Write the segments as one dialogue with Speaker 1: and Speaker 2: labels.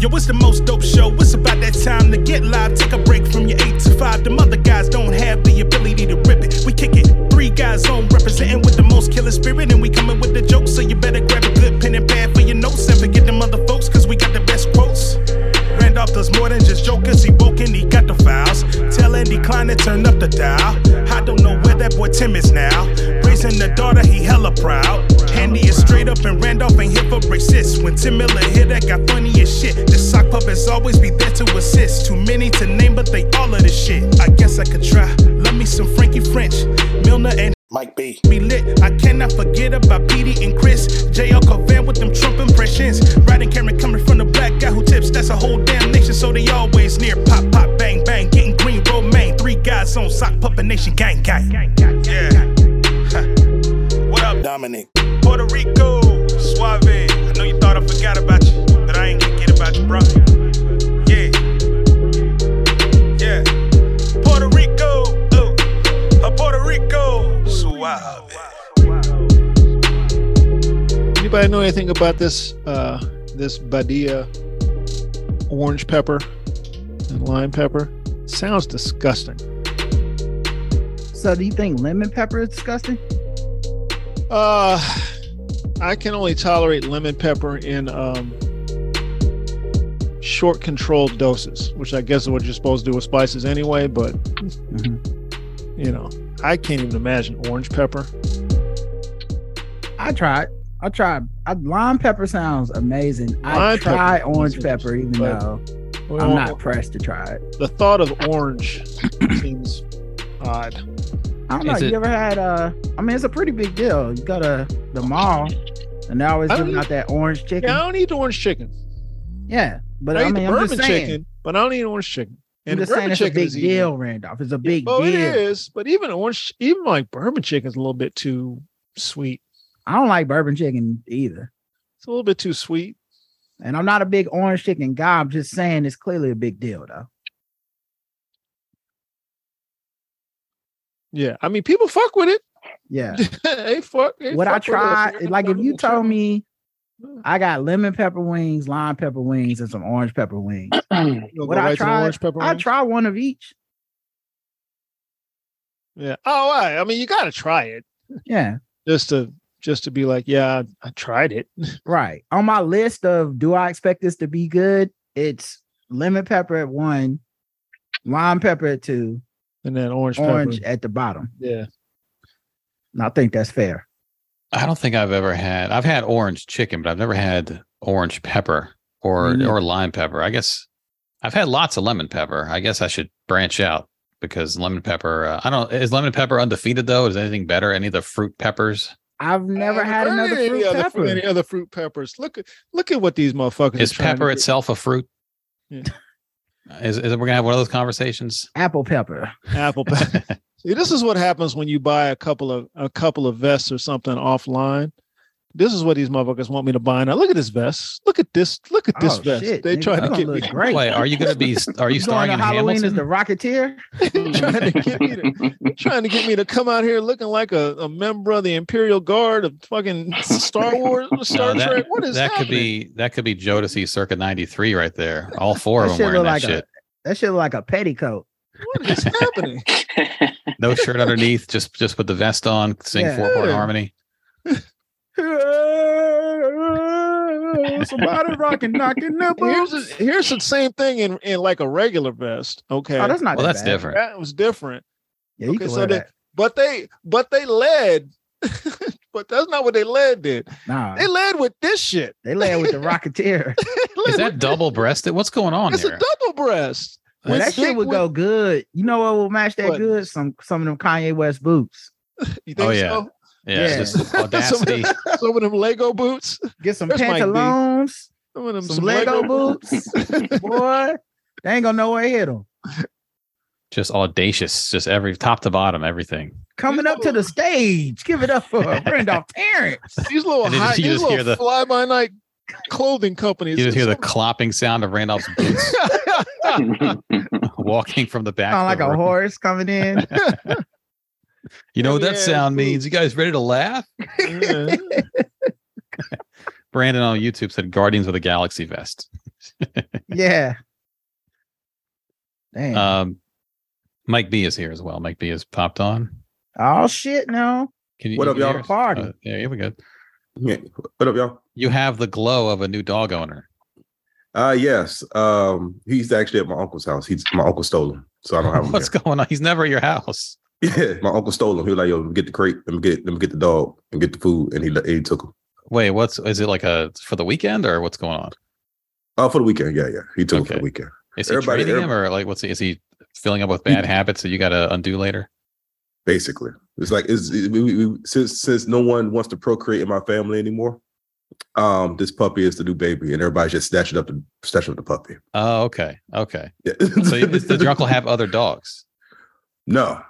Speaker 1: Yo, it's the most dope show. It's about that time to get live. Take a break from your 8 to 5. Them other guys don't have the ability to rip it. We kick it. Three guys on representing with the most killer spirit. And we coming with the jokes. So you better grab a good pen and pad for your notes. And forget them other folks, cause we got the best quotes. Randolph does more than just joke, cause he woke and he got the files. Tell Andy Klein to turn up the dial. I don't know where that boy Tim is now. Raising the daughter, he hella proud. Andy is straight up and Randolph ain't here for racist. When Tim Miller hit, that got funny as shit. The sock puppets always be there to assist. Too many to name, but they all of this shit. I guess I could try. Love me some Frankie French. Milner and
Speaker 2: Mike B.
Speaker 1: be lit. I cannot forget about Petey and Chris. JL Covan with them Trump impressions. Riding Cameron coming from the black guy who tips. That's a whole damn nation, so they always near. Pop, pop, bang, bang. Getting green, romaine. Three guys on sock, puppet nation, gang, gang. Yeah. Huh. What up,
Speaker 2: Dominic.
Speaker 1: Puerto Rico, Suave. I know you thought I forgot about you, but I ain't gonna get about you, bro. Yeah. Yeah. Puerto Rico, uh, a Puerto Rico, Suave.
Speaker 3: Anybody know anything about this uh, this Badia orange pepper and lime pepper? Sounds disgusting.
Speaker 4: So do you think lemon pepper is disgusting?
Speaker 3: Uh, I can only tolerate lemon pepper in um, short controlled doses, which I guess is what you're supposed to do with spices anyway. But
Speaker 4: Mm-hmm.
Speaker 3: you know, I can't even imagine orange pepper.
Speaker 4: I tried. I tried. I, lime pepper sounds amazing. I
Speaker 3: Lime
Speaker 4: try
Speaker 3: pepper
Speaker 4: orange
Speaker 3: is
Speaker 4: pepper, even
Speaker 3: but-
Speaker 4: though
Speaker 3: Well,
Speaker 4: I'm not pressed to try it.
Speaker 3: The thought of orange seems odd.
Speaker 4: I don't know.
Speaker 5: Is
Speaker 4: you
Speaker 5: it-
Speaker 4: ever had? Uh, I mean, it's a pretty big deal. You go to the mall, and they're always
Speaker 3: I don't
Speaker 4: giving
Speaker 3: eat-
Speaker 4: out that orange chicken.
Speaker 3: Yeah, I
Speaker 4: Yeah,
Speaker 3: don't eat orange chicken.
Speaker 4: but
Speaker 3: I,
Speaker 4: I,
Speaker 3: eat
Speaker 4: mean,
Speaker 3: the
Speaker 4: I'm
Speaker 3: bourbon
Speaker 4: just saying.
Speaker 3: chicken, but I don't eat orange chicken.
Speaker 4: I'm just saying
Speaker 3: bourbon
Speaker 4: it's a
Speaker 3: chicken
Speaker 4: big
Speaker 3: is even-
Speaker 4: deal, Randolph. It's a big
Speaker 3: Oh, it
Speaker 4: deal.
Speaker 3: is. But even orange, even like bourbon chicken is a little bit too sweet.
Speaker 4: I don't like bourbon chicken either,
Speaker 3: It's a little bit too sweet.
Speaker 4: and I'm not a big orange chicken guy. I'm just saying it's clearly a big deal, though.
Speaker 3: Yeah, I mean, people fuck with it.
Speaker 4: Yeah.
Speaker 3: they fuck. They
Speaker 4: what I
Speaker 3: fuck with us.
Speaker 4: tried,
Speaker 3: They're
Speaker 4: like if you
Speaker 3: fucking
Speaker 4: told
Speaker 3: with
Speaker 4: me
Speaker 3: Yeah.
Speaker 4: I got lemon pepper wings, lime pepper wings, and some orange pepper wings,
Speaker 3: you. You'll
Speaker 4: what
Speaker 3: go
Speaker 4: I
Speaker 3: right to the
Speaker 4: tried-
Speaker 3: orange pepper
Speaker 4: I'd
Speaker 3: ring?
Speaker 4: try one of each.
Speaker 3: Yeah. Oh, I, I mean, you gotta try it
Speaker 4: Yeah,
Speaker 3: just to just to be like, yeah, I, I tried it.
Speaker 4: right. On my list of do I expect this to be good? It's lemon pepper at one, lime pepper at two,
Speaker 3: And then orange,
Speaker 4: orange
Speaker 3: pepper.
Speaker 4: at the bottom.
Speaker 3: Yeah.
Speaker 4: And I think that's fair.
Speaker 5: I don't think I've ever had. I've had orange chicken, but I've never had orange pepper or
Speaker 3: Mm-hmm.
Speaker 4: Me neither.
Speaker 5: or lime pepper. I guess I've had lots of lemon pepper. I guess I should branch out because lemon pepper. Uh, I don't. Is lemon pepper undefeated though? Is anything better? Any of the fruit peppers?
Speaker 4: I've never
Speaker 3: Uh, I haven't
Speaker 4: had
Speaker 3: heard
Speaker 4: another
Speaker 3: any
Speaker 4: fruit
Speaker 3: other
Speaker 4: pepper.
Speaker 3: Any other fruit peppers? Look at look at what these motherfuckers.
Speaker 5: Is
Speaker 3: are trying to
Speaker 5: pepper
Speaker 3: do.
Speaker 5: itself a fruit?
Speaker 3: Yeah.
Speaker 5: Is, is it, we're gonna have one of those conversations?
Speaker 4: Apple pepper.
Speaker 3: apple pie. See, this is what happens when you buy a couple of a couple of vests or something offline. This is what these motherfuckers want me to buy now. Look at this vest. Look at this. Look at this
Speaker 4: Oh,
Speaker 3: vest.
Speaker 4: shit,
Speaker 3: they
Speaker 4: nigga,
Speaker 3: trying
Speaker 4: you
Speaker 3: to
Speaker 4: gonna
Speaker 3: get
Speaker 4: look
Speaker 3: me.
Speaker 4: great.
Speaker 5: Wait, are you gonna be? Are you
Speaker 4: going
Speaker 5: starring
Speaker 4: to
Speaker 5: in
Speaker 4: Halloween
Speaker 5: Hamilton?
Speaker 4: as the Rocketeer?
Speaker 3: trying to get me to trying to get me to come out here looking like a, a member of the Imperial Guard of fucking Star Wars, Star
Speaker 5: No, that-
Speaker 3: Trek. What is
Speaker 5: that could
Speaker 3: happening?
Speaker 5: be that could be Jodeci circa '93 right there. All four of them
Speaker 4: That shit
Speaker 5: wearing
Speaker 4: look
Speaker 5: that
Speaker 4: like a-
Speaker 5: shit.
Speaker 4: That shit look like a petticoat.
Speaker 3: What is happening?
Speaker 5: No shirt underneath. Just just put the vest on. Sing
Speaker 4: Yeah.
Speaker 5: four part
Speaker 3: Yeah.
Speaker 5: harmony.
Speaker 4: Somebody rocking, knocking nipples.
Speaker 3: Here's a, here's the same thing in, in like a regular vest. Okay,
Speaker 4: Oh, that's not
Speaker 5: Well,
Speaker 4: that
Speaker 5: that's
Speaker 4: bad.
Speaker 5: different.
Speaker 3: that was different.
Speaker 4: Yeah, you
Speaker 3: Okay,
Speaker 4: can
Speaker 3: so
Speaker 4: wear
Speaker 3: they-
Speaker 4: that.
Speaker 3: but they but they led but that's not what they led did
Speaker 4: Nah,
Speaker 3: they led with this shit
Speaker 4: they lay with the
Speaker 3: They
Speaker 4: Rocketeer.
Speaker 3: led
Speaker 5: Is
Speaker 3: with-
Speaker 5: that double breasted? What's going on
Speaker 3: it's
Speaker 5: there?
Speaker 3: a double breast
Speaker 4: Well, that shit would go good. You know what will match that
Speaker 3: What?
Speaker 4: good? Some some of them Kanye West boots.
Speaker 3: you think
Speaker 5: Oh, yeah.
Speaker 3: so?
Speaker 5: yeah,
Speaker 4: yeah.
Speaker 5: just audacity.
Speaker 3: some of them lego boots
Speaker 4: Get some
Speaker 3: There's Mike B.
Speaker 4: pantaloons,
Speaker 3: some of them
Speaker 4: some, Lego, boots, boy. They ain't gonna know where to hit them.
Speaker 5: just audacious. Just every top to bottom, everything.
Speaker 4: Coming up to the stage, give it up for Randolph Terrence.
Speaker 3: these little
Speaker 5: And then
Speaker 3: high
Speaker 5: you
Speaker 3: these
Speaker 5: just
Speaker 3: little
Speaker 5: hear the-
Speaker 3: fly by night clothing companies
Speaker 5: You just hear the
Speaker 3: Some-
Speaker 5: clopping sound of Randolph's boots walking from the back.
Speaker 4: Sound
Speaker 5: of
Speaker 4: like
Speaker 5: the
Speaker 4: a
Speaker 5: room.
Speaker 4: horse coming in.
Speaker 5: You know what that
Speaker 3: Yeah,
Speaker 5: sound
Speaker 3: boots.
Speaker 5: means? You guys ready to laugh?
Speaker 3: Yeah.
Speaker 5: Brandon on YouTube said Guardians of the Galaxy vest.
Speaker 4: yeah. Damn.
Speaker 5: Um, Mike B is here as well. Mike B has popped on.
Speaker 4: oh shit! No.
Speaker 5: Can you?
Speaker 2: What
Speaker 5: you
Speaker 2: up,
Speaker 5: can
Speaker 2: y'all?
Speaker 5: hear us?
Speaker 4: Party.
Speaker 5: Uh, yeah, yeah, we good.
Speaker 2: Yeah. What up, y'all?
Speaker 5: You have the glow of a new dog owner.
Speaker 2: Uh yes. Um, he's actually at my uncle's house. He's my uncle stole him, so I don't have him.
Speaker 5: What's
Speaker 2: Here.
Speaker 5: going on? He's never at your house.
Speaker 2: Yeah, my uncle stole him. He was like, "Yo, let me get the crate. Let me get, let me get the dog and get the food," and he let- he took him.
Speaker 5: Wait, what's is it like a for the weekend or what's going on?
Speaker 2: Oh, for the weekend. Yeah, yeah. He took him for
Speaker 5: Okay.
Speaker 2: the weekend.
Speaker 5: Is he
Speaker 2: Everybody-
Speaker 5: trading him or like what's he, is he filling up with bad habits that you got to undo later?
Speaker 2: Basically, it's like it's it, we, we, we- since since no one wants to procreate in my family anymore. Um, this puppy is the new baby, and everybody's just snatching up the snatching up the puppy.
Speaker 5: Oh, okay, okay.
Speaker 2: Yeah.
Speaker 5: So you- does your uncle have other dogs?
Speaker 2: No,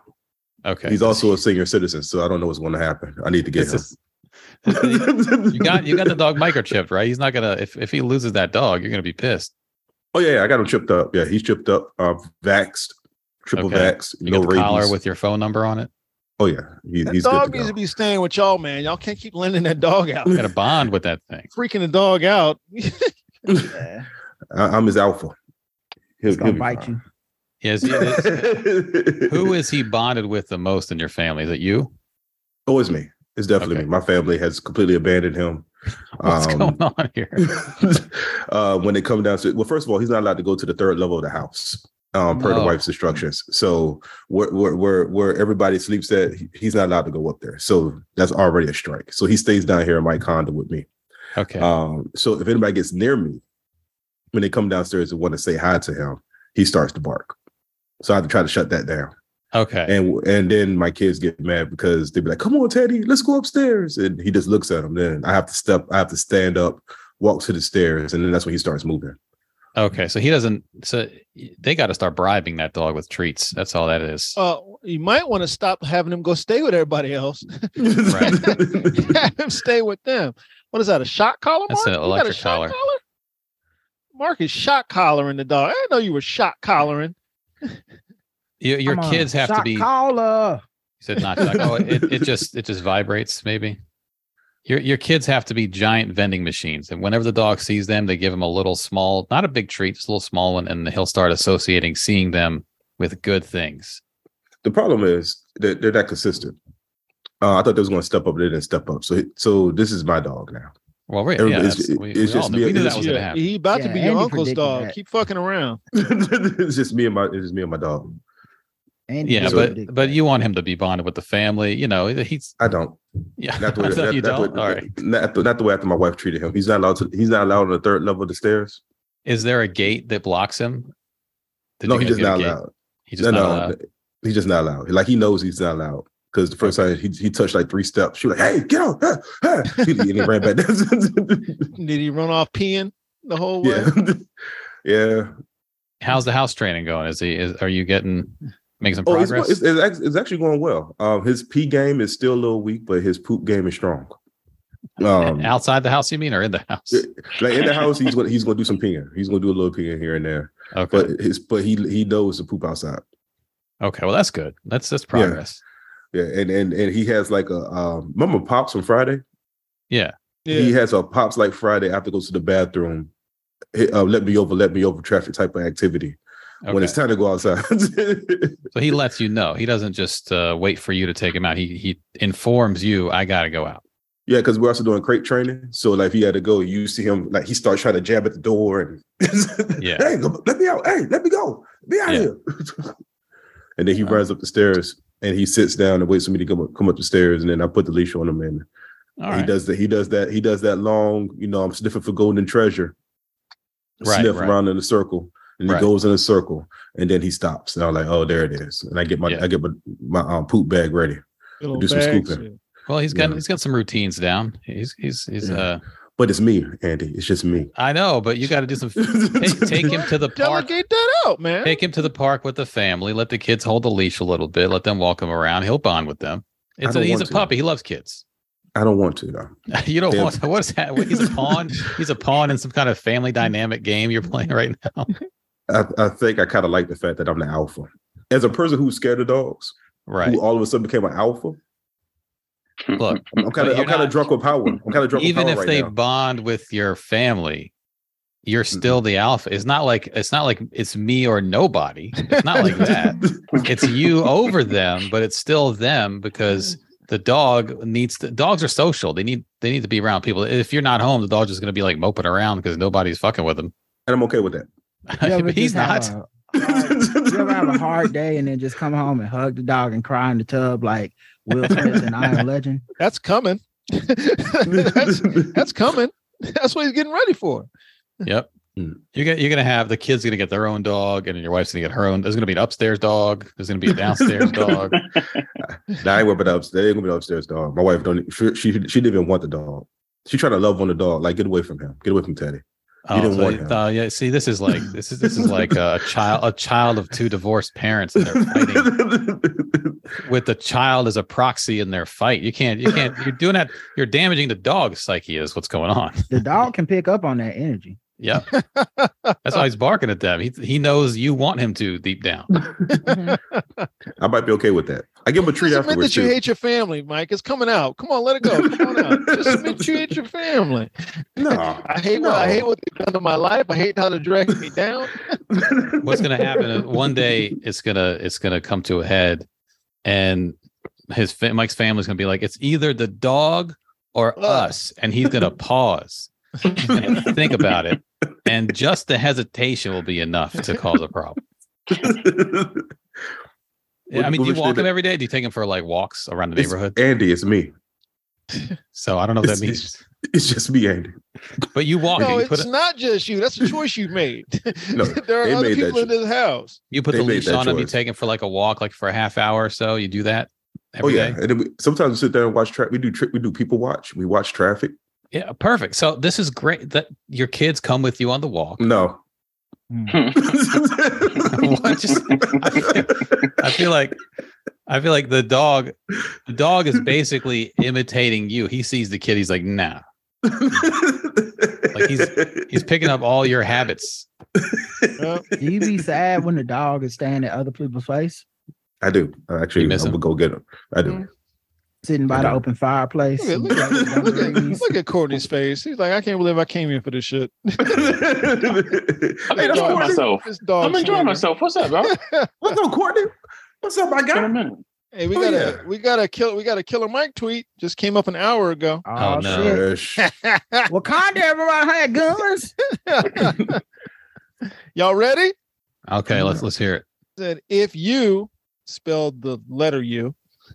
Speaker 5: Okay,
Speaker 2: he's also a senior citizen, so I don't know what's going to happen. I need to get
Speaker 5: This
Speaker 2: him.
Speaker 5: is- you got you got the dog microchipped, right? He's not gonna if if he loses that dog, you're gonna be pissed.
Speaker 2: Oh yeah, yeah, I got him tripped up. Yeah, he's tripped up, uh, vaxxed, triple
Speaker 5: Okay.
Speaker 2: vaxxed,
Speaker 5: You
Speaker 2: no
Speaker 5: get the collar
Speaker 2: rabies.
Speaker 5: with your phone number on it.
Speaker 2: oh yeah, he,
Speaker 3: That
Speaker 2: he's
Speaker 3: dog
Speaker 2: good to
Speaker 3: needs
Speaker 2: go.
Speaker 3: to be staying with y'all, man. Y'all can't keep lending that dog out.
Speaker 5: You got a bond with that thing.
Speaker 3: Freaking the dog out.
Speaker 4: Yeah.
Speaker 2: I, I'm his alpha. He'll,
Speaker 4: It's gonna
Speaker 2: he'll be
Speaker 4: bite
Speaker 2: fine.
Speaker 4: you.
Speaker 5: Yes. yes. Who is he bonded with the most in your family? Is it you?
Speaker 2: Oh, it's me. It's definitely
Speaker 5: Okay.
Speaker 2: me. My family has completely abandoned him. Um,
Speaker 5: What's going on here?
Speaker 2: uh, when it comes down to well, first of all, he's not allowed to go to the third level of the house um, per
Speaker 5: No.
Speaker 2: the wife's instructions. So where, where where where everybody sleeps at, he- he's not allowed to go up there. So that's already a strike. So he stays down here in my condo with me.
Speaker 5: Okay.
Speaker 2: Um, so if anybody gets near me, when they come downstairs and want to say hi to him, he starts to bark. So I have to try to shut that down.
Speaker 5: Okay.
Speaker 2: And and then my kids get mad because they be like, "Come on, Teddy, let's go upstairs." And he just looks at them. Then I have to step, I have to stand up, walk to the stairs, and then that's when he starts moving.
Speaker 5: Okay. So he doesn't. So they got to start bribing that dog with treats. That's all that is.
Speaker 3: Uh, you might want to stop having him go stay with everybody else. Have him stay with them. What is that? A shot collar?
Speaker 5: That's
Speaker 3: Mark?
Speaker 5: an
Speaker 3: You got a
Speaker 5: electric
Speaker 3: shot
Speaker 5: collar.
Speaker 3: Mark is shot collaring the dog. I didn't know you were shot collaring.
Speaker 5: Your, your
Speaker 4: Come on,
Speaker 5: kids have to
Speaker 4: shot
Speaker 5: be. You
Speaker 4: Caller.
Speaker 5: said not. Shock. Oh, it, it just it just vibrates. Maybe. Your your kids have to be giant vending machines, and whenever the dog sees them, they give him a little small, not a big treat, just a little small one, and he'll start associating seeing them with good things.
Speaker 2: the problem is that they're not consistent. Uh, I thought they was going to step up, they didn't step up. So so this is my dog now.
Speaker 5: Well, right. Yeah,
Speaker 2: Everybody- it's-
Speaker 5: that's, we,
Speaker 2: it's
Speaker 5: we all
Speaker 2: just
Speaker 5: knew,
Speaker 2: me-
Speaker 5: we knew that
Speaker 2: it's-
Speaker 5: was going to happen.
Speaker 3: He about to
Speaker 4: Yeah,
Speaker 3: be your
Speaker 4: Andy
Speaker 3: uncle's
Speaker 4: predicted
Speaker 3: dog.
Speaker 4: that.
Speaker 3: Keep fucking around.
Speaker 2: it's just me and my it's just me and my dog.
Speaker 4: And
Speaker 5: Yeah,
Speaker 2: So-
Speaker 5: but but you want him to be bonded with the family. You know, he's
Speaker 2: I don't.
Speaker 5: Yeah,
Speaker 2: Not the way,
Speaker 5: I thought
Speaker 2: not,
Speaker 5: you
Speaker 2: not the
Speaker 5: don't.
Speaker 2: way-
Speaker 5: All right.
Speaker 2: not the- not the way after my wife treated him. He's not allowed to. He's not allowed on the third level of the stairs.
Speaker 5: Is there a gate that blocks him? Did
Speaker 2: no,
Speaker 5: you
Speaker 2: he's
Speaker 5: guys
Speaker 2: just
Speaker 5: get a
Speaker 2: not
Speaker 5: gate?
Speaker 2: allowed.
Speaker 5: He's just
Speaker 2: no,
Speaker 5: not
Speaker 2: no,
Speaker 5: allowed.
Speaker 2: he's just not allowed. Like he knows he's not allowed because the first time he, he touched like three steps, she was like, "Hey, get out!" huh, huh," and he ran back down.
Speaker 3: Did he run off peeing the whole way?
Speaker 2: yeah, yeah.
Speaker 5: How's the house training going? Is he? Is, are you getting making some
Speaker 2: Oh, it's,
Speaker 5: progress?
Speaker 2: it's, it's, act- it's actually going well. Um, his pee game is still a little weak, but his poop game is strong. Um,
Speaker 5: Outside the house, you mean, or in the house?
Speaker 2: Yeah. like in the house, he's gonna he's gonna do some peeing. He's gonna do a little peeing here and there.
Speaker 5: Okay.
Speaker 2: But his but he he knows to poop outside.
Speaker 5: okay. Well, that's good. That's that's progress.
Speaker 2: Yeah, and and and he has like a um, remember pops from Friday. he has a pops like Friday. I have to go to the bathroom. Hey, uh, let me over, let me over traffic type of activity when
Speaker 5: Okay.
Speaker 2: it's time to go outside.
Speaker 5: so he lets you know. He doesn't just uh, wait for you to take him out. He he informs you. I gotta go out.
Speaker 2: yeah, because we're also doing crate training. So like, if he had to go, you see him like he starts trying to jab at the door and
Speaker 5: Yeah.
Speaker 2: hey, go- let me out, hey, let me go, be out
Speaker 5: Yeah.
Speaker 2: here. and then he
Speaker 5: Wow.
Speaker 2: runs up the stairs and he sits down and waits for me to come up, come up the stairs and then I put the leash on him and
Speaker 5: All
Speaker 2: he
Speaker 5: right.
Speaker 2: does that. He does that. He does that long. You know, I'm sniffing for golden treasure.
Speaker 5: Right,
Speaker 2: Sniff
Speaker 5: right.
Speaker 2: around in a circle, and he
Speaker 5: Right.
Speaker 2: goes in a circle, and then he stops. And I'm like, oh, there it is. And I get my
Speaker 5: Yeah.
Speaker 2: I get my my um, poop bag ready.
Speaker 3: Little
Speaker 2: Do some
Speaker 3: bag
Speaker 2: scooping.
Speaker 3: shit.
Speaker 5: Well, he's got
Speaker 2: Yeah.
Speaker 5: he's got some routines down. He's he's he's.
Speaker 2: Yeah.
Speaker 5: Uh,
Speaker 2: But it's me, Andy. It's just me.
Speaker 5: I know, but you got to do some. Take, take him to the park.
Speaker 3: Delegate that out, man.
Speaker 5: Take him to the park with the family. Let the kids hold the leash a little bit. Let them walk him around. He'll bond with them. It's a,
Speaker 2: don't
Speaker 5: he's
Speaker 2: want
Speaker 5: a
Speaker 2: to.
Speaker 5: puppy. He loves kids.
Speaker 2: I don't want to though.
Speaker 5: You don't
Speaker 2: Damn.
Speaker 5: want what is that? What, He's a pawn. he's a pawn in some kind of family dynamic game you're playing right now.
Speaker 2: I, I think I kind of like the fact that I'm the alpha. As a person who's scared of dogs,
Speaker 5: Right.
Speaker 2: who all of a sudden became an alpha,
Speaker 5: Look,
Speaker 2: I'm kind
Speaker 5: But
Speaker 2: of
Speaker 5: you're
Speaker 2: I'm kind
Speaker 5: not-
Speaker 2: of drunk with power. I'm kind of drunk
Speaker 5: even
Speaker 2: with
Speaker 5: if
Speaker 2: power
Speaker 5: they
Speaker 2: right now.
Speaker 5: bond with your family, you're still the alpha. It's not like it's not like it's me or nobody. It's not like that. it's you over them, but it's still them because the dog needs to, dogs are social. They need they need to be around people. If you're not home, the dog's just gonna be like moping around because nobody's fucking with him.
Speaker 2: And I'm okay with that.
Speaker 4: You ever
Speaker 5: But he's
Speaker 4: just
Speaker 5: not.
Speaker 4: have a hard- you ever have a hard day and then just come home and hug the dog and cry in the tub like Will Smith and I Am Legend?
Speaker 3: That's coming. that's, that's coming. That's what he's getting ready for.
Speaker 5: Yep.
Speaker 2: Mm.
Speaker 5: You're gonna you're gonna have the kids gonna get their own dog, and then your wife's gonna get her own. There's gonna be an upstairs dog. There's gonna be a downstairs dog.
Speaker 2: Nah, I ain't worried about upstairs. Ain't gonna be no upstairs dog. My wife don't. She she, she didn't even want the dog. She tried to love on the dog. Like get away from him. Get away from Teddy.
Speaker 5: Oh,
Speaker 2: didn't
Speaker 5: so
Speaker 2: want
Speaker 5: you-
Speaker 2: him.
Speaker 5: oh, yeah. See, this is like this is this is like a child a child of two divorced parents, and they're fighting with the child as a proxy in their fight. You can't you can't you're doing that. You're damaging the dog's psyche. Is what's going on.
Speaker 4: The dog can pick up on that energy.
Speaker 5: Yep. That's why he's barking at them. He he knows you want him to deep down.
Speaker 2: I might be okay with that. I give him a treat
Speaker 3: Just admit
Speaker 2: afterwards
Speaker 3: that you
Speaker 2: too.
Speaker 3: hate your family, Mike. It's coming out. Come on, let it go. Come on out. Just admit you hate your family.
Speaker 2: no,
Speaker 3: I hate what I hate what they've done to my life. I hate how they dragged me down.
Speaker 5: What's gonna happen is one day it's gonna it's gonna come to a head, and his fa- Mike's family's gonna be like, it's either the dog or us, and he's gonna pause and think about it, and just the hesitation will be enough to cause a problem. Yeah,
Speaker 2: What-
Speaker 5: I mean,
Speaker 2: what
Speaker 5: do you
Speaker 2: we should
Speaker 5: walk
Speaker 2: do-
Speaker 5: him every day? Do you take him for like walks around the
Speaker 2: It's
Speaker 5: neighborhood?
Speaker 2: Andy, it's me.
Speaker 5: So I don't know if that
Speaker 2: it's-
Speaker 5: means,
Speaker 2: It's just me, Andy.
Speaker 5: but you walk.
Speaker 3: No,
Speaker 5: him, you put
Speaker 3: it's
Speaker 5: a,
Speaker 3: not just you. That's a choice you made.
Speaker 2: No,
Speaker 3: there are
Speaker 2: they
Speaker 3: other
Speaker 2: made that
Speaker 3: people in
Speaker 2: choice.
Speaker 3: this house.
Speaker 5: you put
Speaker 2: they
Speaker 5: the
Speaker 2: made
Speaker 5: leash
Speaker 2: that
Speaker 5: on him. You
Speaker 2: choice.
Speaker 5: take him for like a walk, like for a half hour or so. You do that.
Speaker 2: oh
Speaker 5: every day.
Speaker 2: yeah, and then we, sometimes we sit there and watch. Tra- we do trick. We do people watch. We watch traffic.
Speaker 5: Yeah, perfect. So this is great that your kids come with you on the walk.
Speaker 2: No.
Speaker 3: Hmm.
Speaker 5: What? Just- I feel like I feel like the dog the dog is basically imitating you. He sees the kid, he's like, "Nah." Like, He's picking up all your habits.
Speaker 3: Well,
Speaker 4: Do you be sad when the dog is staying at other people's place,
Speaker 2: I do. I actually,
Speaker 5: You
Speaker 2: I'm
Speaker 5: miss
Speaker 2: gonna go get him. I do.
Speaker 4: sitting by the
Speaker 2: Yeah.
Speaker 4: open fireplace?
Speaker 3: look, at, look, at, look, at,
Speaker 4: dungarees?
Speaker 3: look at Courtney's face. He's like, I can't believe I came here for this shit.
Speaker 2: I'm
Speaker 6: I'm enjoying myself.
Speaker 3: This dog.
Speaker 6: I'm enjoying
Speaker 3: swinger.
Speaker 6: myself. What's up, bro?
Speaker 2: What's up, Courtney? What's up, my
Speaker 6: It's been a
Speaker 2: guy?
Speaker 6: minute.
Speaker 3: Hey, we
Speaker 2: Oh,
Speaker 3: got a
Speaker 2: yeah.
Speaker 3: we got a kill we got a killer Mike tweet. Just came up an hour ago.
Speaker 5: Oh,
Speaker 4: Oh,
Speaker 5: no.
Speaker 4: shit.
Speaker 3: Y'all
Speaker 4: Wakanda, everybody had guns.
Speaker 3: ready?
Speaker 5: Okay, let's let's hear it.
Speaker 3: Said if you spelled the letter U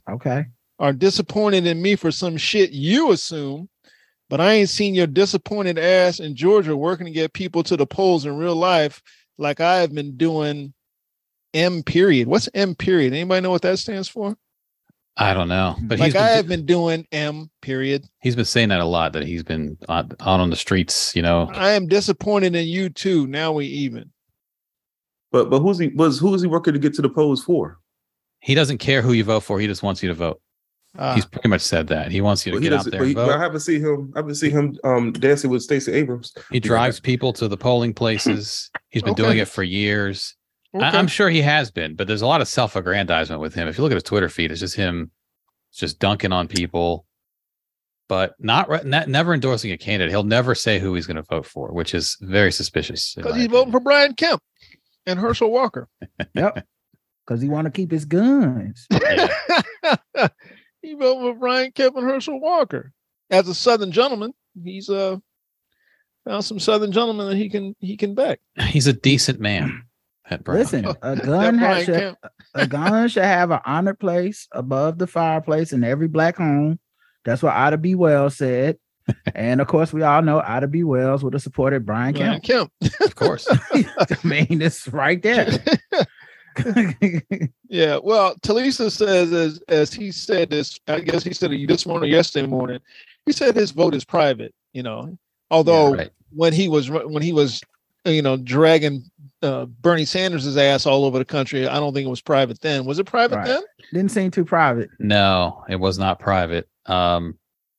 Speaker 4: Okay.
Speaker 3: are disappointed in me for some shit you assume, but I ain't seen your disappointed ass in Georgia working to get people to the polls in real life like I have been doing. M period. What's M period? Anybody know what that stands for?
Speaker 5: I don't know, but
Speaker 3: like
Speaker 5: he's been,
Speaker 3: I have been doing M period.
Speaker 5: he's been saying that a lot that he's been out, out on the streets, you know.
Speaker 3: I am disappointed in you too. Now we even.
Speaker 2: But but who's he was who is he working to get to the polls for?
Speaker 5: He doesn't care who you vote for, he just wants you to vote.
Speaker 3: Ah.
Speaker 5: He's pretty much said that. He wants you to
Speaker 2: But he
Speaker 5: get out
Speaker 2: doesn't.
Speaker 5: there
Speaker 2: But, he,
Speaker 5: and
Speaker 2: but I
Speaker 5: vote.
Speaker 2: haven't seen him. I haven't seen him um, dancing with Stacey Abrams.
Speaker 5: He drives people to the polling places. He's been doing
Speaker 3: Okay.
Speaker 5: it for years.
Speaker 3: Okay.
Speaker 5: I, I'm sure he has been, but there's a lot of self-aggrandizement with him. If you look at his Twitter feed, it's just him just dunking on people, but not, re- not never endorsing a candidate. He'll never say who he's going to vote for, which is very suspicious. in
Speaker 3: Because
Speaker 5: my
Speaker 3: he's voting
Speaker 5: opinion.
Speaker 3: for Brian Kemp and Herschel Walker.
Speaker 4: Yep. Because he want to keep his guns.
Speaker 3: he voted for Brian Kemp and Herschel Walker. As a Southern gentleman, he's uh found some Southern gentlemen that he can he can back.
Speaker 5: He's a decent man. Pat Brown.
Speaker 4: Listen, a
Speaker 3: That
Speaker 4: gun
Speaker 3: Brian
Speaker 4: has should,
Speaker 3: Kemp.
Speaker 4: a gun should have an honored place above the fireplace in every black home. That's what Ida B. Wells said. And of course, we all know Ida B. Wells would have supported Brian
Speaker 3: Brian
Speaker 4: Kemp.
Speaker 3: Kemp.
Speaker 5: of course.
Speaker 4: I mean, it's right there.
Speaker 3: Yeah. Well, Talisa says as as he said this, I guess he said it this morning or yesterday morning, he said his vote is private, you know. Although
Speaker 5: right.
Speaker 3: when he was when he was you know dragging uh, Bernie Sanders' ass all over the country. I don't think it was private then. Was it private
Speaker 4: Right.
Speaker 3: then?
Speaker 4: Didn't seem too private.
Speaker 5: No, it was not private. Um,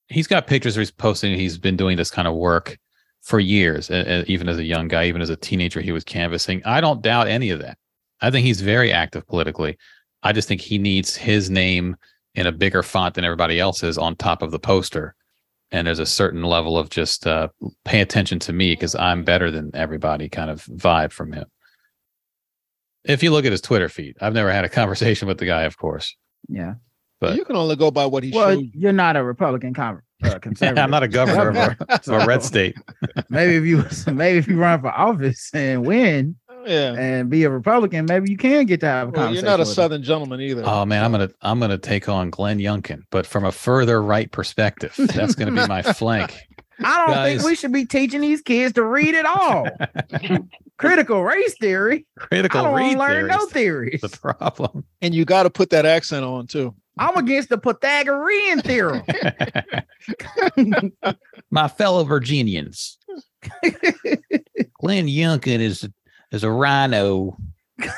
Speaker 5: he's got pictures where he's posting. He's been doing this kind of work for years, e- e- even as a young guy, even as a teenager, he was canvassing. I don't doubt any of that. I think he's very active politically. I just think he needs his name in a bigger font than everybody else's on top of the poster and there's a certain level of just uh, pay attention to me because I'm better than everybody kind of vibe from him. If you look at his Twitter feed, I've never had a conversation with the guy, of course.
Speaker 4: Yeah.
Speaker 5: But
Speaker 3: you can only go by what he
Speaker 4: Well,
Speaker 3: showed. you.
Speaker 4: you're not a Republican con- uh,
Speaker 5: Yeah,
Speaker 4: conservative.
Speaker 5: I'm not a governor of a, of a red
Speaker 4: So,
Speaker 5: state.
Speaker 4: maybe if you maybe if you run for office and win
Speaker 3: Oh, Yeah.
Speaker 4: and be a Republican, maybe you can get to have a
Speaker 3: Well, you're
Speaker 4: conversation.
Speaker 3: not a
Speaker 4: with him.
Speaker 3: Southern gentleman either.
Speaker 5: Oh man, I'm gonna I'm gonna take on Glenn Youngkin, but from a further right perspective. That's gonna be my flank.
Speaker 4: I don't
Speaker 5: Guys.
Speaker 4: think we should be teaching these kids to read at all. Critical race theory. I
Speaker 5: Critical
Speaker 4: don't want
Speaker 5: read
Speaker 4: to learn
Speaker 5: theory.
Speaker 4: no
Speaker 5: is
Speaker 4: theories.
Speaker 5: The problem.
Speaker 3: and you got to put that accent on too.
Speaker 4: I'm against the Pythagorean theorem.
Speaker 5: my fellow Virginians. Glenn Youngkin is is a rhino.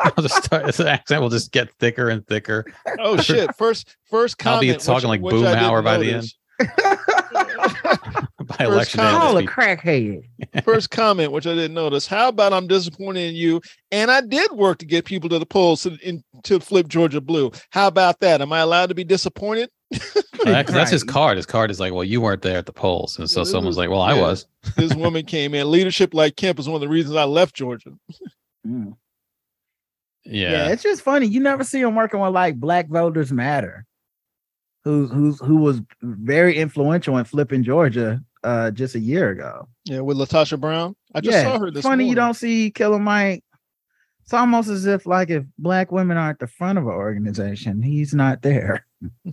Speaker 5: I'll just start. This accent will just get thicker and thicker.
Speaker 3: Oh shit! First, first
Speaker 5: I'll
Speaker 3: comment.
Speaker 5: be talking like Boomhauer by the By election day, it'll
Speaker 4: Call a
Speaker 5: just
Speaker 4: crackhead.
Speaker 3: end. First comment, which I didn't notice. How about I'm disappointed in you, and I did work to get people to the polls to, in, to flip Georgia blue. How about that? Am I allowed to be disappointed?
Speaker 5: be- Well, actually, that's his
Speaker 4: Right.
Speaker 5: card. His card is like, well, you weren't there at the polls, and so
Speaker 3: This
Speaker 5: someone's
Speaker 3: is-
Speaker 5: like, well, I
Speaker 3: yeah.
Speaker 5: was.
Speaker 3: This woman came in. Leadership like Kemp is one of the reasons I left Georgia.
Speaker 4: Mm. Yeah.
Speaker 5: Yeah,
Speaker 4: it's just funny. You never see him working with like Black Voters Matter, who's who's who was very influential in flipping Georgia uh just a year ago.
Speaker 3: Yeah, with Latasha Brown. I just
Speaker 4: Yeah,
Speaker 3: saw her this
Speaker 4: funny you
Speaker 3: morning.
Speaker 4: don't see Killer Mike. It's almost as if like if black women are at the front of an organization, he's not there.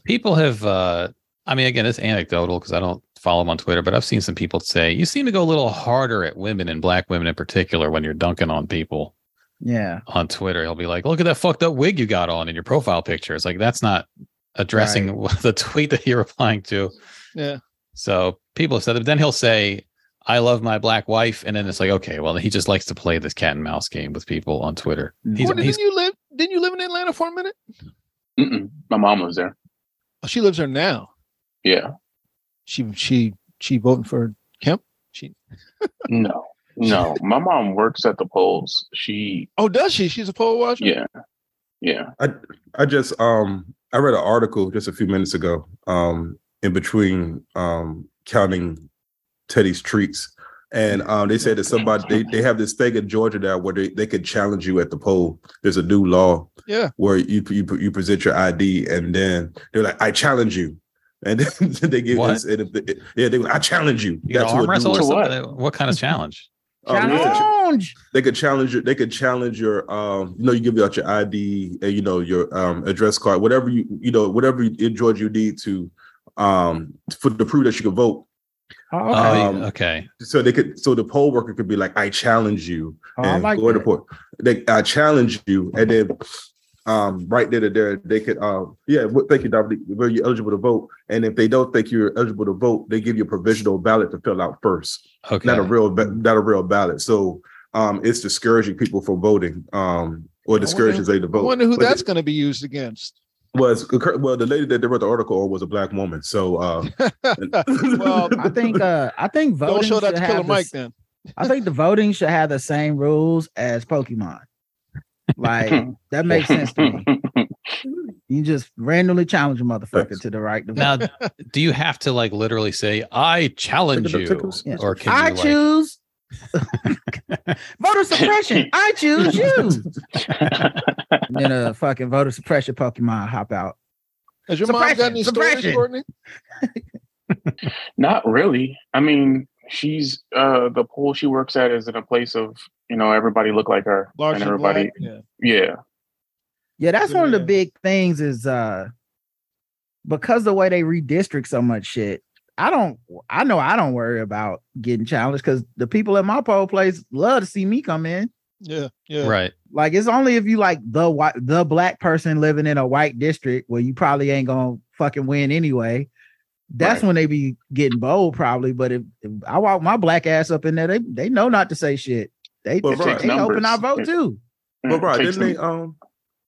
Speaker 5: people have. uh I mean, again, it's anecdotal because I don't follow him on Twitter, but I've seen some people say you seem to go a little harder at women and black women in particular when you're dunking on people.
Speaker 4: Yeah.
Speaker 5: on Twitter, he'll be like, "Look at that fucked up wig you got on in your profile picture." It's like that's not addressing the tweet that you're replying to.
Speaker 3: Yeah.
Speaker 5: So people have said that. But then he'll say, "I love my black wife," and then it's like, okay, well, he just likes to play this cat and mouse game with people on Twitter. He's,
Speaker 3: Courtney,
Speaker 5: he's
Speaker 3: didn't you live? Didn't you live in Atlanta for a minute?
Speaker 6: Mm-mm. My mom lives there.
Speaker 3: Oh, she lives there now.
Speaker 6: Yeah.
Speaker 3: She she she voting for Kemp.
Speaker 6: No. No. My mom works at the polls. She.
Speaker 3: Oh, does she? She's a poll watcher.
Speaker 6: Yeah. Yeah.
Speaker 2: I I just um I read an article just a few minutes ago um in between um counting Teddy's treats and um they said that somebody they, they have this thing in Georgia now where they, they could challenge you at the poll. There's a new law
Speaker 3: Yeah.
Speaker 2: where you you you present your ID and then they're like I challenge you. And then they give
Speaker 5: What?
Speaker 2: this, and if they, yeah, they go, I challenge you.
Speaker 5: you got
Speaker 2: That's what
Speaker 5: arm wrestle
Speaker 2: new-
Speaker 5: or
Speaker 6: to what?
Speaker 5: something. What? kind of challenge?
Speaker 2: um, they could-
Speaker 4: Challenge.
Speaker 2: they could challenge your they could challenge your um you know you give out your id and you know your um address card whatever you you know whatever you- in georgia you need to um for to prove that you can vote
Speaker 4: Oh,
Speaker 5: Oh,
Speaker 7: Uh,
Speaker 4: okay.
Speaker 5: you-
Speaker 2: Um,
Speaker 5: okay.
Speaker 2: so they could so the poll worker could be like i challenge you
Speaker 4: Oh, I
Speaker 2: and
Speaker 4: like
Speaker 2: go to
Speaker 4: that.
Speaker 2: poll they i challenge you and then um right there to there they could um yeah well, thank you Dominique. were you eligible to vote and if they don't think you're eligible to vote they give you a provisional ballot to fill out first
Speaker 5: Okay.
Speaker 2: not a real ba- not a real ballot. So um it's discouraging people from voting um or discourages they to
Speaker 3: I
Speaker 2: vote.
Speaker 3: wonder who
Speaker 2: But
Speaker 3: that's
Speaker 2: it
Speaker 3: going to be used against.
Speaker 2: was well the lady that they wrote the article on was a black woman. So uh
Speaker 3: Well,
Speaker 4: I think uh I think
Speaker 3: Don't
Speaker 4: voting
Speaker 3: show that
Speaker 4: should
Speaker 3: to
Speaker 4: have
Speaker 3: Killer
Speaker 4: the
Speaker 3: Mike
Speaker 4: s-
Speaker 3: then.
Speaker 4: I think the voting should have the same rules as Pokemon. Like that makes sense to me. You just randomly challenge a motherfucker
Speaker 2: Thanks.
Speaker 4: to the right to vote.
Speaker 5: now, do you have to like literally say, "I challenge
Speaker 2: Tickle,
Speaker 5: you,"
Speaker 2: tickles.
Speaker 5: or can
Speaker 4: I
Speaker 5: you like,
Speaker 4: choose voter suppression. I choose you. and then a fucking voter suppression Pokemon hop out.
Speaker 3: Has your mom got
Speaker 4: Suppression,
Speaker 3: any stories,
Speaker 4: suppression.
Speaker 3: Courtney?
Speaker 6: Not really. I mean, she's uh the poll she works at is in a place of you know everybody look like her
Speaker 3: Large
Speaker 6: and everybody.
Speaker 3: black. Yeah.
Speaker 6: Yeah.
Speaker 4: Yeah, that's one of
Speaker 3: Yeah.
Speaker 4: the big things is uh because the way they redistrict so much shit. I don't I know I don't worry about getting challenged because the people at my poll place love to see me come in.
Speaker 3: Yeah. Yeah.
Speaker 5: right?
Speaker 4: Like it's only if you like the white the black person living in a white district where you probably ain't gonna fucking win anyway. That's
Speaker 6: Right.
Speaker 4: when they be getting bold, probably. But if, if I walk my black ass up in there, they they know not to say shit. They
Speaker 2: Well,
Speaker 4: they,
Speaker 2: right.
Speaker 4: they open our vote
Speaker 6: Numbers.
Speaker 4: too.
Speaker 2: but right,
Speaker 6: Takes
Speaker 2: didn't they
Speaker 6: them-
Speaker 2: um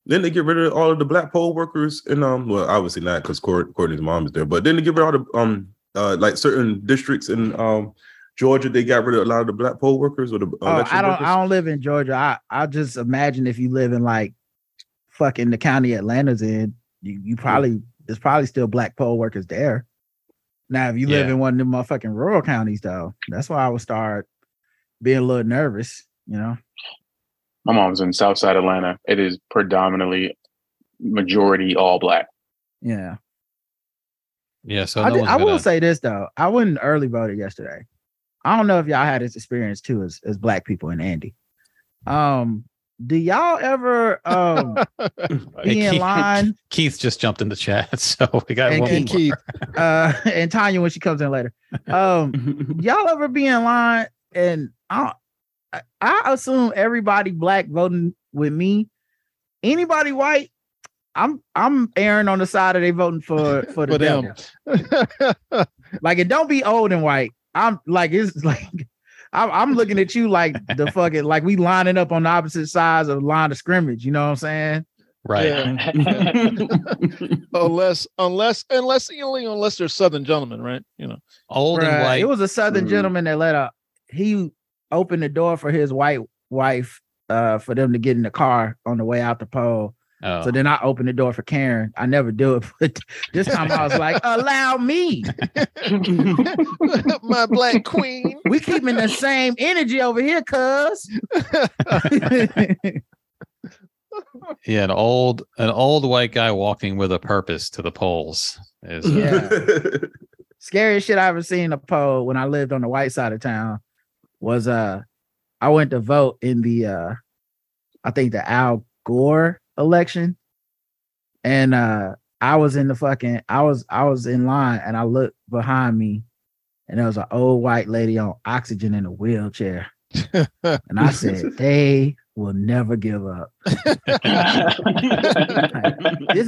Speaker 2: didn't they get rid of all of the black poll workers and um well obviously not because Courtney's mom is there, but didn't they get rid of all the um uh like certain districts in um Georgia they got rid of a lot of the black poll workers or the
Speaker 4: Oh,
Speaker 2: election
Speaker 4: I don't
Speaker 2: workers?
Speaker 4: I don't live in Georgia. I I just imagine if you live in like fucking the county Atlanta's in, you, you probably there's probably still black poll workers there. Now, if you live
Speaker 5: Yeah.
Speaker 4: in one of them motherfucking rural counties, though, that's why I would start being a little nervous. You know,
Speaker 6: My mom's in Southside Atlanta. It is predominantly majority all black.
Speaker 4: yeah.
Speaker 5: Yeah, so
Speaker 4: I,
Speaker 5: no
Speaker 4: did-
Speaker 5: one's
Speaker 4: I will
Speaker 5: gonna-
Speaker 4: say this though, I went and early voted yesterday. I don't know if y'all had this experience too, as as black people in Andy. Um, do y'all ever um
Speaker 5: Hey,
Speaker 4: be in
Speaker 5: Keith-
Speaker 4: line
Speaker 5: Keith just jumped in the chat, so we got
Speaker 4: And
Speaker 5: one
Speaker 3: And
Speaker 5: more.
Speaker 3: Keith,
Speaker 4: uh and Tanya when she comes in later? Um, y'all ever be in line and I I- I assume everybody black voting with me. Anybody white, I'm I'm erring on the side of they voting for for the
Speaker 3: For them.
Speaker 4: devil. Like it don't be old and white. I'm like it's like I'm, I'm looking at you like the fucking like we lining up on the opposite sides of the line of scrimmage. You know what I'm saying?
Speaker 5: Right.
Speaker 3: unless unless unless you know, unless they're Southern gentlemen, right? You know,
Speaker 5: Old and
Speaker 4: Bruh,
Speaker 5: white.
Speaker 4: It was a southern
Speaker 6: Mm.
Speaker 4: gentleman that let a he opened the door for his white wife uh for them to get in the car on the way out the pole.
Speaker 5: oh.
Speaker 4: So then I opened the door for Karen. I never do it, but this time I was like, allow me.
Speaker 3: my black queen.
Speaker 4: We keeping the same energy over here, cuz.
Speaker 5: yeah, an old an old white guy walking with a purpose to the polls is uh,
Speaker 4: Yeah. Scariest shit I ever seen in a poll when I lived on the white side of town was uh I went to vote in the uh I think the Al Gore election. And uh I was in the fucking I was I was in line and I looked behind me and there was an old white lady on oxygen in a wheelchair. And I said, they will never give up. This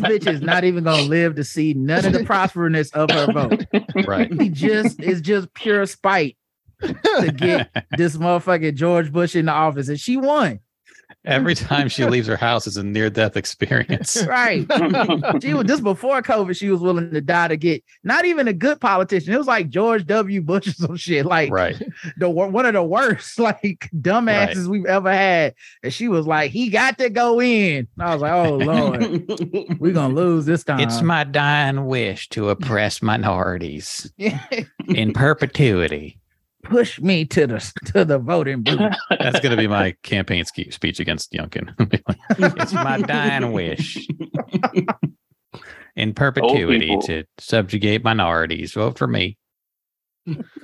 Speaker 4: bitch is not even gonna live to see none of the prosperiness of her vote.
Speaker 5: right.
Speaker 4: He just it's just pure spite to get this motherfucking George Bush in the office, and she won.
Speaker 5: Every time she leaves her house, it's a near death experience.
Speaker 4: Right? She was just before COVID. She was willing to die to get not even a good politician. It was like George W. Bush or some shit, like
Speaker 5: Right.
Speaker 4: the wor- one of the worst, like dumbasses we've ever had. And she was like, "He got to go in." And I was like, "Oh Lord, we're gonna lose this time."
Speaker 5: It's my dying wish to oppress minorities in perpetuity.
Speaker 4: push me to the to the voting booth.
Speaker 5: That's going to be my campaign ske- speech against Yunkin. it's my dying wish in perpetuity
Speaker 6: people.
Speaker 5: to subjugate minorities. Vote for me.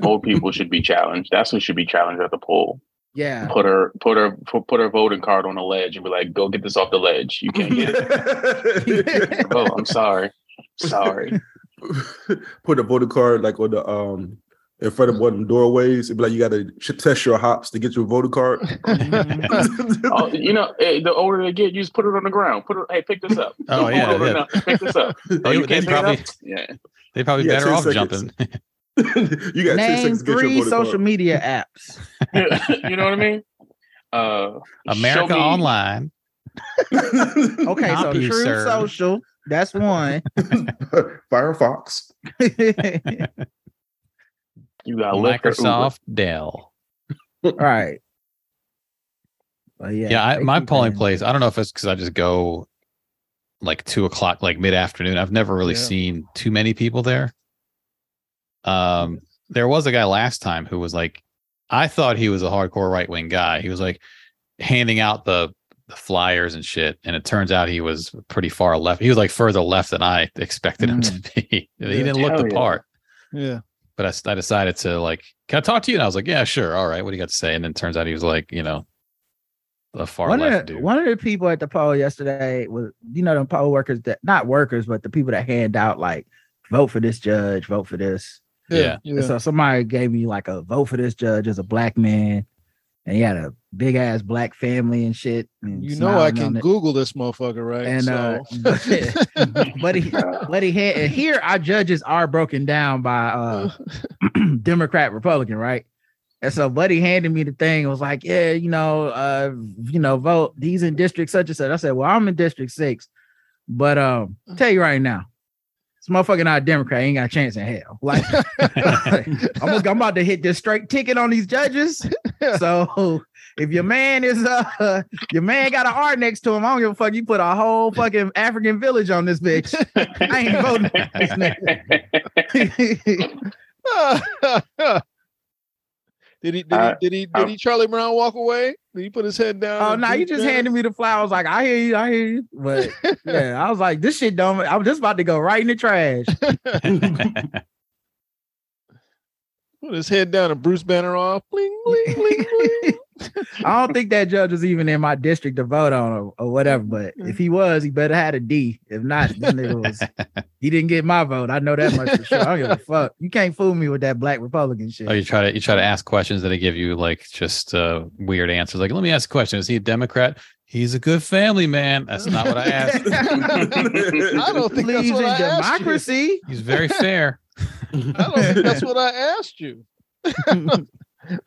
Speaker 6: Old people should be challenged. That's who should be challenged at the poll.
Speaker 4: Yeah.
Speaker 6: Put her, put her, pu- put her voting card on a ledge and be like, "Go get this off the ledge. You can't get it." oh, I'm sorry, sorry.
Speaker 2: Put a voting card like on the um in front of one of them doorways. It'd be like you gotta ch- test your hops to get your voting card.
Speaker 6: Oh, you know, eh, the older they get, you just put it on the ground. Put it. Hey, pick this up.
Speaker 5: Oh,
Speaker 6: Put it
Speaker 5: yeah,
Speaker 6: on the
Speaker 5: yeah.
Speaker 6: ground. Pick this up. Oh,
Speaker 5: They-
Speaker 6: you
Speaker 5: they
Speaker 6: can't pick it
Speaker 5: probably-
Speaker 6: up? Yeah.
Speaker 5: They probably
Speaker 2: Yeah,
Speaker 5: better
Speaker 2: 10
Speaker 5: off
Speaker 2: seconds.
Speaker 5: jumping.
Speaker 2: you got ten
Speaker 4: Name
Speaker 2: seconds to get your
Speaker 4: three
Speaker 2: voting
Speaker 4: social
Speaker 2: card.
Speaker 4: media apps.
Speaker 6: you know what I mean? Uh, show
Speaker 5: America
Speaker 6: me-
Speaker 5: Online.
Speaker 4: Okay, so
Speaker 5: CompuServe.
Speaker 4: True Social, that's one.
Speaker 2: Firefox.
Speaker 4: All
Speaker 6: You got Lyft or Uber.
Speaker 5: Microsoft, Dell.
Speaker 4: right. But yeah,
Speaker 5: Yeah, I,
Speaker 4: they
Speaker 5: my
Speaker 4: keep
Speaker 5: polling
Speaker 4: saying-
Speaker 5: place. I don't know if it's because I just go like two o'clock, like mid afternoon. I've never really
Speaker 3: Yeah.
Speaker 5: seen too many people there. Um, there was a guy last time who was like, I thought he was a hardcore right wing guy. He was like handing out the the flyers and shit, and it turns out he was pretty far left. He was like further left than I expected him to be. he didn't look
Speaker 6: Hell
Speaker 5: the
Speaker 6: yeah.
Speaker 5: part.
Speaker 3: Yeah,
Speaker 5: but I s- I, decided to like, can I talk to you? And I was like, yeah, sure. All right. What do you got to say? And then turns out he was like, you know, a far
Speaker 4: One
Speaker 5: left
Speaker 4: of, the,
Speaker 5: dude.
Speaker 4: one of the people at the poll yesterday was, you know, them poll workers that not workers, but the people that hand out like vote for this judge, vote for this.
Speaker 5: Yeah.
Speaker 4: And
Speaker 3: yeah.
Speaker 4: So somebody gave me like a vote for this judge as a black man, and he had a big ass black family and shit. and
Speaker 3: You know I
Speaker 4: smiling
Speaker 3: can
Speaker 4: on it.
Speaker 3: Google this motherfucker, right?
Speaker 4: And
Speaker 3: so,
Speaker 4: uh, but he, but he had, and here our judges are broken down by uh Democrat Republican, right? And so Buddy handed me the thing and was like, Yeah, you know, uh, you know, vote. He's in district such and such. I said, Well, I'm in district six, but um, tell you right now, This motherfucker not a Democrat. He ain't got a chance in hell. Like, I'm, I'm about to hit this straight ticket on these judges. So if your man is uh your man got an R next to him, I don't give a fuck. You put a whole fucking African village on this bitch. I ain't voting for this nigga.
Speaker 3: did he did, uh, he did he did um, he Charlie Brown walk away? Did he put his head down?
Speaker 4: Oh no, nah, he just down? handed me the flowers. Like I hear you, I hear you. But yeah, I was like, this shit dumb. I was just about to go right in the trash.
Speaker 3: put his head down and Bruce Banner off. Bling, bling, bling, bling.
Speaker 4: I don't think that judge was even in my district to vote on or, or whatever. But if he was, he better had a D. If not, this nigga was, he didn't get my vote. I know that much for sure. I don't give a fuck. You can't fool me with that black Republican shit.
Speaker 5: Oh, you try to you try to ask questions that they give you like just uh, weird answers. Like, let me ask a question: Is he a Democrat? He's a good family man. That's not what I asked.
Speaker 3: I don't think Please that's what I democracy. Asked you.
Speaker 5: He's very fair.
Speaker 3: I don't think that's what I asked you.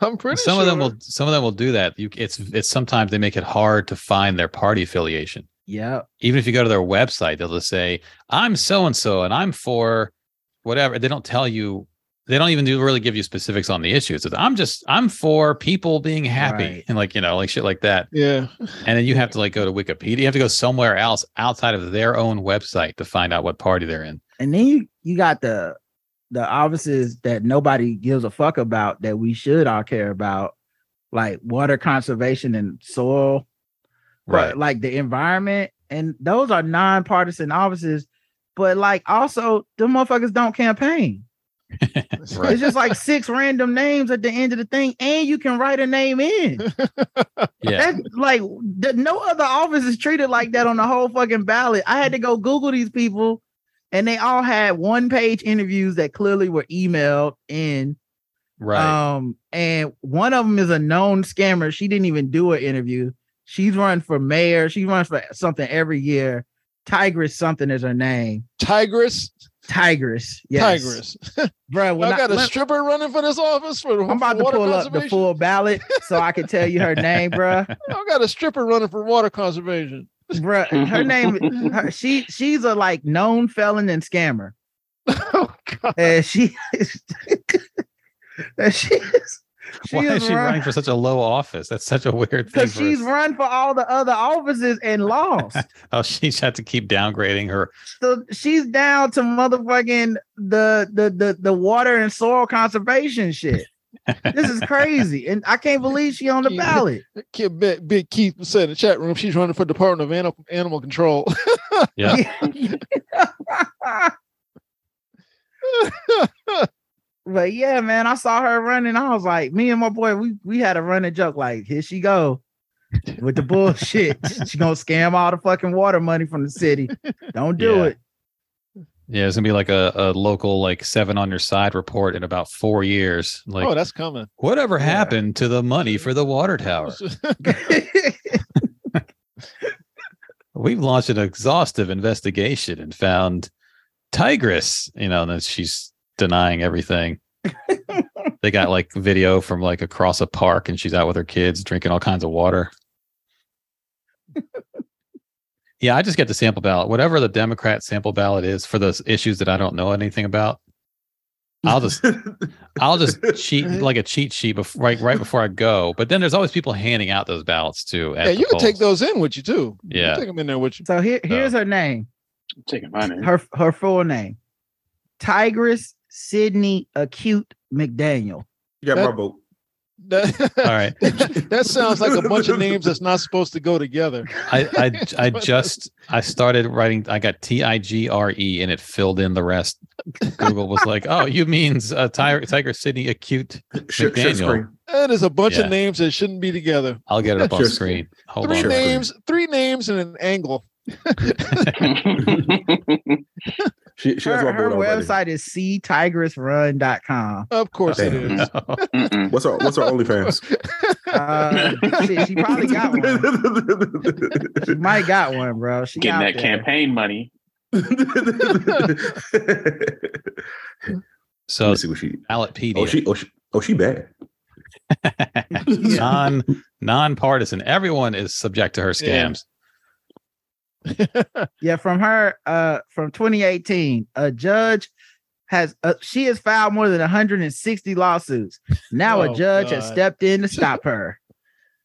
Speaker 3: I'm pretty.
Speaker 5: Some
Speaker 3: sure.
Speaker 5: of them will. Some of them will do that. You, it's it's sometimes they make it hard to find their party affiliation.
Speaker 4: Yeah.
Speaker 5: Even if you go to their website, they'll just say, "I'm so and so, and I'm for whatever." They don't tell you. They don't even do really give you specifics on the issues. It's, I'm just I'm for people being happy right. and like you know like shit like that.
Speaker 3: Yeah.
Speaker 5: And then you have to like go to Wikipedia. You have to go somewhere else outside of their own website to find out what party they're in.
Speaker 4: And then you you got the the offices that nobody gives a fuck about that we should all care about, like water conservation and soil, right? But, like the environment, and those are nonpartisan offices. But like also, the motherfuckers don't campaign. right. It's just like six random names at the end of the thing, and you can write a name in.
Speaker 5: yeah,
Speaker 4: That's like the, no other office is treated like that on the whole fucking ballot. I had to go Google these people and they all had one page interviews that clearly were emailed in
Speaker 5: right
Speaker 4: um and one of them is a known scammer she didn't even do an interview she's run for mayor she runs for something every year tigress something is her name
Speaker 3: tigress
Speaker 4: tigress yes.
Speaker 3: tigress bro i got I, a let, stripper running for this office for
Speaker 4: i'm about
Speaker 3: for
Speaker 4: to pull up the full ballot so i can tell you her name bro
Speaker 3: i got a stripper running for water conservation
Speaker 4: Bruh, her name her, she she's a like known felon and scammer oh, God. and she is and she is
Speaker 5: she Why is, is
Speaker 4: she
Speaker 5: run, running for such a low office? That's such a weird thing.
Speaker 4: Because she's us. run for all the other offices and lost.
Speaker 5: oh, she's had to keep downgrading her.
Speaker 4: So she's down to motherfucking the the the, the water and soil conservation shit. this is crazy, and I can't believe she on the ballot.
Speaker 3: Kid Big, Big Keith said in the chat room she's running for Department of Animal, Animal Control.
Speaker 5: yeah.
Speaker 4: but yeah, man, I saw her running. I was like, me and my boy, we we had a running joke. Like, here she go with the bullshit. she gonna scam all the fucking water money from the city. Don't do
Speaker 5: yeah.
Speaker 4: it.
Speaker 5: Yeah, it's gonna be like a, a local like seven on your side report in about four years. Like,
Speaker 3: oh, that's coming.
Speaker 5: Whatever yeah. happened to the money for the water tower? We've launched an exhaustive investigation and found Tigress. You know, and she's denying everything. they got like video from like across a park, and she's out with her kids drinking all kinds of water. Yeah, I just get the sample ballot. Whatever the Democrat sample ballot is for those issues that I don't know anything about, I'll just I'll just cheat like a cheat sheet before, right right before I go. But then there's always people handing out those ballots too.
Speaker 3: Yeah, you
Speaker 5: can
Speaker 3: take those in with you too.
Speaker 5: Yeah,
Speaker 3: you take them in there with you.
Speaker 4: So here, here's so. her name.
Speaker 6: I'm taking my name.
Speaker 4: Her her full name, Tigress Sydney Acute McDaniel.
Speaker 2: You got that, my vote.
Speaker 5: That, All right.
Speaker 3: that sounds like a bunch of names that's not supposed to go together.
Speaker 5: I I, I just I started writing. I got T I G R E, and it filled in the rest. Google was like, "Oh, you means uh, Tiger Tiger City acute
Speaker 2: share, share
Speaker 3: That is a bunch yeah. of names that shouldn't be together.
Speaker 5: I'll get it up on screen. Hold
Speaker 3: three
Speaker 5: on
Speaker 3: names, screen. three names, and an angle.
Speaker 4: she, she her, her website is ctigressrun.com.
Speaker 3: Of course Damn. it is.
Speaker 2: No. what's our what's our OnlyFans?
Speaker 4: Uh, shit, she probably got one. she might got one, bro. She
Speaker 6: getting that there. campaign money.
Speaker 5: so see what she ballot PD.
Speaker 2: Oh she oh she, oh, she bad.
Speaker 5: non non-partisan. Everyone is subject to her scams. Yeah.
Speaker 4: yeah, from her, uh, from 2018, a judge has uh, she has filed more than 160 lawsuits. Now
Speaker 3: Oh,
Speaker 4: a judge has
Speaker 3: God.
Speaker 4: stepped in to stop her.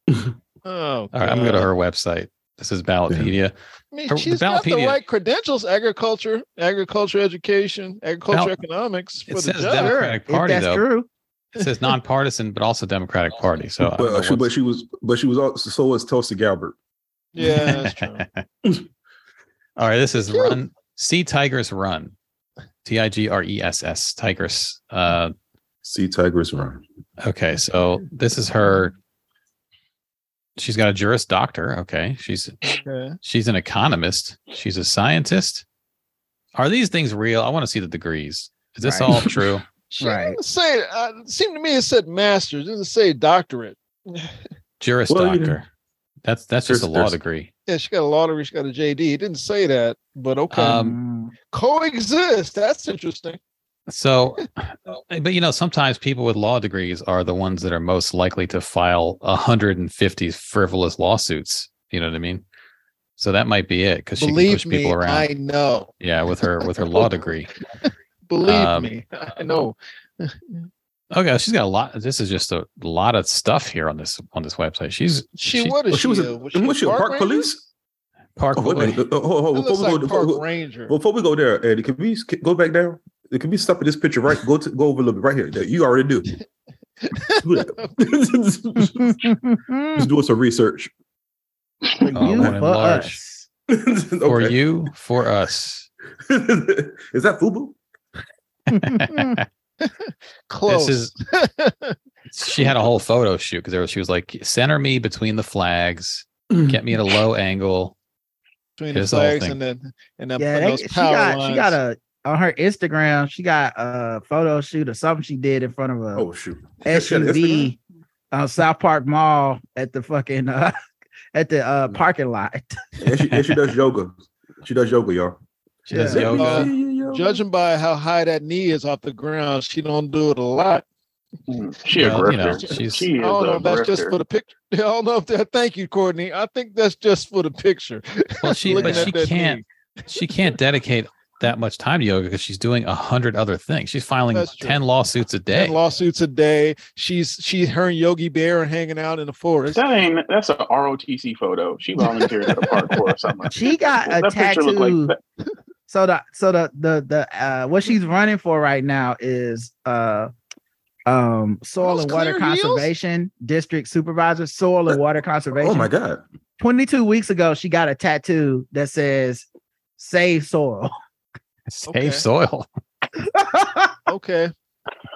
Speaker 3: Oh,
Speaker 5: All right, I'm going to
Speaker 3: God.
Speaker 5: her website. This is Ballotpedia.
Speaker 3: I mean,
Speaker 5: her- the
Speaker 3: she's got the
Speaker 5: Ballotpedia-
Speaker 3: right credentials: agriculture, agriculture education, agriculture economics for
Speaker 5: It
Speaker 3: the
Speaker 5: says
Speaker 3: judge.
Speaker 5: Democrat.
Speaker 4: Sure,
Speaker 5: Democratic
Speaker 4: if
Speaker 5: Party,
Speaker 4: that's
Speaker 5: though.
Speaker 4: true.
Speaker 5: It says nonpartisan, but also Democratic Party. So, I don't know
Speaker 2: But uh, she, but
Speaker 5: what's-
Speaker 2: she was, but she was also so was Tulsi Gabbard.
Speaker 3: Yeah, that's true.
Speaker 5: All right, this is
Speaker 3: Phew.
Speaker 5: Run Sea Tigers Run. T I G R E S S Tigress. Uh,
Speaker 2: See Tigress Run.
Speaker 5: okay, so this is her. She's got a Juris Doctor. Okay, she's
Speaker 3: Okay.
Speaker 5: she's an economist. She's a scientist. Are these things real? I want to see the degrees. Is this
Speaker 4: Right.
Speaker 5: all true?
Speaker 3: She
Speaker 4: Right.
Speaker 3: didn't say. Uh, it seemed to me it said master's. It didn't say doctorate.
Speaker 5: Juris
Speaker 2: Well, you know-
Speaker 5: Doctor. that's that's just
Speaker 2: There's-
Speaker 5: a law
Speaker 2: there's-
Speaker 5: degree.
Speaker 3: Yeah, she got a law degree. She got a JD. It didn't say that, but okay.
Speaker 5: Um,
Speaker 4: Mm.
Speaker 3: Coexist. That's interesting.
Speaker 5: So, uh, but you know, sometimes people with law degrees are the ones that are most likely to file 150 frivolous lawsuits. You know what I mean? So that might be it because she can
Speaker 3: Believe
Speaker 5: push
Speaker 3: me,
Speaker 5: people around.
Speaker 3: I know.
Speaker 5: yeah, with her with her law degree.
Speaker 3: Believe
Speaker 5: Um,
Speaker 3: me, I know.
Speaker 5: Okay, Oh, she's got a lot. This is just a lot of stuff here on this on this website. She's
Speaker 3: She,
Speaker 5: she-
Speaker 3: what is
Speaker 2: Well,
Speaker 3: she?
Speaker 2: she was
Speaker 3: uh,
Speaker 2: a,
Speaker 3: was she
Speaker 2: was she a park
Speaker 3: ranger?
Speaker 2: police?
Speaker 5: park.
Speaker 2: Oh, wait a
Speaker 5: boy.
Speaker 2: minute. Uh, hold- hold-
Speaker 3: That
Speaker 2: before
Speaker 3: looks
Speaker 2: we go-
Speaker 3: like
Speaker 2: before
Speaker 3: park
Speaker 2: we-
Speaker 3: ranger.
Speaker 2: Before we go there, Eddie, can we sk- go back down? Can we stop at this picture? Right, go to go over a little bit right here. That you already do. do
Speaker 5: Oh,
Speaker 2: that. Just doing some research.
Speaker 5: Oh,
Speaker 4: you
Speaker 5: one
Speaker 4: for
Speaker 5: enlarged.
Speaker 4: us.
Speaker 5: for
Speaker 2: okay.
Speaker 5: you, for us.
Speaker 2: Is that Fubu?
Speaker 3: Close.
Speaker 5: This is. she had a whole photo shoot because she was like, "Center me between the flags,
Speaker 3: Mm.
Speaker 5: get me at a low angle."
Speaker 3: between the
Speaker 5: Here's the whole
Speaker 3: flags
Speaker 5: thing.
Speaker 3: and then and then
Speaker 4: Yeah,
Speaker 3: putting
Speaker 4: they,
Speaker 3: those
Speaker 4: she
Speaker 3: power
Speaker 4: got
Speaker 3: lines.
Speaker 4: she got a on her Instagram. She got a photo shoot or something she did in front of a
Speaker 2: Oh shoot!
Speaker 4: SUV on South Park Mall at the fucking uh, at the uh, parking lot.
Speaker 2: and, she, and she does yoga. She does yoga, y'all.
Speaker 5: She does
Speaker 3: Yeah.
Speaker 5: yoga.
Speaker 3: Uh, Judging by how high that knee is off the ground, she don't do it a lot.
Speaker 6: Mm, She a
Speaker 5: Well, you know,
Speaker 6: grifter.
Speaker 5: she's-
Speaker 6: she
Speaker 3: I
Speaker 6: is
Speaker 3: don't know
Speaker 6: a
Speaker 3: if that's just
Speaker 6: grifter.
Speaker 3: for the picture. I don't know if that. Thank you, Courtney. I think that's just for the picture.
Speaker 5: Well, she
Speaker 3: Looking
Speaker 5: but
Speaker 3: at
Speaker 5: she
Speaker 3: that
Speaker 5: can't she can't dedicate that much time to yoga because she's doing a hundred other things. She's filing
Speaker 3: That's true.
Speaker 5: ten lawsuits a day.
Speaker 3: Ten lawsuits a day. She's she her and Yogi Bear are hanging out in the forest.
Speaker 6: That ain't that's a ROTC photo. oh, She volunteered at a parkour or something.
Speaker 4: She got a
Speaker 6: that picture look
Speaker 4: tattoo.
Speaker 6: like that.
Speaker 4: So the so the the the uh, what she's running for right now is uh um soil
Speaker 3: Those
Speaker 4: and water
Speaker 3: clear heels?
Speaker 4: conservation district supervisor soil and water conservation
Speaker 2: Oh my god!
Speaker 4: 22 weeks ago she got a tattoo that says save soil
Speaker 5: Save
Speaker 3: Okay.
Speaker 5: soil.
Speaker 3: Okay.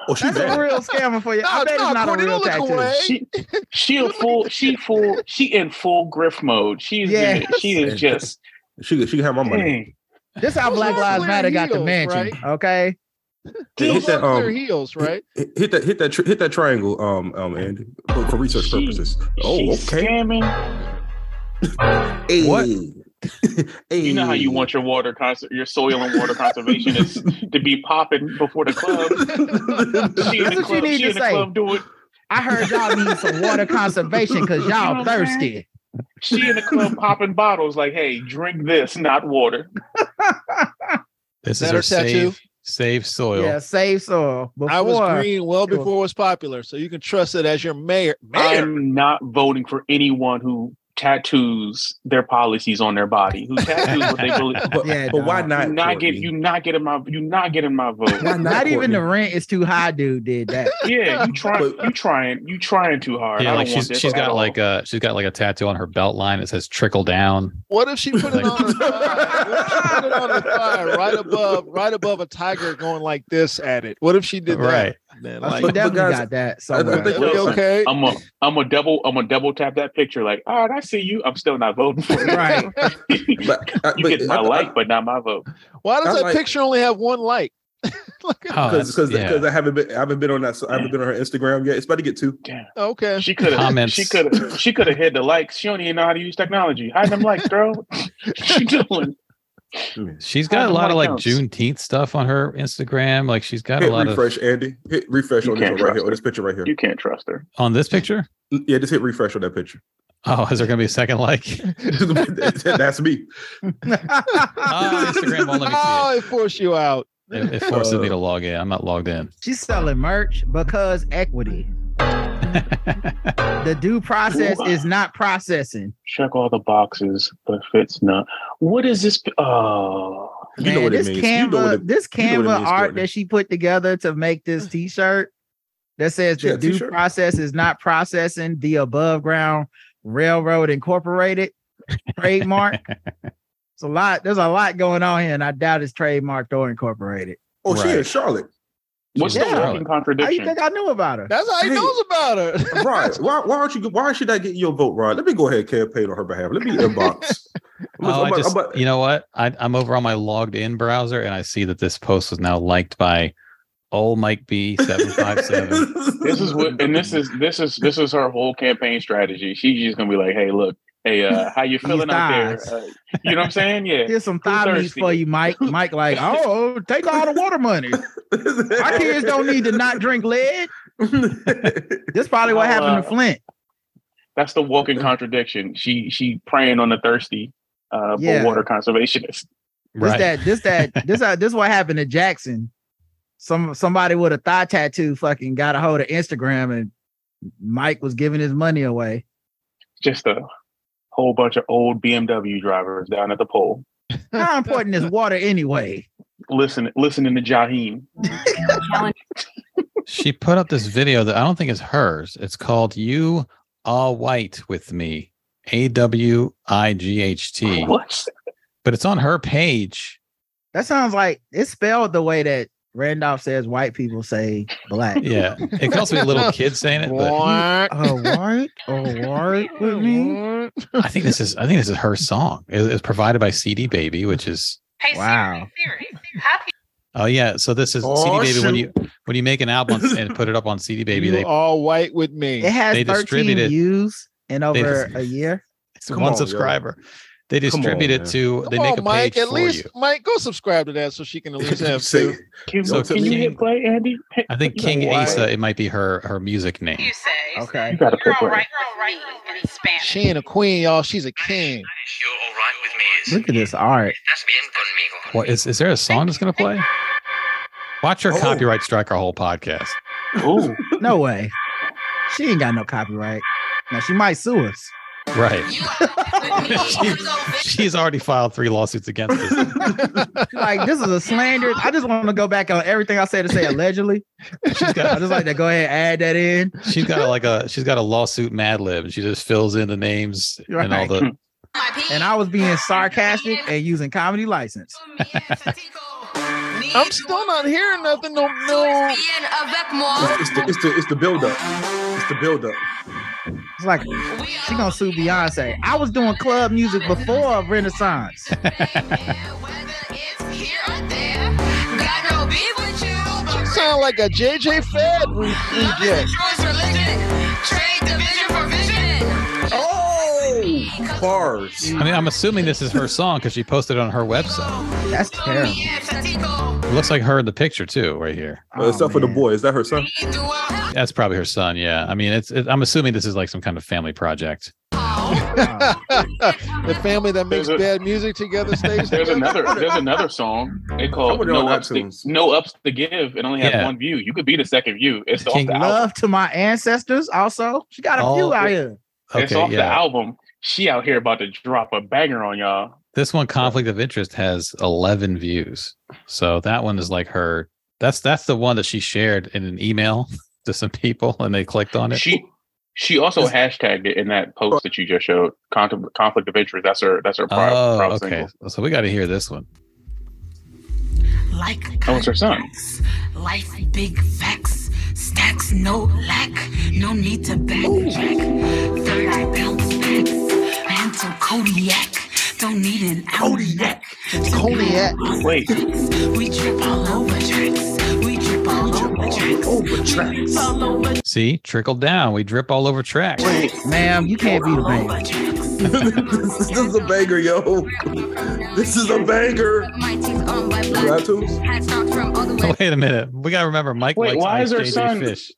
Speaker 2: Oh, she's
Speaker 4: that's a real scammer for you i
Speaker 3: Nah,
Speaker 4: bet
Speaker 3: nah,
Speaker 4: it's not a
Speaker 3: Courtney,
Speaker 4: real
Speaker 3: don't look
Speaker 4: tattoo
Speaker 3: away.
Speaker 6: She, she a full she full she in full griff mode. She's
Speaker 4: Yes.
Speaker 6: she is just
Speaker 2: She she can have my money.
Speaker 6: dang.
Speaker 4: this how
Speaker 3: Those
Speaker 4: black
Speaker 3: are
Speaker 4: lives
Speaker 3: clear
Speaker 4: matter got the
Speaker 3: heels,
Speaker 4: mansion
Speaker 3: right?
Speaker 4: okay
Speaker 2: Hey,
Speaker 3: Those
Speaker 2: hit that,
Speaker 3: are their
Speaker 2: um,
Speaker 3: heels, right?
Speaker 2: Hit hit that hit that tri- hit that triangle, um, um, Andy, for, for research
Speaker 6: She-
Speaker 2: purposes. Oh,
Speaker 6: she's
Speaker 2: okay.
Speaker 6: scamming.
Speaker 5: What?
Speaker 2: hey.
Speaker 6: You know how you want your water cons- your soil and water conservation is to be popping before the club. She in
Speaker 4: That's what
Speaker 6: the
Speaker 4: you
Speaker 6: club,
Speaker 4: need
Speaker 6: she
Speaker 4: to
Speaker 6: in the
Speaker 4: say.
Speaker 6: club doing
Speaker 4: i heard y'all need some water conservation because
Speaker 6: know
Speaker 4: y'all
Speaker 6: what I'm saying?
Speaker 4: thirsty
Speaker 6: she in the club popping bottles like, hey, drink this, not water.
Speaker 5: This is
Speaker 3: Better
Speaker 5: her
Speaker 3: tattoo.
Speaker 5: save save soil.
Speaker 4: yeah save soil before
Speaker 3: I was green well
Speaker 4: Sure.
Speaker 3: before it was popular, so you can trust it as your mayor. Mayor.
Speaker 6: I'm not voting for anyone who tattoos their policies on their body, who tattoos what they believe.
Speaker 2: But,
Speaker 4: Yeah,
Speaker 2: but why
Speaker 4: dog.
Speaker 2: not?
Speaker 6: You not get
Speaker 2: Courtney?
Speaker 6: you not getting my you not getting my vote.
Speaker 2: Why
Speaker 4: not, even the
Speaker 2: Courtney?
Speaker 4: rent is too high dude did that
Speaker 6: yeah, you trying
Speaker 2: But-
Speaker 6: you trying you trying too hard.
Speaker 5: Yeah,
Speaker 6: I
Speaker 5: like
Speaker 6: don't want
Speaker 5: she's
Speaker 6: this
Speaker 5: she's
Speaker 6: at
Speaker 5: got
Speaker 6: all.
Speaker 5: like a she's got like a tattoo on her belt line that says trickle down.
Speaker 3: What if she put it
Speaker 5: Like-
Speaker 3: on her thigh? What if she put it on her thigh right above right above a tiger going like this at it? What if she did that?
Speaker 5: Right.
Speaker 3: Man,
Speaker 4: I
Speaker 3: like,
Speaker 4: she
Speaker 2: But-
Speaker 4: definitely
Speaker 2: guys,
Speaker 4: got that
Speaker 2: I
Speaker 4: somewhere.
Speaker 2: think-
Speaker 3: "Are you okay.
Speaker 6: I'm a I'm a double I'm a double tap that picture like all right I see you I'm still not voting for you
Speaker 4: Right.
Speaker 6: you
Speaker 2: But, I, but,
Speaker 6: get my
Speaker 2: I- I-
Speaker 6: like but not my vote
Speaker 3: Why does
Speaker 2: I
Speaker 3: that
Speaker 2: like-
Speaker 3: picture only have one like? Look at-
Speaker 5: Oh,
Speaker 2: because
Speaker 5: that's-
Speaker 2: because
Speaker 5: yeah.
Speaker 2: I haven't been I haven't been on that I haven't been on her Instagram yet. It's about to get two.
Speaker 3: okay.
Speaker 6: she could have
Speaker 5: Comments.
Speaker 6: she could have she could have hit the likes she don't even know how to use technology hide them likes girl she doing
Speaker 5: She's got a
Speaker 6: Hide
Speaker 5: lot
Speaker 6: the
Speaker 5: of like
Speaker 6: white house.
Speaker 5: Juneteenth stuff on her Instagram. Like she's got a
Speaker 2: Hit
Speaker 5: lot of
Speaker 2: refresh, Andy. Hit refresh
Speaker 6: You
Speaker 2: on this one right
Speaker 6: can't trust
Speaker 2: here on this picture right here.
Speaker 6: you can't trust her
Speaker 5: on this picture.
Speaker 2: Yeah, just hit refresh on that picture.
Speaker 5: Oh, is there going to be a second like?
Speaker 2: That's me.
Speaker 5: oh, Instagram won't let me see
Speaker 3: Oh, it forced you out.
Speaker 5: it. It, it forces me to log in. I'm not logged in.
Speaker 4: She's selling merch because equity. The due process is not processing.
Speaker 6: Check all the boxes, but fits not. What is this? Oh,
Speaker 2: You know what it
Speaker 4: this
Speaker 2: means.
Speaker 4: Canva,
Speaker 2: You know what it-
Speaker 4: this
Speaker 2: you know
Speaker 4: Canva
Speaker 2: what it means,
Speaker 4: art
Speaker 2: Courtney.
Speaker 4: that she put together to make this T-shirt that says
Speaker 2: Mm. She got
Speaker 4: the
Speaker 2: a
Speaker 4: due
Speaker 2: t-shirt?
Speaker 4: process is not processing the above ground railroad incorporated trademark. it's a lot. There's a lot going on here, and I doubt it's trademarked or incorporated.
Speaker 2: Oh, she in
Speaker 5: Right.
Speaker 2: Charlotte.
Speaker 6: what's
Speaker 4: Yeah.
Speaker 6: the walking
Speaker 4: How you
Speaker 6: contradiction?
Speaker 4: think I knew about her?
Speaker 3: That's how he
Speaker 2: Hey.
Speaker 3: knows about her.
Speaker 2: Rod, why, why aren't you? Why should I get your vote, Rod? Let me go ahead and campaign on her behalf. Let me inbox. I'm
Speaker 5: Oh,
Speaker 2: about-
Speaker 5: I
Speaker 2: I'm
Speaker 5: just,
Speaker 2: about-
Speaker 5: you know what? I, I'm over on my logged in browser and I see that this post was now liked by old Mike B757.
Speaker 6: this is what, and this is this is this is her whole campaign strategy. She's just gonna be like, "Hey, look, hey, uh, how you feeling out there?
Speaker 4: thighs.
Speaker 6: Uh, you know what I'm saying? Yeah,
Speaker 4: Here's some thigh meat
Speaker 6: thirsty?
Speaker 4: for you, Mike. Mike, like, oh, take all the water money. Our kids don't need to not drink lead. This probably what
Speaker 6: How,
Speaker 4: happened to
Speaker 6: uh,
Speaker 4: Flint.
Speaker 6: that's the walking contradiction. She she preying on the thirsty, uh,
Speaker 4: Yeah.
Speaker 6: but water conservationist.
Speaker 4: This
Speaker 5: right.
Speaker 4: that this that this uh, this what happened to Jackson. Some somebody with a thigh tattoo fucking got a hold of Instagram and Mike was giving his money away.
Speaker 6: Just a whole bunch of old BMW drivers down at the pole,
Speaker 4: How important is water anyway?
Speaker 6: listen listening to Jaheim.
Speaker 5: she put up this video that I don't think is hers. It's called You Are White with Me, A W I G H T.
Speaker 6: What?
Speaker 5: But it's on her page.
Speaker 4: That sounds like it's spelled the way that Randolph says white people say black.
Speaker 5: Yeah. It could also be little kids saying it, but
Speaker 3: Boink.
Speaker 4: Oh, what? Oh, what with me?
Speaker 5: I think this is I think this is her song. It- it's provided by CD Baby, which is
Speaker 8: Hey,
Speaker 4: Wow.
Speaker 8: Siri, Siri, happy
Speaker 5: oh yeah. So this is
Speaker 2: Oh,
Speaker 5: CD Baby when you
Speaker 2: shoot.
Speaker 5: when you make an album and put it up on CD Baby,
Speaker 3: You
Speaker 5: they
Speaker 3: all white with me.
Speaker 4: It has
Speaker 5: They
Speaker 4: 13
Speaker 5: distributed-
Speaker 4: views in over
Speaker 5: dis-
Speaker 4: a year.
Speaker 5: It's
Speaker 2: Come
Speaker 5: one
Speaker 2: on, yo.
Speaker 5: subscriber. They
Speaker 2: Come
Speaker 5: distribute
Speaker 2: on,
Speaker 5: it
Speaker 2: man.
Speaker 5: to. they
Speaker 3: Come
Speaker 5: make
Speaker 3: on,
Speaker 5: a
Speaker 3: Mike,
Speaker 5: page
Speaker 3: at
Speaker 5: for
Speaker 3: least
Speaker 5: you.
Speaker 3: Mike, go subscribe to that so she can at least have
Speaker 2: Say-
Speaker 3: two.
Speaker 6: Can,
Speaker 5: So
Speaker 6: can you
Speaker 5: King-
Speaker 6: hit play, Andy?
Speaker 5: I think King uh,
Speaker 6: Why?
Speaker 5: Asa. It might be her her music name.
Speaker 8: you say. You say,
Speaker 4: Okay.
Speaker 6: You gotta
Speaker 8: You're all
Speaker 6: play. play.
Speaker 8: Oh, right. You're all right in Spanish.
Speaker 3: She ain't a queen, y'all. She's a king.
Speaker 9: You're all right with me is
Speaker 4: Look at this art.
Speaker 9: estás bien conmigo.
Speaker 5: What is is there a song that's gonna play? Watch her
Speaker 2: Oh.
Speaker 5: copyright strike our whole podcast.
Speaker 6: Ooh,
Speaker 4: No way. She ain't got no copyright. Now she might sue us.
Speaker 5: Right.
Speaker 8: You are right with me. You go bitch.
Speaker 5: She's already filed three lawsuits against us.
Speaker 4: like this is a slander. I just want to go back on everything I said to say allegedly.
Speaker 5: She's
Speaker 4: I
Speaker 5: got
Speaker 4: just like to go ahead and add that in.
Speaker 5: she's got a, like a she's got a lawsuit Mad Lib. She just fills in the names and all
Speaker 4: Right.
Speaker 5: the.
Speaker 8: My pee.
Speaker 4: And I was being sarcastic and using comedy license.
Speaker 3: I'm still not hearing nothing. No, no.
Speaker 8: Bien avec moi.
Speaker 2: It's the it's the it's the build up. It's the build up.
Speaker 4: It's like
Speaker 8: We
Speaker 4: she
Speaker 8: are
Speaker 4: gonna sue Beyonce. I was doing club music before Renaissance.
Speaker 8: Whether it's here or there, got no beef with you,
Speaker 3: She
Speaker 8: but
Speaker 3: sound like a JJ Fed re-
Speaker 8: love is the
Speaker 3: reject.
Speaker 8: truest religion. Trade division for vision.
Speaker 2: Oh, bars.
Speaker 5: I mean, I'm assuming this is her song because she posted it on her website.
Speaker 4: That's terrible.
Speaker 5: It looks like her in the picture too, right here.
Speaker 2: Uh, except for the
Speaker 6: Oh,
Speaker 4: man.
Speaker 2: boy. Is that her son?
Speaker 5: That's probably her son. Yeah. I mean, it's. It, I'm assuming this is like some kind of family project.
Speaker 4: Wow.
Speaker 3: the family that makes
Speaker 6: There's a-
Speaker 3: bad music together stays
Speaker 6: there's
Speaker 3: together.
Speaker 6: another. There's another song. They
Speaker 2: I
Speaker 6: called
Speaker 2: wonder
Speaker 6: No
Speaker 2: on
Speaker 6: Ups. To,
Speaker 2: iTunes.
Speaker 6: no Ups to Give. It only has
Speaker 5: Yeah.
Speaker 6: one view. You could be the second view. It's off
Speaker 5: King
Speaker 6: the album.
Speaker 4: Love to my ancestors. Also, she got a few
Speaker 5: Oh.
Speaker 4: out here.
Speaker 6: it's off the album. She out here about to drop a banger on y'all.
Speaker 5: This one, conflict of interest, has eleven views. So that one is like her. That's that's the one that she shared in an email to some people, and they clicked on it.
Speaker 6: She she also hashtagged it in that post that you just showed. Con- conflict of interest. That's her. That's her proud,
Speaker 5: oh,
Speaker 6: proud
Speaker 5: okay.
Speaker 6: single.
Speaker 5: So we got to hear this one.
Speaker 8: Like
Speaker 6: Oh, it's her son.
Speaker 8: Life big facts, stacks no lack, no need to backtrack. Third eye bounce backs, mantle Kodiak, don't need an Kodiak.
Speaker 3: Kodiak.
Speaker 6: Wait.
Speaker 8: We trip all over tracks. We trip all over tracks. Over tracks. All over
Speaker 5: See, trickle down. We drip all over tracks.
Speaker 4: Ma'am, you can't be the
Speaker 8: over
Speaker 4: man.
Speaker 8: tracks.
Speaker 2: this is a banger, yo. This is a banger.
Speaker 8: My teeth on by black.
Speaker 2: iTunes.
Speaker 8: Hats off from all the way.
Speaker 5: Wait a minute. We got to remember Mike
Speaker 6: Wait,
Speaker 5: likes
Speaker 6: why
Speaker 5: Ice
Speaker 6: is her
Speaker 5: JJ
Speaker 6: son-
Speaker 5: Fish.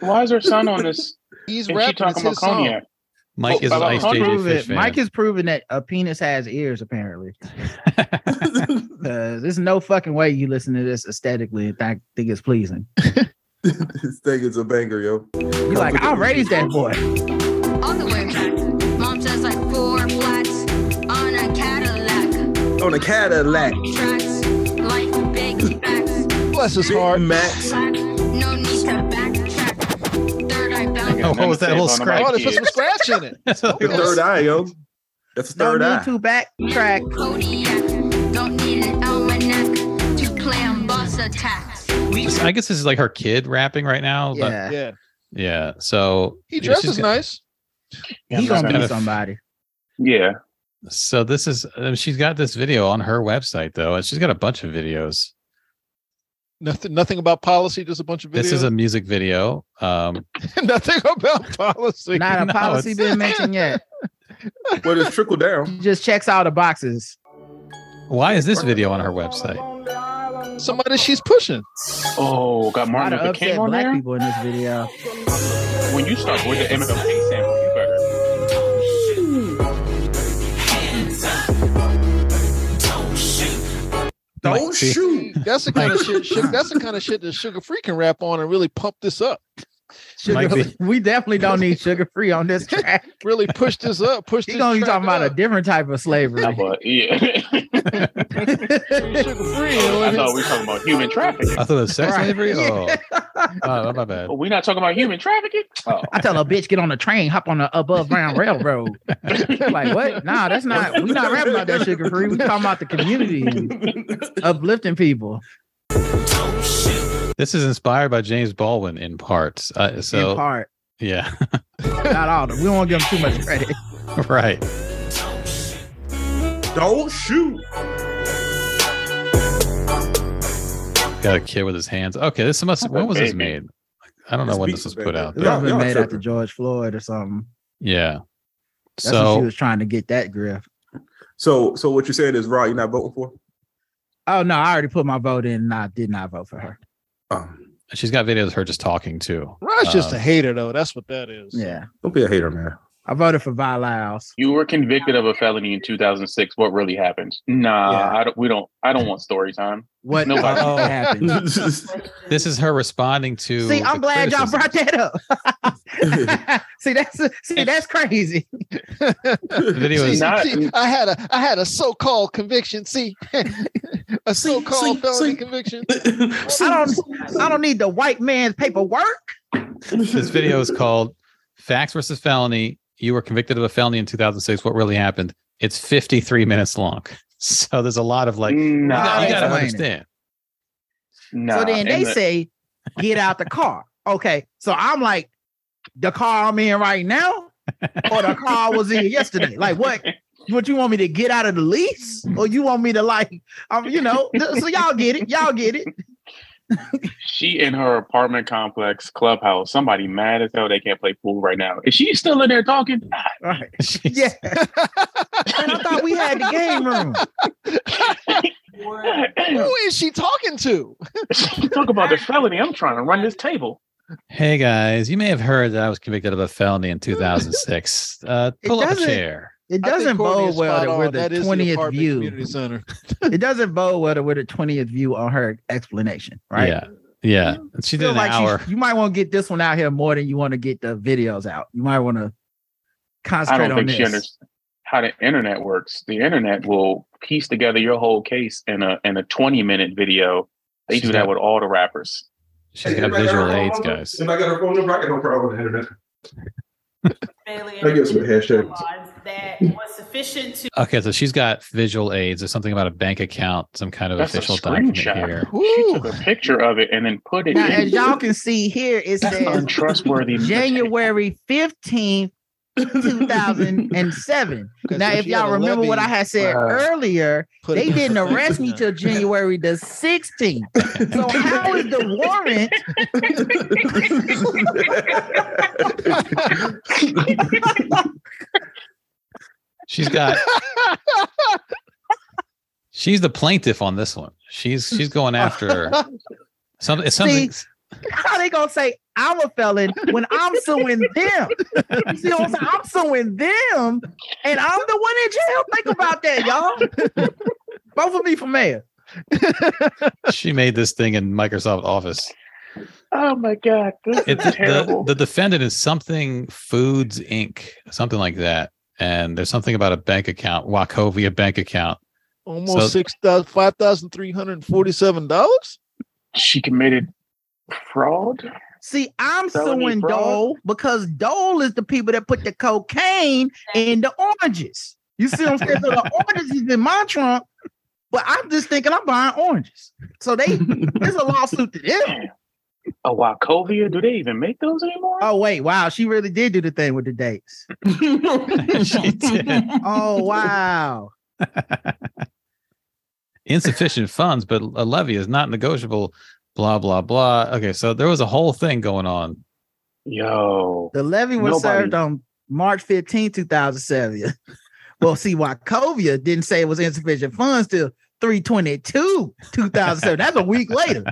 Speaker 6: Why is her son on this?
Speaker 3: He's
Speaker 6: and she
Speaker 3: rapping. It's
Speaker 6: talking about
Speaker 3: his song.
Speaker 6: cognac.
Speaker 4: Oh,
Speaker 5: Mike is an
Speaker 6: about
Speaker 5: ice JJ
Speaker 4: Prove
Speaker 5: Fish
Speaker 4: it.
Speaker 5: fan.
Speaker 4: Mike has proven that a penis has ears, apparently. 'Cause there's no fucking way you listen to this aesthetically and think, think it's pleasing.
Speaker 2: this thing is a banger, yo.
Speaker 4: You're like, I raised that boy.
Speaker 8: On the way back, mom says like four flats on a Cadillac.
Speaker 2: On a Cadillac.
Speaker 8: Tracks like big backs.
Speaker 3: Bless his heart.
Speaker 2: Max.
Speaker 8: No need to backtrack. Third eye bound.
Speaker 5: Oh, what was that little
Speaker 3: Oh,
Speaker 5: scratch?
Speaker 3: they put some scratch in it.
Speaker 5: That's what
Speaker 2: The
Speaker 5: it was.
Speaker 2: third eye, yo. That's the
Speaker 4: No
Speaker 2: third
Speaker 4: need
Speaker 2: eye.
Speaker 4: to backtrack.
Speaker 8: Kodiak. Don't need an almanac to play on boss attacks.
Speaker 5: I guess this is like her kid rapping right now. but-
Speaker 4: Yeah.
Speaker 3: Yeah.
Speaker 5: yeah. So
Speaker 3: He
Speaker 5: yeah, she's
Speaker 3: dresses
Speaker 5: gonna-
Speaker 3: nice.
Speaker 4: He gonna
Speaker 5: Kind
Speaker 4: be
Speaker 5: of-
Speaker 4: somebody.
Speaker 6: Yeah.
Speaker 5: So this is uh, she's got this video on her website though, and she's got a bunch of videos.
Speaker 3: Nothing nothing about policy, just a bunch of videos.
Speaker 5: This is a music video. Um,
Speaker 3: nothing about policy.
Speaker 4: Not a
Speaker 5: No,
Speaker 4: policy
Speaker 5: it's-
Speaker 4: been mentioned yet.
Speaker 2: Well, it's trickle down.
Speaker 4: He just checks all the boxes.
Speaker 5: why is this video on her website?
Speaker 3: Somebody she's pushing.
Speaker 6: Oh, got
Speaker 4: A lot
Speaker 6: Martin
Speaker 4: of
Speaker 6: Luther
Speaker 4: upset
Speaker 6: King on
Speaker 4: black
Speaker 6: there.
Speaker 4: people in this video.
Speaker 6: When you start with the MLK sample, you better.
Speaker 5: Don't
Speaker 2: shoot.
Speaker 3: That's the kind of shit. Sugar, that's the kind of shit that Sugar Free can rap on and really pump this up.
Speaker 5: Might
Speaker 4: Sugar,
Speaker 5: be.
Speaker 4: we definitely don't need sugar free on this track.
Speaker 3: Really push this up. Push.
Speaker 4: He
Speaker 3: this
Speaker 4: gonna be
Speaker 3: track
Speaker 4: talking about a
Speaker 3: up.
Speaker 4: different type of slavery.
Speaker 6: But yeah,
Speaker 3: Sugar Free. you know what I
Speaker 6: I
Speaker 3: mean?
Speaker 6: thought we were talking about human trafficking.
Speaker 5: I thought it was sex
Speaker 4: Right.
Speaker 5: slavery. Oh,
Speaker 4: Yeah.
Speaker 5: oh, my bad.
Speaker 6: Oh, we not talking about human trafficking. Oh,
Speaker 4: I tell a bitch get on the train, hop on the above ground railroad. like what? Nah, that's not. We not rapping about that sugar free. We talking about the community and uplifting people.
Speaker 5: This is inspired by James Baldwin in parts. Uh, so
Speaker 4: in part,
Speaker 5: yeah,
Speaker 4: not all. We won't give them too much credit.
Speaker 5: right.
Speaker 2: Don't Oh, shoot.
Speaker 5: Got a kid with his hands. Okay, this must. When was this
Speaker 6: Baby.
Speaker 5: made? I don't know
Speaker 2: This
Speaker 5: when
Speaker 2: beat
Speaker 5: this was
Speaker 2: was
Speaker 5: put
Speaker 2: made.
Speaker 5: out.
Speaker 4: It
Speaker 5: But
Speaker 4: must have
Speaker 2: Y'all-
Speaker 4: been
Speaker 2: y'all
Speaker 4: made after
Speaker 2: tripping.
Speaker 4: George Floyd or something.
Speaker 5: yeah.
Speaker 4: That's when she
Speaker 5: So
Speaker 4: was trying to get that griff.
Speaker 2: So, so what you're saying is, Rod, you're not voting for?
Speaker 4: Oh no, I already put my vote in. and I did not vote for her.
Speaker 2: Um,
Speaker 5: she's got videos of her just talking too.
Speaker 3: Rod's just
Speaker 5: Uh,
Speaker 3: a hater though. Oh, That's what that is.
Speaker 4: Yeah,
Speaker 2: don't be a hater, man.
Speaker 4: I voted for Vi Lyles.
Speaker 6: you were convicted of a felony in 2006. What really happened? Nah,
Speaker 4: Yeah.
Speaker 6: I don't. We don't. I don't want story time.
Speaker 4: What
Speaker 6: Nobody-
Speaker 4: fucking
Speaker 5: Oh.
Speaker 4: happened?
Speaker 5: This is her responding to.
Speaker 4: See,
Speaker 5: the
Speaker 4: I'm glad y'all
Speaker 5: criticism.
Speaker 4: brought that up. see, that's see, that's crazy.
Speaker 5: The video
Speaker 3: See,
Speaker 5: is
Speaker 6: not-
Speaker 3: see, I had a I had a so-called conviction. See, a so-called felony conviction.
Speaker 4: I don't, I don't need the white man's paperwork.
Speaker 5: this video is called Facts versus Felony. You were convicted of a felony in 2006. What really happened? It's 53 minutes long. So there's a lot of like, you
Speaker 6: nah,
Speaker 5: gotta, you gotta
Speaker 4: Explain it.
Speaker 5: understand.
Speaker 6: nah.
Speaker 4: so then
Speaker 6: And
Speaker 4: they
Speaker 6: the-
Speaker 4: say, "Get out the car." Okay, so I'm like, the car I'm in right now, or the car I was in yesterday. Like what? What you want me to get out of the lease, or you want me to like, um, you know? th- So y'all get it, y'all get it.
Speaker 6: she in her apartment complex clubhouse. Somebody mad as hell they can't play pool right now. Is she still in there talking?
Speaker 4: All right.
Speaker 5: She's-
Speaker 4: Yeah. and I thought we had the game room.
Speaker 3: Who is she talking to?
Speaker 6: Talk about the felony. I'm trying to run this table.
Speaker 5: Hey guys, you may have heard that I was convicted of a felony in 2006. Uh,
Speaker 4: It
Speaker 5: pull up a
Speaker 4: doesn't-
Speaker 5: chair.
Speaker 3: I
Speaker 4: It
Speaker 3: think
Speaker 4: doesn't
Speaker 3: Courtney
Speaker 4: bode
Speaker 3: is
Speaker 4: well
Speaker 3: spot
Speaker 4: that we're
Speaker 3: on. That
Speaker 4: the
Speaker 3: is
Speaker 4: twentieth
Speaker 3: apartment
Speaker 4: view.
Speaker 3: Community center.
Speaker 4: It doesn't bode well that we're the twentieth view on her explanation, right?
Speaker 5: Yeah. Yeah. She did
Speaker 4: feel
Speaker 5: an
Speaker 4: like you-
Speaker 5: hour.
Speaker 4: You, might want to get this one out here more than you want to get the videos out. You might want to
Speaker 6: I
Speaker 4: concentrate
Speaker 6: don't
Speaker 4: on
Speaker 6: think
Speaker 4: this.
Speaker 6: she understands how the internet works. The internet will piece together your whole case in a in a 20 minute video. They
Speaker 5: She's
Speaker 6: do that
Speaker 5: got-
Speaker 6: with all the rappers.
Speaker 5: She's got visual aids, guys.
Speaker 2: And I got her phone number. I got no problem with the internet. I give some hashtags.
Speaker 10: that was sufficient to
Speaker 5: Okay. So she's got visual aids. There's something about a bank account, some kind of
Speaker 6: That's a
Speaker 5: official document
Speaker 6: screenshot.
Speaker 5: here.
Speaker 6: She
Speaker 3: Woo.
Speaker 6: took a picture of it and then put it
Speaker 4: Now,
Speaker 6: in
Speaker 4: as y'all can see here, it
Speaker 6: That's
Speaker 4: says
Speaker 6: untrustworthy.
Speaker 4: January 15th, 2007.
Speaker 3: Okay,
Speaker 4: Now,
Speaker 3: so
Speaker 4: if
Speaker 3: she had
Speaker 4: y'all
Speaker 3: a
Speaker 4: remember what I
Speaker 3: levy
Speaker 4: had said
Speaker 6: Wow.
Speaker 5: uh,
Speaker 4: earlier,
Speaker 3: put
Speaker 4: they
Speaker 3: in-
Speaker 4: didn't arrest me till January the 16th. So, how is the warrant?
Speaker 5: She's got. she's the plaintiff on this one. She's she's going after some, it's something.
Speaker 4: how they gonna say I'm a felon when I'm suing them. You see what I'm saying? I'm suing them, and I'm the one in jail. Think about that, y'all. Both of me for mayor.
Speaker 5: she made this thing in Microsoft Office.
Speaker 6: Oh my god, this
Speaker 5: It,
Speaker 6: is
Speaker 5: the,
Speaker 6: terrible.
Speaker 5: the defendant is something Foods Inc., something like that. And there's something about a bank account, Wachovia bank account.
Speaker 3: Almost
Speaker 5: So-
Speaker 3: six thousand five thousand three hundred forty-seven dollars.
Speaker 6: she committed fraud.
Speaker 4: See, I'm
Speaker 6: Felony
Speaker 4: suing
Speaker 6: fraud?
Speaker 4: Dole because Dole is the people that put the cocaine in the oranges. You see what I'm saying? So the oranges is in my trunk, but I'm just thinking I'm buying oranges. So they it's a lawsuit to them.
Speaker 6: A Oh, Wachovia? Do they even make those anymore?
Speaker 4: Oh wait, wow, she really did do the thing with the dates.
Speaker 5: She did.
Speaker 4: Oh wow.
Speaker 5: Insufficient funds, but a levy is not negotiable. Blah blah blah. Okay, so there was a whole thing going on.
Speaker 6: Yo,
Speaker 4: The levy was
Speaker 6: Nobody-
Speaker 4: served on March 15, 2007. well, see, Wachovia didn't say it was insufficient funds till 322, 2007. That's a week later.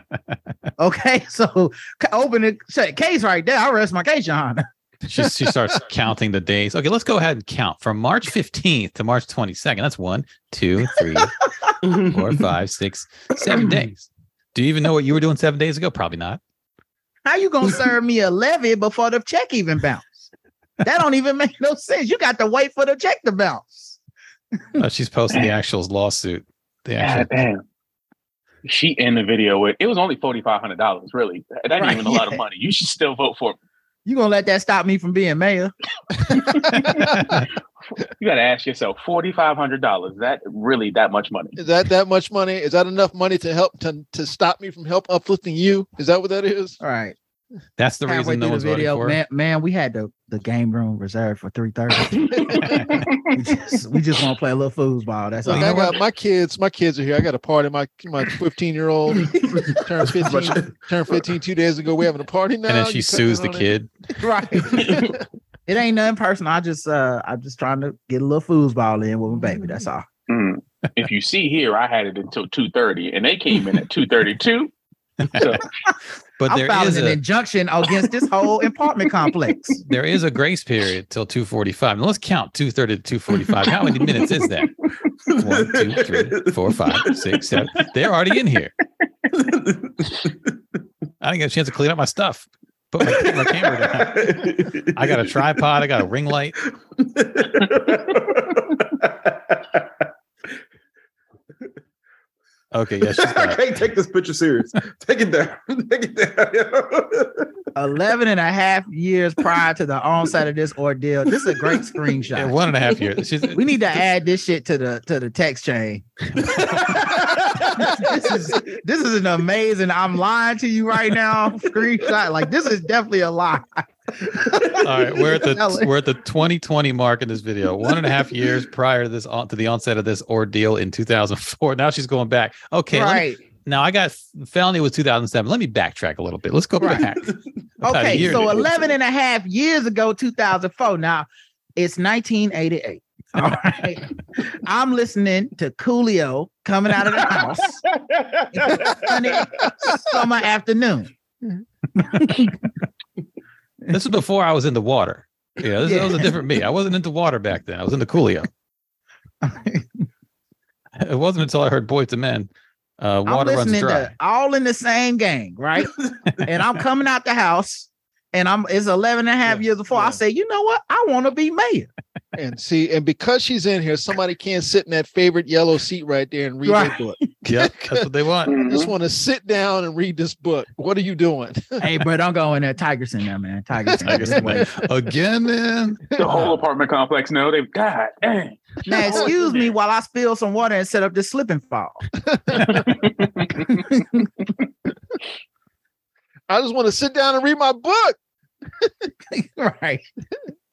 Speaker 4: Okay, so c- open it, shut the case right there. I rest my case, Your Honor.
Speaker 5: She she starts counting the days. Okay, let's go ahead and count from March 15th to March 22nd. That's one, two, three, four, five, six, seven days. Do you even know what you were doing seven days ago? Probably not.
Speaker 4: How you gonna serve me a levy before the check even bounced? That don't even make no sense. You got to wait for the check to bounce.
Speaker 5: Oh, she's posting the actual lawsuit. The
Speaker 6: God
Speaker 5: actual
Speaker 6: damn. She in the video with it was only forty five hundred dollars. Really, that ain't
Speaker 4: Right,
Speaker 6: even a lot
Speaker 4: yeah.
Speaker 6: of money. You should still vote for.
Speaker 4: You gonna let that stop me from being mayor?
Speaker 6: You got to ask yourself forty five hundred dollars. That really that much money?
Speaker 3: Is that that much money? Is that enough money to help to, to stop me from help uplifting you? Is that what that is?
Speaker 4: All right.
Speaker 5: That's the
Speaker 4: halfway
Speaker 5: reason no
Speaker 4: through
Speaker 5: one's
Speaker 4: the video,
Speaker 5: voting for.
Speaker 4: man, man, we had the, the game room reserved for three thirty. we just, want to play a little foosball. That's all.
Speaker 3: Like I got my kids. My kids are here. I got a party. My my fifteen year old turned fifteen. turned fifteen two days ago. We're having a party now.
Speaker 5: and then
Speaker 3: You
Speaker 5: she
Speaker 3: cutting
Speaker 5: sues
Speaker 3: it
Speaker 5: the
Speaker 3: on it?
Speaker 5: kid.
Speaker 4: right. it ain't nothing personal. I just uh I'm just trying to get a little foosball in with my baby. That's all.
Speaker 6: Mm. If you see here, I had it until two thirty, and they came in at two thirty two. So
Speaker 5: But
Speaker 4: I'm
Speaker 5: there
Speaker 4: filing
Speaker 5: is
Speaker 4: an
Speaker 5: a
Speaker 4: injunction against this whole apartment complex.
Speaker 5: there is a grace period till 245. Now let's count 230 to 245. How many minutes is that? One, two, three, four, five, six, seven. They're already in here. I didn't get a chance to clean up my stuff. Put my, put my camera down. I got a tripod. I got a ring light. Okay, yes, she's
Speaker 2: I
Speaker 5: got it.
Speaker 2: can't take this picture serious. Take it down. Take it down.
Speaker 4: 11 and a half years prior to the onset of this ordeal. This is a great screenshot.
Speaker 5: Yeah, one and a half years. She's,
Speaker 4: we need to add this shit to the to the text chain. this is this is an amazing. I'm lying to you right now. Screenshot. Like this is definitely a lie.
Speaker 5: all right. We're at the we're at the 2020 mark in this video. One and a half years prior to this on, to the onset of this ordeal in 2004. Now she's going back. Okay, let me-
Speaker 4: right.
Speaker 5: Now I got felony was 2007. Let me backtrack a little bit. Let's go
Speaker 4: Right.
Speaker 5: back. About a
Speaker 4: Okay.
Speaker 5: year
Speaker 4: So
Speaker 5: ago.
Speaker 4: 11 and a half years ago, 2004. Now it's 1988. All right. I'm listening to Coolio coming out of the house. Sunny summer afternoon.
Speaker 5: This is before I was in the water. Yeah, this that was a different me. I wasn't into water back then. I was into Coolio. it wasn't until I heard Boys to Men, uh,
Speaker 4: I'm
Speaker 5: water runs
Speaker 4: listening
Speaker 5: dry.
Speaker 4: to all in the same gang, right? and I'm coming out the house and I'm it's 11 and a half
Speaker 3: Yeah,
Speaker 4: years before I
Speaker 3: yeah.
Speaker 4: say, you know what? I want to be mayor.
Speaker 3: And see, and because she's in here, somebody can't sit in that favorite yellow seat right there and read
Speaker 4: Right.
Speaker 3: their book.
Speaker 5: Yep, that's what they want.
Speaker 3: I just want to sit down and read this book. What are you doing?
Speaker 4: hey, bro, don't go in there. Tiger's in there, man. Tiger's in
Speaker 5: I guess I'm
Speaker 4: there.
Speaker 5: like, again, man.
Speaker 6: the whole apartment complex. No, they've God dang.
Speaker 4: now, excuse me while I spill some water and set up this slip and fall.
Speaker 3: I just want to sit down and read my book.
Speaker 4: right.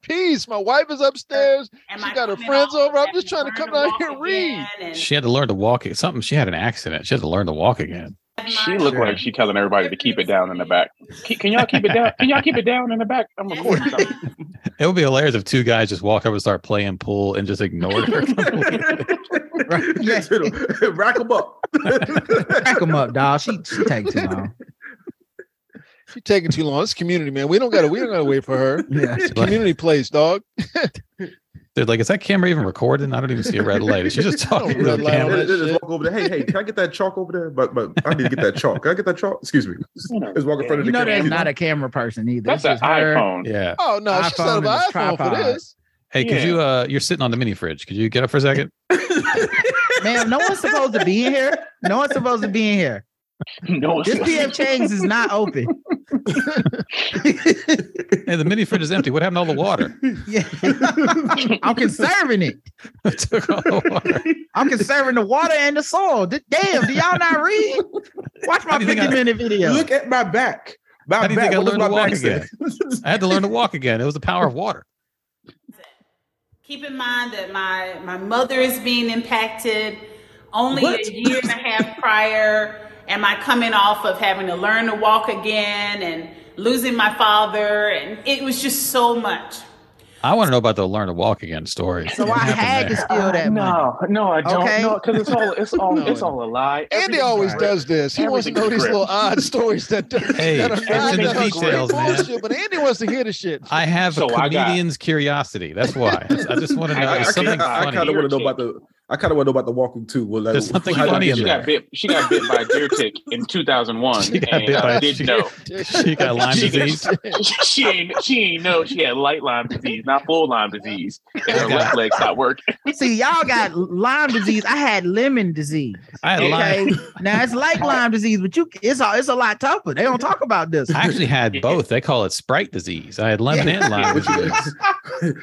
Speaker 3: Peace. My wife is upstairs.
Speaker 10: Am
Speaker 3: She
Speaker 10: I
Speaker 3: got her
Speaker 10: coming
Speaker 3: friends
Speaker 10: off
Speaker 3: over. I'm
Speaker 10: and
Speaker 3: just trying to
Speaker 10: learn
Speaker 3: come down
Speaker 10: walk
Speaker 3: here and read.
Speaker 10: again and
Speaker 5: She had to learn to walk. it- Something. She had an accident. She had to learn to walk again.
Speaker 10: have
Speaker 6: She
Speaker 10: my-
Speaker 6: looked like she telling everybody to keep it down in the back. Can, can y'all keep it down? Can y'all keep it down in the back? I'm recording something.
Speaker 5: It would be hilarious if two guys just walked over and start playing pool and just ignored her. completely.
Speaker 2: Just hit 'em. Rack them up.
Speaker 4: Crack him up, dog. She, she take too long.
Speaker 3: She's taking too long. It's community, man. We don't gotta we don't gotta wait for her.
Speaker 4: Yeah.
Speaker 3: It's a community place, dog.
Speaker 5: Dude, like, is that camera even recording? I don't even see a red light. Is she just talking to the
Speaker 3: Red light on
Speaker 5: camera?
Speaker 2: They- they just
Speaker 3: shit.
Speaker 2: walk over there. Hey, hey, can I get that chalk over there? But but I need to get that chalk. Can I get that chalk? Excuse me. Just walk in front
Speaker 4: You
Speaker 2: of the
Speaker 4: know,
Speaker 2: camera.
Speaker 4: there's not a camera person either.
Speaker 6: That's an
Speaker 4: It's just her.
Speaker 6: iPhone.
Speaker 5: Yeah.
Speaker 3: Oh no, she's
Speaker 4: iPhone
Speaker 3: not
Speaker 4: and
Speaker 3: about
Speaker 4: his
Speaker 3: iPhone for
Speaker 4: tripod.
Speaker 3: this.
Speaker 5: Hey, could
Speaker 6: Yeah.
Speaker 5: you? Uh, you're sitting on the mini fridge. Could you get up for a second?
Speaker 4: Ma'am, no one's supposed to be in here. No one's supposed to be in here.
Speaker 6: No, it's
Speaker 4: This PF Chang's is not open.
Speaker 5: Hey, the mini fridge is empty. What happened to all the water?
Speaker 4: yeah. I'm conserving it.
Speaker 5: I took all the water.
Speaker 4: I'm conserving the water and the soil. D- Damn, do y'all not read? Watch my
Speaker 5: How do you think
Speaker 4: 50
Speaker 5: I-
Speaker 4: minute video.
Speaker 2: Look at my back. My
Speaker 5: How do you
Speaker 2: back.
Speaker 5: think I
Speaker 2: What does
Speaker 5: learned to
Speaker 2: my
Speaker 5: walk
Speaker 2: back say?
Speaker 5: I had to learn to walk again. It was the power of water.
Speaker 10: Keep in mind that my, my mother is being impacted only
Speaker 2: What?
Speaker 10: a year and a half prior. Am I coming off of having to learn to walk again and losing my father? And it was just so much.
Speaker 5: I want to know about the learn to walk again story.
Speaker 4: so I had to steal that money.
Speaker 6: no, no, I don't.
Speaker 4: Okay.
Speaker 6: No, because it's all it's all
Speaker 3: No.
Speaker 6: it's all a lie.
Speaker 3: Andy
Speaker 6: Everything's
Speaker 3: always
Speaker 6: great.
Speaker 3: does this. He wants to know
Speaker 6: Everything's
Speaker 3: these
Speaker 6: great.
Speaker 3: little odd stories that,
Speaker 5: Hey,
Speaker 3: that
Speaker 5: it's
Speaker 3: not
Speaker 6: in the
Speaker 3: nothing
Speaker 6: details,
Speaker 3: but
Speaker 5: man.
Speaker 3: bullshit, But Andy wants to hear the shit.
Speaker 5: I have
Speaker 6: So
Speaker 5: a
Speaker 6: I got-
Speaker 5: comedian's curiosity. That's why. I just want to know.
Speaker 6: I-
Speaker 5: There's
Speaker 6: I-
Speaker 5: something
Speaker 2: I,
Speaker 5: funny.
Speaker 2: kind of want to know about the. I kind of want to know about the walking too. Well, like,
Speaker 5: There's something
Speaker 2: how did
Speaker 5: funny
Speaker 2: you
Speaker 5: in
Speaker 6: She
Speaker 2: get
Speaker 5: there.
Speaker 6: got bit. She got bit by a deer tick in 2001,
Speaker 5: She got
Speaker 6: and
Speaker 5: bit by
Speaker 6: I
Speaker 5: a
Speaker 6: didn't
Speaker 5: deer-
Speaker 6: know.
Speaker 5: she got Lyme disease.
Speaker 6: she ain't she ain't know she had light Lyme disease, not full Lyme disease. And her
Speaker 5: Okay.
Speaker 6: left leg stopped working.
Speaker 4: See, y'all got Lyme disease. I had lemon disease.
Speaker 5: I had Lyme.
Speaker 4: Okay. Now it's like Lyme disease, but you it's a, it's a lot tougher. They don't talk about this.
Speaker 5: I actually had both. They call it Sprite disease. I had lemon and Lyme disease.
Speaker 2: there?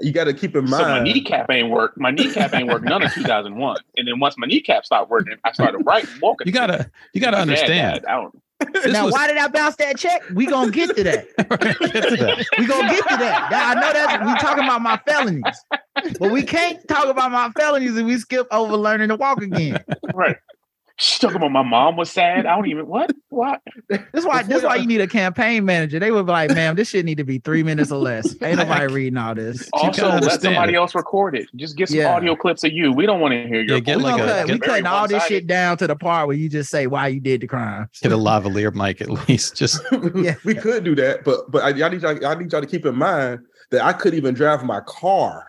Speaker 2: you got to keep in
Speaker 6: So my
Speaker 2: mind.
Speaker 6: kneecap ain't work. My kneecap ain't work none of 2001. And then once my kneecap stopped working, I started writing, walking.
Speaker 5: You gotta, you gotta
Speaker 6: My dad
Speaker 5: understand.
Speaker 6: died. I don't.
Speaker 5: This
Speaker 4: now,
Speaker 5: was-
Speaker 4: why did I bounce that check? We gonna get to that.
Speaker 5: Get to that.
Speaker 4: We gonna get to that. Now, I know that we talking about my felonies, but we can't talk about my felonies if we skip over learning to walk again.
Speaker 6: Right. She's talking about my mom was sad. I don't even what what.
Speaker 4: That's why. That's why you need a campaign manager. They would be like, "Ma'am, this shit need to be three minutes or less. Ain't nobody reading all this."
Speaker 6: Also,
Speaker 5: gotta
Speaker 6: let
Speaker 5: understand.
Speaker 6: somebody else record it. Just get some
Speaker 4: Yeah.
Speaker 6: audio clips of you. We don't want to hear your
Speaker 5: Yeah, get
Speaker 4: We
Speaker 6: voice.
Speaker 5: like
Speaker 4: gonna
Speaker 5: a-
Speaker 4: cut. We
Speaker 5: get-
Speaker 4: cutting all this
Speaker 6: one-sided.
Speaker 4: shit down to the part where you just say why you did the crime.
Speaker 5: Get a lavalier mic at least. Just
Speaker 4: Yeah.
Speaker 2: we could do that, but but I, y'all need y'all, y'all need y'all to keep in mind that I couldn't even drive my car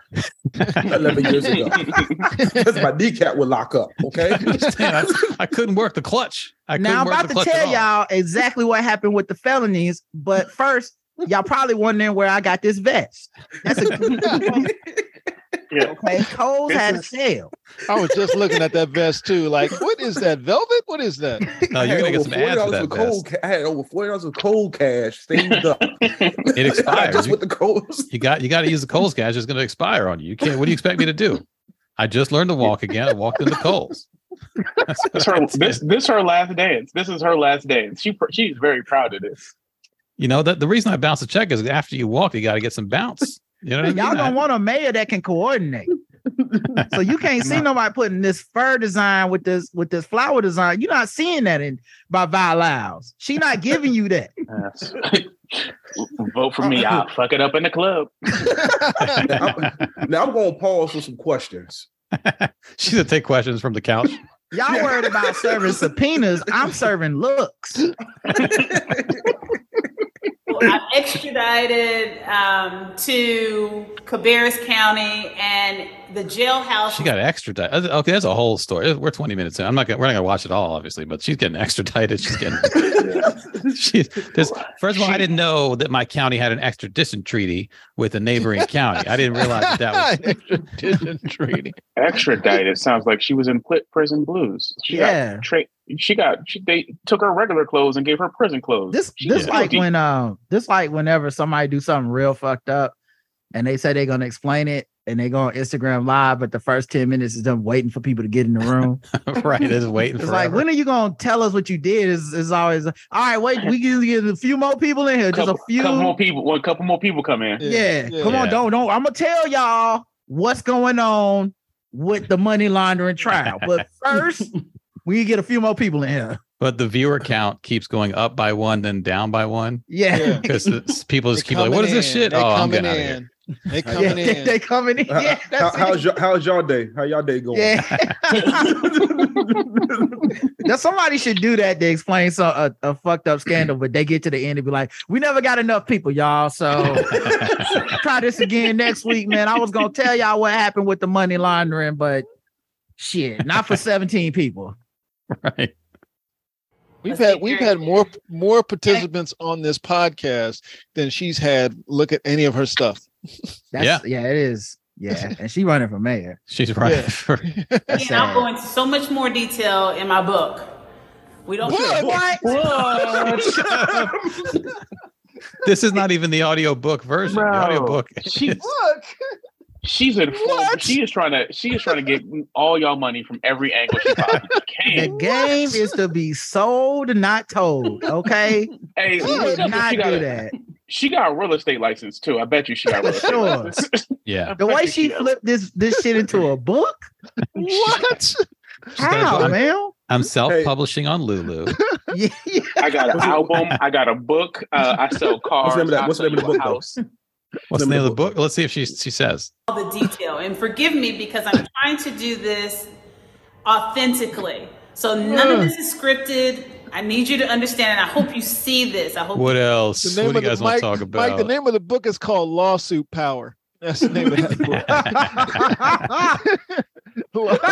Speaker 2: eleven years ago because my kneecap would lock up. Okay,
Speaker 5: understand. I, I couldn't work the clutch. I couldn't
Speaker 4: now I'm
Speaker 5: work
Speaker 4: about
Speaker 5: the
Speaker 4: to
Speaker 5: clutch at
Speaker 4: tell
Speaker 5: all.
Speaker 4: y'all exactly what happened with the felonies, but first, y'all probably wondering where I got this vest. That's a
Speaker 6: Yeah.
Speaker 4: okay. Cole's had a
Speaker 6: This
Speaker 4: sale.
Speaker 3: I was just looking at that vest too. Like, what is that? Velvet? What is that?
Speaker 5: No,
Speaker 2: I
Speaker 5: Oh, you're
Speaker 2: had
Speaker 5: gonna get
Speaker 2: over
Speaker 5: some ads for
Speaker 2: $40
Speaker 5: that
Speaker 2: of cold
Speaker 5: vest.
Speaker 2: ca- I had over forty dollars of cold cash saved up.
Speaker 5: It expires.
Speaker 2: just
Speaker 5: You,
Speaker 2: with the cold.
Speaker 5: you got, you got to use the Coles cash. It's gonna expire on you. You can't. What do you expect me to do? I just learned to walk again. I walked into Coles. That's what
Speaker 6: This
Speaker 5: I
Speaker 6: her
Speaker 5: did.
Speaker 6: this this her last dance. This is her last dance. She pr- she's very proud of this.
Speaker 5: You know that the reason I bounce a check is after you walk, you got to get some bounce. You know what I mean?
Speaker 4: Y'all
Speaker 5: I-
Speaker 4: gonna want a mayor that can coordinate. so you can't see nobody putting this fur design with this with this flower design. You're not seeing that in by Vi Lyles. She not giving you that.
Speaker 6: Yes. Vote for me. I'll fuck it up in the club.
Speaker 2: now, I'm, now I'm gonna pause for some questions.
Speaker 5: She's gonna take questions from the couch.
Speaker 4: Y'all worried about serving subpoenas. I'm serving looks.
Speaker 10: Well, I'm extradited um, to Cabarrus County and the jailhouse.
Speaker 5: She got extradited. Okay, that's a whole story. We're 20 minutes in. I'm not gonna we're not gonna watch it all, obviously, but she's getting extradited. She's getting she's this first of all, I didn't know that my county had an extradition treaty with a neighboring county. I didn't realize that, that was
Speaker 3: Extradition treaty.
Speaker 6: Extradited sounds like she was in pl- prison blues. She
Speaker 4: Yeah.
Speaker 6: got tra- she got she, they took her regular clothes and gave her prison clothes.
Speaker 4: This
Speaker 6: She
Speaker 4: this
Speaker 6: got
Speaker 4: like
Speaker 6: guilty.
Speaker 4: when um this like whenever somebody do something real fucked up and they say they're gonna explain it and they go on Instagram live, but the first 10 minutes is them waiting for people to get in the room.
Speaker 5: right. It's waiting
Speaker 4: It's
Speaker 5: for
Speaker 4: like, when are you gonna tell us what you did? Is is always all right? Wait, we can get a few more people in here. Just
Speaker 6: couple,
Speaker 4: a few.
Speaker 6: couple more people. One couple more people come in.
Speaker 4: yeah.
Speaker 3: Yeah.
Speaker 4: come on,
Speaker 5: Yeah.
Speaker 4: don't don't. I'm gonna tell y'all what's going on with the money laundering trial. But first, we can get a few more people in here.
Speaker 5: but the viewer count keeps going up by one, then down by one.
Speaker 4: Yeah,
Speaker 3: Yeah.
Speaker 5: Because people
Speaker 3: They
Speaker 5: just keep like,
Speaker 3: coming
Speaker 5: what is this
Speaker 3: in.
Speaker 5: shit?
Speaker 3: They
Speaker 5: oh, I'm
Speaker 3: coming
Speaker 5: getting out of here.
Speaker 3: in. They
Speaker 2: How
Speaker 3: coming
Speaker 2: y'all-
Speaker 3: in. Uh,
Speaker 4: They coming in.
Speaker 2: How-
Speaker 4: Yeah,
Speaker 2: how-
Speaker 4: that's
Speaker 2: how's
Speaker 4: it.
Speaker 2: your how's y'all day? How y'all day going?
Speaker 4: Yeah. now somebody should do that to explain so a, a fucked up scandal, but they get to the end and be like, "We never got enough people, y'all. So try this again next week, man. I was gonna tell y'all what happened with the money laundering, but shit, not for seventeen people.
Speaker 5: right.
Speaker 3: We've
Speaker 10: Let's
Speaker 3: had
Speaker 10: be
Speaker 3: we've
Speaker 10: very
Speaker 3: had more more participants on this podcast than she's had look at any of her stuff.
Speaker 4: That's, yeah, yeah, it is. Yeah, and she running for mayor.
Speaker 5: She's right.
Speaker 3: Yeah.
Speaker 5: for-
Speaker 4: That's
Speaker 10: And I'll
Speaker 4: sad.
Speaker 10: go into so much more detail in my book. We don't.
Speaker 4: What?
Speaker 5: this is not even the audiobook version. The
Speaker 6: Bro.
Speaker 5: audiobook.
Speaker 6: She-
Speaker 5: is-
Speaker 6: She's in full.
Speaker 3: What?
Speaker 6: She is trying to. She is trying to get all y'all money from every angle she possibly
Speaker 4: The
Speaker 6: can.
Speaker 4: game is to be sold, not told. Okay,
Speaker 6: Hey,
Speaker 4: you
Speaker 6: what's
Speaker 4: would
Speaker 6: up with
Speaker 4: not
Speaker 6: she
Speaker 4: do
Speaker 6: got a,
Speaker 4: that.
Speaker 6: she got a real estate license too. I bet you she got a real estate
Speaker 4: Sure.
Speaker 6: license.
Speaker 5: yeah.
Speaker 4: The way she
Speaker 6: Yeah.
Speaker 4: flipped this this shit into a book.
Speaker 3: What?
Speaker 4: How,
Speaker 5: I'm-
Speaker 4: man?
Speaker 5: I'm self-publishing on Lulu.
Speaker 4: Yeah, yeah.
Speaker 6: I got an
Speaker 2: What's it-
Speaker 6: album. I got a book. Uh, I sell cars.
Speaker 2: What's the name of that-
Speaker 6: I
Speaker 2: what's the
Speaker 6: sell
Speaker 2: name of the
Speaker 6: you
Speaker 5: What's the name of the
Speaker 2: book, though? Name of the
Speaker 6: a house.
Speaker 5: book? Let's see if she she says.
Speaker 10: all the detail and forgive me because I'm trying to do this authentically. So none of this is scripted. I need you to understand and I hope you see this. I hope
Speaker 5: What else?
Speaker 3: The
Speaker 5: What
Speaker 3: name
Speaker 5: do you
Speaker 3: of
Speaker 5: guys
Speaker 3: the
Speaker 5: want
Speaker 3: Mike,
Speaker 5: to talk about?
Speaker 3: Mike, the name of the book is called Lawsuit Power. That's the name of that book.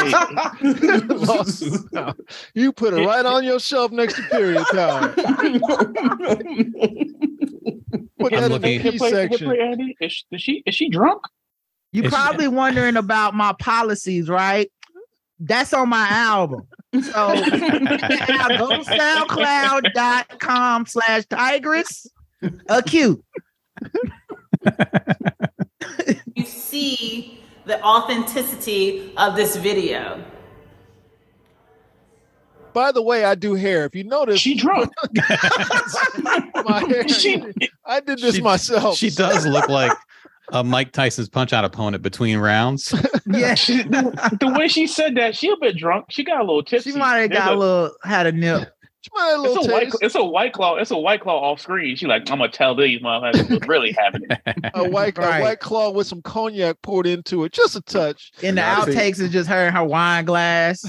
Speaker 3: Lawsuit Power. You put it right on your shelf next to period power. Put
Speaker 5: I'm
Speaker 3: that in
Speaker 5: looking-
Speaker 3: the
Speaker 6: Can
Speaker 3: P
Speaker 6: you play- can you
Speaker 3: section.
Speaker 6: play Andy? Is she, is she is she drunk?
Speaker 4: You
Speaker 5: It's-
Speaker 4: probably wondering about my policies, right? That's on my album. So now go soundcloud.com slash tigress acute.
Speaker 10: you see the authenticity of this video.
Speaker 3: By the way, I do hair. If you notice,
Speaker 6: She drunk.
Speaker 3: my hair,
Speaker 6: She-
Speaker 3: I did this
Speaker 5: She-
Speaker 3: myself.
Speaker 5: she does look like a Mike Tyson's punch out opponent between rounds.
Speaker 4: Yeah.
Speaker 6: She, the, the way she said that, she a bit drunk. She got a little tipsy.
Speaker 4: She might have
Speaker 6: There's
Speaker 4: got a little had a nip.
Speaker 3: She might have a
Speaker 6: It's
Speaker 3: little
Speaker 6: a white.
Speaker 3: taste.
Speaker 6: It's a white claw. It's a white claw off screen. She like, I'm gonna tell these motherfuckers what's really happening.
Speaker 3: a white,
Speaker 4: Right.
Speaker 3: a white claw with some cognac poured into it, just a touch.
Speaker 4: In the
Speaker 2: I'll take-
Speaker 4: outtakes, it's just her and her wine glass.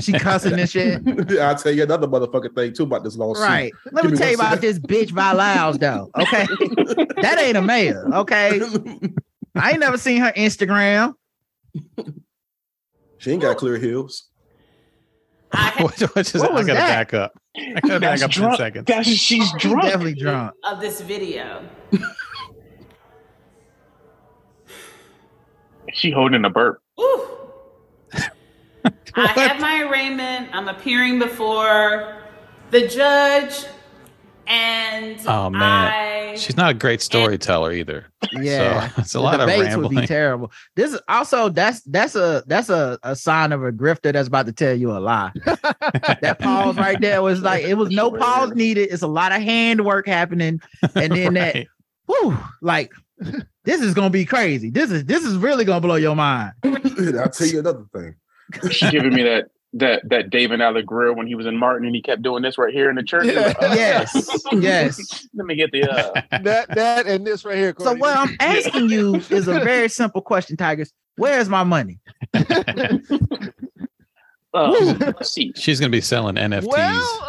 Speaker 4: she cussing and shit.
Speaker 2: I'll tell you another motherfucking thing too about this lawsuit.
Speaker 4: Right. Let me
Speaker 2: Give me
Speaker 4: tell you
Speaker 2: one
Speaker 4: about this bitch by Lyles, though. Okay. that ain't a mayor. Okay. I ain't never seen her Instagram.
Speaker 2: She ain't got clear heels.
Speaker 10: I have
Speaker 5: What- what is-
Speaker 4: What
Speaker 5: I
Speaker 4: was
Speaker 5: gotta
Speaker 4: that?
Speaker 5: back up. I gotta back
Speaker 6: That's
Speaker 5: up ten
Speaker 6: drunk.
Speaker 5: seconds.
Speaker 6: That's she's
Speaker 4: She's
Speaker 6: drunk.
Speaker 4: definitely drunk.
Speaker 10: of this video.
Speaker 6: She holding a burp.
Speaker 10: Ooh. I have my arraignment. I'm appearing before the judge, and
Speaker 5: Oh man,
Speaker 10: I,
Speaker 5: she's not a great storyteller either.
Speaker 4: Yeah.
Speaker 5: so it's a
Speaker 4: The
Speaker 5: lot of
Speaker 4: debates would be
Speaker 5: rambling.
Speaker 4: terrible. This is also that's that's a that's a, a sign of a grifter that's about to tell you a lie. that pause right there was like it was no pause needed. It's a lot of handwork happening, and then that
Speaker 5: Right.
Speaker 4: whew, like this is gonna be crazy. This is this is really gonna blow your mind.
Speaker 2: And I'll tell you another thing.
Speaker 6: She giving me that that that David Allen Grill when he was in Martin and he kept doing this right here in the church.
Speaker 3: Yeah.
Speaker 6: Like, "Oh."
Speaker 4: Yes, yes.
Speaker 6: Let me get the. Uh,
Speaker 3: That that and this right here.
Speaker 4: So
Speaker 3: Courtney.
Speaker 4: what I'm asking you is a very simple question, Tigers. Where's my money?
Speaker 6: um, let's see.
Speaker 5: she's gonna be selling NFTs.
Speaker 3: Well,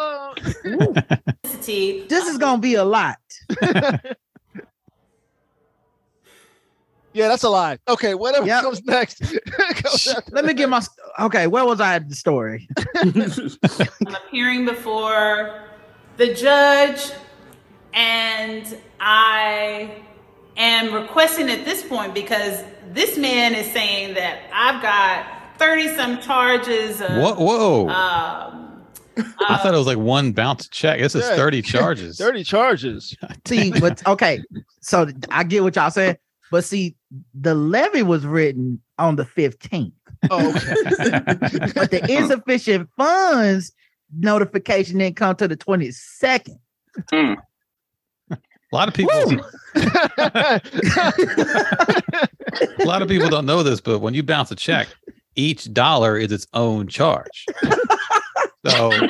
Speaker 3: uh,
Speaker 10: authenticity
Speaker 4: This is gonna be a lot.
Speaker 3: yeah, that's a lie. Okay, whatever
Speaker 4: Yep.
Speaker 3: comes next. comes after
Speaker 4: Let me get my okay. Where was I at the story?
Speaker 10: I'm appearing before the judge, and I am requesting at this point because this man is saying that I've got 30 some charges of.
Speaker 5: Whoa, whoa.
Speaker 10: Um,
Speaker 5: I
Speaker 4: uh,
Speaker 5: thought it was like one bounce check. This is
Speaker 3: Yeah.
Speaker 5: 30 charges.
Speaker 3: Dirty charges.
Speaker 4: See, but okay. So th- I get what y'all saying, but see, the levy was written on the 15th,
Speaker 3: Oh, okay.
Speaker 4: but the insufficient funds notification didn't come to the 22nd.
Speaker 5: A lot of people a lot of people don't know this, but when you bounce a check, each dollar is its own charge. So I
Speaker 4: So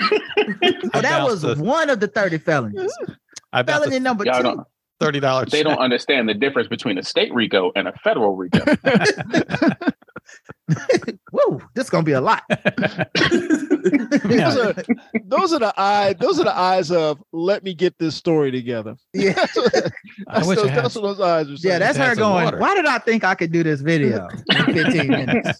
Speaker 4: that
Speaker 5: bounced
Speaker 4: was
Speaker 5: the-
Speaker 4: one of the 30 felonies.
Speaker 5: I bounced
Speaker 4: Felony
Speaker 5: the-
Speaker 4: number
Speaker 6: Y'all
Speaker 4: two.
Speaker 6: don't.
Speaker 3: thirty dollars.
Speaker 6: They don't understand the difference between a state Rico and a federal Rico.
Speaker 4: Whoa, this is gonna be a lot.
Speaker 3: those, are, those are the eyes. Those are the eyes of let me get this story together.
Speaker 4: Yeah,
Speaker 5: I
Speaker 3: That's,
Speaker 5: wish
Speaker 3: those,
Speaker 5: I had
Speaker 3: that's what those eyes are saying.
Speaker 4: yeah, that's
Speaker 5: Add
Speaker 4: her
Speaker 5: some
Speaker 4: going.
Speaker 5: water.
Speaker 4: Why did I think I could do this video in 15 minutes?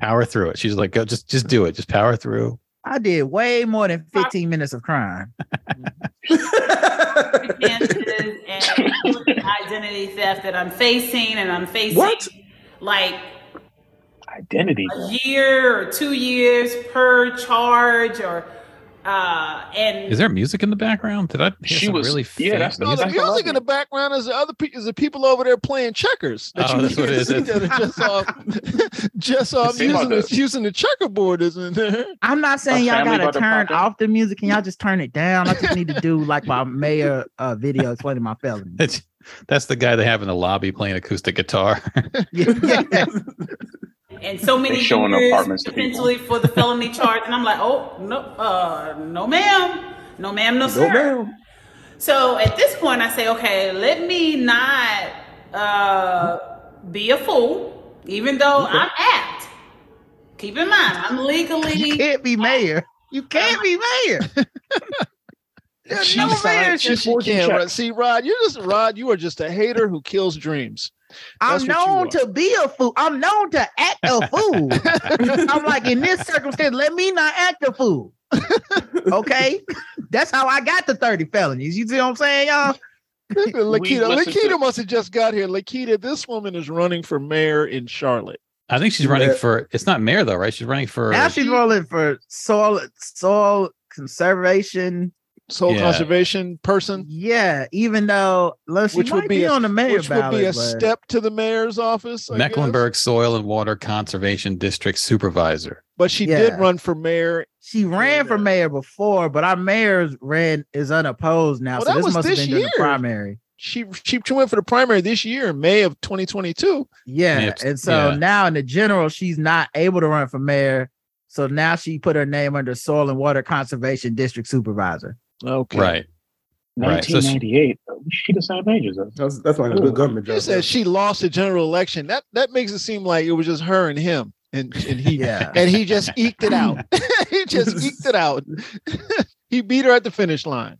Speaker 5: power through it. She's like, go, just just do it. Just power through.
Speaker 4: I did way more than 15 minutes of crime.
Speaker 10: circumstances and identity theft that I'm facing, and I'm facing
Speaker 2: What?
Speaker 10: like
Speaker 6: Identity.
Speaker 10: a year or two years per charge, or uh, and
Speaker 5: Is there music in the background? Did I hear
Speaker 6: She
Speaker 5: some
Speaker 6: was-
Speaker 5: really
Speaker 6: yeah,
Speaker 5: faint
Speaker 6: that's the-
Speaker 3: No,
Speaker 5: music?
Speaker 3: the
Speaker 6: that's- I love
Speaker 3: music in the background is the other pe- is the people over there playing checkers.
Speaker 5: Oh, that's what it is.
Speaker 3: that are just off, just off
Speaker 6: seemed
Speaker 3: using,
Speaker 6: like
Speaker 3: the, using the checkerboard, isn't there?
Speaker 4: I'm not saying y'all
Speaker 6: family
Speaker 4: gotta
Speaker 6: about to
Speaker 4: turn
Speaker 6: pop up.
Speaker 4: off the music. Can y'all just turn it down? I just need to do like my mayor uh, video explaining my felony.
Speaker 5: That's, that's the guy they have in the lobby playing acoustic guitar.
Speaker 4: Yeah, yeah.
Speaker 10: and so many
Speaker 6: They showing
Speaker 10: years
Speaker 6: apartments to people.
Speaker 10: potentially for the felony charge, and I'm like, oh no, uh, no, ma'am, no, ma'am, no, sir. So at this point, I say, okay, let me not uh, be a fool, even though I'm apt. Keep in mind, I'm
Speaker 4: You
Speaker 10: legally.
Speaker 4: can't be mayor. You can't be mayor.
Speaker 3: She,
Speaker 4: no mayor
Speaker 3: she,
Speaker 4: should-
Speaker 3: she can't. Rod. See, Rod, you're just Rod. You are just a hater who kills dreams.
Speaker 4: I'm
Speaker 3: That's what you
Speaker 4: known
Speaker 3: are.
Speaker 4: to be a fool. I'm known to act a fool. I'm like, in this circumstance, let me not act a fool. Okay. That's how I got the 30 felonies. You see what I'm saying, y'all?
Speaker 3: Lakita,
Speaker 6: listen to-
Speaker 3: Lakita must have just got here. Lakita, this woman is running for mayor in Charlotte.
Speaker 5: I think she's running
Speaker 2: Yeah.
Speaker 5: for. It's not mayor though, right? She's running for.
Speaker 4: Now she's rolling for soil soil conservation.
Speaker 3: Soul
Speaker 5: Yeah.
Speaker 3: conservation person,
Speaker 4: Yeah, even though unless
Speaker 3: Which
Speaker 4: she
Speaker 3: would
Speaker 4: might
Speaker 3: be
Speaker 4: be,
Speaker 3: a-
Speaker 4: on the mayor
Speaker 3: which would
Speaker 4: ballot,
Speaker 3: be a
Speaker 4: but-
Speaker 3: step to the mayor's office. I guess.
Speaker 5: Mecklenburg Soil and Water Conservation District Supervisor.
Speaker 3: but she
Speaker 4: Yeah.
Speaker 3: did run for mayor.
Speaker 4: she ran for mayor before, but our mayor's ran is unopposed now.
Speaker 3: Well, that
Speaker 4: so
Speaker 3: was
Speaker 4: this must have
Speaker 3: this
Speaker 4: been during the
Speaker 3: year.
Speaker 4: primary.
Speaker 3: She she went for the primary this year, in May of 2022.
Speaker 4: Yeah.
Speaker 5: Yeah,
Speaker 4: And so
Speaker 5: yeah.
Speaker 4: now in the general, she's not able to run for mayor. So now she put her name under soil and water conservation district supervisor.
Speaker 3: Okay,
Speaker 5: Right. Right. So she,
Speaker 6: 1998. she the same age as us.
Speaker 2: That's that's like a good government
Speaker 3: She
Speaker 2: job.
Speaker 3: said she lost the general election. That that makes it seem like it was just her and him, and and he
Speaker 4: Yeah.
Speaker 3: and he just eked it out. he just eked it out. he beat her at the finish line.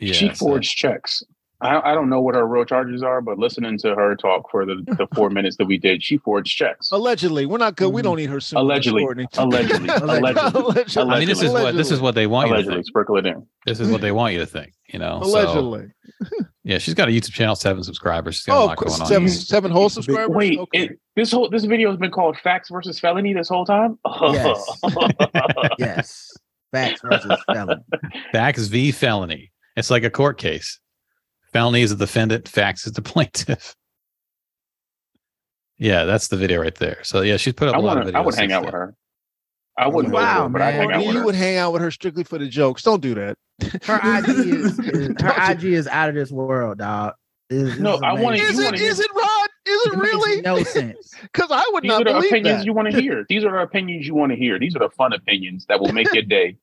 Speaker 5: yeah,
Speaker 6: she
Speaker 5: so-
Speaker 6: forged checks. I, I don't know what her real charges are, but listening to her talk for the, the four minutes that we did, she forged checks.
Speaker 3: Allegedly, we're not good. We
Speaker 4: Mhm.
Speaker 3: don't need her suing. us,
Speaker 6: Mm-hmm. Allegedly.
Speaker 3: Courtney.
Speaker 6: Allegedly. Allegedly.
Speaker 3: Allegedly.
Speaker 5: I mean, this is what this is what they want you to
Speaker 6: Allegedly,
Speaker 5: think.
Speaker 6: sprinkle it in.
Speaker 5: This is what they want you to think. You know. So,
Speaker 3: Allegedly.
Speaker 5: yeah, she's got a YouTube channel, seven subscribers. She's got a
Speaker 3: oh, of
Speaker 5: lot going
Speaker 3: course,
Speaker 5: on.
Speaker 3: seven
Speaker 5: here.
Speaker 3: seven whole subscribers.
Speaker 6: Wait,
Speaker 3: okay.
Speaker 6: it, this whole this video has been called "Facts versus Felony" this whole time.
Speaker 4: Yes. yes. Facts versus felon.
Speaker 5: Facts v felony. It's like a court case. Felony is the defendant, facts is the plaintiff. Yeah, that's the video right there. So yeah, she's put up
Speaker 6: I
Speaker 5: a lot of
Speaker 6: want
Speaker 5: videos.
Speaker 6: to. I would hang
Speaker 5: since
Speaker 6: out
Speaker 5: then.
Speaker 6: with her. I wouldn't
Speaker 4: Wow,
Speaker 6: go with her, but I
Speaker 4: man.
Speaker 6: hang out
Speaker 3: you
Speaker 6: with her.
Speaker 3: would hang out with her strictly for the jokes. Don't do that.
Speaker 4: Her IG is, is- her IG is out of this world, dog. This-
Speaker 6: No,
Speaker 4: this
Speaker 6: I wanna-
Speaker 4: amazing.
Speaker 3: Is it?
Speaker 6: You wanna hear-
Speaker 3: Is it Rod? Is it
Speaker 4: It makes
Speaker 3: really?
Speaker 4: no sense.
Speaker 3: Because I would
Speaker 6: These
Speaker 3: not
Speaker 6: are the
Speaker 3: believe
Speaker 6: opinions
Speaker 3: that.
Speaker 6: you want to hear. These are the opinions you want to hear. These are the fun opinions that will make your day.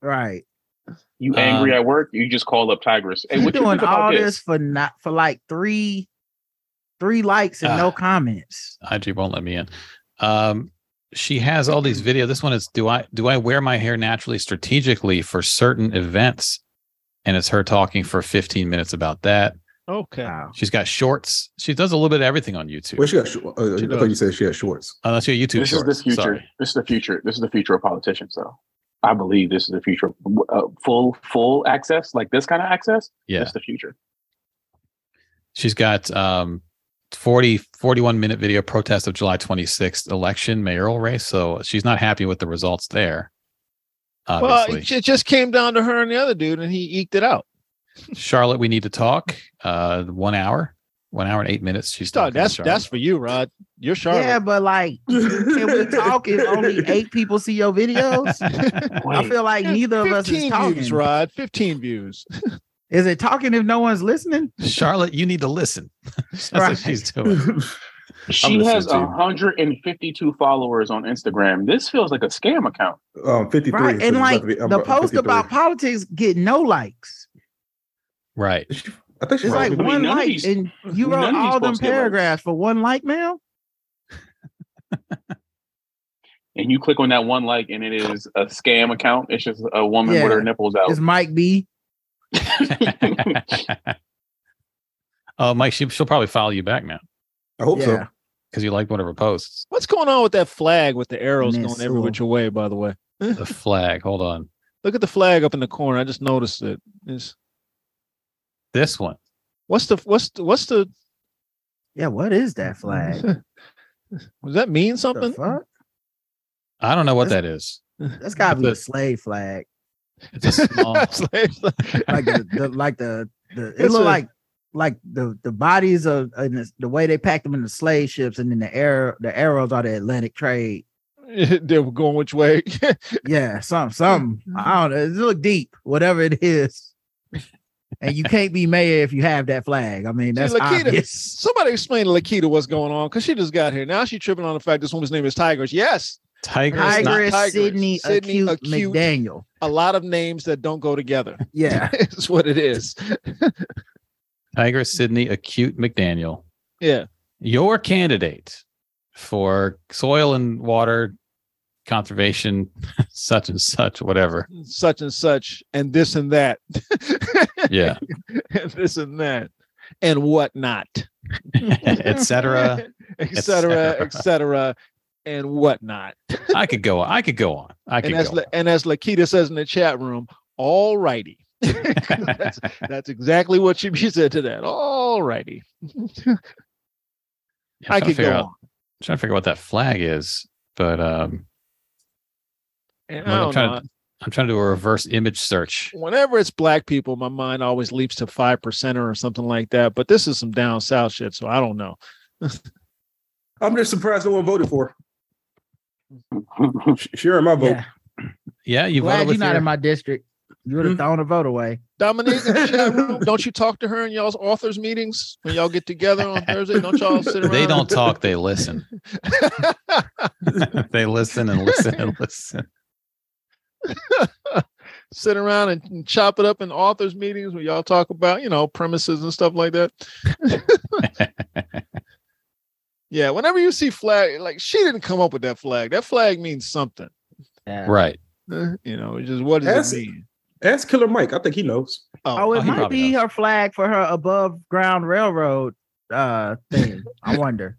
Speaker 4: Right.
Speaker 6: You angry
Speaker 5: Um,
Speaker 6: at work? You just call up Tigress. Hey,
Speaker 4: She's
Speaker 6: what you
Speaker 4: doing
Speaker 6: think
Speaker 4: all
Speaker 6: about
Speaker 4: this?
Speaker 6: this?
Speaker 4: for not for like three three likes and no
Speaker 5: Ah.
Speaker 4: comments.
Speaker 5: IG won't let me in. Um, she has all these videos. This one is do I do I wear my hair naturally strategically for certain events? And it's her talking for 15 minutes about that.
Speaker 3: Okay.
Speaker 4: Wow.
Speaker 5: She's got shorts. She does a little bit of everything on YouTube. Uh,
Speaker 2: Well, she got. shor- Uh, I thought you said she had shorts.
Speaker 5: Unless you're YouTube
Speaker 6: This
Speaker 5: shorts.
Speaker 6: is the future.
Speaker 5: Sorry.
Speaker 6: This is the future. This is the future of politicians, though. I believe this is the future. Uh, full, full access, like this kind of access.
Speaker 5: Yeah.
Speaker 6: That's the future.
Speaker 5: She's got um 40 41 minute video protest of July 26th election mayoral race. So she's not happy with the results there.
Speaker 3: Well,
Speaker 5: Obviously.
Speaker 3: it ju- just came down to her and the other dude, and he eked it out.
Speaker 5: Charlotte, we need to talk. Uh one hour. One hour and eight minutes. She's
Speaker 3: Stop.
Speaker 5: talking to
Speaker 3: That's
Speaker 5: Charlotte.
Speaker 3: that's for you, Rod. You're Charlotte.
Speaker 4: Yeah, but like, can we talk if only eight people see your videos? I
Speaker 6: Wait,
Speaker 4: feel like neither of us is
Speaker 3: 15
Speaker 4: talking.
Speaker 3: views, Rod. 15 views.
Speaker 4: Is it talking if no one's listening?
Speaker 5: Charlotte, you need to listen. That's
Speaker 4: Right.
Speaker 5: what she's doing.
Speaker 6: she
Speaker 2: listening
Speaker 6: has
Speaker 2: to you.
Speaker 6: 152 followers on Instagram. This feels like a scam account.
Speaker 2: um, fifty three.
Speaker 4: Right. And like the post about politics get no likes.
Speaker 5: Right.
Speaker 2: I think
Speaker 4: It's like
Speaker 6: mean,
Speaker 4: one
Speaker 6: none of
Speaker 4: like,
Speaker 6: these-
Speaker 4: and you
Speaker 6: none
Speaker 4: wrote
Speaker 6: of these
Speaker 4: all them
Speaker 6: folks get likes.
Speaker 4: paragraphs for one like now.
Speaker 6: and you click on that one like, and it is a scam account. It's just a woman with
Speaker 4: Yeah.
Speaker 6: her nipples out.
Speaker 4: It's Mike B.
Speaker 5: Oh, Mike, she, she'll probably follow you back now
Speaker 2: I hope so.
Speaker 4: Yeah.
Speaker 5: because you like one of her posts.
Speaker 3: What's going on with that flag with the arrows
Speaker 4: Man,
Speaker 3: going every
Speaker 4: so-
Speaker 3: which way? By the way,
Speaker 5: The flag. Hold on.
Speaker 3: look at the flag up in the corner. I just noticed it. It's-
Speaker 5: This one.
Speaker 3: what's the what's the, what's the
Speaker 4: Yeah, what is that flag?
Speaker 3: Does that mean
Speaker 4: the
Speaker 3: something?
Speaker 4: fuck?
Speaker 5: I don't know what that is.
Speaker 4: That's gotta be a
Speaker 5: That's
Speaker 4: slave flag.
Speaker 5: It's a small.
Speaker 3: Slaves-
Speaker 4: Like the, the like the, the it
Speaker 3: It's
Speaker 4: look
Speaker 3: a-
Speaker 4: like like the the bodies of and the, the way they packed them in the slave ships and then the arrow the arrows are the Atlantic trade.
Speaker 3: they were going which way? Mm-hmm.
Speaker 4: Yeah, some some I don't know. It look deep, whatever it is. And you can't be mayor if you have that flag. I mean, that's
Speaker 3: Lakita,
Speaker 4: obvious.
Speaker 3: somebody explain to Lakita what's going on because she just got here. Now she tripping on the fact this woman's name is Tigress. Yes,
Speaker 5: Tiger. is not-
Speaker 4: Tigress,
Speaker 3: Tigress.
Speaker 4: Sydney,
Speaker 3: Sydney
Speaker 4: acute,
Speaker 3: Acute.
Speaker 4: McDaniel.
Speaker 3: a lot of names that don't go together.
Speaker 4: Yeah,
Speaker 3: it's what it is.
Speaker 5: Tiger Sydney Acute McDaniel,
Speaker 3: Yeah,
Speaker 5: your candidate for soil and water conservation, such and such, whatever.
Speaker 3: such and such, and this and that,
Speaker 5: Yeah.
Speaker 3: and this and that, and whatnot,
Speaker 5: Etc.
Speaker 3: et cetera, et
Speaker 5: cetera.
Speaker 3: cetera, and whatnot.
Speaker 5: I could go on. I could go on. I could
Speaker 3: and as
Speaker 5: go
Speaker 3: La- and as Lakita says in the chat room, all righty.
Speaker 5: on.
Speaker 3: that's, that's exactly what she, she said to that. All righty,
Speaker 5: Yeah, I'm trying
Speaker 3: I
Speaker 5: to
Speaker 3: could
Speaker 5: figure
Speaker 3: go
Speaker 5: out.
Speaker 3: on.
Speaker 5: trying to figure out what that flag is, but um,
Speaker 3: And
Speaker 5: Well,
Speaker 3: I
Speaker 5: I'm
Speaker 3: don't
Speaker 5: trying
Speaker 3: know.
Speaker 5: I'm trying to do a reverse image search.
Speaker 3: Whenever it's black people, my mind always leaps to five percenter or something like that. But this is some down south shit, so I don't know.
Speaker 2: I'm just surprised no one voted for. her. Sh- Sharing my vote.
Speaker 4: yeah.
Speaker 5: Yeah, you
Speaker 4: Glad
Speaker 5: voted
Speaker 4: you're
Speaker 5: with
Speaker 4: not
Speaker 5: your,
Speaker 4: in my district. You
Speaker 3: Mm-hmm.
Speaker 4: would have thrown a vote away.
Speaker 3: Dominique, in the chat room, don't you talk to her in y'all's authors meetings when y'all get together on Thursday? Don't y'all sit around?
Speaker 5: They don't talk. They listen. they listen and listen and listen.
Speaker 3: sit around and, and chop it up in authors meetings where y'all talk about you know premises and stuff like that. yeah, whenever you see flag, like she didn't come up with that flag. That flag means something.
Speaker 4: Yeah.
Speaker 5: Right.
Speaker 3: Uh, You know, it's just what does
Speaker 2: That's-
Speaker 3: it mean?
Speaker 2: Ask Killer Mike. I think he knows.
Speaker 4: Oh, it
Speaker 5: he
Speaker 4: might
Speaker 5: probably
Speaker 4: be
Speaker 5: knows.
Speaker 4: her flag for her above ground railroad uh thing. I wonder.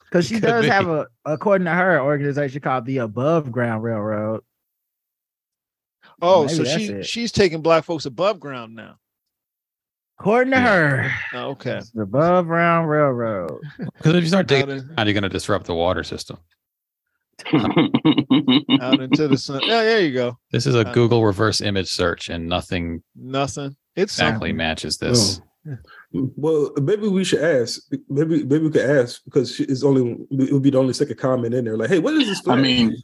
Speaker 4: Because she
Speaker 5: Could
Speaker 4: does
Speaker 5: be.
Speaker 4: have a, according to her, organization called the Above Ground Railroad.
Speaker 3: Oh,
Speaker 4: Maybe
Speaker 3: so
Speaker 4: that's
Speaker 3: she
Speaker 4: it.
Speaker 3: she's taking black folks above ground now.
Speaker 4: According to
Speaker 5: Yeah.
Speaker 4: her,
Speaker 3: Oh, okay.
Speaker 4: it's the Above Ground Railroad.
Speaker 5: Because if you start
Speaker 3: Out,
Speaker 5: digging,
Speaker 3: in-
Speaker 5: you're going to disrupt the water system.
Speaker 3: out into the sun. Yeah, there you go.
Speaker 5: This is a
Speaker 3: Uh,
Speaker 5: Google reverse image search, and nothing
Speaker 3: Nothing. It's
Speaker 5: exactly matches this.
Speaker 2: Well, maybe we should ask. Maybe maybe we could ask because she is only it would be the only second comment in there. Like, hey, what is this?
Speaker 6: I
Speaker 2: flag?
Speaker 6: mean,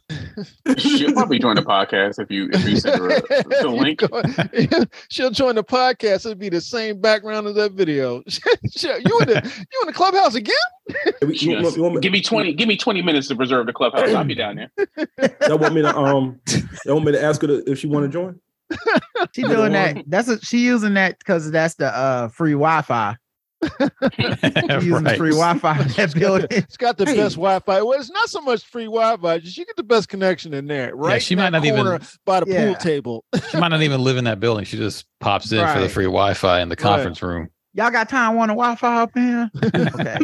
Speaker 6: she'll probably join the podcast if you if you send her a- the link.
Speaker 3: Go- She'll join the podcast. It'll be the same background as that video. She'll- you in the you in the clubhouse again?
Speaker 2: We- you want-
Speaker 6: Yes.
Speaker 2: you want me-
Speaker 6: Give me twenty. Give me twenty minutes to preserve the clubhouse. I'll be down there.
Speaker 2: Y'all want me to um? Y'all want me to ask her to, if she want to join?
Speaker 4: She
Speaker 2: Another
Speaker 4: doing
Speaker 2: one.
Speaker 4: that. That's a, she using that because that's the uh free Wi-Fi. She using the
Speaker 5: Right.
Speaker 4: free Wi-Fi in that building.
Speaker 3: It's got the
Speaker 2: Hey.
Speaker 3: best Wi-Fi. Well, it's not so much free Wi-Fi. Just you get the best connection in there, right?
Speaker 5: Yeah, she
Speaker 3: in
Speaker 5: might
Speaker 3: that
Speaker 5: not even
Speaker 3: corner by the
Speaker 4: Yeah.
Speaker 3: pool table.
Speaker 5: she might not even live in that building. She just pops in for the
Speaker 4: Right.
Speaker 5: free Wi-Fi in the conference room.
Speaker 4: Y'all got time on a Wi-Fi up here? Okay.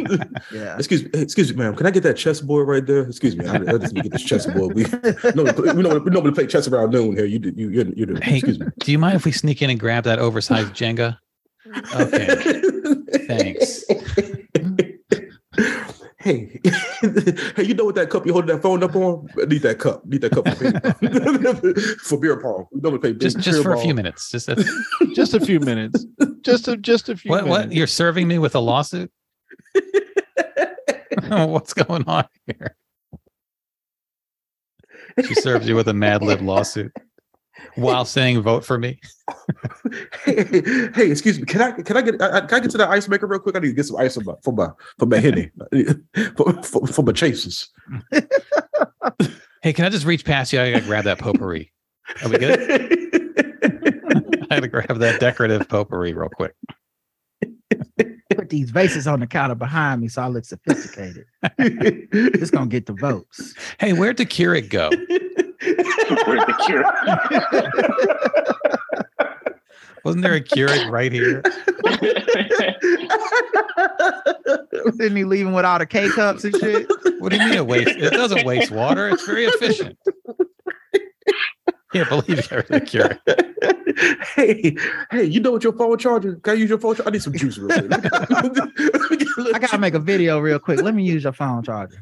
Speaker 4: Yeah.
Speaker 2: Excuse me, excuse me, ma'am. Can I get that chessboard right there? Excuse me, I, I just need to get this chessboard. We no, we don't we normally play chess around noon here. You do, you you you do.
Speaker 5: Hey,
Speaker 2: Excuse me.
Speaker 5: Do you mind if we sneak in and grab that oversized Jenga? Okay. Thanks.
Speaker 2: Hey, hey, you know what that cup you holding that phone up on? I Need that cup. Need that cup for beer pong. for beer pong. We normally play
Speaker 5: Just
Speaker 2: beer
Speaker 5: just for a
Speaker 2: pong.
Speaker 5: few minutes. Just a,
Speaker 3: Oh. just a few minutes. Just a just a few
Speaker 5: what what
Speaker 3: minutes.
Speaker 5: you're serving me with a lawsuit? What's going on here? She serves you with a Mad Lib lawsuit while saying "vote for me."
Speaker 2: Hey, hey, hey, excuse me. Can I can I get I, I- can I get to that ice maker real quick? I need to get some ice for my for my for my henny for, for, for my chasers.
Speaker 5: Hey, can I just reach past you? I gotta grab that potpourri. Are we good? I had to grab that decorative potpourri real quick.
Speaker 4: Put these vases on the counter behind me so I look sophisticated. it's gonna get the votes.
Speaker 5: Hey, where'd the Keurig go?
Speaker 6: Where's the cure?
Speaker 5: Wasn't there a Keurig right here?
Speaker 4: Didn't he leave 'em with all the K cups and shit?
Speaker 5: What do you mean it waste? It doesn't waste water. It's very efficient. Can't believe you're the Keurig.
Speaker 2: hey, hey, you know what your phone charger? Can I use your phone charger? I need some juice real quick.
Speaker 4: I gotta make a video real quick. Let me use your phone charger.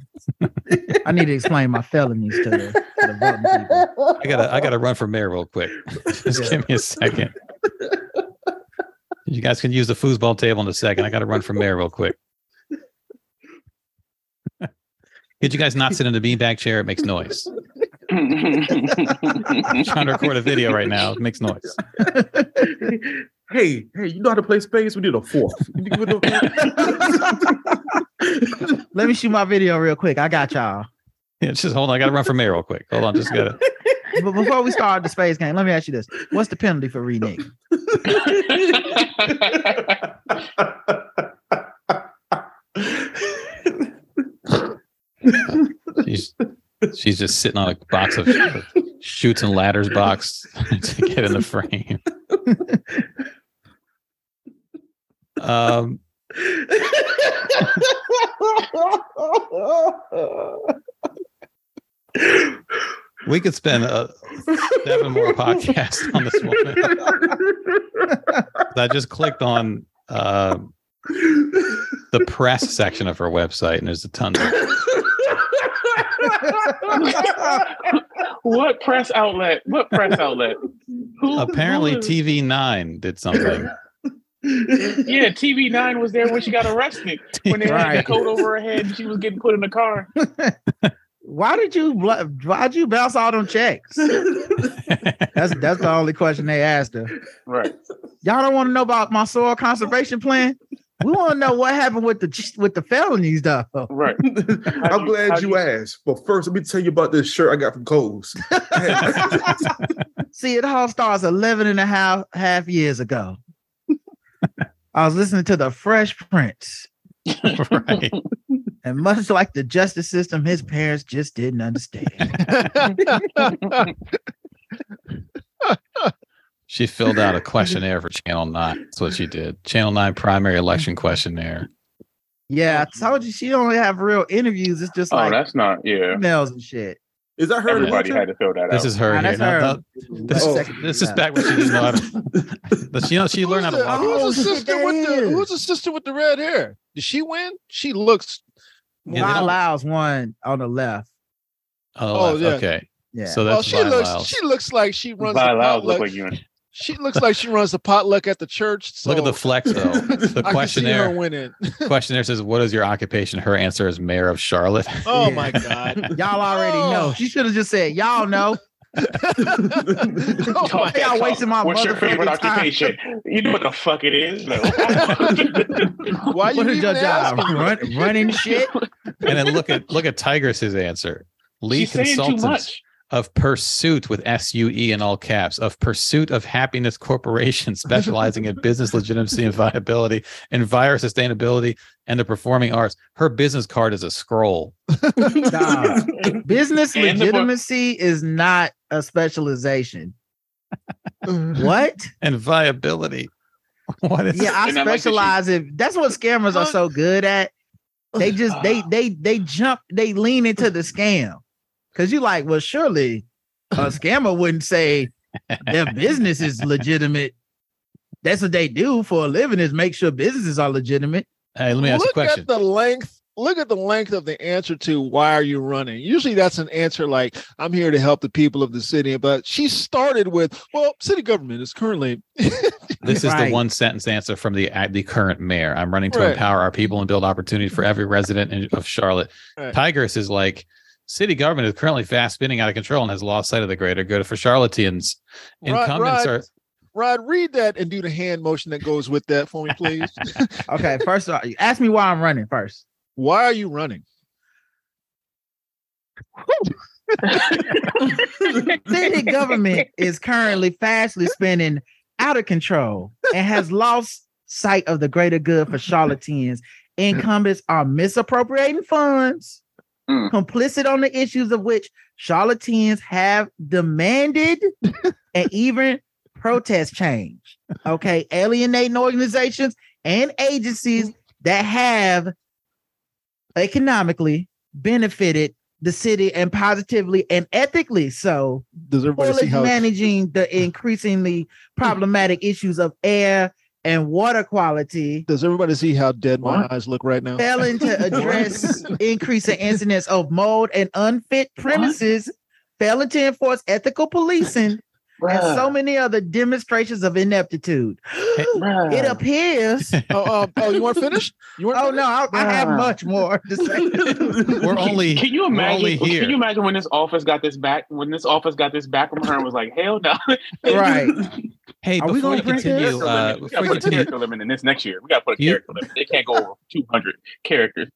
Speaker 4: I need to explain my felonies to the, to the voting people.
Speaker 5: I gotta I gotta run for mayor real quick. Just give me a second. You guys can use the foosball table in a second. I gotta run for mayor real quick. Could you guys not sit in a beanbag chair? It makes noise. I'm trying to record a video right now. It makes noise.
Speaker 2: hey, hey, you know how to play space? We need a fourth. You think we know-
Speaker 4: Let me shoot my video real quick. I got y'all.
Speaker 5: Yeah, just hold on. I gotta run for mayor real quick. Hold on, just gotta
Speaker 4: But before we start the space game, let me ask you this: What's the penalty for renege?
Speaker 5: she's she's just sitting on a box of shoots and ladders box to get in the frame. Um we could spend a seven more podcasts on this one. I just clicked on uh, the press section of her website, and there's a ton. Of,
Speaker 6: what press outlet? What press outlet? Who
Speaker 5: apparently,
Speaker 6: who is-
Speaker 5: TV9 did something.
Speaker 6: yeah, TV Nine was there when she got arrested when they had the
Speaker 4: Right.
Speaker 6: coat over her head. and She was getting put in the car.
Speaker 4: Why did you bl- why'd you bounce all them checks? That's that's the only question they asked her.
Speaker 6: Right.
Speaker 4: Y'all don't want to know about my soil conservation plan. We want to know what happened with the with the felonies though.
Speaker 6: Right.
Speaker 2: I'm glad you asked. But first, let me tell you about this shirt I got from Kohl's.
Speaker 4: See, it all starts 11 and a half, half years ago. I was listening to the Fresh Prince,
Speaker 5: right.
Speaker 4: and much like the justice system, his parents just didn't understand.
Speaker 5: She filled out a questionnaire for Channel 9. That's what she did. Channel 9 primary election questionnaire.
Speaker 4: yeah, I told you she only have real interviews. It's just
Speaker 6: Oh,
Speaker 4: like
Speaker 6: that's not. Yeah.
Speaker 4: emails and shit.
Speaker 2: Is that her? in the
Speaker 6: Everybody
Speaker 2: wheelchair?
Speaker 6: had to fill that
Speaker 5: This
Speaker 6: out.
Speaker 5: is her
Speaker 4: Nah,
Speaker 5: here.
Speaker 4: that's
Speaker 5: No,
Speaker 4: her.
Speaker 5: no, this
Speaker 2: Oh.
Speaker 6: Oh,
Speaker 4: That's
Speaker 5: is,
Speaker 4: second
Speaker 5: this is
Speaker 4: grade.
Speaker 5: back when she didn't know how to. But she, you know, she learned how to
Speaker 3: Who's the-
Speaker 5: walk.
Speaker 3: Who's the
Speaker 4: Oh,
Speaker 3: sister with the
Speaker 4: damn.
Speaker 3: Who's the sister with the red hair? Did she win? She looks.
Speaker 5: Yeah, they
Speaker 4: Lyle
Speaker 5: don't-
Speaker 4: Lyle's one on the left.
Speaker 5: Oh,
Speaker 3: Oh, yeah.
Speaker 5: okay.
Speaker 4: Yeah.
Speaker 5: So
Speaker 3: Oh,
Speaker 5: that's
Speaker 3: she looks.
Speaker 5: Lyle's.
Speaker 3: She looks like she runs. the
Speaker 6: By loud
Speaker 3: potluck.
Speaker 6: look like you.
Speaker 3: She looks like she runs the potluck at the church. So
Speaker 5: Look at the flex, though. The
Speaker 3: I can see her
Speaker 5: questionnaire
Speaker 3: winning.
Speaker 5: questionnaire says, "What is your occupation?" Her answer is mayor of Charlotte.
Speaker 3: Oh
Speaker 4: Yeah.
Speaker 3: my god.
Speaker 4: Y'all already know. She should have just said, Y'all know.
Speaker 3: oh
Speaker 6: Talk
Speaker 3: my
Speaker 6: that
Speaker 4: y'all
Speaker 6: talk.
Speaker 4: wasting my
Speaker 6: What's your favorite
Speaker 4: motherfucking time.
Speaker 6: occupation? You know what the fuck it is? No.
Speaker 3: Why you
Speaker 4: What is
Speaker 3: even
Speaker 4: your job?
Speaker 3: asking?
Speaker 4: Run, running shit?
Speaker 5: and then look at look at Tigress's answer. Lead
Speaker 6: She's saying too
Speaker 5: consultants
Speaker 6: much.
Speaker 5: of pursuit with S U E in all caps of pursuit of happiness corporation specializing in business legitimacy and viability, enviro sustainability, and the performing arts. Her business card is a scroll.
Speaker 4: Nah. Business
Speaker 6: And the book-
Speaker 4: legitimacy is not a specialization. what?
Speaker 5: And viability. What is
Speaker 4: Yeah, I
Speaker 6: And I like that she-
Speaker 4: specialize in That's what scammers are so good at. They just they
Speaker 6: uh,
Speaker 4: they they jump they lean into the scam because you like well surely a scammer wouldn't say their business is legitimate. That's what they do for a living is make sure businesses are legitimate.
Speaker 5: Hey, let me ask you a
Speaker 3: look
Speaker 5: question.
Speaker 3: at the length. Look at the length of the answer to why are you running? Usually that's an answer like I'm here to help the people of the city, but she started with, well, city government is currently
Speaker 5: This is the
Speaker 4: Right.
Speaker 5: one sentence answer from the uh, the current mayor. I'm running to
Speaker 3: Right.
Speaker 5: empower our people and build opportunity for every resident in, of Charlotte.
Speaker 3: Right.
Speaker 5: Tigress is like city government is currently fast spinning out of control and has lost sight of the greater good for charlatans.
Speaker 3: Right,
Speaker 5: Incumbents
Speaker 3: right.
Speaker 5: are
Speaker 3: Rod, read that and do the hand motion that goes with that for me, please.
Speaker 4: Okay, first of all, ask me why I'm running first.
Speaker 3: why are you running?
Speaker 4: City government is currently fastly spending out of control and has lost sight of the greater good for charlatans. Incumbents are misappropriating funds, complicit on the issues of which charlatans have demanded and even protest change. Okay, alienating organizations and agencies that have economically benefited the city and positively and ethically so
Speaker 3: Does everybody
Speaker 4: well
Speaker 3: see
Speaker 4: as
Speaker 3: how?
Speaker 4: managing the increasingly problematic issues of air and water quality
Speaker 3: Does everybody see how dead my eyes look right now?
Speaker 4: failing to address increasing incidents of mold and unfit premises failing to enforce ethical policing and so many other demonstrations of ineptitude it appears
Speaker 3: Oh, um, oh, you weren't finished? You weren't
Speaker 4: oh no I, I have much more to say
Speaker 5: We're only
Speaker 6: Can you
Speaker 5: we're
Speaker 6: imagine?
Speaker 5: only here.
Speaker 6: Can you imagine when this office got this back? When this office got this back from her and was like, "Hell no!"
Speaker 4: right
Speaker 5: hey,
Speaker 4: Are we
Speaker 5: before
Speaker 4: gonna
Speaker 5: you
Speaker 4: print
Speaker 5: continue,
Speaker 6: Character
Speaker 5: uh,
Speaker 6: limit.
Speaker 5: before you
Speaker 6: we gotta put a
Speaker 5: continue,
Speaker 6: character limit in this next year. We gotta put a
Speaker 5: You-
Speaker 6: character limit. They can't go over two hundred characters.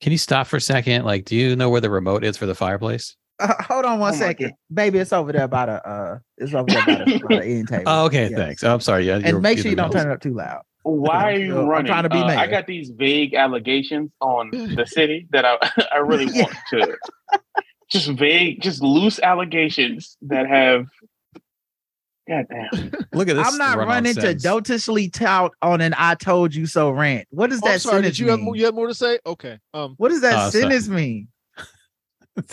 Speaker 5: can you stop for a second? Like, do you know where the remote is for the fireplace?
Speaker 4: Uh, hold on one
Speaker 6: Oh my
Speaker 4: second, baby. It's over there by the uh, it's over there by the, by the end table.
Speaker 5: Oh, okay,
Speaker 4: Yeah.
Speaker 5: thanks. I'm sorry. Yeah,
Speaker 4: And make sure you don't turn it up too loud.
Speaker 6: Why are you
Speaker 4: I'm
Speaker 6: running?
Speaker 4: trying to be
Speaker 6: Uh, I
Speaker 4: mayor.
Speaker 6: got these vague allegations on the city that I, I really
Speaker 4: Yeah.
Speaker 6: want to. Just vague, just loose allegations that have. God damn.
Speaker 5: Look at this.
Speaker 4: I'm not
Speaker 5: run-on
Speaker 4: running to
Speaker 5: sentence.
Speaker 4: dotatiously tout on an "I told you so" rant. What does
Speaker 3: I'm
Speaker 4: that
Speaker 3: Oh, sorry.
Speaker 4: sentence
Speaker 3: Did you have,
Speaker 4: mean?
Speaker 3: more, you had more to say? Okay. Um,
Speaker 4: What does that
Speaker 5: Oh, sorry.
Speaker 4: sentence mean?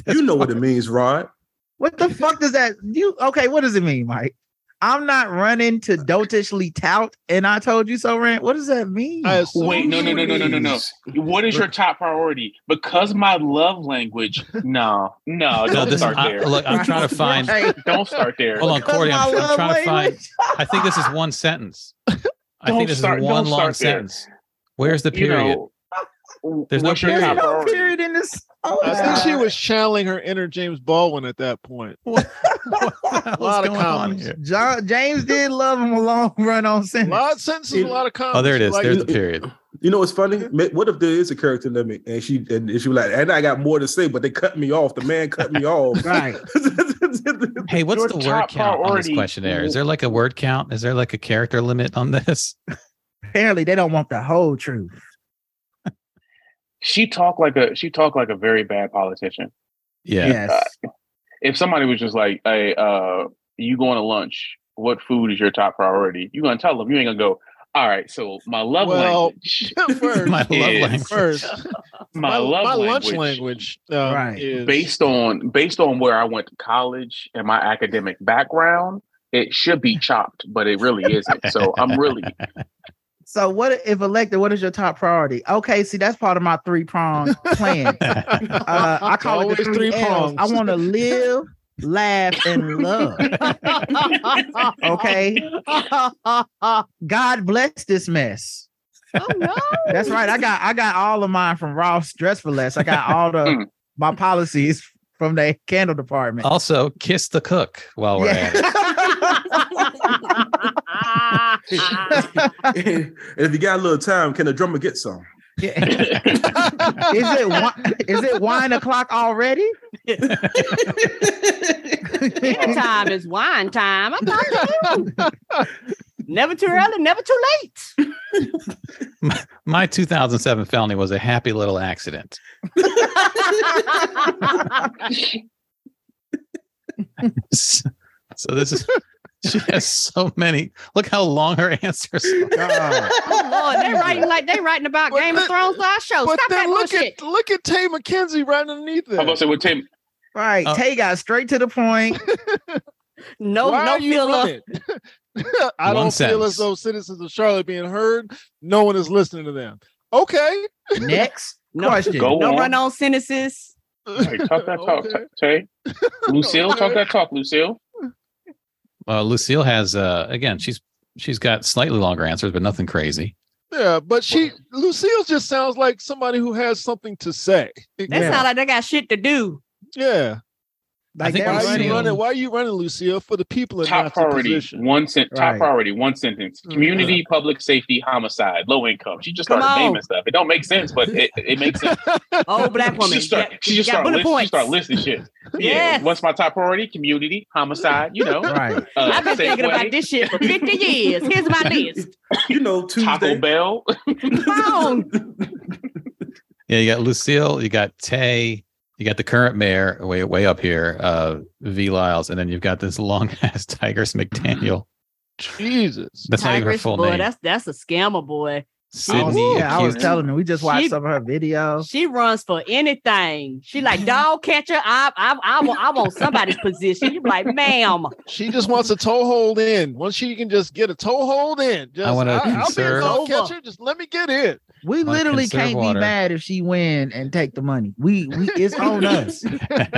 Speaker 2: you know what it means, Rod.
Speaker 4: What the fuck does that you? Okay, what does it mean, Mike? I'm not running to dotatiously tout and I told you so rant. What does that mean?
Speaker 3: I assume
Speaker 6: Wait, no, no, no, no, no, no, no. What is your top priority? Because my love language. No, no,
Speaker 5: No,
Speaker 6: Oh, don't
Speaker 5: this is,
Speaker 6: start
Speaker 5: I,
Speaker 6: there.
Speaker 5: look, I'm trying to find.
Speaker 4: Right.
Speaker 6: Don't start there.
Speaker 5: Hold on,
Speaker 4: Because
Speaker 5: Cordy.
Speaker 4: my
Speaker 5: I'm, I'm
Speaker 4: love
Speaker 5: trying to find.
Speaker 4: language-
Speaker 5: I think this is one sentence. I
Speaker 6: Don't
Speaker 5: think this
Speaker 6: start-
Speaker 5: is one
Speaker 6: don't
Speaker 5: long
Speaker 6: start there.
Speaker 5: sentence. Where's the
Speaker 6: You
Speaker 5: period?
Speaker 6: know, w-
Speaker 5: There's no
Speaker 6: what's your
Speaker 5: period.
Speaker 4: There's
Speaker 6: top
Speaker 4: no
Speaker 6: priority?
Speaker 4: period in this. Oh,
Speaker 5: Uh,
Speaker 3: I think she
Speaker 4: God.
Speaker 3: was channeling her inner James Baldwin at that point.
Speaker 5: What's
Speaker 3: lot of
Speaker 5: going on
Speaker 3: commas.
Speaker 5: here?
Speaker 4: John James did love him a long run on
Speaker 3: A
Speaker 4: sentence.
Speaker 3: lot of sentences, a lot of comments.
Speaker 5: Oh, there it is.
Speaker 3: Like,
Speaker 5: There's the period.
Speaker 2: You know what's funny? Ma- What if there is a character limit and she and she was like, and I got more to say, but they cut me off. The man cut me off.
Speaker 4: Right.
Speaker 5: Hey, what's
Speaker 6: Your
Speaker 5: the word
Speaker 6: top
Speaker 5: count on this
Speaker 6: priority-
Speaker 5: questionnaire? Is there like a word count? Is there like a character limit on this?
Speaker 4: Apparently, they don't want the whole truth.
Speaker 6: She talked like a she talked like a very bad politician. Uh,
Speaker 5: Yeah.
Speaker 4: Yes.
Speaker 6: If somebody was just like, "Hey, uh, you going to lunch? What food is your top priority?" You gonna tell them? You ain't gonna go. All right, so my love
Speaker 3: Well,
Speaker 6: language,
Speaker 3: first,
Speaker 5: My love
Speaker 6: Yes.
Speaker 5: language.
Speaker 3: first,
Speaker 6: my, love
Speaker 3: my
Speaker 6: language,
Speaker 3: lunch language, uh,
Speaker 4: Right.
Speaker 3: is
Speaker 6: based on based on where I went to college and my academic background, it should be chopped, but it really isn't. So I'm really
Speaker 4: So, what if elected? What is your top priority? Okay, see, that's part of my three prong plan. Uh, I call it
Speaker 3: Always
Speaker 4: the three,
Speaker 3: three
Speaker 4: L's. I
Speaker 3: prongs.
Speaker 4: want to live, laugh, and love. Okay, God bless this mess.
Speaker 11: Oh no.
Speaker 4: That's right. I got I got all of mine from Ross Dress for Less. I got all the my policies from the candle department.
Speaker 5: Also, kiss the cook while we're at it.
Speaker 2: and if you got a little time, can the drummer get some?
Speaker 4: Yeah. is it wi- is it wine o'clock already?
Speaker 11: Dinner time is wine time. I'm talking to you. Never too early, never too late.
Speaker 5: My 2007 felony was a happy little accident. so this is she has so many. Look how long her answers. are.
Speaker 4: God.
Speaker 11: oh Lord, they writing like they writing about
Speaker 3: But
Speaker 11: Game of
Speaker 3: the-
Speaker 11: Thrones last show.
Speaker 3: But
Speaker 11: Stop that
Speaker 3: then look
Speaker 11: bullshit.
Speaker 3: at look at Tay McKenzie right underneath
Speaker 6: I'm gonna
Speaker 3: it.
Speaker 6: say with Tim.
Speaker 4: Right.
Speaker 5: Uh,
Speaker 4: Tay got straight to the point.
Speaker 11: no,
Speaker 3: Why
Speaker 11: no
Speaker 3: are you
Speaker 11: filler.
Speaker 3: running? I
Speaker 5: One
Speaker 3: don't feel
Speaker 5: sentence.
Speaker 3: as though citizens of Charlotte being heard. No one is listening to them. Okay.
Speaker 4: Next
Speaker 11: No,
Speaker 4: question.
Speaker 6: Go
Speaker 11: no
Speaker 6: on.
Speaker 11: run on sentences.
Speaker 6: Hey, talk that talk,
Speaker 3: Okay.
Speaker 6: Tay. Lucille, talk that talk, Lucille.
Speaker 5: Uh, Lucille has uh, again. She's she's got slightly longer answers, but nothing crazy.
Speaker 3: Yeah, but she Lucille just sounds like somebody who has something to say.
Speaker 11: That
Speaker 4: Yeah.
Speaker 11: sound like they got shit to do.
Speaker 3: Yeah. Like,
Speaker 6: think
Speaker 3: why
Speaker 6: I'm
Speaker 3: are
Speaker 6: seeing-
Speaker 3: you running? Why are you running, Lucille? For the people in
Speaker 6: Top priority,
Speaker 3: position.
Speaker 6: one sen- top
Speaker 3: Right. Mm-hmm.
Speaker 6: priority, one sentence. Community, public safety, homicide, low income. She just started
Speaker 11: Come on.
Speaker 6: naming stuff. It don't make sense, but it, it makes sense.
Speaker 11: Old black
Speaker 6: She
Speaker 11: woman.
Speaker 6: just start,
Speaker 11: Yeah,
Speaker 6: she just
Speaker 11: got
Speaker 6: start,
Speaker 11: bullet
Speaker 6: list, she
Speaker 11: points.
Speaker 6: start listing shit. Yeah.
Speaker 11: Yes.
Speaker 6: What's my top priority? Community, homicide. You know.
Speaker 4: Right.
Speaker 6: Uh,
Speaker 11: I've been thinking
Speaker 6: Safeway,
Speaker 11: about this shit for 50 years. Here's my list.
Speaker 2: You know,
Speaker 6: Taco
Speaker 2: Tuesday.
Speaker 6: Bell.
Speaker 11: Come on.
Speaker 5: Yeah, you got Lucille, you got Tay, you got the current mayor way way up here, uh, V Lyles, and then you've got this long ass Tigress McDaniel.
Speaker 3: Jesus.
Speaker 5: That's not even her
Speaker 11: Tigress,
Speaker 5: full
Speaker 11: boy,
Speaker 5: name.
Speaker 11: that's that's a scammer, boy.
Speaker 4: I was,
Speaker 5: Sydney.
Speaker 4: Oh, yeah, I was
Speaker 5: Acute.
Speaker 4: telling them we just watched
Speaker 11: She-
Speaker 4: some of her videos.
Speaker 11: She runs for anything. She like dog catcher. I I I want, I want somebody's position. You be like, ma'am.
Speaker 3: She just wants a toehold in. Once she can just get a toehold in, just
Speaker 5: wanna
Speaker 3: I'll be a
Speaker 5: conserve-
Speaker 3: dog catcher. Just let me get in.
Speaker 4: We
Speaker 5: Wanna
Speaker 4: literally
Speaker 5: conserve
Speaker 4: can't
Speaker 5: water.
Speaker 4: be mad if she win and take the money. We, we it's on us.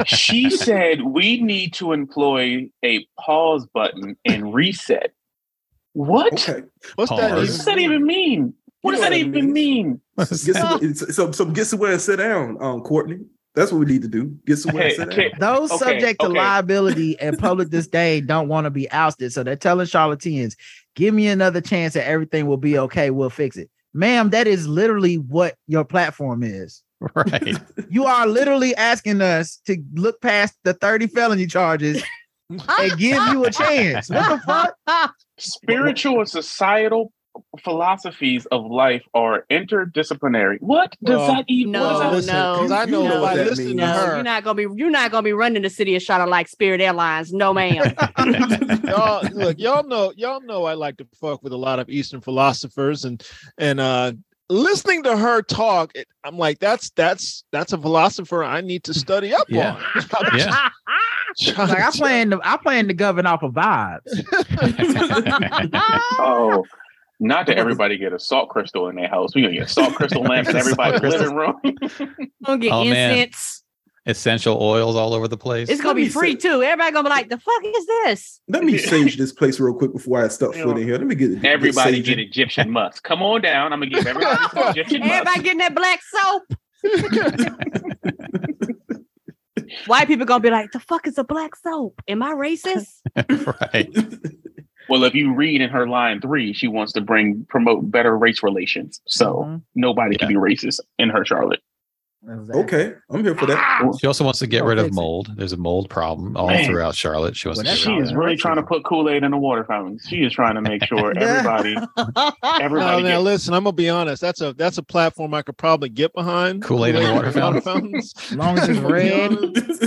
Speaker 6: she said we need to employ a pause button and reset. What?
Speaker 2: Okay.
Speaker 3: What's that?
Speaker 6: What
Speaker 5: Pause.
Speaker 6: does
Speaker 3: even-
Speaker 6: that even mean? What does that even mean?
Speaker 5: What's
Speaker 2: Get
Speaker 5: that?
Speaker 2: some, so, so get somewhere and sit down, um, Courtney. That's what we need to do. Get somewhere and
Speaker 6: Hey,
Speaker 2: sit down.
Speaker 6: okay,
Speaker 4: Those
Speaker 6: Okay,
Speaker 4: subject to
Speaker 6: okay.
Speaker 4: liability and public disdain don't want to be ousted. So they're telling charlatans, give me another chance and everything will be okay. We'll fix it. Ma'am, that is literally what your platform is.
Speaker 5: right.
Speaker 4: You are literally asking us to look past the 30 felony charges and give you a chance. What the fuck?
Speaker 6: Spiritual and societal philosophies of life are interdisciplinary. What does
Speaker 3: Well,
Speaker 6: that even?
Speaker 11: No,
Speaker 6: what
Speaker 3: Well,
Speaker 6: does that-
Speaker 3: listen,
Speaker 11: no,
Speaker 3: 'cause I
Speaker 2: you
Speaker 3: know,
Speaker 2: know
Speaker 3: by
Speaker 2: what that
Speaker 3: listening
Speaker 2: means.
Speaker 3: to
Speaker 11: No,
Speaker 3: her,
Speaker 11: you're not gonna be you're not gonna be running the city of Charlotte like Spirit Airlines. No, ma'am.
Speaker 3: y'all look y'all know y'all know i like to fuck with a lot of eastern philosophers and and uh listening to her talk it, i'm like that's that's that's a philosopher i need to study up
Speaker 5: Yeah.
Speaker 3: on
Speaker 5: Yeah.
Speaker 4: Like I plan to I plan to govern off of vibes.
Speaker 6: Oh, not that everybody get a salt crystal in their house. We gonna get salt crystal lamps in
Speaker 5: Salt
Speaker 6: everybody's
Speaker 5: crystals.
Speaker 6: living room.
Speaker 11: gonna get
Speaker 5: Oh, man.
Speaker 11: incense.
Speaker 5: Essential oils all over the place.
Speaker 11: It's gonna
Speaker 2: Let
Speaker 11: be
Speaker 2: me
Speaker 11: free too. Everybody gonna be like, the fuck is this?
Speaker 2: Let me sage this place real quick before I step foot in here. Let me get get
Speaker 6: Everybody
Speaker 2: saged.
Speaker 6: get Egyptian musk. Come on down. I'm gonna give everybody some Egyptian musk.
Speaker 11: Everybody getting that black soap. White people gonna be like, the fuck is a black soap? Am I racist?
Speaker 5: right.
Speaker 6: Well, if you read in her line three, she wants to bring promote better race relations. So
Speaker 11: Mm-hmm.
Speaker 4: Mhm.
Speaker 6: nobody can
Speaker 5: Yeah.
Speaker 6: be racist in her Charlotte.
Speaker 4: Exactly.
Speaker 2: Okay, I'm here for that.
Speaker 5: Ah! She also wants to get
Speaker 4: Don't
Speaker 5: rid of
Speaker 4: fix it.
Speaker 5: mold. There's a mold problem all
Speaker 6: Man.
Speaker 5: throughout Charlotte. She wants
Speaker 4: Well,
Speaker 5: to
Speaker 4: that's
Speaker 5: get
Speaker 6: She
Speaker 5: rid of
Speaker 6: is
Speaker 5: it.
Speaker 6: really trying to put Kool Aid in the water fountain. She is trying to make sure
Speaker 4: Yeah.
Speaker 6: everybody,
Speaker 3: no,
Speaker 6: everybody
Speaker 3: now
Speaker 6: gets.
Speaker 3: Oh, listen i'm gonna be honest that's a that's a platform i could probably get behind
Speaker 5: Kool-Aid and water
Speaker 3: fountains
Speaker 4: As long as it's red.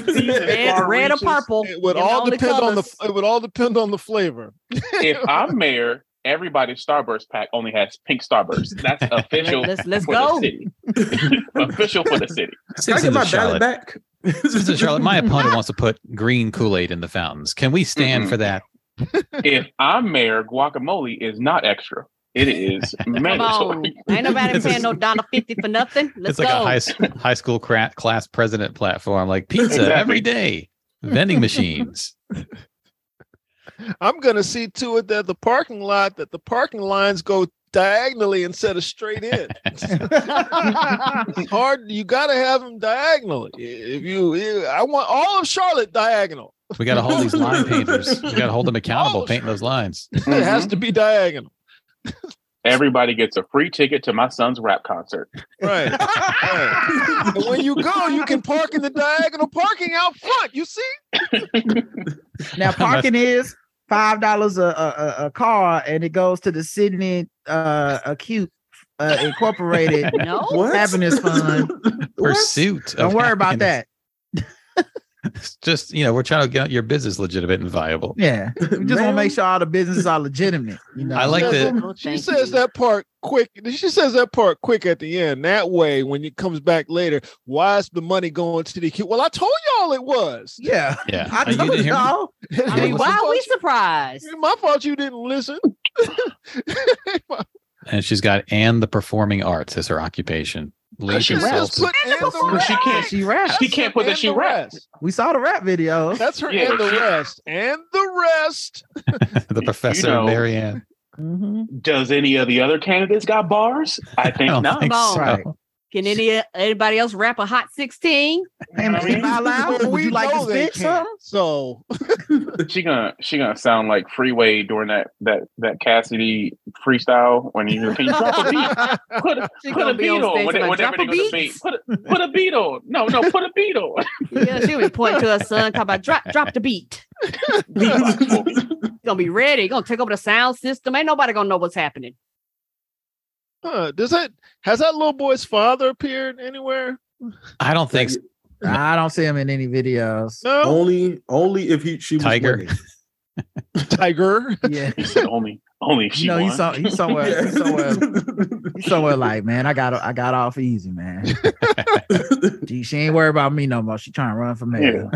Speaker 11: Red, red or purple.
Speaker 3: it would
Speaker 11: Them
Speaker 3: all
Speaker 11: the
Speaker 3: depend on
Speaker 11: colors.
Speaker 3: the it would all depend on the flavor
Speaker 6: If I'm mayor, everybody's Starburst pack only has pink Starburst. That's official.
Speaker 11: Let's let's
Speaker 6: for
Speaker 11: go.
Speaker 6: The city. official for the city.
Speaker 2: Can I
Speaker 5: Citizens
Speaker 2: get
Speaker 5: of
Speaker 2: my
Speaker 5: Charlotte.
Speaker 2: ballot back?
Speaker 5: Citizens of Charlotte. My opponent wants to put green Kool Aid in the fountains. Can we stand
Speaker 6: Mhm.
Speaker 5: for that?
Speaker 6: If I'm mayor, guacamole is not extra. It is
Speaker 11: Come on.
Speaker 6: mandatory.
Speaker 11: Ain't nobody
Speaker 5: This
Speaker 11: paying
Speaker 5: is-
Speaker 11: no dollar fifty for nothing. Let's
Speaker 5: it's like
Speaker 11: go.
Speaker 5: a high s- high school cra- class president platform. Like pizza
Speaker 6: Exactly.
Speaker 5: every day, vending machines.
Speaker 3: I'm gonna see to it that the parking lot that the parking lines go diagonally instead of straight in. it's hard. You gotta have them diagonally. If you, you- I want all of Charlotte diagonal.
Speaker 5: We got to hold these line painters. We got to hold them accountable,
Speaker 3: Oh,
Speaker 5: painting those lines.
Speaker 3: It has to be diagonal,
Speaker 6: Everybody gets a free ticket to my son's rap concert.
Speaker 3: right? right. And when you go, you can park in the diagonal parking out front. You see?
Speaker 4: Now parking is five dollars a, a a- a car, and it goes to the Sydney uh, Acute uh, Incorporated
Speaker 11: no.
Speaker 2: What?
Speaker 4: Happiness Fund.
Speaker 2: What?
Speaker 5: Pursuit. of
Speaker 4: Don't worry about
Speaker 5: happiness.
Speaker 4: that.
Speaker 5: Just you know, we're trying to get your business legitimate and viable.
Speaker 4: Yeah, we just want to
Speaker 2: Ma'am?
Speaker 4: make sure all the businesses are legitimate. You know,
Speaker 5: I like
Speaker 3: That's
Speaker 5: that.
Speaker 3: what-
Speaker 11: Oh,
Speaker 3: She
Speaker 11: thank
Speaker 3: says
Speaker 11: you.
Speaker 3: that part quick. She says that part quick at the end. That way, when it comes back later, why is the money going to the queue? Well, I told y'all it was.
Speaker 4: Yeah,
Speaker 5: Yeah.
Speaker 4: I
Speaker 5: Uh, you
Speaker 4: told
Speaker 5: didn't hear me?
Speaker 4: y'all.
Speaker 5: Yeah,
Speaker 11: I mean,
Speaker 5: what's
Speaker 11: why are we surprised?
Speaker 3: It's my fault you didn't listen.
Speaker 5: And she's got and the performing arts as her occupation. Leisure
Speaker 6: she raps.
Speaker 5: sales-
Speaker 3: Put and the
Speaker 6: Because she
Speaker 3: rest.
Speaker 6: can't-
Speaker 4: She raps.
Speaker 6: She can't put that
Speaker 3: And
Speaker 6: she
Speaker 3: the
Speaker 6: raps.
Speaker 3: rest.
Speaker 4: We saw the rap video.
Speaker 3: That's her
Speaker 6: Yeah,
Speaker 3: and the
Speaker 6: she-
Speaker 3: rest. And the rest.
Speaker 5: the professor
Speaker 6: know.
Speaker 5: Marianne.
Speaker 4: Mhm.
Speaker 11: Mm-hmm.
Speaker 6: Does any of the other candidates got bars? I think
Speaker 5: I don't
Speaker 6: not.
Speaker 5: think
Speaker 11: Come
Speaker 5: so.
Speaker 11: on.
Speaker 4: Right.
Speaker 11: Can any anybody else rap a hot 16?
Speaker 4: Am, am I allowed? Would you like to spit some?
Speaker 3: So
Speaker 6: she gonna she gonna sound like Freeway during that that that Cassidy freestyle when you hear drop a beat, put, a-
Speaker 11: She
Speaker 6: put
Speaker 11: gonna
Speaker 6: a
Speaker 11: be
Speaker 6: beat
Speaker 11: on
Speaker 6: on,
Speaker 11: stage
Speaker 6: when-
Speaker 11: like,
Speaker 6: whenever
Speaker 11: "Drop a
Speaker 6: they go to
Speaker 11: beat."
Speaker 6: beat. Put a, put a beat on. No, no, put a beat on.
Speaker 11: Yeah, she would point to us, son. Talk about drop, drop the beat. gonna be ready. Gonna take over the sound system. Ain't nobody gonna know what's happening.
Speaker 3: Huh, does that has that little boy's father appeared anywhere?
Speaker 5: I don't think so.
Speaker 4: I don't see him in any videos.
Speaker 3: No,
Speaker 2: Only only if he she was
Speaker 5: Tiger.
Speaker 2: winning.
Speaker 3: Tiger.
Speaker 4: Yeah.
Speaker 6: He said only only if she
Speaker 4: You know, he's,
Speaker 6: won.
Speaker 4: so, he's somewhere,
Speaker 2: Yeah.
Speaker 4: he's somewhere, he's somewhere like, man, I got, I got off easy, man. she, she ain't worried about me no more. She trying to run from me.
Speaker 6: Yeah.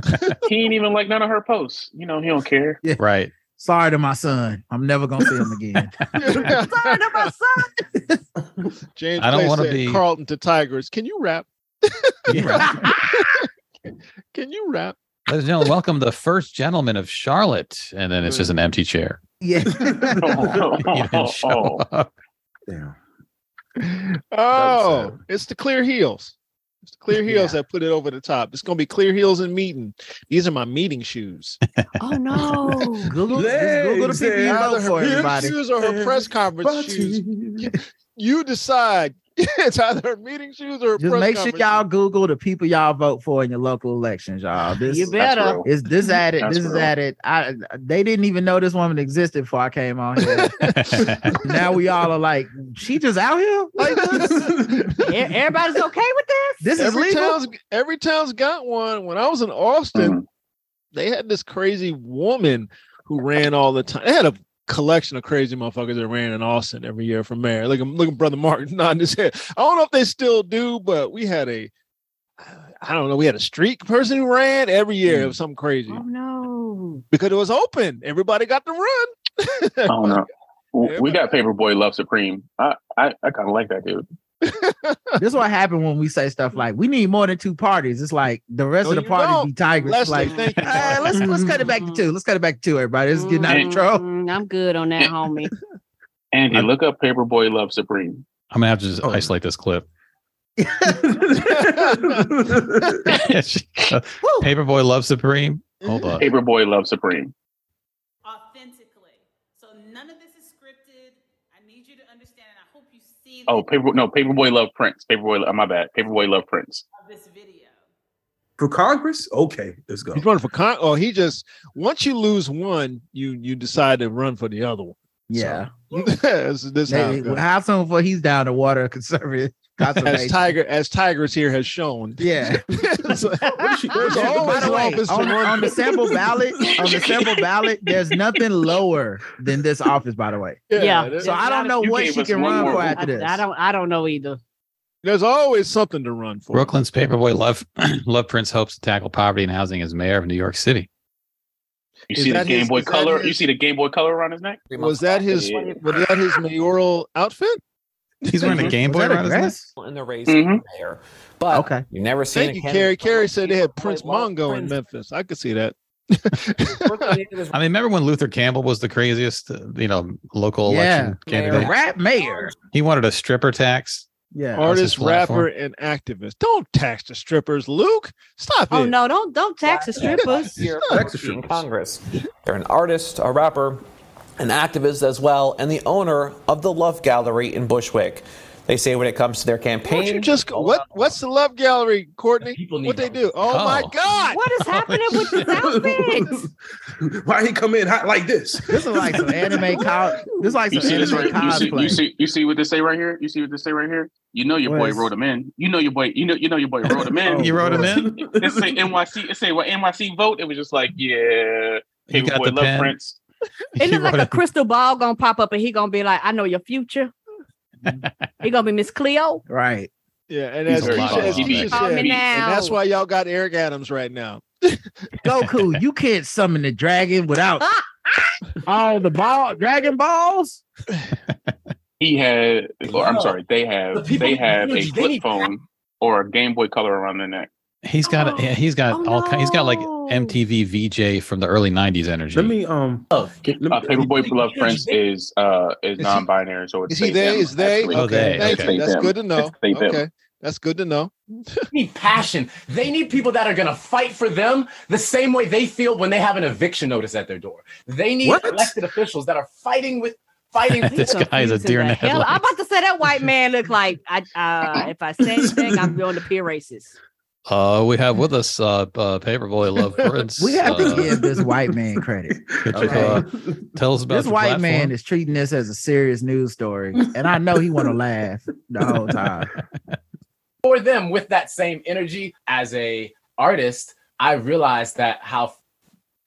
Speaker 6: he ain't even like none of her posts. You know, he don't care.
Speaker 5: Right.
Speaker 4: Sorry to my son. I'm never gonna see him again.
Speaker 11: Son of a son.
Speaker 3: James
Speaker 5: I don't
Speaker 3: Clay
Speaker 5: wanna
Speaker 3: said,
Speaker 5: be-
Speaker 3: Carlton to Tigers. Can you rap?
Speaker 5: Right.
Speaker 3: Can you rap?
Speaker 5: Ladies and gentlemen, welcome the first gentleman of Charlotte. And then it's just an empty chair.
Speaker 4: yeah.
Speaker 6: Oh,
Speaker 5: He didn't
Speaker 6: oh,
Speaker 5: show
Speaker 6: oh.
Speaker 5: up.
Speaker 2: Damn. was
Speaker 3: Oh,
Speaker 2: sad.
Speaker 3: it's the clear heels. It's the clear heels that put it over the top. It's gonna be clear heels and meeting. These are my meeting shoes.
Speaker 11: Oh no.
Speaker 4: Google, just Google the
Speaker 2: Legs
Speaker 4: people you
Speaker 2: and
Speaker 4: know
Speaker 3: Either
Speaker 4: for
Speaker 3: her
Speaker 4: everybody.
Speaker 3: shoes or her press conference shoes. You decide. it's either her meeting shoes or her
Speaker 4: Just
Speaker 3: press
Speaker 4: make sure
Speaker 3: conference
Speaker 4: y'all
Speaker 3: shoes.
Speaker 4: Google the people y'all vote for in your local elections, y'all. This
Speaker 11: You
Speaker 6: That's
Speaker 11: better.
Speaker 6: real.
Speaker 4: is this added.
Speaker 6: That's
Speaker 4: This is
Speaker 6: real.
Speaker 4: added. I they didn't even know this woman existed before I came on here. now we all are like, she just out here like this.
Speaker 11: E- Everybody's okay with this?
Speaker 4: This is
Speaker 3: Every
Speaker 4: legal.
Speaker 3: town's every town's got one. When I was in Austin,
Speaker 6: Mhm.
Speaker 3: they had this crazy woman who ran all the time. They had a collection of crazy motherfuckers that ran in Austin every year from mayor. Look, at look at brother Martin nodding his head. I don't know if they still do, but we had a, I don't know, we had a street person who ran every year. It was something crazy
Speaker 11: Oh no.
Speaker 3: because it was open. Everybody got to run.
Speaker 6: I don't know. W- We got Paperboy Love Supreme. I I, I kind of like that dude.
Speaker 4: this is what happened when we say stuff like, we need more than two parties. It's like the rest
Speaker 3: No,
Speaker 4: of the
Speaker 3: you
Speaker 4: parties
Speaker 3: don't.
Speaker 4: be tigers.
Speaker 3: Leslie,
Speaker 4: like,
Speaker 3: thank you.
Speaker 4: "Ah, let's let's cut it back to two. Let's cut it back to two, everybody. It's getting out
Speaker 11: Mm,
Speaker 4: of control.
Speaker 11: mm, I'm good on that, homie.
Speaker 6: Andy,
Speaker 5: I'm-
Speaker 6: look up Paperboy Love Supreme.
Speaker 5: I'm going to have to just
Speaker 6: Oh.
Speaker 5: isolate this clip. uh, Paperboy Love Supreme. Hold on.
Speaker 6: Mm-hmm. Paperboy Love Supreme.
Speaker 10: authentically. So none of this is scripted. I need you to understand, and I hope you see
Speaker 6: Oh,
Speaker 10: the
Speaker 6: paper no Paperboy Love Prince. Paperboy. Lo- My bad. Paperboy Love Prince.
Speaker 10: of this video.
Speaker 2: For Congress? Okay, let's go.
Speaker 3: He's running for con. Oh, he just once you lose one, you you decide to run for the other one.
Speaker 4: Yeah.
Speaker 3: this is this how it
Speaker 4: Maybe-
Speaker 3: goes.
Speaker 4: how soon before he's down to water conservative
Speaker 3: as
Speaker 4: conservation?
Speaker 3: tiger as tigers here has shown.
Speaker 4: yeah. Oh,
Speaker 3: It's like-
Speaker 4: By
Speaker 3: There's always
Speaker 4: the way,
Speaker 3: office for
Speaker 4: on,
Speaker 3: one-
Speaker 4: on the sample ballot, on the sample ballot, there's nothing lower than this office. By the way,
Speaker 11: Yeah.
Speaker 3: there-
Speaker 4: so I don't know
Speaker 6: You
Speaker 4: what
Speaker 6: gave
Speaker 4: she
Speaker 6: us
Speaker 4: can
Speaker 6: one
Speaker 4: run
Speaker 6: more
Speaker 4: for
Speaker 6: vote.
Speaker 4: after this.
Speaker 11: I, I don't I don't know either.
Speaker 3: there's always something to run for.
Speaker 5: Brooklyn's Paperboy Love Love Prince hopes to tackle poverty and housing as mayor of New York City.
Speaker 6: You
Speaker 3: Is
Speaker 6: see the
Speaker 3: that
Speaker 6: Game
Speaker 3: his-
Speaker 6: Boy
Speaker 3: is that
Speaker 6: Color. You
Speaker 3: his-
Speaker 6: see the Game Boy Color around his neck.
Speaker 3: Was that his
Speaker 6: Yeah.
Speaker 3: was that his mayoral outfit?
Speaker 5: He's wearing a Game
Speaker 4: Was
Speaker 5: Boy
Speaker 4: that a
Speaker 5: around his neck.
Speaker 4: dress?
Speaker 12: in the race
Speaker 6: Mhm.
Speaker 12: there. But
Speaker 4: Okay.
Speaker 12: you never seen
Speaker 3: Thank
Speaker 12: a
Speaker 3: you,
Speaker 12: candidate
Speaker 3: Carrie.
Speaker 12: from
Speaker 3: Carrie said they had
Speaker 12: Illinois
Speaker 3: Prince
Speaker 12: Love
Speaker 3: Mongo in
Speaker 12: Prince.
Speaker 3: Memphis. I could see that.
Speaker 12: Brooklyn Nate was
Speaker 5: I mean, remember when Luther Campbell was the craziest, uh, you know, local
Speaker 4: Yeah.
Speaker 5: election
Speaker 4: The
Speaker 5: candidate?
Speaker 12: Mayor.
Speaker 4: rap mayor.
Speaker 5: He wanted a stripper tax.
Speaker 4: Yeah.
Speaker 5: his
Speaker 3: Artist,
Speaker 5: platform.
Speaker 3: rapper, and activist. Don't tax the strippers, Luke. Stop
Speaker 11: Oh
Speaker 3: it.
Speaker 11: no, don't don't tax the
Speaker 12: black
Speaker 11: strippers.
Speaker 12: here
Speaker 2: Tax
Speaker 12: for
Speaker 2: strippers.
Speaker 12: Oh, in Congress. They're an artist, a rapper, an activist as well, and the owner of the Love Gallery in Bushwick. They say when it comes to their campaign,
Speaker 3: Don't you just
Speaker 12: all
Speaker 3: what
Speaker 12: about
Speaker 3: what's the love gallery, Courtney?
Speaker 12: people need
Speaker 3: what they
Speaker 12: love.
Speaker 3: do? Oh, my
Speaker 5: Oh.
Speaker 3: god.
Speaker 11: What is happening with this outfit?
Speaker 2: Why he come in hot like this?
Speaker 4: This is like some anime co- This is like
Speaker 6: You
Speaker 4: some
Speaker 6: see this
Speaker 4: anime
Speaker 6: right? You see,
Speaker 4: cosplay.
Speaker 6: you see, you see what they say right here. You see what they say right here. You know your
Speaker 4: What
Speaker 6: boy
Speaker 4: is-
Speaker 6: wrote him in. You know your boy. You know you know your boy wrote him in.
Speaker 5: You wrote him in.
Speaker 6: It say NYC. It say what NYC vote. It was just like yeah.
Speaker 5: He got the
Speaker 6: Paperboy Love
Speaker 5: pen.
Speaker 6: Prince.
Speaker 11: It
Speaker 5: He
Speaker 11: looks like
Speaker 5: wrote
Speaker 11: a
Speaker 5: it.
Speaker 11: crystal ball gonna pop up and he gonna be like, I know your future. he gonna be Miss Cleo.
Speaker 4: Right.
Speaker 3: Yeah, and
Speaker 5: He's
Speaker 3: as
Speaker 5: a lot
Speaker 3: Keisha,
Speaker 5: of
Speaker 3: as
Speaker 5: love.
Speaker 3: Keisha
Speaker 11: Call me
Speaker 3: said,
Speaker 11: now.
Speaker 3: and that's why y'all got Eric Adams right now.
Speaker 4: Goku, you can't summon the dragon without all the ball dragon balls.
Speaker 6: He had. Or I'm
Speaker 12: No.
Speaker 6: sorry. They
Speaker 12: The
Speaker 6: have.
Speaker 12: people
Speaker 6: they
Speaker 12: with
Speaker 6: have a
Speaker 12: energy, they
Speaker 6: flip
Speaker 12: need-
Speaker 6: phone or a Game Boy Color around their neck.
Speaker 5: He's got.
Speaker 11: Oh.
Speaker 5: yeah, he's got
Speaker 11: Oh,
Speaker 5: all. ki- He's got like
Speaker 11: no.
Speaker 5: MTV VJ from the early '90s energy.
Speaker 2: Let me um
Speaker 12: love.
Speaker 2: get-
Speaker 6: Uh,
Speaker 2: let me,
Speaker 6: Paperboy Love Prince is uh is
Speaker 3: he-
Speaker 6: non-binary, so it's
Speaker 3: is he
Speaker 6: they,
Speaker 3: they?
Speaker 6: them.
Speaker 3: Is they?
Speaker 6: Actually,
Speaker 5: Oh, they,
Speaker 3: Thank
Speaker 5: okay.
Speaker 3: you. That's
Speaker 6: them.
Speaker 3: good to know.
Speaker 6: They, them.
Speaker 3: Okay. That's good to know.
Speaker 7: need passion. They need people that are going to fight for them the same way they feel when they have an eviction notice at their door. They need
Speaker 5: What?
Speaker 7: elected officials that are fighting with fighting. for
Speaker 5: This
Speaker 7: them.
Speaker 5: guy is a deer in the
Speaker 11: Hell, I'm
Speaker 5: headlights.
Speaker 11: about to say that white man look like I. Uh, if I say anything, I'm going to peer racist.
Speaker 5: Uh, we have with us uh, uh Paperboy Love Prince.
Speaker 4: we have
Speaker 5: uh,
Speaker 4: to give this white man credit.
Speaker 5: could you,
Speaker 4: Okay.
Speaker 5: uh, tell us about
Speaker 4: this
Speaker 5: your
Speaker 4: white
Speaker 5: platform?
Speaker 4: man is treating this as a serious news story, and I know he want to laugh the whole time.
Speaker 7: for them with that same energy as a artist i realized that how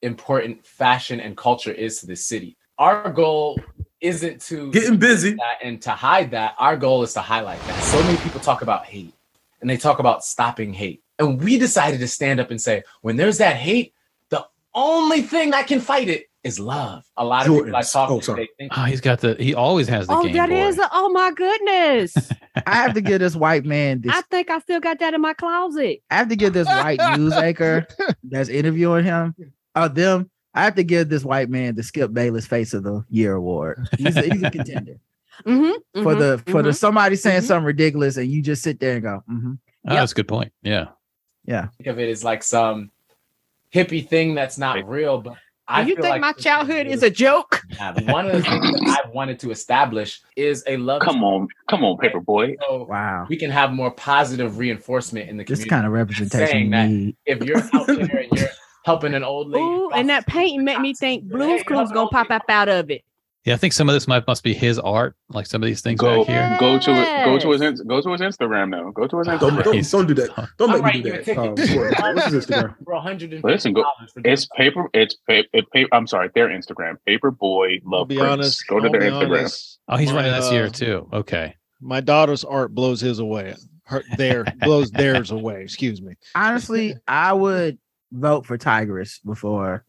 Speaker 7: important fashion and culture is to the city our goal isn't to getting busy that and to hide that our goal is to highlight that so many people talk about hate and they talk about stopping hate and we decided to stand up and say when there's that hate the only thing that can fight it is love a lot of people i talk to they think
Speaker 5: Oh, he's got the. He always has the
Speaker 11: Oh,
Speaker 5: game
Speaker 11: that
Speaker 5: boy.
Speaker 11: is. A, oh my goodness!
Speaker 4: I have to give this white man this.
Speaker 11: I think I still got that in my closet.
Speaker 4: I have to give this white news anchor that's interviewing him or them. I have to give this white man the Skip Bayless Face of the Year award. He's a, he's a contender
Speaker 11: Mm-hmm,
Speaker 4: for the for the somebody saying
Speaker 6: Mm-hmm.
Speaker 11: mhm.
Speaker 4: something ridiculous and you just sit there and go, mm-hmm.
Speaker 5: Oh, That's a good point. Yeah.
Speaker 4: yeah.
Speaker 7: think of it as like some hippie thing that's not real but i
Speaker 11: Do you
Speaker 7: feel
Speaker 11: think
Speaker 7: like
Speaker 11: my childhood is a joke?
Speaker 7: have. One of the things that I've wanted to establish is a love. Come on, come on, paper boy.
Speaker 4: wow,
Speaker 7: we can have more positive reinforcement in the
Speaker 4: This
Speaker 7: community.
Speaker 4: kind of representation
Speaker 7: Saying
Speaker 4: we
Speaker 7: that
Speaker 4: need.
Speaker 7: if you're out there and you're helping an old lady,
Speaker 11: Ooh, and that painting made me think Blues Clues gonna pop up out of it.
Speaker 5: Yeah, I think some of this might must be his art, like some of these things
Speaker 6: Go,
Speaker 5: back here.
Speaker 6: go to it. Go to his. ins- Go to his Instagram now. Go to his
Speaker 5: Don't-
Speaker 6: Instagram.
Speaker 5: don't-
Speaker 2: do that. Don't
Speaker 7: make me do that.
Speaker 6: Oh,
Speaker 2: Um, what's his Instagram?
Speaker 7: for a hundred and
Speaker 6: Listen, go. It's paper. It's paper. It's paper I'm sorry, their Instagram. Paperboy love
Speaker 3: be
Speaker 6: Prince.
Speaker 3: honest,
Speaker 6: go to
Speaker 3: I'll
Speaker 6: their
Speaker 3: be
Speaker 6: Instagram.
Speaker 3: honest.
Speaker 5: Oh, he's running this year
Speaker 3: Uh,
Speaker 5: too. Okay.
Speaker 3: My daughter's art blows his away. Her their blows theirs away. Excuse me.
Speaker 4: Honestly, I would vote for Tigress before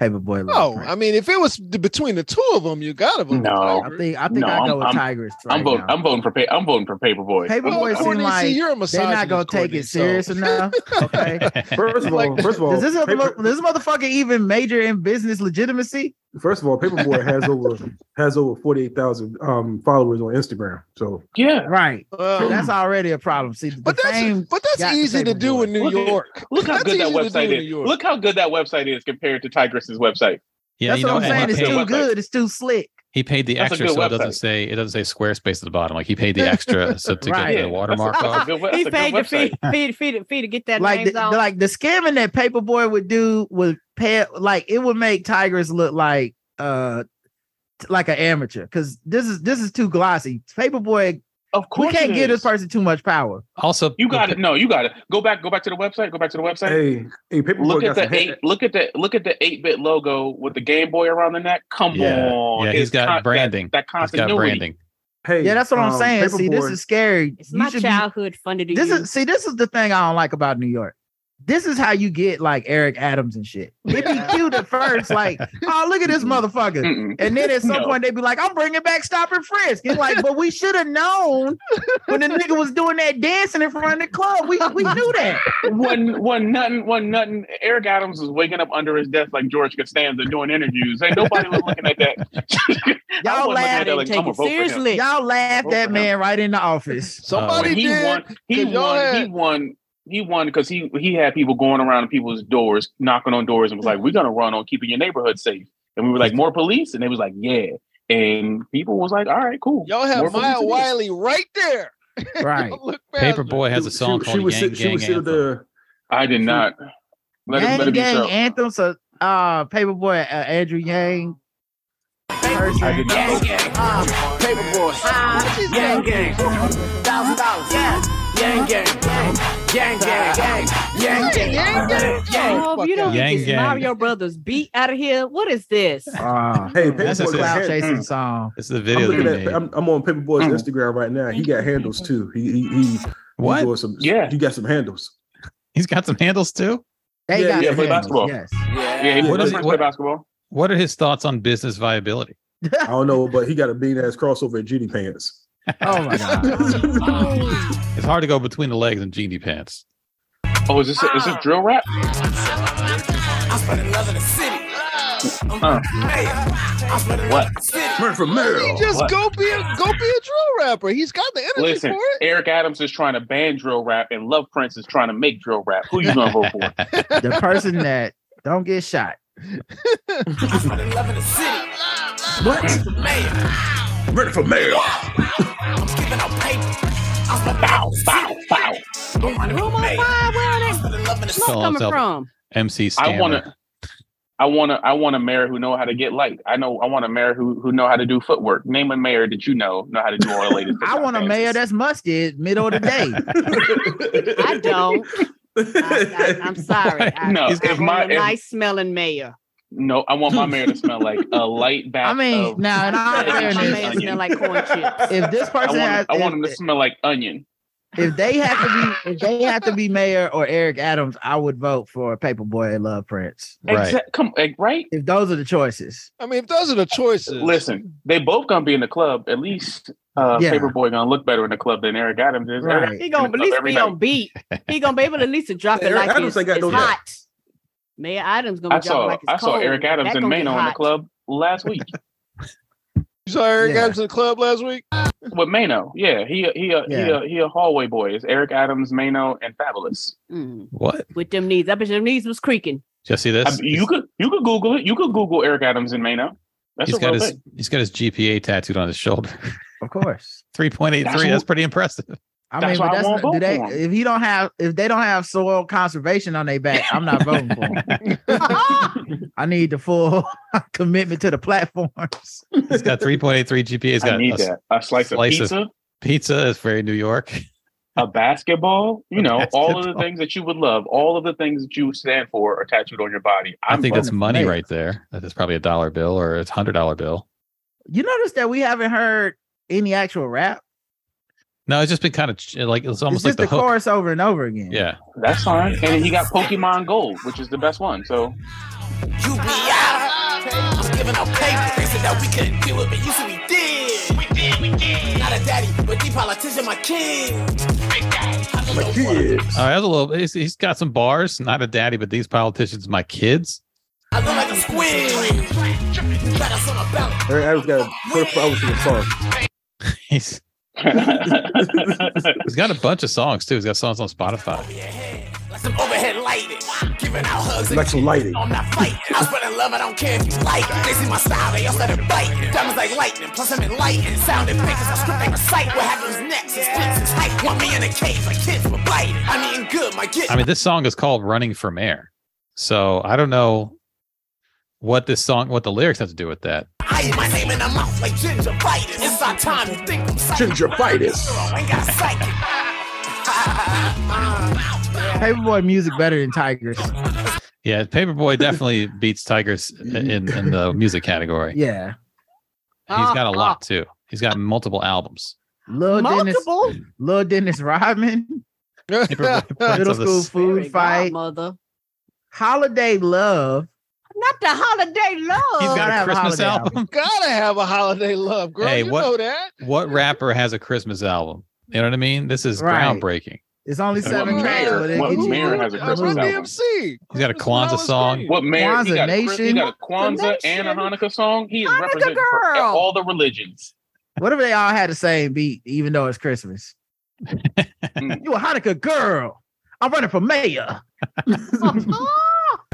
Speaker 4: Paperboy.
Speaker 3: Oh, I mean, if it was th- between the two of them, you gotta vote.
Speaker 6: No,
Speaker 3: I
Speaker 4: think I think
Speaker 6: no,
Speaker 4: I
Speaker 6: I'm-
Speaker 4: go with
Speaker 6: I'm-
Speaker 4: Tigress.
Speaker 6: I'm
Speaker 4: right
Speaker 6: voting.
Speaker 4: now.
Speaker 6: I'm voting for. Pa- I'm voting for Paperboy.
Speaker 4: Paperboy seems like they're not gonna take it serious enough. Okay.
Speaker 2: First of all, first of all,
Speaker 4: does this, other
Speaker 2: Paper-
Speaker 4: mo- does this motherfucker even major in business legitimacy?
Speaker 2: First of all, Paperboy has over has over forty eight thousand um, followers on Instagram. So
Speaker 6: yeah,
Speaker 4: right.
Speaker 2: Well-
Speaker 4: that's already a problem. See, but that's
Speaker 3: but that's easy to do in New
Speaker 6: Look at-
Speaker 3: York.
Speaker 6: Look how
Speaker 3: That's
Speaker 6: good that
Speaker 3: easy to do in
Speaker 6: website
Speaker 3: New
Speaker 6: is.
Speaker 3: York.
Speaker 6: Look how good that website is compared to Tigress's website.
Speaker 5: Yeah,
Speaker 4: that's
Speaker 5: you know,
Speaker 4: what I'm
Speaker 5: and
Speaker 4: saying.
Speaker 5: he
Speaker 4: It's
Speaker 5: paid-
Speaker 4: too good. It's too slick.
Speaker 5: He paid the
Speaker 6: That's a
Speaker 5: extra,
Speaker 6: good
Speaker 5: so it doesn't
Speaker 6: website.
Speaker 5: say it doesn't say Squarespace at the bottom. Like he paid the extra so to
Speaker 4: Right.
Speaker 5: get the watermark off.
Speaker 11: he paid the fee, fee, fee, fee to get that
Speaker 4: Like
Speaker 11: name
Speaker 4: the,
Speaker 11: zone.
Speaker 4: like the scamming that Paperboy would do would pay like it would make Tigers look like uh t- like an amateur because this is this is too glossy. Paperboy,
Speaker 6: of
Speaker 4: we
Speaker 6: course
Speaker 4: can't
Speaker 6: it
Speaker 4: give
Speaker 6: is.
Speaker 4: this person too much power.
Speaker 5: Also,
Speaker 6: You got it. No, you got it. Go back. Go back to the website. Go back to the website.
Speaker 2: Hey, hey, Paperboy
Speaker 6: look at
Speaker 2: got some
Speaker 6: the
Speaker 2: hand-
Speaker 6: eight. Look at the look at the eight bit logo with the Game Boy around the neck. Come
Speaker 5: Yeah.
Speaker 6: on.
Speaker 5: Yeah,
Speaker 6: It's
Speaker 5: he's got
Speaker 6: con- that-
Speaker 5: branding.
Speaker 6: That,
Speaker 5: He's got
Speaker 6: continuity.
Speaker 5: branding.
Speaker 2: Hey,
Speaker 4: yeah, that's what I'm
Speaker 6: um,
Speaker 4: saying. See, this
Speaker 6: Paperboy-
Speaker 4: is scary.
Speaker 11: it's
Speaker 4: You
Speaker 11: my
Speaker 4: should be-
Speaker 11: childhood funded.
Speaker 4: This is see, this is the thing I don't like about New York. This is how you get like Eric Adams and shit. It'd be cute at first, like, oh, look at this motherfucker.
Speaker 6: Mm-mm.
Speaker 4: And then at some
Speaker 6: No.
Speaker 4: point they'd be like, I'm bringing back Stop and Frisk. It's like, but we should have known when the nigga was doing that dancing in front of the club. We, we knew that.
Speaker 6: one one nothing one nothing. Eric Adams was waking up under his desk like George Costanza doing interviews. Ain't nobody was looking at that.
Speaker 4: Y'all
Speaker 6: wasn't looking
Speaker 4: laughed.
Speaker 6: at that like, I'ma vote for him.
Speaker 4: Y'all laughed that man right in the office.
Speaker 3: Somebody
Speaker 6: he
Speaker 3: did.
Speaker 6: won. He
Speaker 3: 'cause y'all
Speaker 6: won,
Speaker 3: had-
Speaker 6: he won. He won because he he had people going around to people's doors, knocking on doors, and was like, "We're gonna run on keeping your neighborhood safe." And we were like, "More police," and they was like, "Yeah." And people was like, "All right, cool."
Speaker 3: Y'all have Maya Wiley right there.
Speaker 4: Right.
Speaker 3: Look past her.
Speaker 5: Paperboy has a song
Speaker 2: she
Speaker 5: called
Speaker 2: was
Speaker 5: Yang
Speaker 2: sit- she
Speaker 5: Gang
Speaker 2: was still
Speaker 5: Anthem.
Speaker 6: I did not. Let it,
Speaker 4: Yang
Speaker 6: let it be
Speaker 4: Gang
Speaker 6: so.
Speaker 4: Anthem. So uh Paperboy uh, Andrew Yang.
Speaker 6: I did not.
Speaker 10: Paperboy. Yang gang. Thousand dollars. Yang gang. Yang gang. Yang gang. Yang gang.
Speaker 11: Oh, you don't get
Speaker 2: Yang
Speaker 11: this
Speaker 2: gang.
Speaker 11: Mario Brothers beat out of here. What is this?
Speaker 4: Uh,
Speaker 2: Ah, hey,
Speaker 10: Hmm.
Speaker 5: That's just
Speaker 2: Paperboy
Speaker 5: it.
Speaker 2: got
Speaker 5: Cloud
Speaker 2: hand-
Speaker 5: chasing
Speaker 2: Mm.
Speaker 4: song.
Speaker 5: Ah. It's the video
Speaker 2: I'm,
Speaker 5: that
Speaker 2: looking
Speaker 5: he
Speaker 2: at-
Speaker 5: made.
Speaker 2: I'm, I'm on Paperboy's
Speaker 6: Mm.
Speaker 2: Instagram right now. He got handles too. He he he.
Speaker 5: What?
Speaker 2: He doing some, yeah. He got some handles.
Speaker 5: He's got some handles too.
Speaker 4: They
Speaker 2: Yeah,
Speaker 4: got
Speaker 2: yeah,
Speaker 4: the
Speaker 2: play
Speaker 4: handles,
Speaker 2: basketball.
Speaker 4: Yes.
Speaker 6: Yeah, he
Speaker 5: What
Speaker 6: was
Speaker 5: is it-
Speaker 6: the first
Speaker 5: what-
Speaker 6: play basketball.
Speaker 5: What are his thoughts on business viability?
Speaker 2: I don't know, but he got a mean ass crossover at GD pants.
Speaker 4: Oh my god.
Speaker 5: It's hard to go between the legs and genie pants.
Speaker 11: Ah.
Speaker 6: Oh, is this is this drill rap?
Speaker 10: I spent another in the city.
Speaker 3: Ah.
Speaker 6: What?
Speaker 2: from
Speaker 3: He just go be a go be a drill rapper. He's got the energy
Speaker 6: Listen,
Speaker 3: for it.
Speaker 6: Eric Adams is trying to ban drill rap, and Love Prince is trying to make drill rap. Who you gonna vote for?
Speaker 4: the person that don't get shot.
Speaker 2: What? Running for mayor.
Speaker 6: Bow, bow, bow.
Speaker 11: coming from?
Speaker 5: MC
Speaker 6: I want
Speaker 5: Scammer.
Speaker 6: to. I want to. I want a mayor who know how to get light. I know. I want a mayor who who know how to do footwork. Name a mayor that you know know how to do all the latest.
Speaker 4: I want a mayor that's musted middle of the day.
Speaker 11: I don't. I, am sorry. I,
Speaker 6: No,
Speaker 11: I
Speaker 6: if
Speaker 11: want
Speaker 6: my-
Speaker 11: a
Speaker 6: if-
Speaker 11: nice smelling mayor.
Speaker 6: No, I want my mayor to smell like a light bath.
Speaker 11: I mean,
Speaker 6: of
Speaker 11: now,
Speaker 4: and all fairness-
Speaker 11: my mayor smell like corn chips.
Speaker 4: If this
Speaker 6: I
Speaker 4: person
Speaker 6: want,
Speaker 4: has,
Speaker 6: I want
Speaker 4: if,
Speaker 6: him to smell like onion.
Speaker 4: if they have to be, if they have to be mayor or Eric Adams, I would vote for Paperboy and Love Prince.
Speaker 6: Exact- come like, right.
Speaker 4: If those are the choices,
Speaker 3: I mean, if those are the choices.
Speaker 6: Listen, they both gonna be in the club. At least uh,
Speaker 4: Yeah.
Speaker 6: Paperboy gonna look better in the club than Eric Adams is. Eric
Speaker 11: He gonna at
Speaker 6: Adams in the club
Speaker 11: least
Speaker 6: every
Speaker 11: be
Speaker 6: night.
Speaker 11: on beat. He gonna be able to at least to drop it
Speaker 6: Eric
Speaker 11: like
Speaker 6: Adams
Speaker 11: it's,
Speaker 6: ain't got
Speaker 11: it's
Speaker 6: no
Speaker 11: hot. Mayor Adams gonna
Speaker 6: I
Speaker 11: drop it
Speaker 6: saw
Speaker 11: like it's
Speaker 6: I saw
Speaker 11: cold.
Speaker 6: Eric Adams
Speaker 11: That
Speaker 6: and
Speaker 11: gonna get
Speaker 6: Mano on the
Speaker 11: hot.
Speaker 6: club last week.
Speaker 3: You saw Eric Adams in the club last week.
Speaker 6: With Mano, yeah, he a- he a, he
Speaker 3: Yeah.
Speaker 6: a, he a hallway boy. It's Eric Adams, Mano, and Fabulous.
Speaker 11: Mm.
Speaker 5: What?
Speaker 11: With them knees, I bet your knees was creaking.
Speaker 5: Just see
Speaker 6: I-
Speaker 5: this.
Speaker 6: Um, you could you could Google it. You could Google Eric Adams and Mano. That's
Speaker 5: he's
Speaker 6: a real
Speaker 5: got his
Speaker 6: thing.
Speaker 5: he's got his GPA tattooed on his shoulder.
Speaker 4: Of course.
Speaker 5: Three point eight
Speaker 4: That's
Speaker 5: three.
Speaker 4: who-
Speaker 5: That's pretty impressive.
Speaker 4: I mean, but that's not, do they, if you don't have if they don't have soil conservation on their back, I'm not voting for them. I need the full commitment to the platforms.
Speaker 5: He's got three point eight three GPA. He's
Speaker 6: I
Speaker 5: got
Speaker 6: need
Speaker 5: s-
Speaker 6: that. A slice of pizza?
Speaker 5: Pizza is very New York.
Speaker 6: A basketball, you know, all of the things that you would love, all of the things that you stand for are tattooed on your body.
Speaker 5: I
Speaker 6: I'm
Speaker 5: think that's
Speaker 6: voting for
Speaker 5: money
Speaker 6: Mano.
Speaker 5: right there. That is probably a dollar bill or a hundred dollar bill.
Speaker 4: You notice that we haven't heard any actual rap.
Speaker 5: No, it's just been kind of ch- like it's almost
Speaker 4: It's
Speaker 5: like
Speaker 4: just
Speaker 5: the,
Speaker 4: the,
Speaker 5: hook.
Speaker 4: chorus over and over again.
Speaker 5: Yeah,
Speaker 6: That's fine. And he got Pokemon Gold, which is the best one. So
Speaker 7: You be out. I'm giving out paper. They said that we couldn't do it, but you said we did. We did, we did. Not a daddy, but the politician, my king. I don't know what.
Speaker 5: All right, that's a little. He's, he's got some bars. Not a daddy, but these politicians, my kids.
Speaker 7: I look like a squid. Got us on a ballot.
Speaker 2: Eric Adams got four hours in the song.
Speaker 5: He's he's got a bunch of songs too. He's got songs on Spotify.
Speaker 7: Like some overhead lighting. Giving out hugs. and
Speaker 5: Like some lighting.
Speaker 7: No, I'm not fighting. I'm spreading love. I don't care if you like it. They see my style. They all started biting. Diamonds like lightning. Plus I'm enlightened. Sounding fake as I script they recite. What happens next is flips and tight. Want me in a cage like kids were blighted. I'm eating good. My kid.
Speaker 5: I mean, this song is called "Running for Mayor," so I don't know what this song, what the lyrics have to do with that.
Speaker 7: I eat my name in the mouth like gingivitis. It's our time to think I'm psychic.
Speaker 5: Gingivitis.
Speaker 7: Girl, I ain't got psychic.
Speaker 4: Paperboy music better than Tigers.
Speaker 5: Yeah, Paperboy definitely beats Tigers in in the music category.
Speaker 4: Yeah.
Speaker 5: He's
Speaker 3: Ah,
Speaker 5: got a lot too. He's got multiple albums.
Speaker 4: Lil Dennis, Lil Dennis Rodman, middle
Speaker 5: of the
Speaker 4: school
Speaker 5: s-
Speaker 4: food fight,
Speaker 11: mother,
Speaker 4: holiday love.
Speaker 11: Not the holiday love.
Speaker 5: He's got
Speaker 4: Gotta
Speaker 5: a
Speaker 4: have a
Speaker 5: Christmas
Speaker 4: holiday
Speaker 5: album.
Speaker 3: Gotta have a holiday love, girl.
Speaker 5: Hey,
Speaker 3: you
Speaker 5: what-
Speaker 3: know that.
Speaker 5: What rapper has a Christmas album? You know what I mean? This is
Speaker 4: Right.
Speaker 5: groundbreaking.
Speaker 4: It's only
Speaker 5: What
Speaker 4: seven tracks,
Speaker 6: mayor-
Speaker 4: but it
Speaker 6: what
Speaker 4: gets you
Speaker 6: mayor has a
Speaker 4: moving.
Speaker 6: Christmas album?
Speaker 3: DMC.
Speaker 5: He's got a Kwanzaa song.
Speaker 6: What mayor? he,
Speaker 4: Kwanzaa
Speaker 6: got a, Chris- he
Speaker 4: Nation.
Speaker 6: got a Kwanzaa and a Hanukkah song. He is representing for
Speaker 4: girl.
Speaker 6: all the religions.
Speaker 4: What if they all had the same beat, even though it's Christmas? you a Hanukkah girl. I'm running for mayor.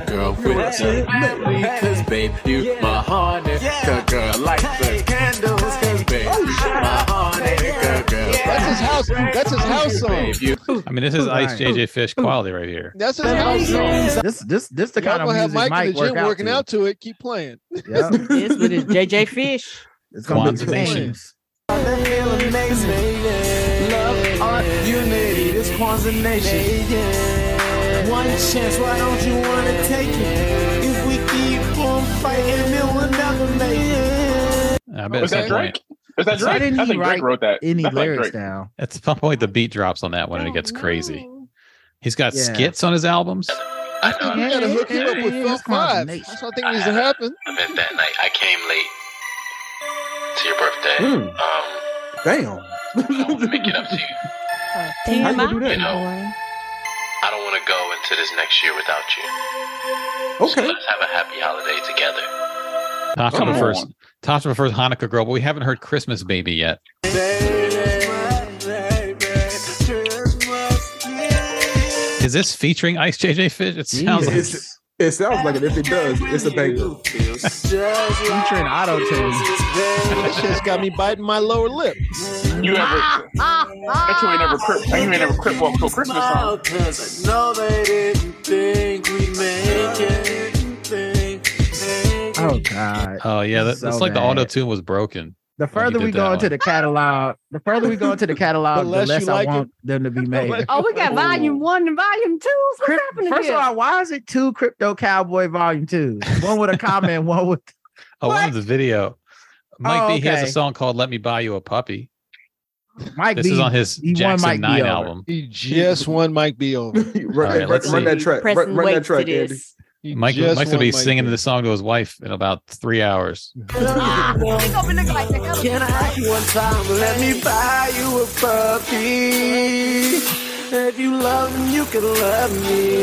Speaker 7: Girl, Cause babe, you my Hanukkah girl. Light the candles, cause babe, you my Hanukkah girl.
Speaker 3: That's his house. That's his house song.
Speaker 5: I mean, this is Ice
Speaker 3: Right.
Speaker 5: JJ Fish quality right here.
Speaker 3: That's his house song.
Speaker 4: This this this the
Speaker 3: Y'all
Speaker 4: kind of
Speaker 3: gonna have Mike,
Speaker 4: music Mike
Speaker 3: in the
Speaker 4: work
Speaker 3: gym
Speaker 4: out
Speaker 3: working
Speaker 4: to.
Speaker 3: out to it. Keep playing.
Speaker 4: Yep.
Speaker 11: This with his JJ Fish.
Speaker 4: It's gonna be
Speaker 5: Kwanzaa Nation.
Speaker 4: famous.
Speaker 7: The hell amazing. Love, art, unity. This Kwanzaa Nation. One chance, why don't you wanna take it? If we keep on fighting, it will never make it.
Speaker 5: I bet
Speaker 6: Was
Speaker 5: at
Speaker 6: that
Speaker 5: some point-
Speaker 6: Drake? Is that
Speaker 4: So why
Speaker 6: Drake?
Speaker 4: didn't
Speaker 6: I
Speaker 4: he
Speaker 6: think Drake
Speaker 4: write
Speaker 6: wrote that.
Speaker 4: any
Speaker 6: That's like
Speaker 4: lyrics
Speaker 6: Drake.
Speaker 4: down?
Speaker 5: At some point, the beat drops on that one and it gets crazy. He's got
Speaker 4: Yeah.
Speaker 5: skits on his albums.
Speaker 9: I
Speaker 3: You
Speaker 9: know.
Speaker 3: gotta hook him up with Phil Five. That's what I think needs to happen.
Speaker 9: I bet that night I came late to your birthday.
Speaker 7: Hmm.
Speaker 9: Um,
Speaker 2: Damn.
Speaker 9: I wanted to make it up to you.
Speaker 2: How you gonna do
Speaker 9: You
Speaker 2: that?
Speaker 9: know, I I don't want to go into this next year without you. So
Speaker 2: Okay.
Speaker 9: let's have a happy holiday together.
Speaker 5: Tasha
Speaker 9: Come
Speaker 5: prefers
Speaker 9: on.
Speaker 5: Tasha prefers Hanukkah Girl, but we haven't heard Christmas Baby yet. Is this featuring Ice JJ Fish? It sounds like
Speaker 2: It's- it sounds like it. If it does, it's a banger.
Speaker 4: Featuring auto tune.
Speaker 3: that shit's got me biting my lower lip.
Speaker 6: You
Speaker 11: Ah,
Speaker 6: ever? Bet you ain't never crip. You ain't never crip walk to a Christmas song.
Speaker 7: Cause I know they didn't think we'd make it.
Speaker 4: Oh God.
Speaker 5: Oh yeah, that,
Speaker 4: So
Speaker 5: that's like the
Speaker 4: bad.
Speaker 5: auto tune was broken.
Speaker 4: The further
Speaker 5: did
Speaker 4: we
Speaker 5: that
Speaker 4: go
Speaker 5: one.
Speaker 4: into the catalog, the further we go into the catalog, the
Speaker 5: less you
Speaker 4: less I
Speaker 5: like
Speaker 4: want them to be made.
Speaker 11: Oh, we got volume one and volume two. What's
Speaker 4: Crypt-
Speaker 11: happening
Speaker 4: First
Speaker 11: here?
Speaker 4: of all, why is it two Crypto Cowboy Volume Two? One with a comment, one with
Speaker 5: Oh, one of the video. Mike
Speaker 4: Oh,
Speaker 5: B he has
Speaker 4: okay.
Speaker 5: a song called "Let Me Buy You a Puppy."
Speaker 4: Mike
Speaker 5: This
Speaker 4: B.
Speaker 5: is on his
Speaker 4: he won
Speaker 5: Jackson
Speaker 4: Mike B
Speaker 5: Nine
Speaker 4: over.
Speaker 5: album.
Speaker 3: He just won Mike B over.
Speaker 5: All right, let's see.
Speaker 2: run- run that track, Andy.
Speaker 3: He
Speaker 5: Mike
Speaker 3: just
Speaker 5: Mike's gonna be
Speaker 3: won Mike
Speaker 5: singing this song to his wife in about three hours.
Speaker 7: Can I have you one time? Let me buy you a puppy. If you love me, you can love me.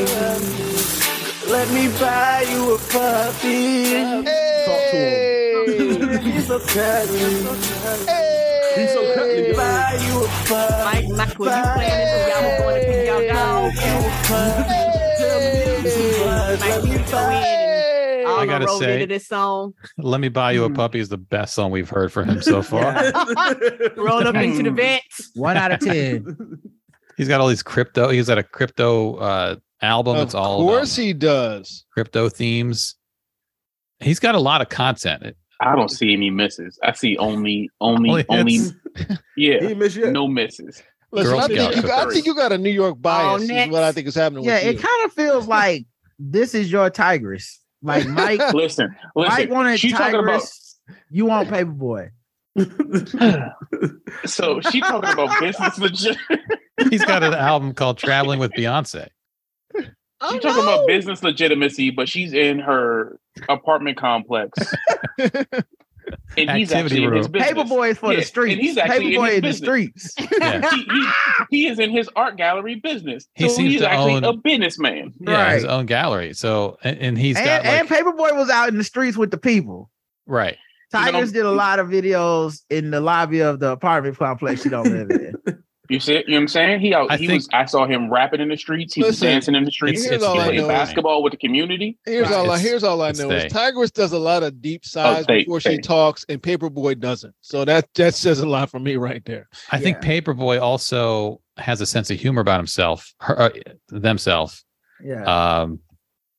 Speaker 7: Let me buy you a puppy. He's so cuddly. He's so cuddly. Buy you a puppy.
Speaker 11: Mike, Mike, will you play this when y'all going to pick y'all dog? Mike, you go in. and All
Speaker 5: I
Speaker 11: I
Speaker 5: gotta
Speaker 11: rolled
Speaker 5: say-
Speaker 11: into this song.
Speaker 5: "Let Me Buy You
Speaker 4: Hmm.
Speaker 5: a Puppy" is the best song we've heard from him so far.
Speaker 11: Rolled up into the vent.
Speaker 4: One out of ten.
Speaker 5: He's got all these crypto. He's got a crypto uh, album. it's all
Speaker 3: Of
Speaker 5: about
Speaker 3: course he does.
Speaker 5: crypto themes. He's got a lot of content.
Speaker 6: I don't see any misses. I see only, only,
Speaker 5: Only
Speaker 6: only.
Speaker 5: hits.
Speaker 6: yeah, no misses.
Speaker 3: Listen,
Speaker 6: Girl
Speaker 3: I, think
Speaker 6: Scout
Speaker 3: you, I
Speaker 6: cookery.
Speaker 3: think you got a New York bias. is what I think is happening.
Speaker 4: Oh, Yeah, it
Speaker 3: with you.
Speaker 4: kind of feels like this is your Tigress. Like Mike,
Speaker 6: listen,
Speaker 4: Mike
Speaker 6: listen,
Speaker 4: wanted
Speaker 6: she talking about-
Speaker 4: Tigress. You want Paperboy?
Speaker 6: So she talking about business legit.
Speaker 5: He's got an album called "Traveling with Beyonce."
Speaker 6: She's talking about business legitimacy, but she's in her apartment complex. and he's
Speaker 5: Activity
Speaker 6: actually in his
Speaker 5: room.
Speaker 6: business.
Speaker 4: Paperboy is for
Speaker 6: Yeah,
Speaker 4: the streets.
Speaker 6: And he's actually
Speaker 4: Paperboy
Speaker 6: in,
Speaker 4: in, the
Speaker 6: his business.
Speaker 4: streets.
Speaker 5: Yeah.
Speaker 6: he, he- he is in his art gallery business.
Speaker 5: He
Speaker 6: so
Speaker 5: seems
Speaker 6: he's
Speaker 5: to
Speaker 6: actually
Speaker 5: own-
Speaker 6: a businessman.
Speaker 5: Yeah, his own gallery. So and, and he's
Speaker 4: And,
Speaker 5: got like,
Speaker 4: and Paperboy was out in the streets with the people.
Speaker 5: right.
Speaker 4: Tigers did a lot of videos in the lobby of the apartment complex she don't live in.
Speaker 6: You see, you know what I'm saying? He out,
Speaker 5: I
Speaker 6: he
Speaker 5: think-
Speaker 6: was I saw him rapping in the streets, he was
Speaker 3: Listen,
Speaker 6: dancing in the streets,
Speaker 3: here's all
Speaker 6: he
Speaker 3: I
Speaker 6: played
Speaker 3: know.
Speaker 6: basketball with the community.
Speaker 3: Here's all I
Speaker 6: It's-
Speaker 3: here's all I
Speaker 6: it's
Speaker 3: know
Speaker 6: they.
Speaker 3: is Tigress does a lot of
Speaker 6: Oh,
Speaker 3: deep sighs
Speaker 6: they-
Speaker 3: before
Speaker 6: they.
Speaker 3: she talks, and Paperboy doesn't. So that that says a lot for me right there.
Speaker 5: I think Paperboy also has a sense of humor about himself, her, uh, themself.
Speaker 4: Yeah.
Speaker 5: Um,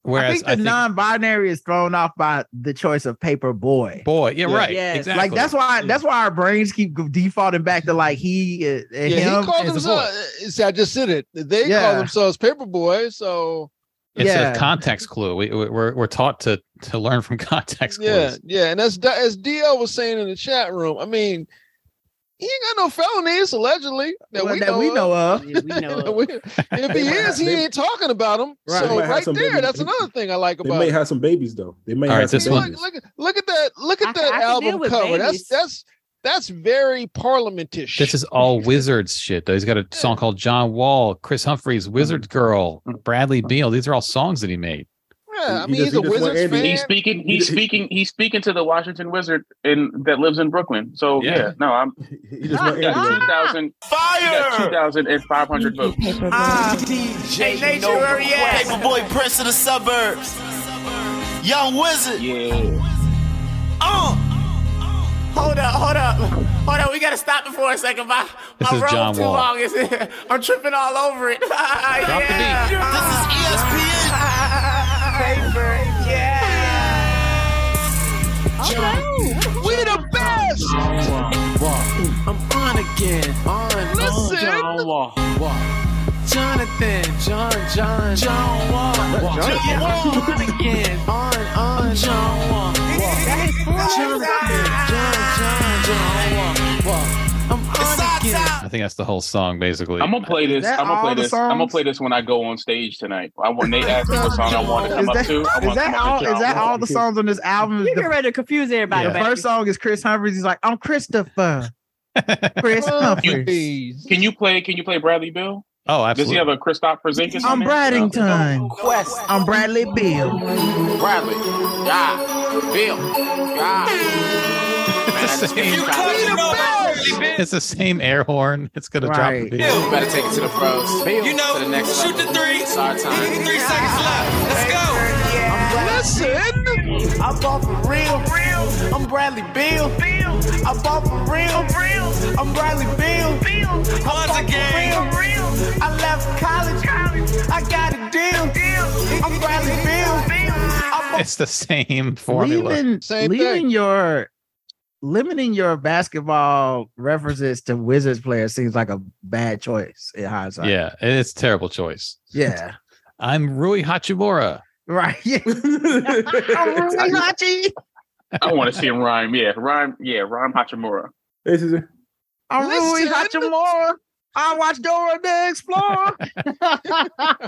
Speaker 5: whereas
Speaker 4: I think the non-binary is thrown off by the choice of paper boy.
Speaker 5: Boy, yeah, right,
Speaker 4: Yes.
Speaker 5: exactly.
Speaker 4: Like that's why that's why our brains keep defaulting back to like he uh, and
Speaker 3: yeah,
Speaker 4: him.
Speaker 3: he calls uh,
Speaker 4: as a
Speaker 3: himself.
Speaker 4: boy.
Speaker 3: See, I just said it. They
Speaker 4: Yeah.
Speaker 3: call themselves Paperboy, so
Speaker 5: it's
Speaker 4: yeah.
Speaker 5: a context clue. We, we- we're we're taught to to learn from context
Speaker 3: yeah,
Speaker 5: clues.
Speaker 3: yeah. And as D- as DL was saying in the chat room, I mean, he ain't got no felonies allegedly that,
Speaker 4: Well,
Speaker 3: we,
Speaker 4: that
Speaker 3: know
Speaker 4: we know of.
Speaker 3: That we- if he
Speaker 2: might
Speaker 3: is,
Speaker 2: have-
Speaker 3: he
Speaker 2: they-
Speaker 3: ain't talking about him.
Speaker 2: Right. They
Speaker 3: So
Speaker 2: might have
Speaker 3: right
Speaker 2: some
Speaker 3: there,
Speaker 2: baby-
Speaker 3: that's another thing I like
Speaker 2: They
Speaker 3: about.
Speaker 2: may
Speaker 3: it.
Speaker 2: have some babies though. They may
Speaker 5: All
Speaker 2: have
Speaker 5: right,
Speaker 2: some
Speaker 5: this one-
Speaker 2: babies.
Speaker 3: look, look, look at that! Look at
Speaker 11: I can-
Speaker 3: that
Speaker 11: I can deal
Speaker 3: album
Speaker 11: with
Speaker 3: cover. That's
Speaker 11: babies.
Speaker 3: that's that's very parliamentish.
Speaker 5: This is all wizards shit. Though he's got a song called John Wall, Chris Humphreys, Wizard Girl, Bradley Beal. These are all songs that he made.
Speaker 3: yeah, I
Speaker 2: he
Speaker 3: mean, he's
Speaker 2: just- he
Speaker 3: a
Speaker 2: just want
Speaker 3: Wizards
Speaker 2: Andy.
Speaker 3: fan.
Speaker 6: He's speaking.
Speaker 2: He- he-
Speaker 6: He's speaking. He's speaking to the Washington Wizard in that lives in Brooklyn. So
Speaker 5: Yeah.
Speaker 6: yeah, no, I'm.
Speaker 2: He just went
Speaker 6: You got
Speaker 2: Andy.
Speaker 6: two thousand. Fire. You got two thousand and five hundred votes.
Speaker 7: I'm DJ Nature Arias. Paperboy Prince of the Suburbs. Young Wizard.
Speaker 6: Yeah.
Speaker 7: Uh. Hold up, hold up. Hold up, we gotta stop it for a second. My,
Speaker 5: This
Speaker 7: my
Speaker 5: is
Speaker 7: robe
Speaker 5: John
Speaker 7: too
Speaker 5: Wall.
Speaker 7: long. It's, I'm tripping all over it.
Speaker 5: Drop the
Speaker 7: yeah. This is ESPN. Paper, yeah. We the best. I'm on again. On.
Speaker 3: Listen.
Speaker 7: John Wall. Jonathan. John, John. John Wall. John Wall. On again. On, on. John Wall.
Speaker 5: I think that's the whole song, basically.
Speaker 6: I'm gonna play this.
Speaker 4: that
Speaker 6: I'm gonna
Speaker 4: all
Speaker 6: play
Speaker 4: the
Speaker 6: this. I'm gonna
Speaker 4: songs?
Speaker 6: play this when I go on stage tonight. I want they ask me what song I want to
Speaker 4: Is
Speaker 6: come up
Speaker 4: that,
Speaker 6: to. I
Speaker 4: is
Speaker 6: want to
Speaker 4: that
Speaker 6: come
Speaker 4: all?
Speaker 6: up to
Speaker 4: Is
Speaker 6: John
Speaker 4: that
Speaker 6: Wall.
Speaker 4: all the songs on this album?
Speaker 11: You get
Speaker 4: The,
Speaker 11: ready to confuse everybody.
Speaker 4: the
Speaker 5: Yeah.
Speaker 11: baby.
Speaker 4: first song is Chris Humphries. He's like, I'm Christopher. Chris Humphries.
Speaker 3: Please.
Speaker 6: Can you play? Can you play Bradley Bill?
Speaker 5: Oh,
Speaker 6: Does he
Speaker 5: absolutely.
Speaker 6: have a Christoph Porzingis? on
Speaker 4: I'm
Speaker 6: there?
Speaker 4: Braddington. Quest. I'm Bradley Bill.
Speaker 13: Bradley. Yeah. Bill.
Speaker 5: It's the same air horn. It's gonna drop. The beat.
Speaker 13: You better take it to the pros. you know, to the next shoot the three. It's our time. Three seconds left. Let's go.
Speaker 7: Listen. I bought for real. real. I'm Bradley Bill. Bill. I bought for real. real. I'm Bradley Bill. Bill. Once again. For real. real. I left college. college. I got a deal. deal. I'm Bradley Bill. I
Speaker 5: It's the same formula.
Speaker 4: Leaving, leaving your limiting your basketball references to Wizards players seems like a bad choice in hindsight.
Speaker 5: Yeah, it's a terrible choice.
Speaker 4: Yeah.
Speaker 5: I'm Rui Hachimura.
Speaker 4: Right.
Speaker 6: I want to see him rhyme. Yeah, rhyme. Yeah, rhyme Hachimura.
Speaker 2: This is
Speaker 4: I'm Rui Hachimura. I watch Dora the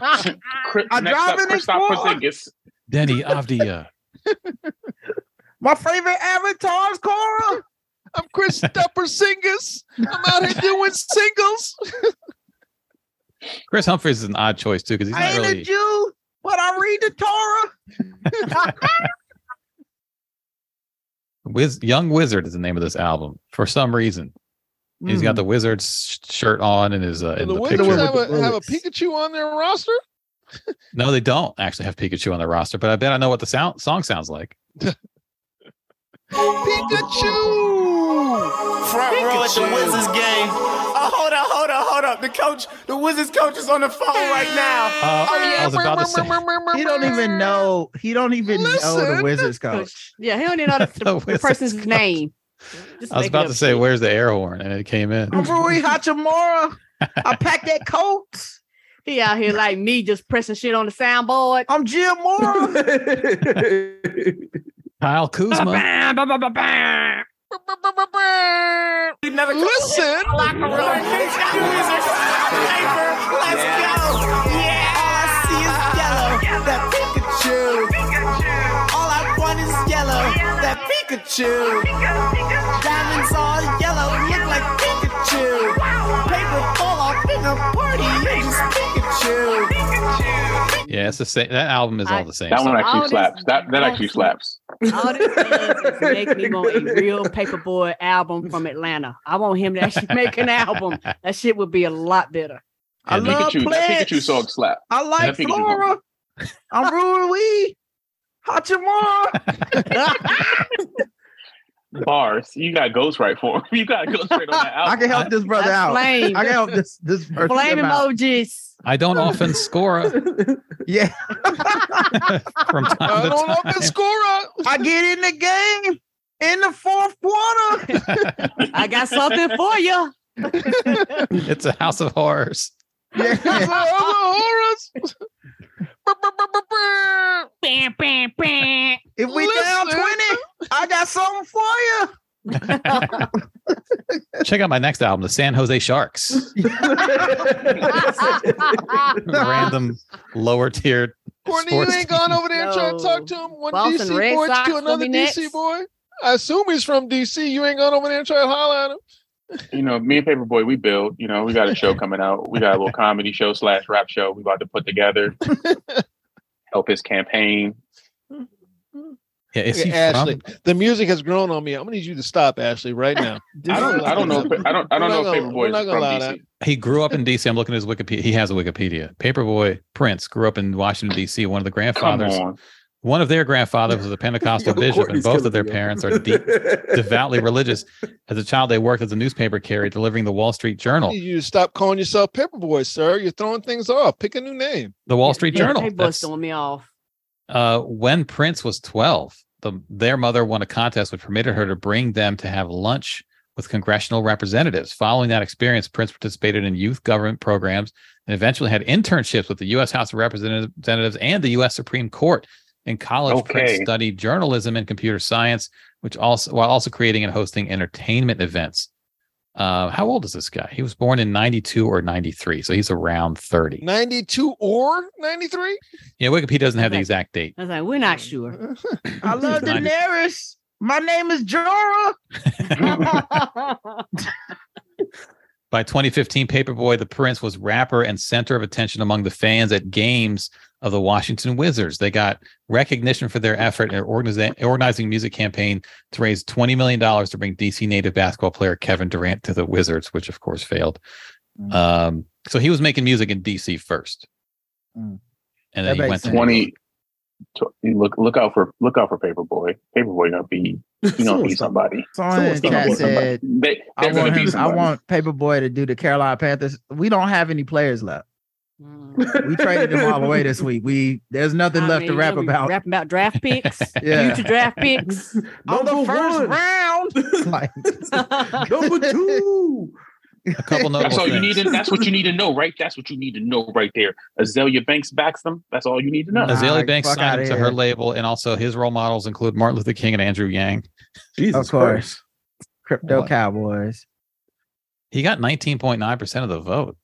Speaker 4: Explorer.
Speaker 6: Chris,
Speaker 4: I
Speaker 6: next
Speaker 4: drive
Speaker 6: up,
Speaker 4: in
Speaker 6: Christoph
Speaker 4: Explorer.
Speaker 6: Porzingis.
Speaker 5: Denny Avdia.
Speaker 4: My favorite avatar is Cora.
Speaker 3: I'm Chris Stepper Singers. I'm out here doing singles.
Speaker 5: Chris Humphries is an odd choice too because he's
Speaker 4: I
Speaker 5: not
Speaker 4: ain't
Speaker 5: really.
Speaker 4: a Jew, but I read the Torah.
Speaker 5: Wiz- Young Wizard is the name of this album for some reason. He's got
Speaker 3: Mm.
Speaker 5: the Wizards sh- shirt on and his uh, in
Speaker 3: the
Speaker 5: the,
Speaker 3: Wizards
Speaker 5: picture.
Speaker 3: have a, have a Pikachu on their roster.
Speaker 5: no, they don't actually have Pikachu on their roster, but I bet I know what the sound song sounds like.
Speaker 3: Pikachu.
Speaker 7: Front row at the Wizards game. Oh, hold up, hold up, hold up. The coach, the Wizards coach is on the phone right now.
Speaker 5: Uh, I was about to say-
Speaker 4: he don't even know. He don't even know the
Speaker 11: Listen.
Speaker 4: Wizards coach.
Speaker 11: Yeah, he don't even know the,
Speaker 5: The
Speaker 11: the,
Speaker 5: Wizards
Speaker 11: person's name. Just
Speaker 5: I was
Speaker 11: make it
Speaker 5: about
Speaker 11: up.
Speaker 5: to say, "Where's the air horn?" and it came in.
Speaker 4: I'm Rui Hachimura. I pack that coat.
Speaker 11: He out here like me, just pressing shit on the soundboard.
Speaker 4: I'm Jim Moore.
Speaker 5: Kyle Kuzma.
Speaker 3: Listen.
Speaker 7: That Pikachu. All I want is yellow. That Pikachu. Diamonds all yellow. Look like Pikachu. Paper fall off in a party. You just Pikachu.
Speaker 5: Yeah, it's the same. That album is all the same.
Speaker 6: That one
Speaker 5: song.
Speaker 3: Oh,
Speaker 6: actually slaps. That that actually slaps.
Speaker 11: All this is make me want a real paperboy album from Atlanta. I want him to actually make an album. That shit would be a lot better.
Speaker 4: I
Speaker 6: And
Speaker 4: love
Speaker 6: Pikachu. That
Speaker 4: plants.
Speaker 6: Pikachu song slap.
Speaker 4: I like
Speaker 6: That Pikachu song.
Speaker 4: Flora. I'm Rui Hachimura.
Speaker 6: Bars. You got ghost right for him. You got ghost right on that
Speaker 4: I
Speaker 6: album.
Speaker 4: can help this brother
Speaker 11: That's
Speaker 4: out.
Speaker 11: flame.
Speaker 4: I can help this this person
Speaker 11: Flame
Speaker 4: him out.
Speaker 11: emojis.
Speaker 5: I don't often score
Speaker 4: Yeah,
Speaker 5: from time
Speaker 3: I
Speaker 5: to
Speaker 3: don't
Speaker 5: time.
Speaker 3: know the scorer.
Speaker 4: I get in the game in the fourth quarter.
Speaker 11: I got something for you.
Speaker 5: It's a house of horrors.
Speaker 3: It's all
Speaker 4: Yeah.
Speaker 3: "Oh, the horrors.
Speaker 11: Bam, bam, bam.
Speaker 4: If we down
Speaker 3: Listen.
Speaker 4: twenty, I got something for you.
Speaker 5: Check out my next album, the San Jose Sharks. Random lower tier.
Speaker 3: Courtney,
Speaker 5: sports
Speaker 3: you ain't gone
Speaker 5: team.
Speaker 3: over there and trying to talk to him. One
Speaker 11: Boston
Speaker 3: DC
Speaker 11: Red
Speaker 3: boy
Speaker 11: Sox
Speaker 3: to
Speaker 11: will
Speaker 3: another
Speaker 11: be
Speaker 3: DC
Speaker 11: next.
Speaker 3: boy. I assume he's from DC. You ain't gone over there and try to holler at him.
Speaker 6: You know, me and Paperboy, we build. You know, we got a show coming out. We got a little comedy show slash rap show. We about to put together. help his campaign.
Speaker 5: Yeah, is
Speaker 3: Okay,
Speaker 5: he
Speaker 3: Ashley,
Speaker 5: from?
Speaker 3: the music has grown on me. I'm gonna need you to stop, Ashley, right now.
Speaker 6: I don't. I don't know. If, I don't.
Speaker 3: We're
Speaker 6: I don't
Speaker 3: not
Speaker 6: know
Speaker 3: gonna-
Speaker 6: if
Speaker 3: we're
Speaker 6: Paperboy
Speaker 3: not
Speaker 6: is
Speaker 3: gonna
Speaker 6: from
Speaker 3: allow
Speaker 6: DC.
Speaker 5: He grew up in DC. I'm looking at his Wikipedia. He has a Wikipedia. Paperboy Prince grew up in Washington D.C. One of the
Speaker 6: Come
Speaker 5: grandfathers.
Speaker 6: on.
Speaker 5: One of their grandfathers was a Pentecostal
Speaker 2: Yo,
Speaker 5: bishop, and
Speaker 2: Courtney's
Speaker 5: both
Speaker 2: killing
Speaker 5: of their
Speaker 2: me, yo.
Speaker 5: parents are deep, devoutly religious. As a child, they worked as a newspaper carrier, delivering the Wall Street
Speaker 3: I
Speaker 5: Journal.
Speaker 3: need you to stop calling yourself Paperboy, sir. You're throwing things off. Pick a new name.
Speaker 5: The Wall Street Journal.
Speaker 11: They
Speaker 5: That's-
Speaker 11: bust on me off.
Speaker 5: uh, when Prince was 12, the, their mother won a contest which permitted her to bring them to have lunch with congressional representatives. Following that experience, Prince participated in youth government programs and eventually had internships with the U.S. House of Representatives and the U.S. Supreme Court. In college, Prince
Speaker 6: Okay.
Speaker 5: studied journalism and computer science, which also while also creating and hosting entertainment events. Uh, how old is this guy? He was born in 92 or 93, so he's around 30.
Speaker 3: 92 or 93?
Speaker 5: Yeah, Wikipedia doesn't have the exact date.
Speaker 11: I was like, we're not sure.
Speaker 4: I love
Speaker 5: Nice.
Speaker 4: Daenerys. My name is Jorah.
Speaker 5: By 2015, Paperboy the Prince was rapper and center of attention among the fans at games of the Washington Wizards. They got recognition for their effort in organiza- organizing music campaign to raise $20 million to bring DC native basketball player Kevin Durant to the Wizards, which of course failed. Mm. Um, so he was making music in DC first.
Speaker 6: Mm.
Speaker 5: And then
Speaker 6: That
Speaker 5: he
Speaker 6: makes
Speaker 5: went to
Speaker 6: sense. 20 So, you look look out for look out for Paperboy. Paperboy gonna be you know be somebody.
Speaker 4: Someone in
Speaker 6: He gonna
Speaker 4: chat
Speaker 6: be somebody.
Speaker 4: said,
Speaker 6: They-
Speaker 4: I
Speaker 6: they're gonna
Speaker 4: want,
Speaker 6: be
Speaker 4: him, I
Speaker 6: somebody.
Speaker 4: want Paperboy to do the Carolina Panthers. We don't have any players left. we traded them all away this week. We there's nothing
Speaker 11: Mm. I
Speaker 4: left to
Speaker 11: mean,
Speaker 4: rap
Speaker 11: what are we
Speaker 4: about.
Speaker 11: Rapping about draft picks,
Speaker 4: Yeah.
Speaker 11: future draft picks on the first round.
Speaker 4: Number two.
Speaker 5: A couple
Speaker 6: That's all you need. To, that's what you need to know, right? That's what you need to know, right there. Azalea Banks backs them. That's all you need to know.
Speaker 5: Azalea Banks signed him to her
Speaker 6: label.
Speaker 5: label, and also his role models include Martin Luther King and Andrew Yang.
Speaker 4: Jesus Of course. Christ. Crypto Cowboys.
Speaker 5: He got 19.9% of the vote.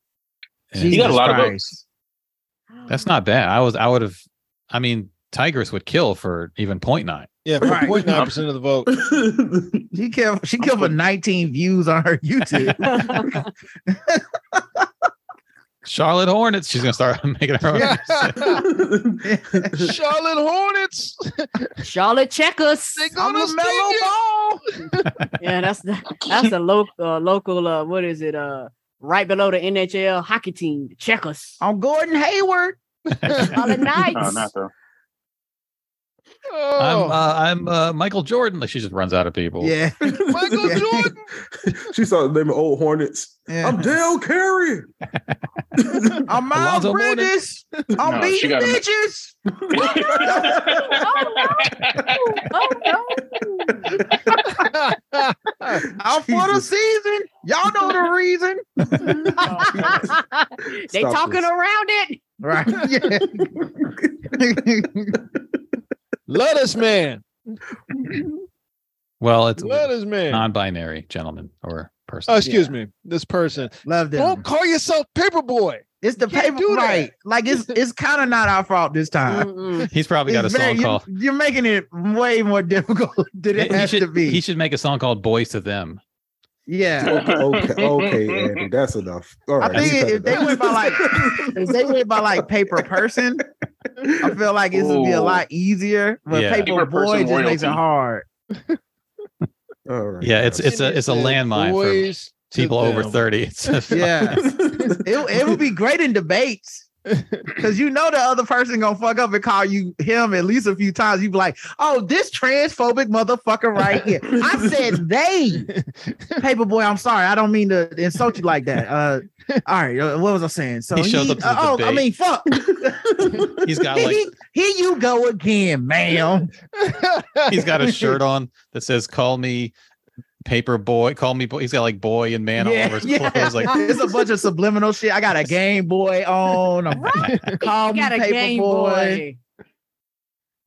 Speaker 4: He got a lot of Jesus votes.
Speaker 5: votes. That's not bad. I was I would have I mean, Tigress would kill for even 0.9.
Speaker 3: Yeah, for
Speaker 4: Right.
Speaker 3: 0.9 percent of the vote.
Speaker 4: She killed she killed for 19 views on her YouTube.
Speaker 5: Charlotte Hornets, she's gonna start making her own.
Speaker 3: Charlotte Hornets.
Speaker 11: Charlotte Checkers. They're
Speaker 3: gonna mellow
Speaker 11: yeah, that's the, that's the local uh, local uh, what is it uh right below the NHL hockey team, the Checkers.
Speaker 4: On Gordon Hayward.
Speaker 11: Charlotte Knights.
Speaker 5: Oh, not I'm uh, I'm uh, Michael Jordan. Like she just runs out of people.
Speaker 4: Oh. Yeah.
Speaker 3: Michael Jordan.
Speaker 2: she saw the name of old Hornets. I'm Dale Carey.
Speaker 4: I'm Miles
Speaker 2: Alonzo Mourning.
Speaker 4: Bridges. I'm
Speaker 2: No, she
Speaker 4: beating
Speaker 2: got a-
Speaker 4: bitches.
Speaker 5: Oh,
Speaker 4: I'm for the season. Y'all know the reason.
Speaker 11: they
Speaker 4: Stop
Speaker 11: talking
Speaker 4: this.
Speaker 11: around it.
Speaker 4: Right. Yeah.
Speaker 3: Lettuce man.
Speaker 5: Well, it's
Speaker 3: Lettuce man.
Speaker 5: non-binary gentleman or person.
Speaker 3: Oh, excuse me. This person.
Speaker 4: Love them.
Speaker 3: Don't call yourself Paperboy.
Speaker 4: It's the
Speaker 3: Can't
Speaker 4: paper
Speaker 3: do that.
Speaker 4: right. Like it's it's kind of not our fault this time.
Speaker 5: He's probably got
Speaker 4: It's
Speaker 5: a song
Speaker 4: very- you-
Speaker 5: called.
Speaker 4: You're making it way more difficult than it
Speaker 5: He- he
Speaker 4: has
Speaker 5: should,
Speaker 4: to be.
Speaker 5: he should make a song called "Boys to Them."
Speaker 4: yeah.
Speaker 2: okay, okay, Andy, that's enough. All right,
Speaker 4: I think
Speaker 2: you
Speaker 4: if
Speaker 2: cut
Speaker 4: they
Speaker 2: it out.
Speaker 4: went by like if they went by like paper person, I feel like it would be a
Speaker 2: Ooh.
Speaker 4: lot easier. But
Speaker 5: Yeah.
Speaker 4: paper
Speaker 5: Paper
Speaker 4: boy
Speaker 5: person
Speaker 4: just makes it
Speaker 5: royalty.
Speaker 4: hard.
Speaker 2: All right.
Speaker 5: Yeah, it's it's a it's a
Speaker 4: said,
Speaker 5: landmine
Speaker 4: "Boys
Speaker 5: for people over thirty. It's a-
Speaker 4: Yeah. it, it would be great in debates. Cause you know the other person gonna fuck up and call you him at least a few times. You be like, "Oh, this transphobic motherfucker right here." I said they, paperboy. I'm sorry, I don't mean to insult you like that. Uh, all right, uh, what was I saying? So
Speaker 5: He shows up to the
Speaker 4: uh, oh, I
Speaker 5: debate.
Speaker 4: mean, fuck.
Speaker 5: he's got like
Speaker 4: here, you go again, ma'am.
Speaker 5: he's got a shirt on that says "Call me paper boy." Call me boy. He's got like boy and man all over his clothes. Like
Speaker 4: it's a bunch of subliminal shit. I got a Game Boy on. I'm Call me
Speaker 11: got a Game
Speaker 4: Paperboy.
Speaker 11: Boy.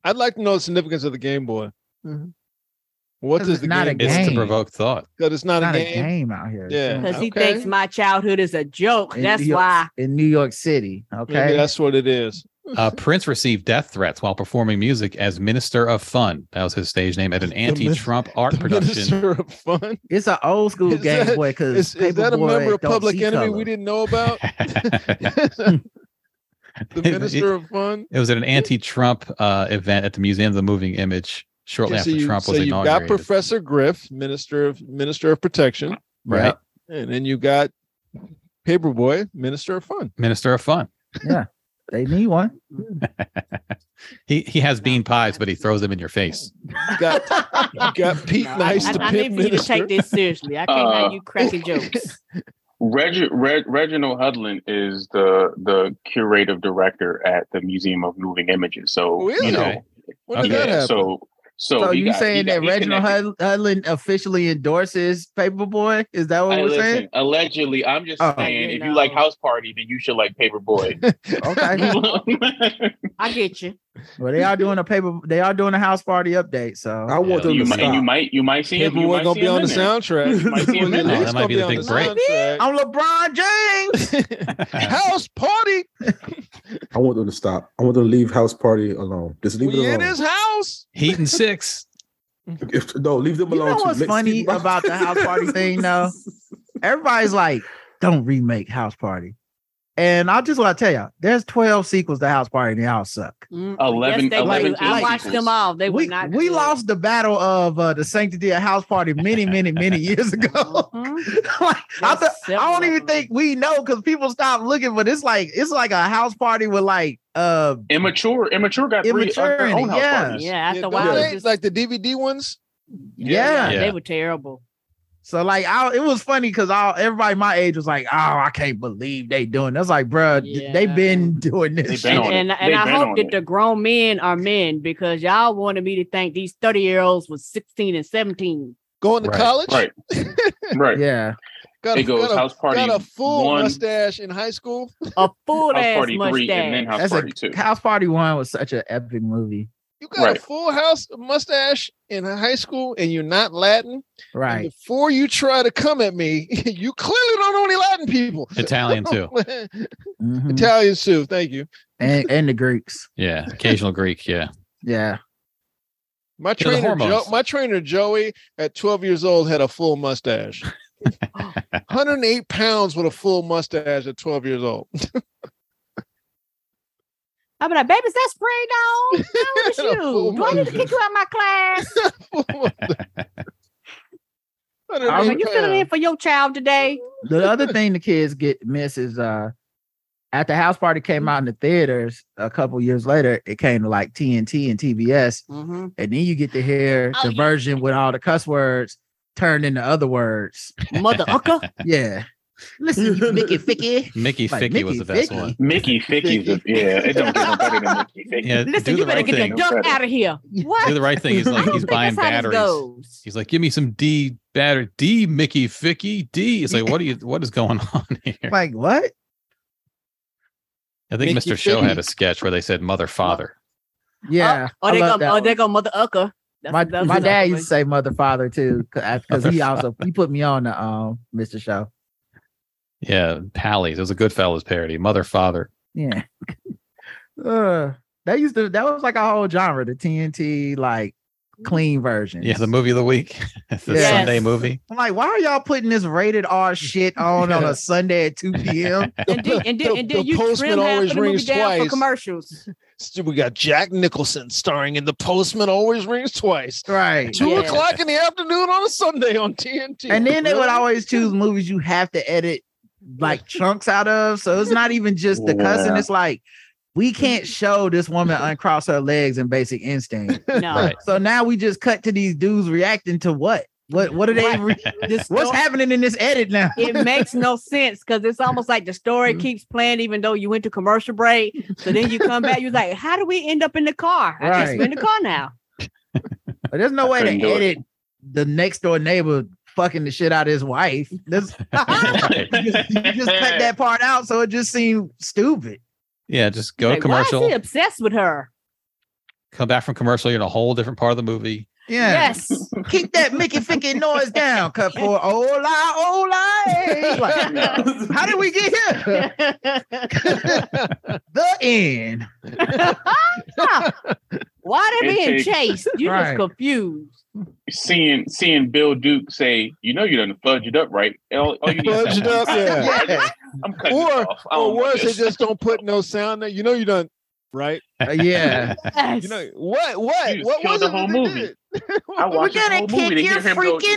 Speaker 3: I'd like to know the significance of the Game Boy. What
Speaker 4: Mm-hmm. 'Cause
Speaker 3: does
Speaker 4: it's
Speaker 3: the
Speaker 4: not a
Speaker 3: game?
Speaker 5: it's to
Speaker 4: game.
Speaker 5: provoke thought.
Speaker 3: Because it's not,
Speaker 4: Not
Speaker 3: a,
Speaker 4: a
Speaker 3: game.
Speaker 4: game out here.
Speaker 3: Yeah.
Speaker 11: Because he
Speaker 3: okay.
Speaker 11: thinks my childhood is a joke.
Speaker 4: In
Speaker 11: That's
Speaker 4: New York-
Speaker 11: why.
Speaker 4: in New York City.
Speaker 3: Maybe
Speaker 4: Okay,
Speaker 3: that's what it is.
Speaker 5: Uh, Prince received death threats while performing music as Minister of Fun. That was his stage name at an anti-Trump art production.
Speaker 3: Minister of Fun.
Speaker 4: it's an old school
Speaker 3: Is
Speaker 4: Game
Speaker 3: that-
Speaker 4: Boy because
Speaker 3: Is, is that a member of Public Enemy we
Speaker 4: did
Speaker 3: didn't know about? the Minister of Fun.
Speaker 5: It was at an anti-Trump uh, event at the Museum of the Moving Image shortly
Speaker 3: Okay, so
Speaker 5: after
Speaker 3: you,
Speaker 5: Trump
Speaker 3: so
Speaker 5: was
Speaker 3: you've got
Speaker 5: inaugurated.
Speaker 3: Professor Griff, Minister of Minister of Protection,
Speaker 5: right,
Speaker 3: and then you got Paperboy, Minister of Fun.
Speaker 5: Minister of Fun.
Speaker 4: Yeah, they need one.
Speaker 5: He he has bean pies, but he throws them in your face.
Speaker 3: You got you got Pete Nice
Speaker 11: I,
Speaker 3: to
Speaker 11: I
Speaker 3: pit
Speaker 11: need for you to
Speaker 3: minister.
Speaker 11: take this seriously. I can't
Speaker 6: Uh,
Speaker 11: have you cracking jokes.
Speaker 6: Reg, Reg, Reginald Hudlin is the the curative director at the Museum of Moving Images. So
Speaker 3: Oh, is
Speaker 6: you
Speaker 3: he?
Speaker 6: know,
Speaker 3: When did that
Speaker 6: yeah,
Speaker 3: happen?
Speaker 6: so so,
Speaker 4: So
Speaker 6: he
Speaker 4: you
Speaker 6: got- he
Speaker 4: saying
Speaker 6: got-
Speaker 4: that
Speaker 6: he
Speaker 4: Reginald
Speaker 6: connected-
Speaker 4: Hud- Hudlin officially endorses Paperboy? Is that what
Speaker 6: Hey,
Speaker 4: we're
Speaker 6: listen,
Speaker 4: saying?
Speaker 6: allegedly, I'm just
Speaker 4: Oh.
Speaker 6: saying,
Speaker 11: You
Speaker 6: if
Speaker 11: know.
Speaker 6: you like House Party, then you should like Paperboy.
Speaker 4: Okay.
Speaker 11: I get you.
Speaker 4: well, they are doing a paper. They are doing a house party update. So I
Speaker 2: want them
Speaker 6: you
Speaker 2: to
Speaker 6: might,
Speaker 2: stop.
Speaker 6: you might, you might see him. You
Speaker 3: Paperboy
Speaker 6: might
Speaker 3: gonna
Speaker 6: see
Speaker 3: be
Speaker 6: him
Speaker 3: on the
Speaker 6: in there.
Speaker 3: soundtrack.
Speaker 6: You might see him in
Speaker 5: Oh,
Speaker 6: there.
Speaker 5: that might be the big break.
Speaker 4: I'm LeBron James.
Speaker 3: House party.
Speaker 2: I want them to stop. I want them to leave house party alone. Just leave
Speaker 3: We
Speaker 2: it
Speaker 3: in
Speaker 2: alone.
Speaker 3: his house.
Speaker 5: Heat and six.
Speaker 2: If- no, leave them
Speaker 4: You
Speaker 2: alone.
Speaker 4: know
Speaker 2: too.
Speaker 4: what's
Speaker 2: Let's
Speaker 4: funny
Speaker 2: keep-
Speaker 4: about the house party thing, though? Everybody's like, don't remake House Party. And I just want to tell y'all, there's 12 sequels to House Party, and y'all suck.
Speaker 11: Mm,
Speaker 6: 11
Speaker 11: yes, they
Speaker 6: 11
Speaker 11: do. I
Speaker 6: sequels.
Speaker 11: watched them all. They were
Speaker 4: We,
Speaker 11: not.
Speaker 4: we lost the battle of uh, the sanctity of House Party many, many, many years ago.
Speaker 11: Mm-hmm.
Speaker 4: like, I, th- I don't even think we know because people stopped looking, but it's like it's like a house party with like uh
Speaker 6: immature, immature got three of their
Speaker 4: Immaturity,
Speaker 6: own house
Speaker 4: yeah.
Speaker 6: parties.
Speaker 11: Yeah, after a
Speaker 3: those
Speaker 11: while,
Speaker 3: things,
Speaker 11: it just,
Speaker 3: like the DVD ones.
Speaker 4: yeah.
Speaker 11: they were terrible.
Speaker 4: So like, I, it was funny because all everybody my age was like, "Oh, I can't believe they doing." That's like, bruh, th- they been doing this. shit.
Speaker 11: And and, and I hope that the grown men are men because y'all wanted me to think these thirty year olds was sixteen and seventeen
Speaker 3: going to college.
Speaker 6: Right. Right.
Speaker 4: Yeah.
Speaker 3: Got a,
Speaker 6: It goes
Speaker 3: got a,
Speaker 6: House Party
Speaker 3: got a full
Speaker 6: one-
Speaker 3: mustache in high school.
Speaker 11: A full
Speaker 6: House Party three and then House
Speaker 4: That's
Speaker 6: Party
Speaker 4: a,
Speaker 6: two.
Speaker 4: House Party One was such an epic movie.
Speaker 3: You got a
Speaker 6: Right.
Speaker 3: full house mustache in high school, and you're not Latin.
Speaker 4: Right.
Speaker 3: Before you try to come at me, you clearly don't know any Latin people.
Speaker 5: Italian too.
Speaker 4: Mhm.
Speaker 3: Italian too. Thank you.
Speaker 4: and and the Greeks.
Speaker 5: Yeah, occasional Greek. Yeah,
Speaker 4: Yeah.
Speaker 3: My
Speaker 5: Yeah, the
Speaker 3: trainer, Joe,
Speaker 5: hormones.
Speaker 3: my trainer Joey, at 12 years old, had a full mustache. 108 pounds with a full mustache at 12 years old.
Speaker 11: I'll be like, baby, is that spray dog? What's
Speaker 3: A full
Speaker 11: you? Do I need to kick you out of my class?
Speaker 4: I
Speaker 11: Are you filling in for your child today?
Speaker 4: the other thing the kids get miss is uh at the house party
Speaker 11: Mm-hmm.
Speaker 4: came out in the theaters a couple years later it came to like tnt and tbs
Speaker 11: Mhm.
Speaker 4: and then you get to hear
Speaker 11: Oh,
Speaker 4: the version with all the cuss words turned into other words
Speaker 11: Mother ucker.
Speaker 4: yeah listen you mickey ficky
Speaker 5: Mickey
Speaker 4: Like,
Speaker 5: Ficky was the
Speaker 4: Mickey
Speaker 5: best
Speaker 4: Ficky.
Speaker 5: one.
Speaker 6: Mickey Ficky's a, yeah, it don't get no better than Mickey Ficky.
Speaker 5: Yeah, do
Speaker 11: Listen, you
Speaker 5: the
Speaker 11: better
Speaker 5: right
Speaker 11: get
Speaker 5: thing.
Speaker 11: that duck out of here. What?
Speaker 5: Do the right thing. He's
Speaker 11: I
Speaker 5: like
Speaker 11: don't
Speaker 5: he's
Speaker 11: think
Speaker 5: buying
Speaker 11: that's how this
Speaker 5: batteries.
Speaker 11: goes.
Speaker 5: He's like, give me some D battery, D Mickey Ficky D. It's like, what are you? What is going on here?
Speaker 4: like what
Speaker 5: I think
Speaker 4: Mickey
Speaker 5: Mr. Show had
Speaker 4: Ficky.
Speaker 5: a sketch where they said mother father.
Speaker 4: yeah
Speaker 11: Or
Speaker 4: I
Speaker 11: they
Speaker 4: love
Speaker 11: oh, go,
Speaker 4: that
Speaker 11: or
Speaker 4: one.
Speaker 11: they go mother ucker. That's-
Speaker 4: my,
Speaker 11: that's
Speaker 4: my
Speaker 11: another
Speaker 4: dad
Speaker 11: one.
Speaker 4: used to say mother father too because he
Speaker 5: Mother
Speaker 4: also he put me on the um mr show
Speaker 5: Yeah, Pally's. It was a Goodfellas parody. Mother father.
Speaker 4: yeah uh, that used to that was like a whole genre the tnt like
Speaker 11: Mm-hmm.
Speaker 4: clean version
Speaker 5: Yeah, the movie of the week. the
Speaker 4: Yes.
Speaker 5: Sunday movie.
Speaker 4: I'm like, why are y'all putting this rated R shit on on
Speaker 5: Yeah.
Speaker 4: a Sunday at 2 p.m.?
Speaker 11: And then, and then,
Speaker 3: The-
Speaker 11: and
Speaker 3: the
Speaker 11: then you
Speaker 3: postman
Speaker 11: trim half of
Speaker 3: always
Speaker 11: the movie
Speaker 3: rings
Speaker 11: down for
Speaker 3: twice.
Speaker 11: commercials.
Speaker 3: We got Jack Nicholson starring in The Postman Always Rings Twice.
Speaker 4: right.
Speaker 3: Two
Speaker 11: Yeah.
Speaker 3: o'clock in the afternoon on a Sunday on TNT.
Speaker 4: And then they would
Speaker 3: Really?
Speaker 4: always choose movies you have to edit like chunks out of. So it's not even just the cussing.
Speaker 6: Yeah.
Speaker 4: It's like, we can't show this woman uncross her legs in basic instinct.
Speaker 11: No.
Speaker 5: Right.
Speaker 4: So now we just cut to these dudes reacting to what? What what are they re-
Speaker 11: This
Speaker 4: what's
Speaker 11: sto-
Speaker 4: happening in this edit now?
Speaker 11: It makes no sense because it's almost like the story keeps playing, even though you went to commercial break. So then you come back, you're like, "How do we end up in the car? I guess we're in the car now."
Speaker 4: But There's no way
Speaker 6: couldn't
Speaker 4: to
Speaker 6: do it.
Speaker 4: edit the next door neighbor fucking the shit out of his wife. This, you just you just cut that part out, so it just seemed stupid.
Speaker 5: Yeah, just go to
Speaker 11: Like, Why is
Speaker 5: commercial.
Speaker 11: he obsessed with her?
Speaker 5: Come back from commercial. You're in a whole different part of the movie.
Speaker 4: Yeah.
Speaker 11: Yes.
Speaker 4: Keep that Mickey Ficky noise down. Cut for hola, hola. hey. Like, how did we get here? the end.
Speaker 11: Why are they
Speaker 6: It
Speaker 11: being
Speaker 6: takes-
Speaker 11: chased? You're
Speaker 4: Right.
Speaker 11: just confused.
Speaker 6: Seeing seeing Bill Duke say, you know you done fudged it up, right? All, all you need is
Speaker 3: Fudged it
Speaker 6: that
Speaker 3: up,
Speaker 6: one-
Speaker 3: yeah.
Speaker 4: Yeah.
Speaker 6: I'm cutting this
Speaker 3: Or,
Speaker 6: off. I don't
Speaker 3: or
Speaker 6: want
Speaker 3: worse, they
Speaker 6: this.
Speaker 3: just don't put no sound there. You know you done right.
Speaker 4: Uh, yeah.
Speaker 11: Yes.
Speaker 3: You know what? What?
Speaker 6: You just
Speaker 3: what
Speaker 6: killed
Speaker 3: was
Speaker 6: the
Speaker 3: it
Speaker 6: whole
Speaker 3: that they
Speaker 6: movie.
Speaker 3: did?
Speaker 6: I watched this whole movie to hear him go.
Speaker 4: butt.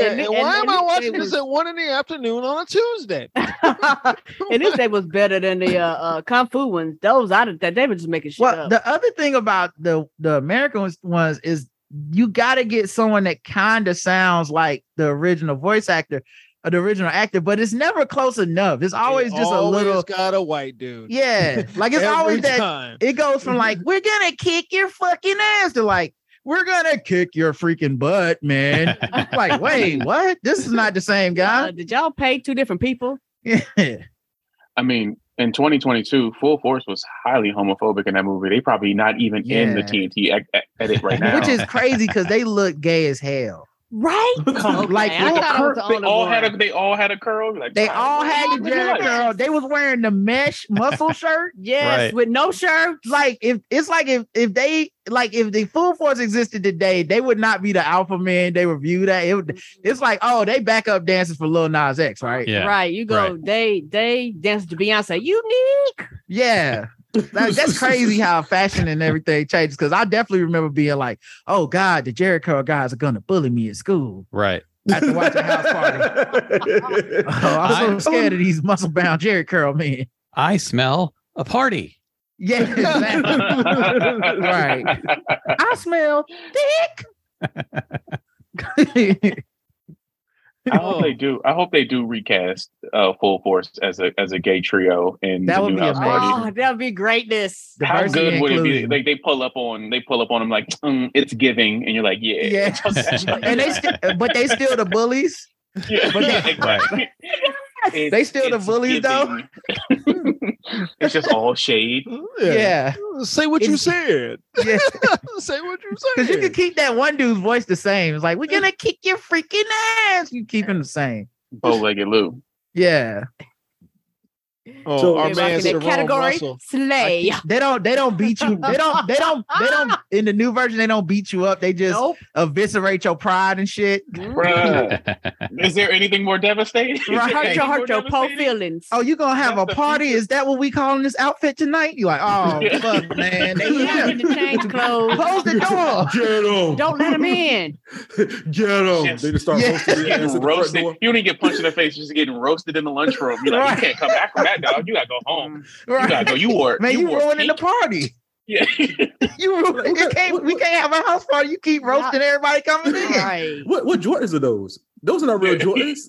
Speaker 11: And
Speaker 3: and,
Speaker 11: it-
Speaker 3: why
Speaker 11: and-
Speaker 3: am I
Speaker 11: and it
Speaker 3: watching
Speaker 11: was-
Speaker 3: this at one in the afternoon on a Tuesday?
Speaker 11: and this day was better than the uh, uh kung fu ones. Those I didn't that they were just making shit
Speaker 4: Well,
Speaker 11: up.
Speaker 4: the other thing about the the American ones- ones is you got to get someone that kind of sounds like the original voice actor, or the original actor, but it's never close enough. It's always
Speaker 3: It
Speaker 4: just
Speaker 3: always
Speaker 4: a little,
Speaker 3: got a white dude.
Speaker 4: yeah. Like it's
Speaker 3: Every
Speaker 4: always that
Speaker 3: time.
Speaker 4: it goes from like we're gonna kick your fucking ass to like we're gonna kick your freaking butt, man. like, wait, what? This is not the same
Speaker 11: Uh,
Speaker 4: guy.
Speaker 11: did y'all pay two different people?
Speaker 4: Yeah.
Speaker 6: I mean, in 2022, Full Force was highly homophobic in that movie. They probably not even in the
Speaker 4: Yeah.
Speaker 6: TNT ec- ec- edit right now.
Speaker 4: Which is crazy because they look gay as hell.
Speaker 11: Right?
Speaker 4: like
Speaker 6: Like, the cur- they all had a they all had a curl. Like
Speaker 4: they
Speaker 6: God,
Speaker 4: all
Speaker 6: what
Speaker 4: had
Speaker 6: is
Speaker 4: the
Speaker 6: this
Speaker 4: jerry
Speaker 6: like?
Speaker 4: curl. They was wearing the mesh muscle shirt.
Speaker 11: Yes, Right.
Speaker 4: with no shirt. Like if it's like if if they like if the full force existed today, they would not be the alpha men. They were viewed at it. would- It's like oh, they backup dancers for Lil Nas X, right?
Speaker 11: Right. You go, they they dance to Beyonce. Unique.
Speaker 4: Yeah. That- that's crazy how fashion and everything changes. Because I definitely remember being like, "Oh God, the Jerry curl guys are gonna bully me at school."
Speaker 5: Right.
Speaker 4: After watching House Party, oh, I'm so scared of these muscle bound Jerry curl men.
Speaker 5: I smell a party.
Speaker 4: Yeah, exactly. right. I smell dick.
Speaker 6: I hope they do. I hope they do recast uh, Full Force as a as a gay trio in
Speaker 4: That
Speaker 6: the
Speaker 4: would
Speaker 6: new
Speaker 4: be
Speaker 6: house party.
Speaker 11: Oh, that would be greatness.
Speaker 6: How good would it be? Like they pull up on they pull up on them like "Mm, it's giving, and you're like, yeah,
Speaker 4: Yeah, and they st- but they still the bullies.
Speaker 6: Yeah,
Speaker 4: But
Speaker 6: yeah,
Speaker 4: they,
Speaker 6: exactly. It's-
Speaker 4: they still the
Speaker 6: it's
Speaker 4: bullies though.
Speaker 6: it's just all shade.
Speaker 4: Yeah.
Speaker 3: Say what you said.
Speaker 4: Yeah.
Speaker 3: Say what you
Speaker 4: Because you can keep that one dude's voice the same. It's like, we're gonna kick your freaking ass. You keep him the same.
Speaker 6: Bow legged Lou.
Speaker 4: Yeah.
Speaker 3: Oh,
Speaker 4: So-
Speaker 3: our man
Speaker 4: Yeah, rocking that
Speaker 3: Jerome
Speaker 4: category.
Speaker 3: Russell.
Speaker 11: Slay.
Speaker 4: They don't they don't beat you. They don't they don't they don't in the new version they don't beat you up. They just eviscerate your pride and shit.
Speaker 6: Bruh. Is there anything more devastating?
Speaker 4: Right. Hurt your- hurt your
Speaker 11: po feelings.
Speaker 4: Oh, you gonna have a party? Is that what we calling this outfit tonight? You like, oh fuck, man. They
Speaker 11: Yeah,
Speaker 4: here.
Speaker 11: need to change clothes.
Speaker 4: Close the door.
Speaker 2: Get him.
Speaker 11: Don't let him in.
Speaker 2: Get him. They just start roasting your ass
Speaker 6: You're getting
Speaker 2: at the front
Speaker 6: roasted.
Speaker 2: door.
Speaker 6: You didn't get punched in the face. You're just getting roasted in the lunchroom. You're like,
Speaker 2: Right.
Speaker 6: you can't come back from that, dog. You gotta go home.
Speaker 4: Right.
Speaker 6: You gotta go. You wore.
Speaker 4: Man, you,
Speaker 6: wore
Speaker 4: ruining the party.
Speaker 6: Yeah.
Speaker 4: you ruining it can't, we can't have a house party. You keep roasting everybody coming in.
Speaker 11: Right.
Speaker 2: What what Jordans are those? Those are not real Jordans.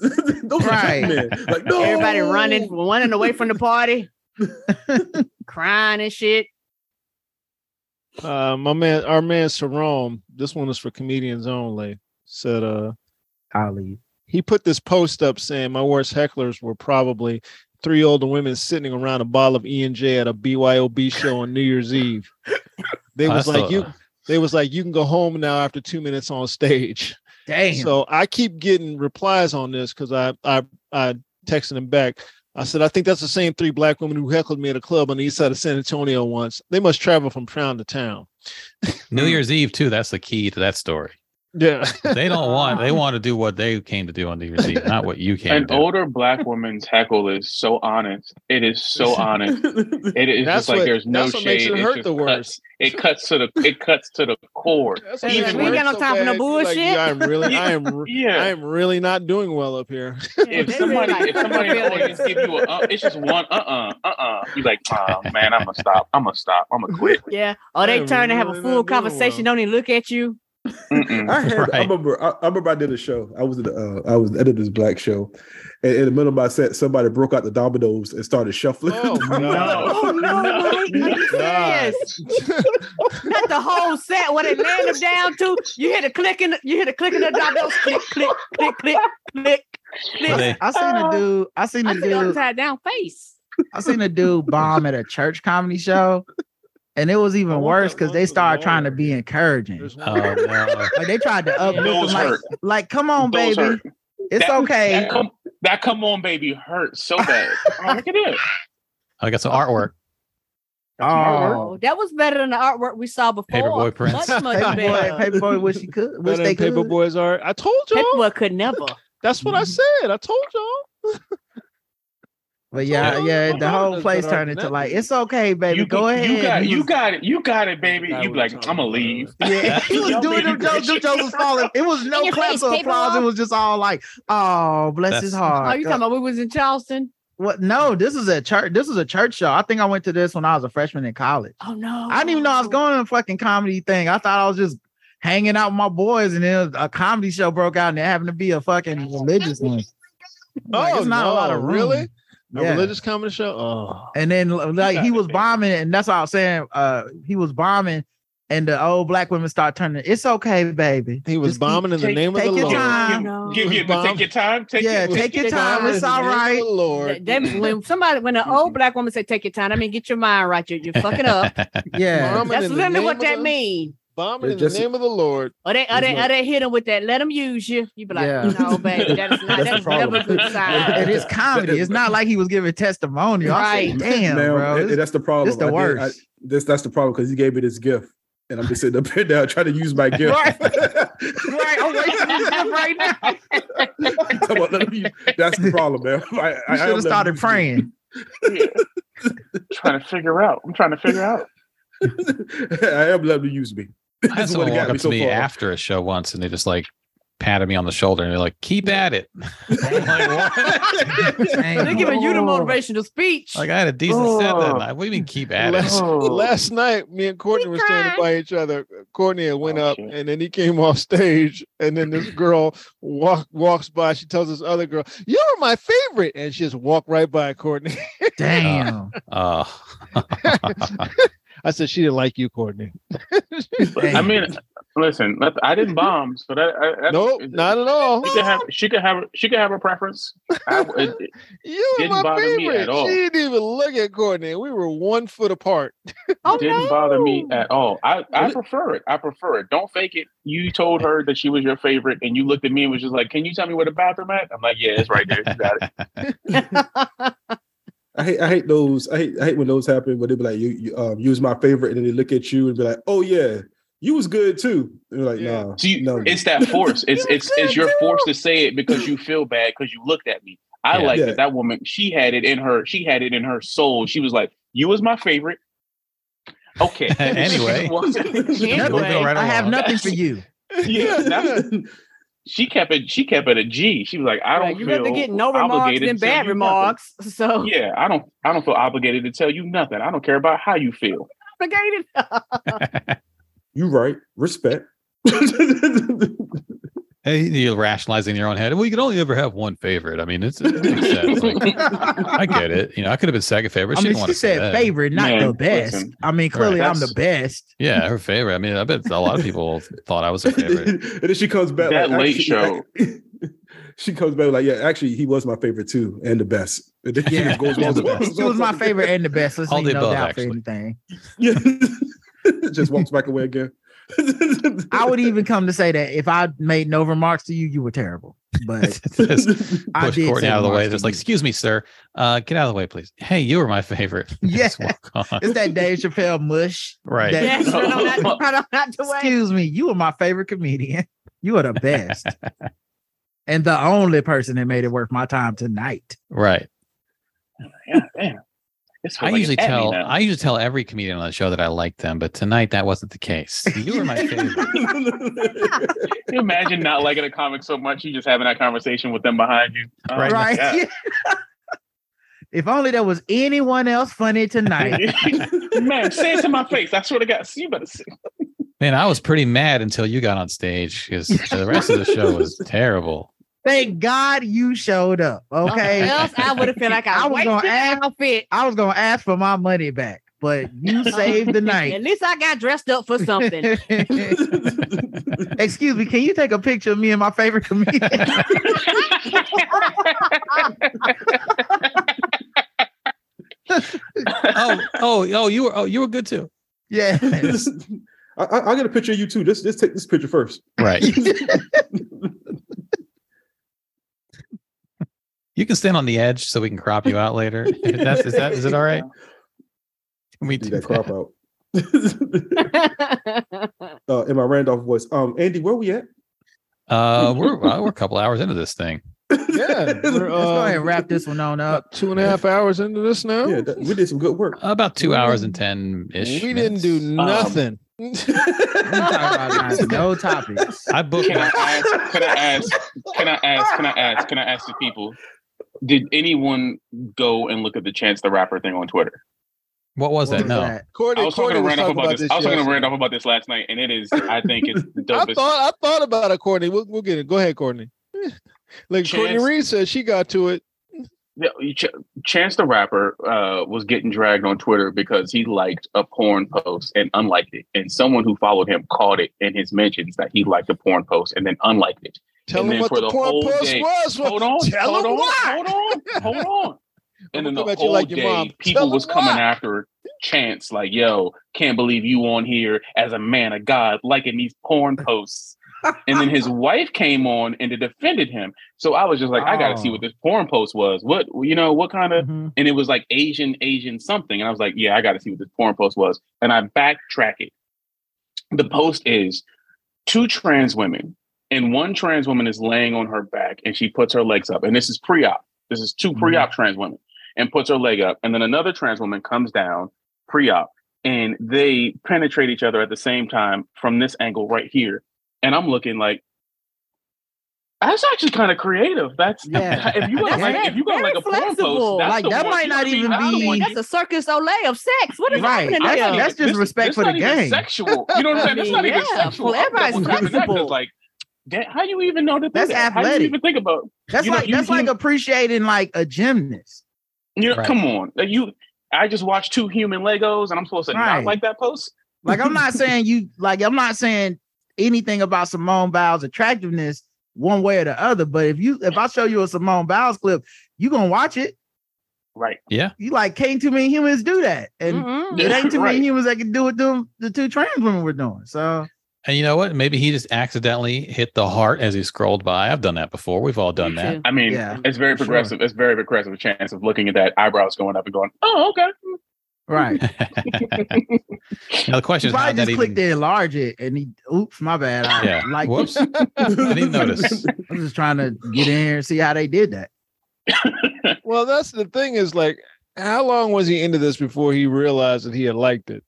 Speaker 2: those
Speaker 4: Right.
Speaker 2: are Jumpman. Like no.
Speaker 11: Everybody running, running away from the party, crying and shit.
Speaker 3: Uh, my man, our man Sarome, this one is for comedians only, said uh
Speaker 4: Ali.
Speaker 3: He put this post up saying my worst hecklers were probably three older women sitting around a bottle of E and J at a BYOB show on New Year's Eve. They
Speaker 5: Oh,
Speaker 3: was
Speaker 5: that's
Speaker 3: like
Speaker 5: a-
Speaker 3: you they was like you can go home now after two minutes on stage.
Speaker 4: Damn.
Speaker 3: So I keep getting replies on this because I I I texted him back. I said, I think that's the same three black women who heckled me at a club on the east side of San Antonio once. They must travel from town to town.
Speaker 4: Mm-hmm.
Speaker 5: New Year's Eve too. That's the key to that story.
Speaker 3: Yeah.
Speaker 5: They don't want. They want to do what they came to do on New Year's Eve, not what you came
Speaker 6: An
Speaker 5: to do.
Speaker 6: older black woman's heckle is so honest. It is so honest. It is
Speaker 3: That's
Speaker 6: just like
Speaker 3: what-
Speaker 6: there's no
Speaker 3: that's what
Speaker 6: shade.
Speaker 3: makes it
Speaker 6: It's
Speaker 3: hurt
Speaker 6: just
Speaker 3: the
Speaker 6: cuts- It cuts to the it cuts to the core.
Speaker 3: That's
Speaker 11: what I'm saying. We ain't got no
Speaker 3: So
Speaker 11: time for no
Speaker 3: bad, you're like,
Speaker 11: bullshit.
Speaker 3: yeah, I'm really, I am, re-
Speaker 6: Yeah.
Speaker 3: I am really not doing well up here.
Speaker 6: if somebody if somebody in the audience give you a uh, it's just one uh uh uh uh you like oh man I'm gonna stop I'm gonna stop I'm gonna quit.
Speaker 11: Yeah. Or they
Speaker 6: Yeah,
Speaker 11: turn to have
Speaker 6: really
Speaker 11: a full conversation, don't even look at you.
Speaker 2: I had I remember I, I remember I did a show. I was at uh, I was at this black show, and in the middle of my set, somebody broke out the dominoes and started shuffling.
Speaker 3: Oh
Speaker 11: Oh, no, Mike, are you serious? Not the whole set. What it land them down to? You hear the clicking. You hear the clicking of the dominoes. Click, click, click, click, click,
Speaker 4: I,
Speaker 11: click. Oh.
Speaker 4: I seen a dude. I seen
Speaker 11: I
Speaker 4: a
Speaker 11: see the
Speaker 4: dude.
Speaker 11: upside down face.
Speaker 4: I seen a dude bomb at a church comedy show, and it was even worse because they started trying to be encouraging.
Speaker 5: Oh, no.
Speaker 4: Like they tried to up
Speaker 6: Those
Speaker 4: like,
Speaker 6: hurt.
Speaker 4: like, come on,
Speaker 6: Those
Speaker 4: baby,
Speaker 6: hurt.
Speaker 4: it's
Speaker 6: That-
Speaker 4: okay.
Speaker 6: That come, that come on baby hurt so bad. oh, look at this.
Speaker 5: I got some artwork.
Speaker 11: Oh, that was better than the artwork we saw before.
Speaker 5: Paperboy prints.
Speaker 11: Much, much
Speaker 4: Paperboy,
Speaker 11: better.
Speaker 4: Paperboy wish he could.
Speaker 3: Better
Speaker 4: Wish they
Speaker 3: than
Speaker 4: could.
Speaker 3: paper boys are. I told y'all.
Speaker 11: Paperboy could never.
Speaker 3: That's what I
Speaker 4: Mm-hmm.
Speaker 3: said. I told y'all.
Speaker 4: But yeah,
Speaker 3: Yeah.
Speaker 4: yeah, the
Speaker 3: Yeah.
Speaker 4: whole
Speaker 3: Yeah.
Speaker 4: place
Speaker 3: Yeah.
Speaker 4: turned into like, it's okay, baby.
Speaker 6: You
Speaker 4: Go
Speaker 6: got-
Speaker 4: ahead.
Speaker 6: You got
Speaker 4: He
Speaker 6: you
Speaker 4: was-
Speaker 6: got it. You got it, baby. You be like, I'm gonna leave.
Speaker 4: Yeah, he was doing them jokes. Them jokes was falling. It was
Speaker 11: In
Speaker 4: no
Speaker 11: your
Speaker 4: claps
Speaker 11: face,
Speaker 4: or
Speaker 11: paper
Speaker 4: applause. It
Speaker 11: ball.
Speaker 4: was just all like, oh, bless
Speaker 11: That's-
Speaker 4: his heart.
Speaker 11: Oh, you talking about we was in Charleston?
Speaker 4: What? No, this is a church. This is a church show. I think I went to this when I was a freshman in college.
Speaker 11: Oh no,
Speaker 4: I didn't even know I was going to a fucking comedy thing. I thought I was just hanging out with my boys, and then a comedy show broke out, and it happened to be a fucking religious one. Like,
Speaker 3: oh,
Speaker 4: it's not a lot
Speaker 3: no,
Speaker 4: of room.
Speaker 3: really. A
Speaker 4: Yeah.
Speaker 3: religious comedy show. Oh,
Speaker 4: And then like
Speaker 3: gotta
Speaker 4: he was bombing, it, and that's all I was saying. Uh, he was bombing, and the old black women start turning. It's okay, baby.
Speaker 3: He was bombing in the name of
Speaker 4: take
Speaker 3: the
Speaker 4: your
Speaker 3: Lord.
Speaker 4: Time.
Speaker 6: Give you take your time. Take
Speaker 4: yeah,
Speaker 6: your,
Speaker 4: take your
Speaker 11: time.
Speaker 4: time. It's
Speaker 11: In the
Speaker 4: all
Speaker 11: name of
Speaker 4: right.
Speaker 3: Lord.
Speaker 11: Then when somebody, when an old black woman say, "Take your time," I mean, get your mind right. You're, you're fucking up.
Speaker 4: Yeah,
Speaker 11: That's literally what that means.
Speaker 3: bombing in the name of the Lord.
Speaker 11: Or they, or they, or they hit him with that. Let them use you. You be like,
Speaker 4: Yeah.
Speaker 11: no, baby, that is not.
Speaker 4: That's
Speaker 11: That's,
Speaker 4: the
Speaker 11: never a
Speaker 4: problem.
Speaker 11: good
Speaker 4: And
Speaker 11: sign.
Speaker 4: it is comedy. It's not like he was giving testimony. I said,
Speaker 11: Right.
Speaker 4: damn,
Speaker 2: Man,
Speaker 4: bro.
Speaker 2: and- and that's the problem.
Speaker 4: This the
Speaker 2: I did-
Speaker 4: worst.
Speaker 2: I- this that's the problem because he gave me this gift, and I'm just sitting up here now trying to use my gift.
Speaker 4: right, I'm wasting this gift right now.
Speaker 2: Come on, let me use- that's the problem, man. I, I- I
Speaker 4: You should
Speaker 2: don't
Speaker 4: have started
Speaker 2: let-
Speaker 4: praying.
Speaker 6: trying to figure out. I'm trying to figure out.
Speaker 2: I am letting him use me.
Speaker 5: I had
Speaker 2: This is
Speaker 5: someone
Speaker 2: what it
Speaker 5: walk
Speaker 2: got
Speaker 5: up
Speaker 2: me
Speaker 5: to
Speaker 2: so
Speaker 5: me
Speaker 2: far.
Speaker 5: after a show once, and they just like patted me on the shoulder, and they're like, "Keep at it."
Speaker 11: They're giving you the motivation to speech.
Speaker 5: Like I had a decent
Speaker 11: Oh.
Speaker 5: set that night. What do you mean, keep at it?
Speaker 3: Last,
Speaker 6: Oh.
Speaker 3: last night, me and Courtney were standing by each other. Courtney had
Speaker 4: Oh,
Speaker 3: went up, and then he came off stage, and then this girl walk walks by. She tells this other girl, "You're my favorite," and she just walked right by Courtney.
Speaker 4: Damn.
Speaker 5: Uh,
Speaker 3: I said she didn't like you, Courtney.
Speaker 6: I mean, listen, let- I didn't bomb, so that, I, that
Speaker 3: nope, not at all.
Speaker 6: She could have, she could have, she could have a preference. I, it, it
Speaker 3: You were
Speaker 6: didn't
Speaker 3: my
Speaker 6: bother me
Speaker 3: favorite.
Speaker 6: at all.
Speaker 3: She didn't even look at Courtney. We were one foot apart.
Speaker 4: Oh,
Speaker 3: Oh,
Speaker 6: didn't bother me at all. I, I prefer it. I prefer it. Don't fake it. You told her that she was your favorite, and you looked at me and was just like, "Can you tell me where the bathroom at?" I'm like, "Yeah, it's right there. You got it."
Speaker 2: I hate I hate those. I hate I hate when those happen. But they be like, you, you um, use my favorite, and then they look at you and be like, oh yeah, you was good too. And you're like, nah,
Speaker 6: So you,
Speaker 2: no,
Speaker 6: it's that force. It's it's it's you're forced to say it because you feel bad because you looked at me. I
Speaker 2: Yeah.
Speaker 6: like
Speaker 2: Yeah.
Speaker 6: that. That woman, she had it in her. She had it in her soul. She was like, "You was my favorite." Okay.
Speaker 5: Anyway.
Speaker 6: Well,
Speaker 4: Nothing. I have nothing for you.
Speaker 6: yeah, that's- she kept it. She kept it a G. She was like, "I don't
Speaker 11: you
Speaker 6: feel
Speaker 11: rather get no remarks
Speaker 6: obligated
Speaker 11: than
Speaker 6: to tell
Speaker 11: bad
Speaker 6: you
Speaker 11: remarks. So
Speaker 6: nothing." Yeah, I don't. I don't feel obligated to tell you nothing. I don't care about how you feel.
Speaker 11: obligated.
Speaker 2: you right. Respect.
Speaker 5: Hey, you're rationalizing in your own head. Well, you can only ever have one favorite. I mean, it's it makes sense. Like, I get it. You know, I could have been second favorite.
Speaker 4: I
Speaker 5: She
Speaker 4: mean,
Speaker 5: didn't want
Speaker 4: she
Speaker 5: to say that.
Speaker 4: said favorite, not the best. I mean, clearly
Speaker 5: Right.
Speaker 4: I'm the best.
Speaker 5: Yeah, her favorite. I mean, I bet a lot of people thought I was her favorite.
Speaker 2: and then she comes back
Speaker 5: That late show.
Speaker 2: she comes back like, yeah, actually, he was my favorite too, and the best. And then she
Speaker 4: Yeah.
Speaker 2: just goes
Speaker 4: She
Speaker 2: on
Speaker 4: was,
Speaker 2: to-
Speaker 4: my favorite and the best. Let's
Speaker 2: All
Speaker 4: leave
Speaker 2: the
Speaker 4: no
Speaker 2: above,
Speaker 4: doubt
Speaker 2: actually.
Speaker 4: for anything.
Speaker 2: just walks back away again.
Speaker 4: I would even come to say that if I made no remarks to you, you were terrible. But
Speaker 5: Just
Speaker 4: I
Speaker 5: push
Speaker 4: did
Speaker 5: Courtney
Speaker 4: say
Speaker 5: out of the way.
Speaker 4: remarks
Speaker 5: Just like,
Speaker 4: to you.
Speaker 5: excuse me, sir. Uh, get out of the way, please. Hey, you were my favorite.
Speaker 4: Yeah.
Speaker 5: Just walk on.
Speaker 4: it's that Dave Chappelle mush.
Speaker 5: Right.
Speaker 4: that-
Speaker 5: Yes,
Speaker 11: Run on that- run on that way.
Speaker 4: Excuse me, you are my favorite comedian. You are the best. and the only person that made it worth my time tonight.
Speaker 5: Right.
Speaker 6: Damn. This
Speaker 5: I
Speaker 6: feels like
Speaker 5: usually
Speaker 6: it's at me
Speaker 5: tell
Speaker 6: now.
Speaker 5: I usually tell every comedian on the show that I like them, but tonight that wasn't the case. You were my favorite.
Speaker 6: Can you imagine not liking a comic so much? You just having that conversation with them behind you. Oh, my
Speaker 4: Right.
Speaker 6: God.
Speaker 4: if only there was anyone else funny tonight.
Speaker 6: Man, say it to my face. I swear to God, you better say.
Speaker 5: Man, I was pretty mad until you got on stage because the rest of the show was terrible.
Speaker 4: Thank God you showed up. Okay.
Speaker 11: Else I would have felt like I,
Speaker 4: I was gonna
Speaker 11: wasted
Speaker 4: ask
Speaker 11: outfit. Oh,
Speaker 4: I was gonna ask for my money back, but you saved the night.
Speaker 11: At least I got dressed up for something.
Speaker 4: Excuse me, can you take a picture of me and my favorite comedian?
Speaker 5: oh, oh, oh, you were oh, you were good too.
Speaker 4: Yeah.
Speaker 2: I, I, I got a picture of you too. Let's, let's take this picture first.
Speaker 5: Right. you can stand on the edge so we can crop you out later. If That's is that is it all right? Can we do that
Speaker 2: crop out? Uh, in my Randolph voice. Um, Andy, where we at?
Speaker 5: Uh, we're well, we're a couple hours into this thing.
Speaker 3: Yeah. Let's
Speaker 4: go ahead and wrap this one on up.
Speaker 3: Two and a half hours into this now.
Speaker 2: Yeah, that- we did some good work.
Speaker 5: About two hours and ten ish.
Speaker 3: We didn't do nothing.
Speaker 4: no topics.
Speaker 5: I booked.
Speaker 6: Can I ask? Can I ask? Can I ask? Can I ask? Can I ask the people? Did anyone go and look at the Chance the Rapper thing on Twitter?
Speaker 5: What was that? No.
Speaker 3: Courtney,
Speaker 6: I was talking
Speaker 3: Courtney
Speaker 6: to
Speaker 3: was
Speaker 6: Randolph
Speaker 3: talking
Speaker 6: about
Speaker 3: about
Speaker 6: this.
Speaker 3: this
Speaker 6: I was talking to
Speaker 3: yesterday.
Speaker 6: Randolph about this last night, and it is. I think it's the
Speaker 3: I
Speaker 6: dopest.
Speaker 3: thought I thought about it, Courtney. We'll, we'll get it. Go ahead, Courtney. Like Courtney
Speaker 6: Chance-
Speaker 3: Reed said, she got to it.
Speaker 6: Yeah, Ch- Chance the Rapper uh, was getting dragged on Twitter because he liked a porn post and unliked it. And someone who followed him caught it in his mentions that he liked a porn post and then unliked it.
Speaker 3: Tell
Speaker 6: and
Speaker 3: him
Speaker 6: then
Speaker 3: what
Speaker 6: for
Speaker 3: the, porn
Speaker 6: whole
Speaker 3: post
Speaker 6: day-
Speaker 3: was.
Speaker 6: Hold on.
Speaker 3: Tell
Speaker 6: hold
Speaker 3: him
Speaker 6: on.
Speaker 3: why.
Speaker 6: Hold on. Hold on. And then
Speaker 3: I'ma
Speaker 6: the
Speaker 3: come at you
Speaker 6: whole
Speaker 3: like your
Speaker 6: day,
Speaker 3: mom.
Speaker 6: people
Speaker 3: Tell
Speaker 6: was
Speaker 3: him
Speaker 6: coming
Speaker 3: why.
Speaker 6: after chants like, yo, can't believe you on here as a man of God, liking these porn posts. and then his wife came on and it defended him. So I was just like, I gotta see what
Speaker 3: Oh.
Speaker 6: this porn post was. What you know, what kind of
Speaker 3: Mm-hmm.
Speaker 6: and it was like Asian, Asian something. And I was like, yeah, I gotta see what this porn post was. And I backtrack it. The post is two trans women, and one trans woman is laying on her back and she puts her legs up. And this is pre-op. This is
Speaker 11: Mm-hmm.
Speaker 6: 2 pre-op trans women and puts her leg up. And then another trans woman comes down pre-op and they penetrate each other at the same time from this angle right here. And I'm looking like, that's actually kind of creative. That's
Speaker 11: Yeah.
Speaker 6: if you got
Speaker 11: That's
Speaker 6: like
Speaker 11: very-
Speaker 6: if you got like a porn post,
Speaker 11: flexible.
Speaker 6: that's
Speaker 11: Like
Speaker 6: the
Speaker 11: that
Speaker 6: one
Speaker 11: might
Speaker 6: you
Speaker 11: not
Speaker 6: should
Speaker 11: even
Speaker 6: I don't
Speaker 11: be.
Speaker 6: want
Speaker 11: That's a circus Olay of sex. What is
Speaker 6: Right.
Speaker 11: happening there?
Speaker 6: I don't even- this- this not even Sexual. You know what I'm saying? That's not even
Speaker 11: Yeah,
Speaker 6: sexual.
Speaker 11: well, everybody's
Speaker 6: That's just
Speaker 11: flexible.
Speaker 6: Like, damn, how you even know to do
Speaker 4: That's
Speaker 6: that? How do you
Speaker 4: athletic.
Speaker 6: even think about?
Speaker 4: That's
Speaker 6: you know,
Speaker 4: like
Speaker 6: you-
Speaker 4: that's
Speaker 6: you-
Speaker 4: like appreciating like a gymnast.
Speaker 6: you know,
Speaker 4: Right.
Speaker 6: come on. Like, You, I just watched two human Legos, and I'm supposed to not
Speaker 4: Right.
Speaker 6: like that post.
Speaker 4: Like I'm not saying you like I'm not saying anything about Simone Biles' attractiveness one way or the other. But if you if I show you a Simone Biles clip, you gonna watch it.
Speaker 6: Right.
Speaker 5: Yeah.
Speaker 4: You like can't too many humans do that, and
Speaker 11: Mhm.
Speaker 4: it ain't too
Speaker 11: Right.
Speaker 4: many humans that can do what them the two trans women were doing. So
Speaker 5: And you know what? Maybe he just accidentally hit the heart as he scrolled by. I've done that before. We've all done that.
Speaker 6: I mean,
Speaker 4: Yeah.
Speaker 6: it's very
Speaker 4: For sure.
Speaker 6: progressive. It's very progressive chance of looking at that eyebrows going up and going, oh, okay.
Speaker 4: right.
Speaker 5: Now the question is how
Speaker 4: Probably just
Speaker 5: that
Speaker 4: clicked
Speaker 5: even.
Speaker 4: to enlarge it, and he. Oops, my bad. I
Speaker 5: Yeah.
Speaker 4: like
Speaker 5: Whoops. I didn't notice.
Speaker 4: I'm just trying to get in here and see how they did that.
Speaker 3: well, that's the thing is like, how long was he into this before he realized that he had liked it?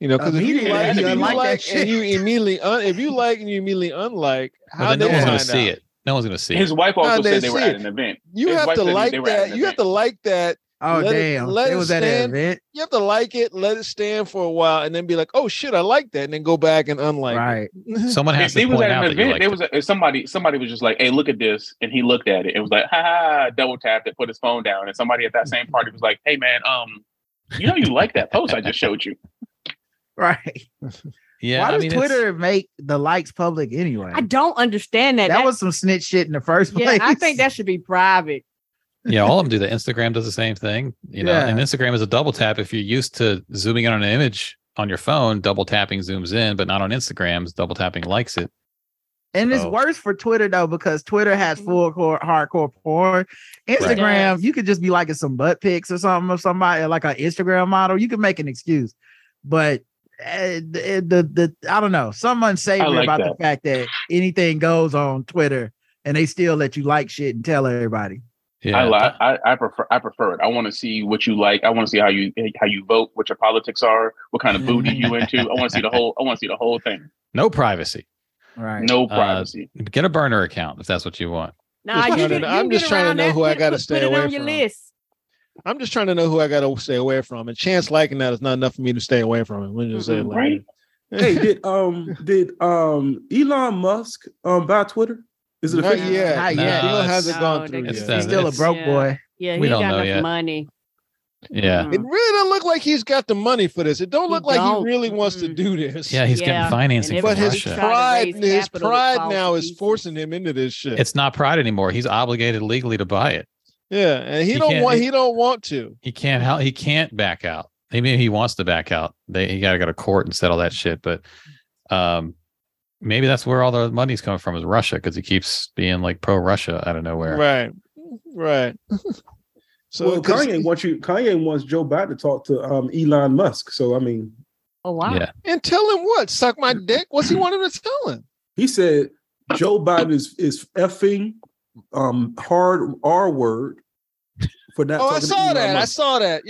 Speaker 3: You know, because if you
Speaker 4: Immediately,
Speaker 3: like, if
Speaker 4: he
Speaker 3: you
Speaker 4: unliked
Speaker 3: like,
Speaker 4: that
Speaker 3: and
Speaker 4: shit.
Speaker 3: you immediately un- if you like and you immediately unlike,
Speaker 5: But
Speaker 3: how
Speaker 5: then
Speaker 3: they
Speaker 5: no one's going
Speaker 3: find
Speaker 5: to see
Speaker 3: out?
Speaker 5: it. No one's going to see it.
Speaker 6: His wife
Speaker 3: How'd
Speaker 6: also said
Speaker 3: they
Speaker 6: they were
Speaker 3: see
Speaker 6: at
Speaker 3: it?
Speaker 6: an event.
Speaker 3: You
Speaker 6: His
Speaker 3: have
Speaker 6: wife
Speaker 3: to
Speaker 6: said they-
Speaker 3: like
Speaker 6: they were at an
Speaker 3: that. You have to like that.
Speaker 4: Oh
Speaker 3: let it-
Speaker 4: damn!
Speaker 3: let
Speaker 4: they
Speaker 3: it
Speaker 4: was at an
Speaker 3: stand.
Speaker 4: event.
Speaker 3: You have to like it, let it stand for a while, and then be like, "Oh shit, I like that," and then go back and unlike.
Speaker 4: Right.
Speaker 3: It.
Speaker 6: If they was at an event. they was a, somebody. Somebody was just like, "Hey, look at this," and he looked at it. It was like, "Ha ha!" Double tapped it, put his phone down, and somebody at that same party was like, "Hey, man, um, you know you like that post I just showed you."
Speaker 4: Right.
Speaker 5: Yeah.
Speaker 4: Why
Speaker 5: I
Speaker 4: does
Speaker 5: mean, it's-
Speaker 4: Twitter make the likes public anyway?
Speaker 11: I don't understand that.
Speaker 4: that, was some snitch shit in the first
Speaker 11: yeah.
Speaker 4: place.
Speaker 11: I think that should be private.
Speaker 5: yeah, all of them do that. Instagram does the same thing, you know.
Speaker 4: Yeah.
Speaker 5: And Instagram is a double tap. If you're used to zooming in on an image on your phone, double tapping zooms in, but not on Instagram's double tapping likes it.
Speaker 4: and it's
Speaker 5: Oh.
Speaker 4: worse for Twitter though because Twitter has full core hardcore porn. Instagram,
Speaker 11: Mm-hmm. Yes.
Speaker 4: you could just be liking some butt pics or something of somebody like an Instagram model. You can make an excuse, but uh, the, the the I don't know. Some unsavory
Speaker 6: I like
Speaker 4: about
Speaker 6: that.
Speaker 4: the fact that anything goes on Twitter and they still let you like shit and tell everybody.
Speaker 5: Yeah,
Speaker 6: I, li- I I prefer I prefer it. I want to see what you like. I want to see how you how you vote, what your politics are, what kind of booty you into. I want to see the whole. I want to see the whole thing.
Speaker 5: no privacy,
Speaker 4: Right.
Speaker 6: No
Speaker 5: Uh,
Speaker 6: privacy.
Speaker 5: get a burner account if that's what you want.
Speaker 11: Nah, you
Speaker 3: trying to-
Speaker 11: get, you
Speaker 3: I'm
Speaker 11: get
Speaker 3: just trying to
Speaker 11: around
Speaker 3: know
Speaker 11: that,
Speaker 3: who I
Speaker 11: put-
Speaker 3: gotta
Speaker 11: put-
Speaker 3: stay
Speaker 11: put it
Speaker 3: away
Speaker 11: on your
Speaker 3: from.
Speaker 11: list.
Speaker 3: I'm just trying to know who I got to stay away from, and chance liking that is not enough for me to stay away from it. Let me just say it like
Speaker 6: Right?
Speaker 3: that.
Speaker 2: hey, did um did um Elon Musk um buy Twitter? Is it
Speaker 3: Not
Speaker 2: official?
Speaker 3: yet.
Speaker 4: Not
Speaker 5: No,
Speaker 4: yet.
Speaker 3: Elon hasn't
Speaker 11: No,
Speaker 3: gone
Speaker 11: they
Speaker 3: through
Speaker 11: just-
Speaker 3: yet.
Speaker 5: He's
Speaker 4: still a broke
Speaker 11: Yeah.
Speaker 4: boy.
Speaker 11: Yeah,
Speaker 5: We
Speaker 11: he
Speaker 5: don't
Speaker 11: got
Speaker 5: know
Speaker 11: enough
Speaker 5: yet.
Speaker 11: money.
Speaker 5: Yeah,
Speaker 3: It really don't look like he's got the money for this. It don't
Speaker 11: Mm. He
Speaker 3: look like
Speaker 11: don't. Mm.
Speaker 3: he really wants to do this.
Speaker 5: yeah, he's
Speaker 11: Yeah.
Speaker 5: getting financing
Speaker 11: And
Speaker 5: from
Speaker 3: but his
Speaker 11: try
Speaker 5: Russia.
Speaker 11: to
Speaker 3: pride,
Speaker 11: raise
Speaker 3: his
Speaker 11: capital, it
Speaker 3: pride
Speaker 11: falls
Speaker 3: now
Speaker 11: to
Speaker 3: is
Speaker 11: pieces.
Speaker 3: forcing him into this
Speaker 6: Mm-hmm.
Speaker 3: shit.
Speaker 5: It's not pride anymore. He's obligated legally to buy it.
Speaker 3: yeah, and he,
Speaker 5: he
Speaker 3: don't
Speaker 5: can't-
Speaker 3: want.
Speaker 5: he-
Speaker 3: He don't want to.
Speaker 5: He can't help. He can't back out. Maybe he wants to back out. They he got to go to court and settle that shit. But um, maybe that's where all the money's coming from is Russia because he keeps being like pro Russia out of nowhere.
Speaker 3: Right, right. so
Speaker 2: well,
Speaker 3: 'cause-
Speaker 2: Kanye wants you. Kanye wants Joe Biden to talk to um Elon Musk. So I mean,
Speaker 11: Oh wow. Mm.
Speaker 5: Yeah,
Speaker 3: and tell him what suck my dick. What's he wanted to tell him?
Speaker 2: he said Joe Biden is is effing um hard R word for not.
Speaker 3: Oh, I
Speaker 2: talking to
Speaker 3: saw
Speaker 2: Elon
Speaker 3: that. I
Speaker 2: Musk.
Speaker 3: saw that.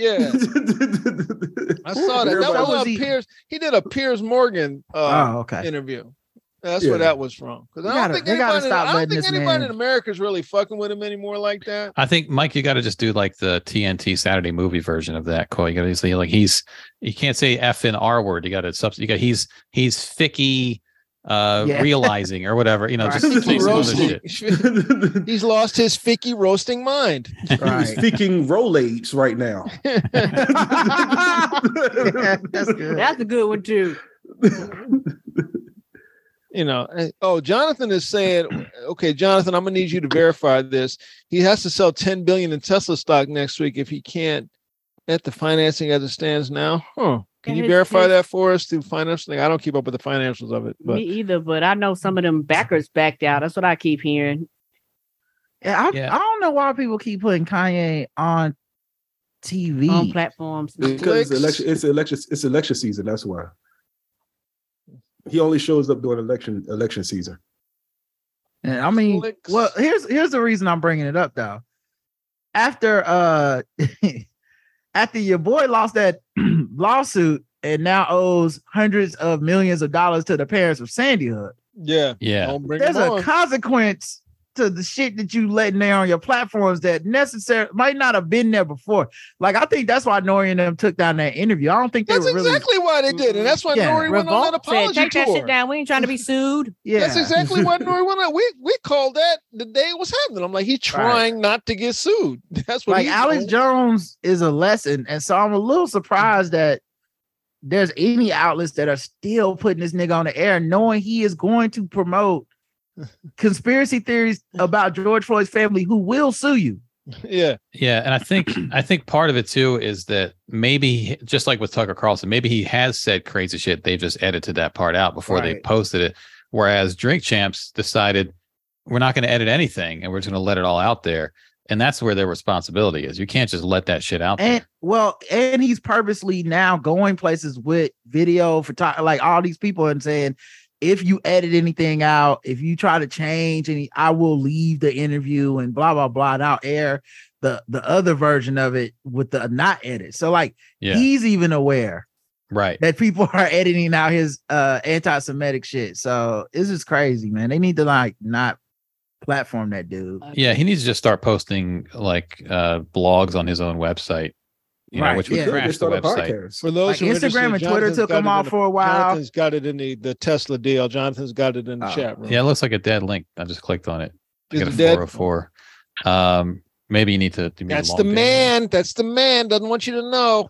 Speaker 3: Yeah, I saw that. That
Speaker 2: Everybody-
Speaker 3: was,
Speaker 4: was
Speaker 3: uh,
Speaker 4: he-
Speaker 3: Piers. He did a Piers Morgan. Uh,
Speaker 4: Oh, okay.
Speaker 3: interview. That's
Speaker 2: Yeah.
Speaker 3: where that was from. Because
Speaker 4: We
Speaker 3: I
Speaker 4: gotta-
Speaker 3: don't think
Speaker 4: we gotta
Speaker 3: anybody,
Speaker 4: stop
Speaker 3: I don't
Speaker 4: letting
Speaker 3: think
Speaker 4: this
Speaker 3: anybody
Speaker 4: man-
Speaker 3: in America is really fucking with him anymore like that.
Speaker 5: I think Mike, you got to just do like the TNT Saturday movie version of that. Cole, you got to say like he's you can't say F and R word. You got to substitute. You got he's he's ficky, uh,
Speaker 4: Yeah.
Speaker 5: realizing or whatever. You know,
Speaker 4: Right.
Speaker 5: just say some other
Speaker 3: Roasting.
Speaker 5: shit.
Speaker 3: He's lost his ficky roasting mind.
Speaker 2: He's
Speaker 4: Right.
Speaker 2: speaking Rolades right now.
Speaker 4: Yeah, that's good.
Speaker 11: That's a good one too.
Speaker 3: you know, and- oh, Jonathan is saying, okay, Jonathan, I'm gonna need you to verify this. He has to sell 10 billion in Tesla stock next week if he can't at the financing as it stands now? Huh. Can you verify that for us through financial? I don't keep up with the financials of it, but
Speaker 11: Me either, but I know some of them backers backed out. That's what I keep hearing.
Speaker 4: Yeah, I, I don't know why people keep putting Kanye on TV
Speaker 11: On platforms.
Speaker 2: Because it's election, it's election, it's election season. That's why. He only shows up during election election season.
Speaker 4: And I mean, well, here's here's the reason I'm bringing it up though. After uh, after your boy lost that lawsuit and now owes hundreds of millions of dollars to the parents of Sandy Hook.
Speaker 3: Yeah.
Speaker 5: Yeah.
Speaker 3: Don't bring
Speaker 4: There's
Speaker 3: them
Speaker 4: a
Speaker 3: on.
Speaker 4: consequence to the shit that you letting there on your platforms that necessarily might not have been there before. Like I think that's why Nori and them took down that interview. I don't think they
Speaker 3: That's
Speaker 4: were really
Speaker 3: exactly why they did, and that's why
Speaker 4: Yeah,
Speaker 3: Nori went on
Speaker 4: Revolt
Speaker 3: that apology
Speaker 11: Take
Speaker 3: tour.
Speaker 11: that shit down. We ain't trying to be sued.
Speaker 4: Yeah.
Speaker 3: That's exactly what Nori went on. We we called that the day it was happening. I'm like, he's trying not to get sued. That's what
Speaker 4: like
Speaker 3: he's
Speaker 4: Alex
Speaker 3: doing.
Speaker 4: Jones is a lesson, and so I'm a little surprised that there's any outlets that are still putting this nigga on the air, knowing he is going to promote conspiracy theories about George Floyd's family who will sue you.
Speaker 3: Yeah.
Speaker 5: Yeah, and I think I think part of it too is that maybe just like with Tucker Carlson, maybe he has said crazy shit. They've just edited that part out before they
Speaker 4: Right.
Speaker 5: posted it. Whereas Drink Champs decided we're not going to edit anything and we're just going to let it all out there. And that's where their responsibility is. You can't just let that shit out.
Speaker 4: And well, and he's purposely now going places with video photography, like all these people, and saying, if you edit anything out, if you try to change any, I will leave the interview and blah blah blah. And I'll air the the other version of it with the not edit. So like
Speaker 5: Yeah.
Speaker 4: he's even aware
Speaker 5: right.
Speaker 4: that people are editing out his uh anti-Semitic shit. So this is crazy, man. They need to like not platform that dude.
Speaker 5: Yeah, he needs to just start posting like uh blogs on his own website. You know,
Speaker 4: Right,
Speaker 5: which would
Speaker 4: yeah.
Speaker 2: They
Speaker 5: crash the
Speaker 2: start a
Speaker 5: website.
Speaker 2: podcast.
Speaker 3: For those
Speaker 4: Like,
Speaker 3: who are interested,
Speaker 4: Instagram and Twitter
Speaker 3: Jonathan's
Speaker 4: took
Speaker 3: got
Speaker 4: them
Speaker 3: it
Speaker 4: off
Speaker 3: in the-
Speaker 4: for a while. Oh,
Speaker 3: Jonathan's got it in the, the Tesla deal. Jonathan's got it in the chat room.
Speaker 5: Yeah, it looks like a dead link. I just clicked on it. I
Speaker 3: Is
Speaker 5: got a
Speaker 3: it dead?
Speaker 5: 404. Um, maybe you need to. you need to
Speaker 3: That's the
Speaker 5: log in.
Speaker 3: man. That's the man. Doesn't want you to know.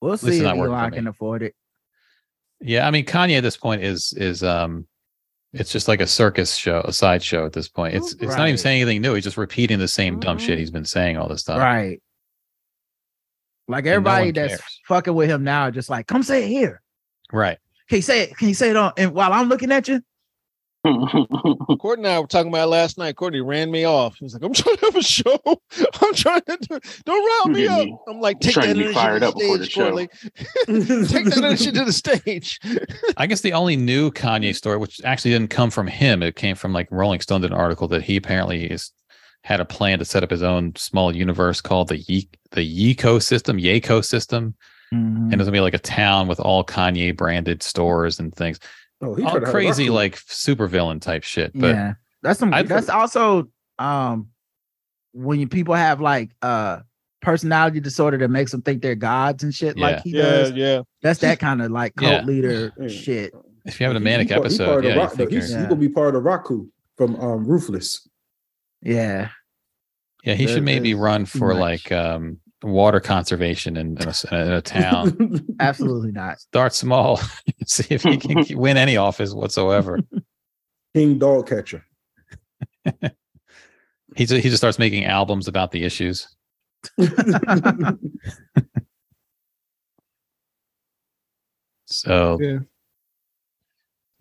Speaker 4: We'll
Speaker 5: least it's
Speaker 4: see if
Speaker 5: not working for
Speaker 4: Elon
Speaker 5: me.
Speaker 4: can afford it.
Speaker 5: Yeah, I mean Kanye at this point is is um it's just like a circus show, a sideshow at this point. It's it's not even
Speaker 4: Right.
Speaker 5: saying anything new. He's just repeating the same dumb shit he's been saying all this time.
Speaker 4: Right. Like
Speaker 5: no
Speaker 4: everybody
Speaker 5: one
Speaker 4: that's
Speaker 5: cares.
Speaker 4: fucking with him now, just like, come say it here.
Speaker 5: Right.
Speaker 4: Can you say it? Can you say it on? And while I'm looking at you,
Speaker 3: Courtney and I were talking about it last night. Courtney ran me off. He was like, I'm trying to have a show. I'm trying to do, don't round me
Speaker 6: You
Speaker 3: up.
Speaker 6: get me-
Speaker 3: I'm like, take that
Speaker 6: trying to be
Speaker 3: energy
Speaker 6: fired
Speaker 3: to
Speaker 6: up before
Speaker 3: the
Speaker 6: the
Speaker 3: stage,
Speaker 6: show.
Speaker 3: Courtney. take that energy to the stage.
Speaker 5: I guess the only new
Speaker 2: Mm-hmm.
Speaker 5: Kanye story, which actually didn't come from him, it came from like Rolling Stone did an article that he apparently is had a plan to set up his own small universe called the Ye- the Yeco system, Yeco system,
Speaker 2: Mm-hmm.
Speaker 5: and it's gonna be like a town with all Kanye branded stores and things,
Speaker 2: Oh, he
Speaker 5: all
Speaker 2: tried to have a
Speaker 5: crazy
Speaker 2: rock
Speaker 5: like supervillain type shit. But
Speaker 4: yeah, that's some.
Speaker 5: I'd-
Speaker 4: that's also um when you, people have like uh personality disorder that makes them think they're gods and shit, like
Speaker 5: Yeah.
Speaker 4: he
Speaker 3: Yeah,
Speaker 4: does.
Speaker 3: yeah.
Speaker 4: That's that kind of like cult
Speaker 5: Yeah.
Speaker 4: leader
Speaker 2: Yeah.
Speaker 4: shit.
Speaker 5: if you have a
Speaker 2: He-
Speaker 5: manic
Speaker 2: he part- he part
Speaker 5: episode,
Speaker 2: of
Speaker 5: yeah, you
Speaker 2: Rock-
Speaker 5: think you're,
Speaker 2: he's
Speaker 4: you're-
Speaker 2: he gonna be part of Raku from um, Ruthless.
Speaker 4: Yeah,
Speaker 5: yeah, he
Speaker 2: There-
Speaker 5: should maybe
Speaker 2: there's
Speaker 5: run
Speaker 4: too
Speaker 5: for
Speaker 4: much.
Speaker 5: like um, water conservation in, in, a, s- in a town.
Speaker 4: absolutely not.
Speaker 5: Start small, see if he can win any office whatsoever.
Speaker 2: King Dog Catcher.
Speaker 5: He just, he just starts making albums about the issues. So
Speaker 3: Yeah.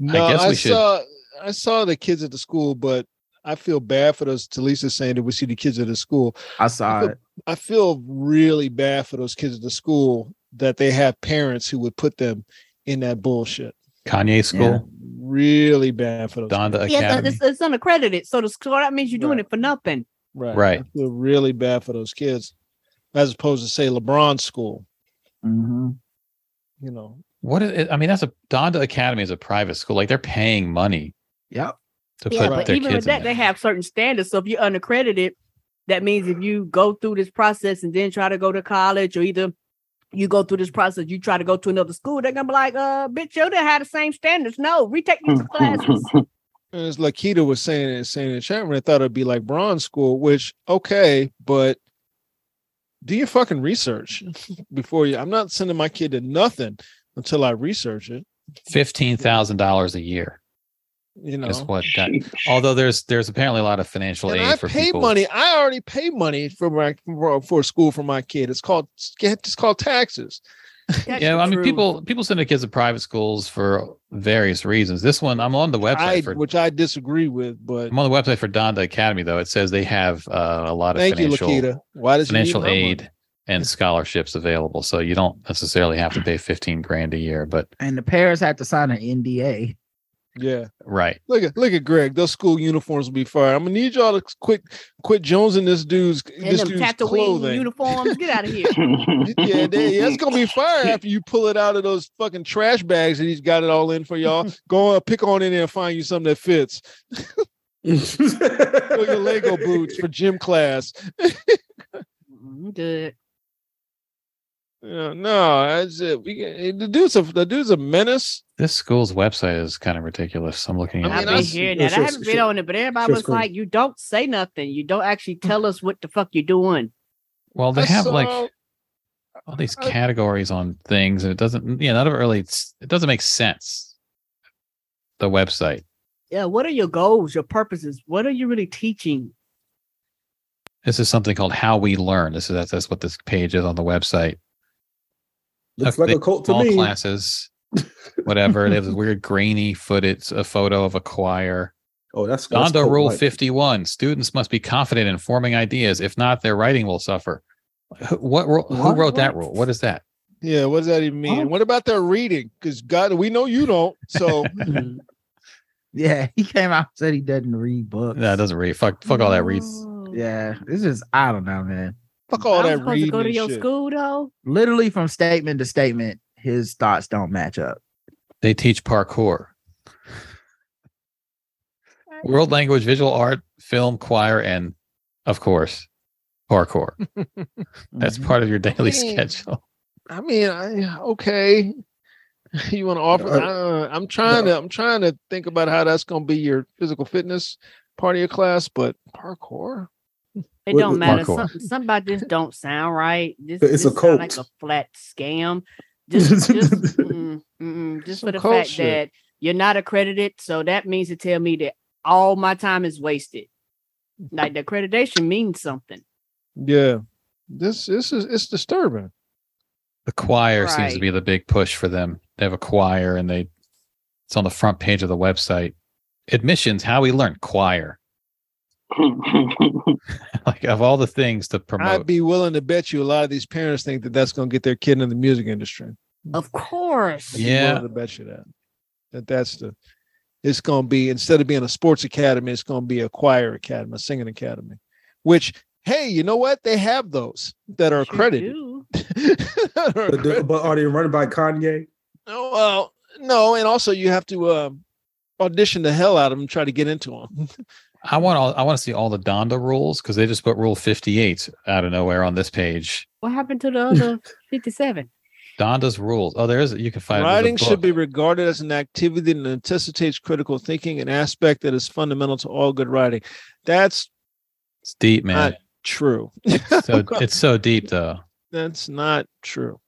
Speaker 5: I guess we should.
Speaker 3: saw I saw the kids at the school, but I feel bad for those. Talisa's saying that we see the kids at the school.
Speaker 4: I saw
Speaker 3: feel-
Speaker 4: it.
Speaker 3: I feel really bad for those kids at the school that they have parents who would put them in that bullshit.
Speaker 5: Kanye School,
Speaker 3: Really bad for those.
Speaker 5: Donda
Speaker 3: kids.
Speaker 11: Yeah,
Speaker 5: Academy.
Speaker 11: it's, it's unaccredited. So, the, so that means you're doing it for nothing.
Speaker 3: Right.
Speaker 5: Right.
Speaker 3: I feel really bad for those kids, as opposed to say LeBron school.
Speaker 4: hmm
Speaker 3: You know.
Speaker 5: What is it? I mean, that's a Donda Academy is a private school. Like they're paying money
Speaker 4: Yep.
Speaker 5: to
Speaker 11: Yeah,
Speaker 5: put
Speaker 11: but
Speaker 5: their
Speaker 11: even with
Speaker 5: kids
Speaker 11: that,
Speaker 5: in.
Speaker 11: they
Speaker 5: There.
Speaker 11: have certain standards. So if you're unaccredited, that means if you go through this process and then try to go to college, or either you go through this process, you try to go to another school, they're gonna be like, "Uh, bitch, you didn't have the same standards. No, retake these classes."
Speaker 3: And As Lakita was saying and saying in the chat room, I thought it'd be like bronze school, which okay, but do your fucking research before you. I'm not sending my kid to nothing until I research it.
Speaker 5: Fifteen thousand dollars a year.
Speaker 3: You know,
Speaker 5: Is what got, although there's there's apparently a lot of financial
Speaker 3: and
Speaker 5: aid
Speaker 3: I
Speaker 5: for
Speaker 3: pay
Speaker 5: people.
Speaker 3: money. I already pay money for my for, for school for my kid. It's called it's called taxes.
Speaker 5: yeah, I mean, people people send their kids to private schools for various reasons. This one, I'm on the website
Speaker 3: I,
Speaker 5: for.
Speaker 3: which I disagree with, but
Speaker 5: I'm on the website for Donda Academy though. It says they have uh, a lot of
Speaker 3: Thank you,
Speaker 5: financial
Speaker 3: Lakita. Why does she need
Speaker 5: financial
Speaker 3: my money?
Speaker 5: aid and scholarships available, so you don't necessarily have to pay 15 grand a year. But
Speaker 4: And the parents have to sign an NDA.
Speaker 3: yeah,
Speaker 5: right,
Speaker 3: Look at look at Greg. Those school uniforms will be fire. I'm gonna need y'all to quit quit jonesing this dude's
Speaker 11: And
Speaker 3: this
Speaker 11: them
Speaker 3: dude's
Speaker 11: Tatooine
Speaker 3: clothing.
Speaker 11: uniforms. Get out of here.
Speaker 3: yeah, they, that's gonna be fire after you pull it out of those fucking trash bags that he's got it all in for y'all. Go on, pick on in there and find you something that fits. or your Lego boots for gym class.
Speaker 11: I'm good.
Speaker 3: Yeah, no, that's it. We can, the dude's a the dude's a menace.
Speaker 5: this school's website is kind of ridiculous. I'm looking at
Speaker 11: I've
Speaker 5: it.
Speaker 11: been hearing that. I haven't been on it, but everybody
Speaker 5: sure,
Speaker 11: was
Speaker 5: scroll.
Speaker 11: like, "You don't say nothing. You don't actually tell us what the fuck you're doing."
Speaker 5: Well, they
Speaker 11: I
Speaker 5: have like
Speaker 11: saw-
Speaker 5: all these categories on things, and it doesn't. Yeah, none of it really. It doesn't make sense. The website.
Speaker 11: Yeah. What are your goals? Your purposes? What are you really teaching?
Speaker 5: This is something called How We Learn. This is that's, that's what this page is on the website.
Speaker 2: Looks like a cult to
Speaker 5: all
Speaker 2: me.
Speaker 5: classes, whatever. they have this weird grainy footage, a photo of a choir.
Speaker 2: Oh, that's that's
Speaker 5: Donda
Speaker 2: cult
Speaker 5: Rule
Speaker 2: like.
Speaker 5: 51. Students must be confident in forming ideas. If not, their writing will suffer. Who, what, rule- Who wrote that rule? What is that?
Speaker 3: Yeah, what does that even mean? What about their reading? Because God, we know you don't. So
Speaker 4: Yeah, he came out and said he doesn't read books.
Speaker 5: No, it doesn't read. Fuck, fuck all that reads.
Speaker 4: Yeah, this is I don't know, man.
Speaker 3: Fuck all
Speaker 11: I'm
Speaker 3: that
Speaker 11: Oh. supposed to go to
Speaker 3: reading
Speaker 11: your
Speaker 3: shit.
Speaker 11: school though.
Speaker 4: Literally from statement to statement, his thoughts don't match up.
Speaker 5: They teach parkour, world language, visual art, film, choir, and of course, parkour. That's part of your daily
Speaker 3: Man.
Speaker 5: schedule.
Speaker 3: I mean, I, okay. You want to offer? Uh, I'm trying to. I'm trying to think about how that's going to be your physical fitness part of your class, but parkour.
Speaker 11: It
Speaker 3: What-
Speaker 11: don't
Speaker 3: what-
Speaker 11: matter.
Speaker 3: Hardcore.
Speaker 11: Something, something about this don't sound right. This,
Speaker 3: But it's
Speaker 11: this
Speaker 3: a
Speaker 11: sound like a
Speaker 3: cult.
Speaker 11: flat scam. Just, just, mm, mm, just for
Speaker 14: Some
Speaker 11: the
Speaker 14: cult
Speaker 11: fact
Speaker 14: shit.
Speaker 11: that you're not accredited, so that means to tell me that all my time is wasted. Like the accreditation means something.
Speaker 3: Yeah, this this is it's disturbing.
Speaker 5: The choir seems to
Speaker 11: Right.
Speaker 5: be the big push for them. They have a choir and they it's on the front page of the website. Admissions, how we learn choir. like of all the things to
Speaker 3: I'd
Speaker 5: promote.
Speaker 3: be willing to bet you a lot of these parents think that that's going to get their kid in the music industry.
Speaker 11: Of course.
Speaker 3: I'd be willing to bet you that that that's the it's going to be instead of being a sports academy, it's going to be a choir academy, a singing academy. Which hey, you know what? They have those that are accredited.
Speaker 2: But, do- but are they running by Kanye?
Speaker 3: No, well, no, and also you have to uh, audition the hell out of them, and try to get into them.
Speaker 5: I want all I want to see all the Donda rules because they just put rule 58 out of nowhere on this page.
Speaker 11: What happened to the other 57?
Speaker 5: Donda's rules. Oh, there is you can find it. There's a
Speaker 3: Writing
Speaker 5: book.
Speaker 3: should be regarded as an activity that necessitates critical thinking, an aspect that is fundamental to all good writing. That's
Speaker 5: it's deep, man.
Speaker 3: true.
Speaker 5: so it's so deep though.
Speaker 3: That's not true.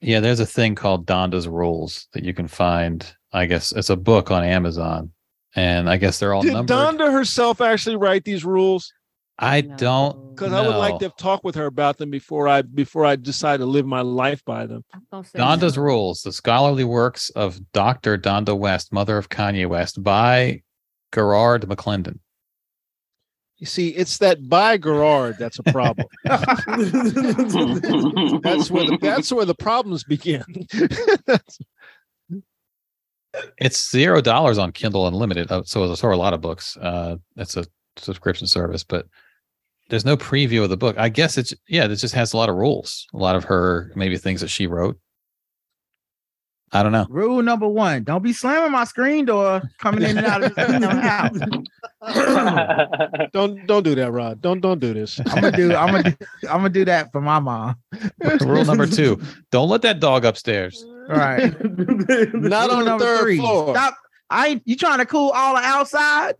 Speaker 5: Yeah, there's a thing called Donda's Rules that you can find. I guess it's a book on Amazon, and I guess they're all
Speaker 3: Did
Speaker 5: numbered.
Speaker 3: Donda herself actually write these rules?
Speaker 5: I don't
Speaker 3: Because I would like
Speaker 5: know.
Speaker 3: to talk with her about them before I before I decide to live my life by them.
Speaker 5: Donda's Rules: The scholarly works of Doctor Donda West, mother of Kanye West, by Gerard McClendon.
Speaker 3: You see, it's that by Gerard that's a problem. that's where the, that's where the problems begin.
Speaker 5: It's zero dollars on Kindle Unlimited, uh, so there's a lot of books. Uh, that's a subscription service, but there's no preview of the book. I guess it's yeah, this just has a lot of rules, a lot of her maybe things that she wrote. I don't know.
Speaker 4: Rule number one: Don't be slamming my screen door coming in and out of this damn house.
Speaker 3: don't don't do that, Rod. Don't don't do this.
Speaker 4: I'm gonna do. I'm gonna. Do, I'm gonna do that for my mom.
Speaker 5: Rule number two: Don't let that dog upstairs.
Speaker 4: Right.
Speaker 3: Not
Speaker 4: Rule
Speaker 3: on the
Speaker 4: number
Speaker 3: third floor.
Speaker 4: Stop. I ain't- you trying to cool all the outside?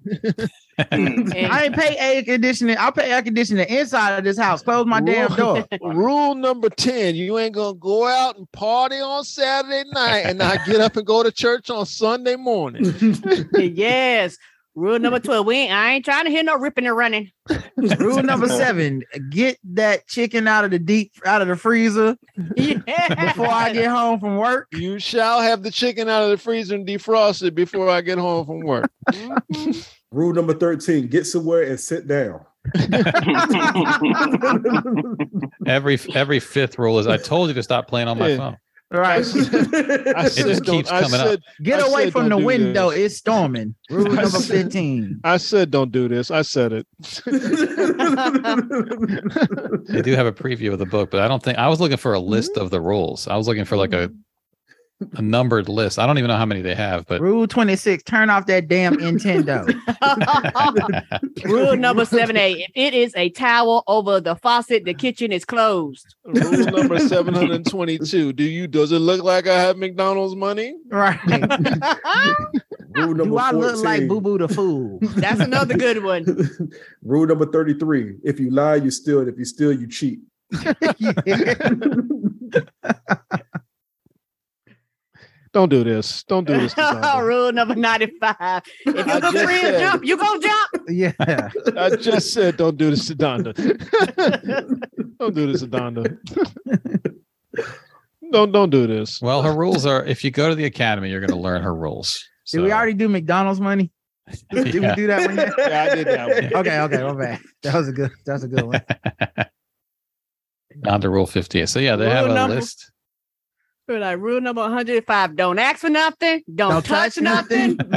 Speaker 4: I ain't pay air conditioning. I'll pay air conditioning inside of this house. Close my damn door.
Speaker 3: Rule number 10 you ain't going to go out and party on Saturday night and not get up and go to church on Sunday morning.
Speaker 11: yes. Rule number 12. We ain't, I ain't trying to hear no ripping and running.
Speaker 4: Rule number seven: Get that chicken out of the deep, out of the freezer before I get home from work.
Speaker 3: You shall have the chicken out of the freezer and defrosted before I get home from work.
Speaker 2: Rule number 13 get somewhere and sit down.
Speaker 5: every every fifth rule is I told you to stop playing on my
Speaker 4: Yeah.
Speaker 5: phone.
Speaker 4: Right.
Speaker 5: I said just don't- keeps I coming up. said-
Speaker 4: Get
Speaker 3: I
Speaker 4: away
Speaker 3: said
Speaker 4: from
Speaker 3: don't
Speaker 4: the
Speaker 3: do
Speaker 4: window.
Speaker 3: this.
Speaker 4: It's storming. Rule
Speaker 3: I
Speaker 4: number
Speaker 3: said-
Speaker 4: 15.
Speaker 3: I said, don't do this. I said it.
Speaker 5: They do have a preview of the book, but I don't think I was looking for a list of the rules. I was looking for like a a numbered list. I don't even know how many they have, but
Speaker 4: Rule 26. Turn off that damn Nintendo.
Speaker 11: Rule number seven eight. If it is a towel over the faucet, the kitchen is closed.
Speaker 3: Rule number 722. Do you does it look like I have McDonald's money?
Speaker 4: Right.
Speaker 2: Rule number
Speaker 4: Do I look
Speaker 2: 14.
Speaker 4: like Boo Boo the Fool?
Speaker 11: That's another good one.
Speaker 2: Rule number 33 if you lie, you steal. And if you steal, you cheat.
Speaker 3: Don't do this. Don't do this. Cassandra.
Speaker 11: Rule number 95. If you go
Speaker 3: just
Speaker 11: free and
Speaker 3: said-
Speaker 11: jump, you go jump.
Speaker 4: yeah.
Speaker 3: I just said don't do this to Donda. don't do this to Donda. don't don't do this.
Speaker 5: well, her rules are if you go to the academy, you're going to learn her rules.
Speaker 4: Did we already do McDonald's money? Did we
Speaker 5: Yeah.
Speaker 4: do that one? yet?
Speaker 3: Yeah, I did that one.
Speaker 4: Okay, okay, my bad. That was a good. That was a good one.
Speaker 5: On to rule 50. So yeah, they
Speaker 11: Rule
Speaker 5: have a
Speaker 11: number-
Speaker 5: list.
Speaker 11: We're like uh, rule number 105. Don't ask for nothing. Don't,
Speaker 4: Don't
Speaker 11: touch,
Speaker 4: touch
Speaker 11: nothing.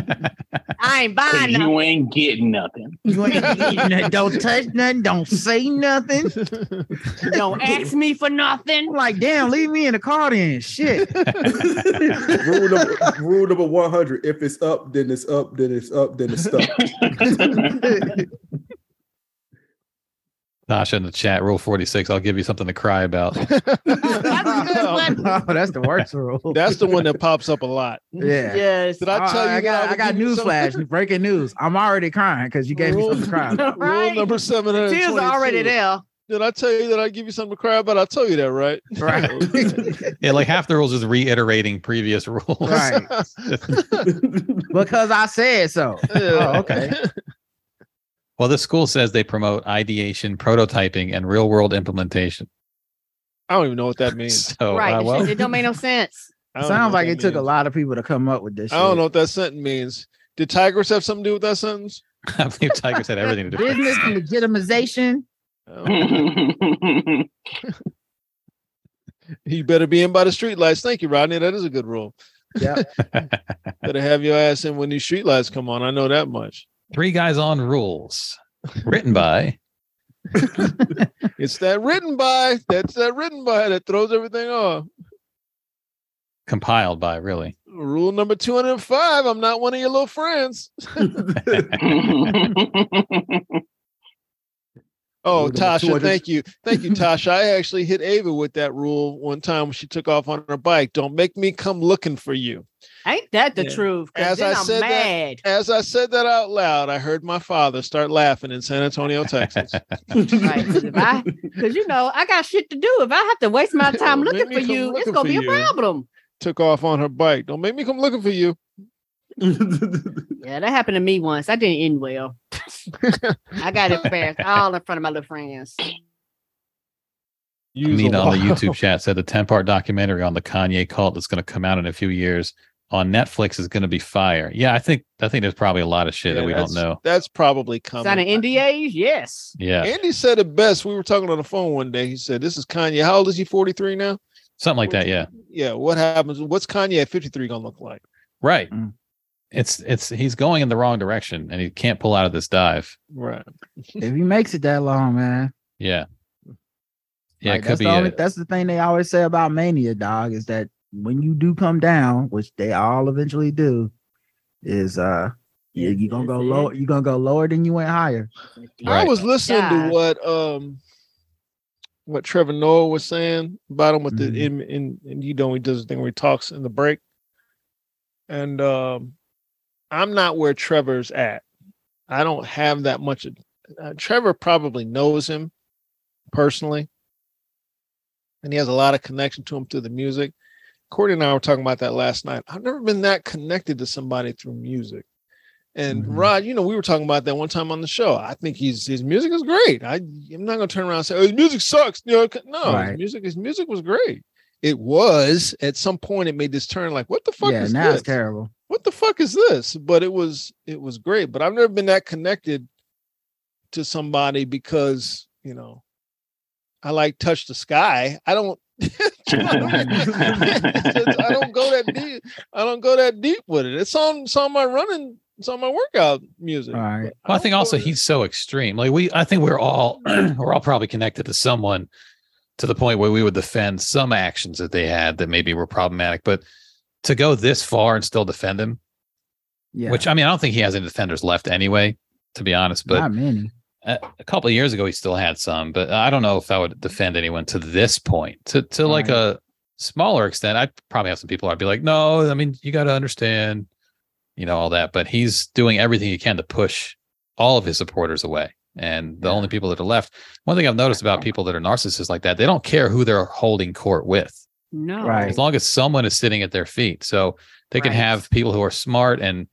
Speaker 11: I ain't
Speaker 4: Ah,
Speaker 11: buying nothing.
Speaker 6: You ain't getting nothing.
Speaker 4: You ain't eating nothing. Don't touch nothing. Don't say nothing.
Speaker 11: Don't ask me for nothing.
Speaker 4: I'm like, damn, leave me in the car then. Shit.
Speaker 2: rule, number, rule number 100 if it's up, then it's up, then it's up, then it's up.
Speaker 5: Tasha in the chat, rule 46. I'll give you something to cry about.
Speaker 11: That's a good one.
Speaker 4: Oh, that's the worst rule.
Speaker 3: That's the one that pops up a lot.
Speaker 4: Yeah.
Speaker 11: Yes.
Speaker 3: Did I
Speaker 4: Oh,
Speaker 3: tell you
Speaker 4: I
Speaker 3: that
Speaker 4: got,
Speaker 3: would
Speaker 4: I got
Speaker 3: give you
Speaker 4: news
Speaker 3: something?
Speaker 4: flash. Breaking news. I'm already crying because you gave me something to cry about.
Speaker 3: Rule
Speaker 11: Right.
Speaker 3: number seven hundred.
Speaker 11: Tears are already there.
Speaker 3: Did I tell you that I give you something to cry about? I told you that, right?
Speaker 4: Right.
Speaker 5: Yeah, like half the rules is reiterating previous rules.
Speaker 4: Right. because I said so. Oh, okay.
Speaker 5: Well, this school says they promote ideation, prototyping, and real world implementation.
Speaker 3: I don't even know what that means.
Speaker 5: So,
Speaker 11: right.
Speaker 5: uh,
Speaker 11: It-
Speaker 5: well,
Speaker 11: It don't make no sense.
Speaker 3: I don't know what
Speaker 4: Sounds like
Speaker 3: that
Speaker 4: it took a
Speaker 3: means.
Speaker 4: lot of people to come up with this.
Speaker 3: I don't
Speaker 4: shit.
Speaker 3: know what that sentence means. Did Tigers have something to do with that sentence?
Speaker 5: I believe Tigers had everything to do. with it.
Speaker 4: Business legitimization.
Speaker 3: Oh. You better be in by the streetlights. Thank you, Rodney. That is a good rule.
Speaker 4: Yeah.
Speaker 3: Better have your ass in when these streetlights come on. I know that much.
Speaker 5: Three guys on rules, written by
Speaker 3: It's that written by. That's that written by that throws everything off.
Speaker 5: compiled by really.
Speaker 3: Rule number 205 I'm not one of your little friends. Oh,
Speaker 2: Rule number
Speaker 3: Tasha,
Speaker 2: 200.
Speaker 3: thank you. Thank you, Tasha. I actually hit Ava with that rule one time when she took off on her bike. Don't make me come looking for you.
Speaker 11: Ain't that the
Speaker 3: Yeah.
Speaker 11: truth? 'Cause
Speaker 3: As
Speaker 11: then
Speaker 3: I
Speaker 11: I'm
Speaker 3: said that-
Speaker 11: mad.
Speaker 3: As I said that out loud, I heard my father start laughing in San Antonio, Texas.
Speaker 11: Right. 'Cause if I, because you know, I got shit to do. If I have to waste my time
Speaker 3: Make
Speaker 11: looking
Speaker 3: me
Speaker 11: for
Speaker 3: come
Speaker 11: you, it's
Speaker 3: looking
Speaker 11: gonna
Speaker 3: for
Speaker 11: be a
Speaker 3: you.
Speaker 11: problem.
Speaker 3: took off on her bike. Don't make me come looking for you.
Speaker 11: Yeah, that happened to me once. I didn't end well. I got embarrassed all in front of my little friends.
Speaker 3: Use
Speaker 5: Nina
Speaker 3: a
Speaker 5: on the
Speaker 3: wild-
Speaker 5: YouTube chat said the 10 part documentary on the Kanye cult that's going to come out in a few years on Netflix is going to be fire. Yeah, I think I think there's probably a lot of shit that
Speaker 3: Yeah,
Speaker 5: we
Speaker 3: that's-
Speaker 5: don't know.
Speaker 3: That's probably coming.
Speaker 11: Signing NDAs, yes.
Speaker 5: Yeah,
Speaker 3: Andy said it best. We were talking on the phone one day. He said, This is Kanye. How old is he? 43 now?
Speaker 5: something like that. Yeah,
Speaker 3: Yeah. What happens? What's Kanye at 53 going to look like?
Speaker 5: right.
Speaker 4: Mm.
Speaker 5: It's it's he's going in the wrong direction and he can't pull out of this dive.
Speaker 3: Right.
Speaker 4: If he makes it that long, man.
Speaker 5: Yeah, yeah,
Speaker 4: Like,
Speaker 5: it
Speaker 4: that's
Speaker 5: could be.
Speaker 4: the only,
Speaker 5: it.
Speaker 4: that's the thing they always say about mania, dog, is that when you do come down, which they all eventually do, is uh you,
Speaker 11: Yes,
Speaker 4: you're gonna go
Speaker 11: yes,
Speaker 4: lower, you're gonna go lower than you went higher.
Speaker 3: I
Speaker 5: Right.
Speaker 3: was listening
Speaker 11: Yeah.
Speaker 3: to what um what Trevor Noah was saying about him with
Speaker 4: Mhm.
Speaker 3: the in, in and you know he does the thing where he talks in the break. And um I'm not where Trevor's at. I don't have that much. Uh, Trevor probably knows him personally, and he has a lot of connection to him through the music. Courtney and I were talking about that last night. I've never been that connected to somebody through music. And mm-hmm. Rod, you know, we were talking about that one time on the show. I think he's his music is great. I am not gonna turn around and say, Oh, his music sucks. You know, no, right. his music, his music was great. It was at some point it made this turn like, what the fuck
Speaker 4: yeah,
Speaker 3: is
Speaker 4: now
Speaker 3: this?
Speaker 4: it's terrible.
Speaker 3: What the fuck is this? But it was it was great. But I've never been that connected to somebody because, you know, I like touch the sky. I don't I don't go that deep. I don't go that deep with it. It's on it's on my running. It's on my workout music. All
Speaker 5: right. I, well, I think also he's so extreme. Like we, I think we're all we're all probably connected to someone to the point where we would defend some actions that they had that maybe were problematic. But to go this far and still defend him, yeah. Which I mean, I don't think he has any defenders left anyway. To be honest, but
Speaker 4: not many
Speaker 5: a couple of years ago he still had some but i don't know if i would defend anyone to this point to to All like right. a smaller extent i probably have some people i'd be like no i mean you got to understand you know all that but he's doing everything he can to push all of his supporters away and the yeah. only people that are left one thing i've noticed about people that are narcissists like that they don't care who they're holding court with
Speaker 6: Oh,
Speaker 11: no
Speaker 4: right.
Speaker 5: as long as someone is sitting at their feet so they right. can have people who are smart and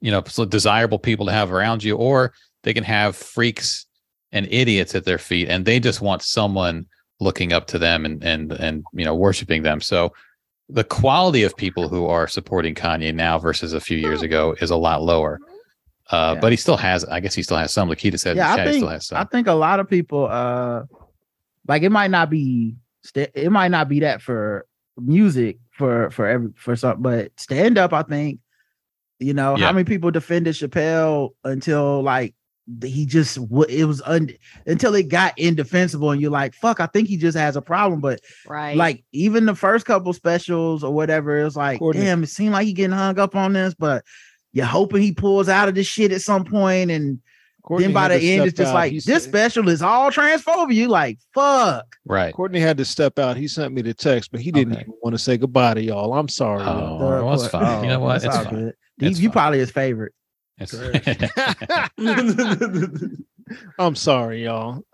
Speaker 5: you know desirable people to have around you or they can have freaks and idiots at their feet and they just want someone looking up to them and and and you know worshiping them so the quality of people who are supporting kanye now versus a few years ago is a lot lower uh, yeah. but he still has i guess he still has some like he said
Speaker 4: yeah,
Speaker 5: chat,
Speaker 4: I, think, I think a lot of people uh like it might not be it might not be that for music for for every for some but stand up i think you know yeah. how many people defended chappelle until like he just it was un, until it got indefensible and you're like fuck i think he just has a problem but
Speaker 11: right
Speaker 4: like even the first couple specials or whatever it was like Courtney. damn it seemed like he getting hung up on this but you're hoping he pulls out of this shit at some point and Courtney then by the end it's just out. like He's, this special is all transphobia you like fuck
Speaker 5: right
Speaker 3: courtney had to step out he sent me the text but he didn't okay. want to say goodbye to y'all i'm sorry
Speaker 5: oh, well, it's fine. Oh, you know what
Speaker 4: it's, it's fine. He, you probably his favorite
Speaker 3: I'm sorry, y'all.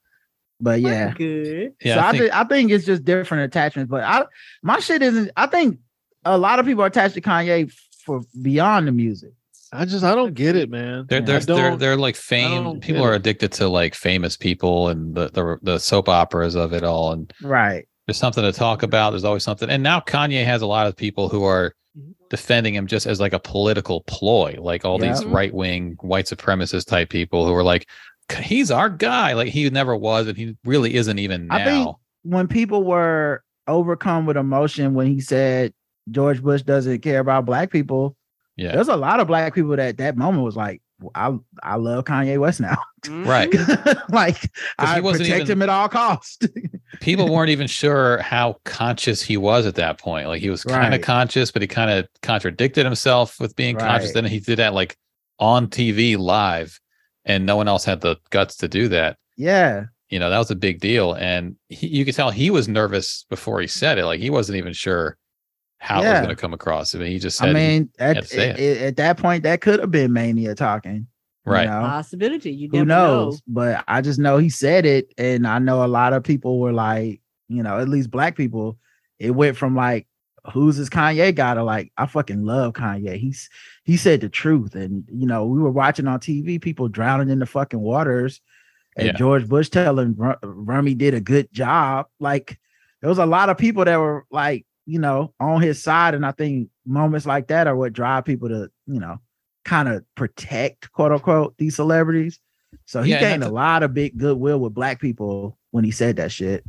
Speaker 4: but yeah,
Speaker 11: good.
Speaker 4: Yeah, so I, think, I, th- I think it's just different attachments. But I, my shit isn't. I think a lot of people are attached to Kanye for beyond the music.
Speaker 3: I just I don't get it, man.
Speaker 5: They're they're they're, they're like fame. People are addicted to like famous people and the, the the soap operas of it all. And
Speaker 4: right,
Speaker 5: there's something to talk about. There's always something. And now Kanye has a lot of people who are defending him just as like a political ploy, like all yeah. these right wing white supremacist type people who are like, he's our guy. Like he never was, and he really isn't even now. I think
Speaker 4: when people were overcome with emotion when he said George Bush doesn't care about black people,
Speaker 5: yeah,
Speaker 4: there's a lot of black people that that moment was like, I I love Kanye West now.
Speaker 5: Right.
Speaker 4: like I protect even, him at all costs.
Speaker 5: people weren't even sure how conscious he was at that point. Like he was kind of right. conscious, but he kind of contradicted himself with being right. conscious. Then he did that like on TV live, and no one else had the guts to do that.
Speaker 4: Yeah.
Speaker 5: You know, that was a big deal. And he, you could tell he was nervous before he said it. Like he wasn't even sure how yeah. it was going to come across. I mean, he just said,
Speaker 4: I mean, at,
Speaker 5: it,
Speaker 4: it. at, that point, that could have been mania talking.
Speaker 5: Right.
Speaker 11: You know? Possibility. You
Speaker 4: Who knows?
Speaker 11: Know.
Speaker 4: But I just know he said it. And I know a lot of people were like, you know, at least black people, it went from like, who's this Kanye guy to like, I fucking love Kanye. He's, he said the truth. And, you know, we were watching on TV people drowning in the fucking waters and yeah. George Bush telling R- Remy did a good job. Like, there was a lot of people that were like, you know, on his side. And I think moments like that are what drive people to, you know, kind of protect, quote unquote, these celebrities. So he yeah, gained a to, lot of big goodwill with black people when he said that shit.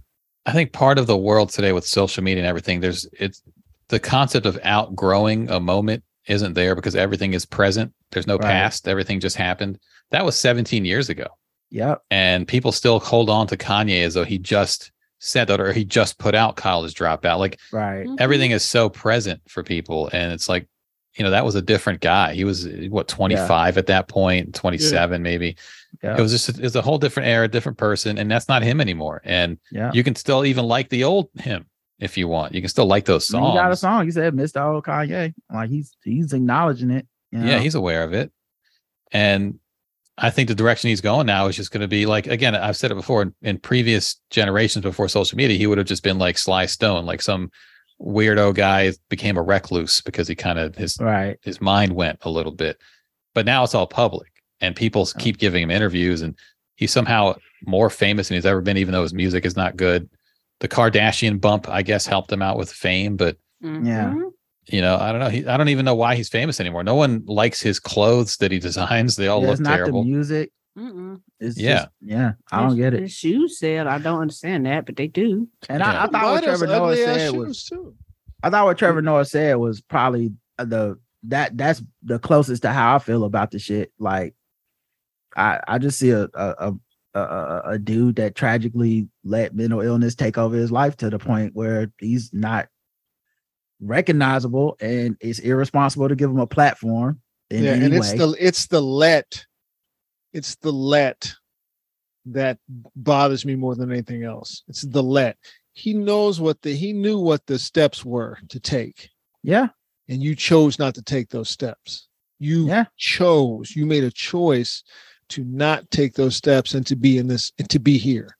Speaker 5: I think part of the world today with social media and everything, there's it's the concept of outgrowing a moment isn't there because everything is present. There's no right. past. Everything just happened. That was 17 years ago.
Speaker 4: Yep.
Speaker 5: And people still hold on to Kanye as though he just said that or he just put out college dropout like
Speaker 4: right mm-hmm.
Speaker 5: everything is so present for people and it's like you know that was a different guy he was eh, what 25 yeah. at that point 27 yeah. maybe yeah. it was just it's a whole different era different person and that's not him anymore and you can still even like the old him if you want you can still like those songs
Speaker 4: he got a song he said mr old kanye like he's he's acknowledging it you know?
Speaker 5: yeah he's aware of it And I think the direction he's going now is just going to be like again. I've said it before in, in previous generations before social media, he would have just been like Sly Stone, like some weirdo guy became a recluse because he kind of his
Speaker 4: right
Speaker 5: his mind went a little bit. But now it's all public, and people oh. keep giving him interviews, and he's somehow more famous than he's ever been, even though his music is not good. The Kardashian bump, I guess, helped him out with fame, but
Speaker 4: mm-hmm. yeah,
Speaker 5: you know, I don't know. He, I don't even know why he's famous anymore. No one likes his clothes that he designs. They all yeah, look
Speaker 4: not
Speaker 5: terrible.
Speaker 4: The music.
Speaker 11: Mm-mm.
Speaker 4: It's
Speaker 5: yeah,
Speaker 4: just, yeah. I don't get it. The
Speaker 11: shoes said I don't understand that, but they do.
Speaker 4: And yeah. I, I, thought why what Trevor Noah said was. Too? I thought what Trevor Noah said was probably the that that's the closest to how I feel about the shit. Like, I I just see a a a, a, a dude that tragically let mental illness take over his life to the point where he's not recognizable and it's irresponsible to give them a platform. yeah,
Speaker 3: and
Speaker 4: way.
Speaker 3: it's the it's the let, it's the let that bothers me more than anything else. It's the let. He knows what the he knew what the steps were to take.
Speaker 4: Yeah,
Speaker 3: and you chose not to take those steps. You yeah. chose. You made a choice to not take those steps and to be in this and to be here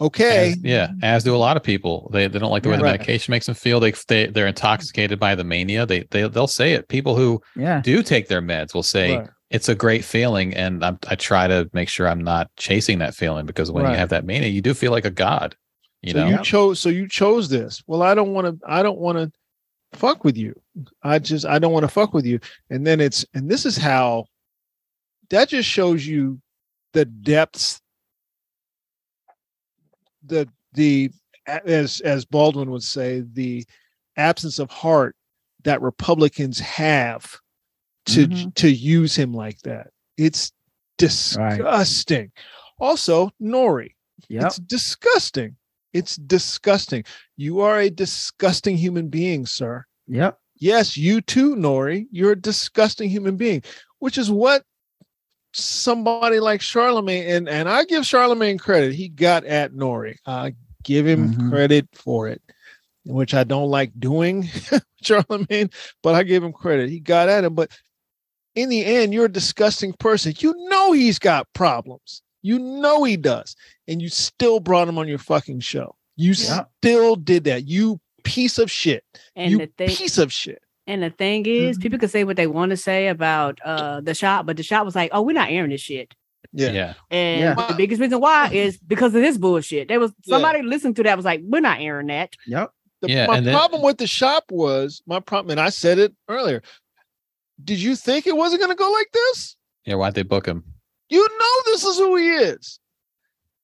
Speaker 3: okay
Speaker 5: as, yeah as do a lot of people they, they don't like the way yeah, the right. medication makes them feel they, they they're intoxicated by the mania they, they they'll say it people who
Speaker 4: yeah.
Speaker 5: do take their meds will say right. it's a great feeling and I'm, i try to make sure i'm not chasing that feeling because when right. you have that mania you do feel like a god you
Speaker 3: so
Speaker 5: know
Speaker 3: you chose so you chose this well i don't want to i don't want to fuck with you i just i don't want to fuck with you and then it's and this is how that just shows you the depths the the as as Baldwin would say the absence of heart that Republicans have to mm-hmm. to use him like that. It's disgusting. Right. Also, Nori.
Speaker 4: Yep.
Speaker 3: It's disgusting. It's disgusting. You are a disgusting human being, sir.
Speaker 4: Yep.
Speaker 3: Yes, you too, Nori. You're a disgusting human being, which is what somebody like Charlemagne, and and I give Charlemagne credit. He got at Nori. I give him mm-hmm. credit for it, which I don't like doing, Charlemagne, but I give him credit. He got at him, but in the end, you're a disgusting person. You know he's got problems. You know he does, and you still brought him on your fucking show. You yeah. still did that. You piece of shit. And you thing- piece of shit.
Speaker 11: And the thing is, mm-hmm. people could say what they want to say about uh, the shop, but the shop was like, "Oh, we're not airing this shit."
Speaker 5: Yeah, yeah.
Speaker 11: And
Speaker 5: yeah.
Speaker 11: the biggest reason why is because of this bullshit. There was somebody yeah. listened to that was like, "We're not airing that."
Speaker 4: Yep.
Speaker 3: The, yeah, my problem then- with the shop was my problem, and I said it earlier. Did you think it wasn't going to go like this?
Speaker 5: Yeah, why'd they book him?
Speaker 3: You know this is who he is.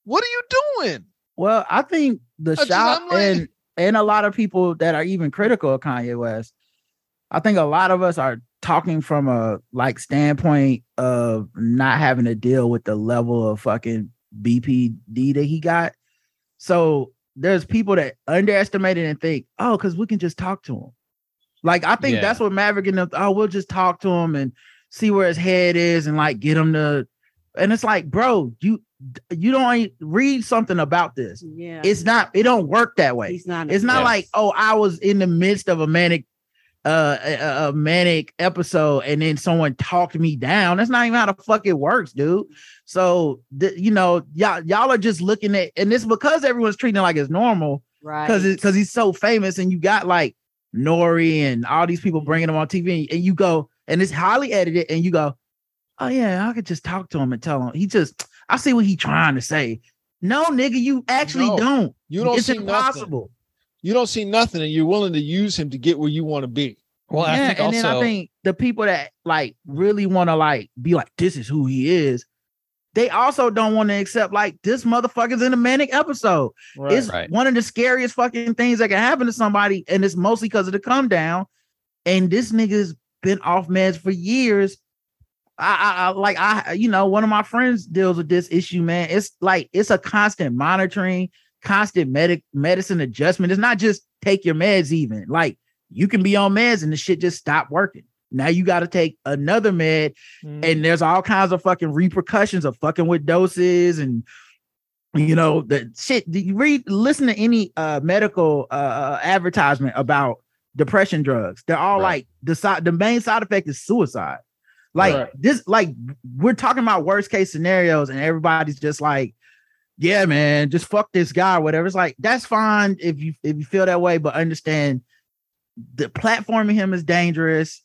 Speaker 3: What are you doing?
Speaker 4: Well, I think the I shop just, like- and and a lot of people that are even critical of Kanye West I think a lot of us are talking from a like standpoint of not having to deal with the level of fucking BPD that he got. So there's people that underestimate it and think, oh, because we can just talk to him. Like I think yeah. that's what Maverick and them, oh, we'll just talk to him and see where his head is and like get him to. And it's like, bro, you you don't e, read something about this.
Speaker 11: Yeah,
Speaker 4: it's not. It don't work that way.
Speaker 11: He's not.
Speaker 4: It's not yes. like, oh, I was in the midst of a manic uh, a, a, manic episode and then someone talked me down. That's not even how the fuck it works, dude. So th- you know, y'all y'all are just looking at, and it's because everyone's treating it like it's normal,
Speaker 11: right?
Speaker 4: Because because he's so famous, and you got like Nori and all these people bringing him on TV, and, and you go, and it's highly edited, and you go, oh yeah, I could just talk to him and tell him. He just, I see what he's trying to say. No, nigga, you actually no, don't.
Speaker 3: You don't.
Speaker 4: It's impossible.
Speaker 3: Nothing you don't see nothing and you're willing to use him to get where you want to be.
Speaker 5: Well, yeah, I think
Speaker 4: and
Speaker 5: also,
Speaker 4: then I think the people that like really want to like be like, this is who he is. They also don't want to accept like this motherfucker's in a manic episode.
Speaker 5: Right,
Speaker 4: it's
Speaker 5: right.
Speaker 4: one of the scariest fucking things that can happen to somebody, and it's mostly because of the come down. And this nigga's been off meds for years. I, I, I like I you know one of my friends deals with this issue, man. It's like it's a constant monitoring constant medic medicine adjustment. It's not just take your meds even. Like you can be on meds and the shit just stop working. Now you got to take another med mm. and there's all kinds of fucking repercussions of fucking with doses and you know the shit do you read listen to any uh medical uh advertisement about depression drugs. They're all all right. like the side the main side effect is suicide. Like this, like we're talking about worst case scenarios, and everybody's just like, "Yeah, man, just fuck this guy, or whatever." It's like that's fine if you if you feel that way, but understand the platforming him is dangerous.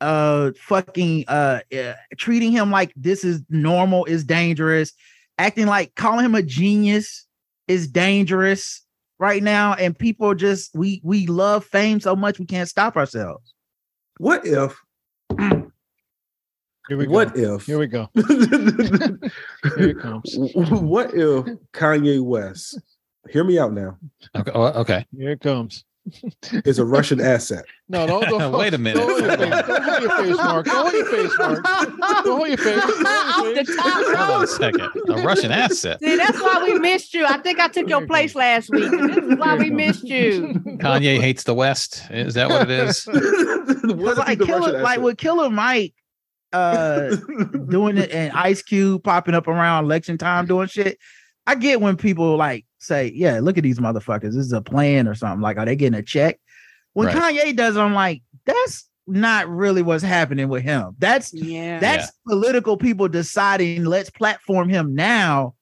Speaker 4: Uh, fucking uh, uh, treating him like this is normal is dangerous. Acting like calling him a genius is dangerous right now, and people just we we love fame so much we can't stop ourselves.
Speaker 2: What if?
Speaker 3: Here we
Speaker 2: what if?
Speaker 3: Here we go.
Speaker 2: Here it comes. What if Kanye West? Hear me out now.
Speaker 5: Okay. oh, okay.
Speaker 3: Here it comes.
Speaker 2: Is a Russian asset.
Speaker 3: No, don't, don't
Speaker 5: Wait a minute.
Speaker 3: Don't hold your face, don't hold your face Mark. Don't hold your face, Mark. Don't hold your face. Don't hold your face.
Speaker 5: Hold on a second. A Russian asset.
Speaker 11: See, that's why we missed you. I think I took your place last week. This is why we missed you.
Speaker 5: Kanye hates the West. Is that what it is?
Speaker 4: Because like, Killer, like with Killer Mike uh doing it and Ice Cube popping up around election time doing shit. I get when people like say, "Yeah, look at these motherfuckers. This is a plan or something." Like, are they getting a check? When
Speaker 5: Right.
Speaker 4: Kanye does, it, I'm like, that's not really what's happening with him. That's
Speaker 11: Yeah.
Speaker 4: that's political people deciding let's platform him now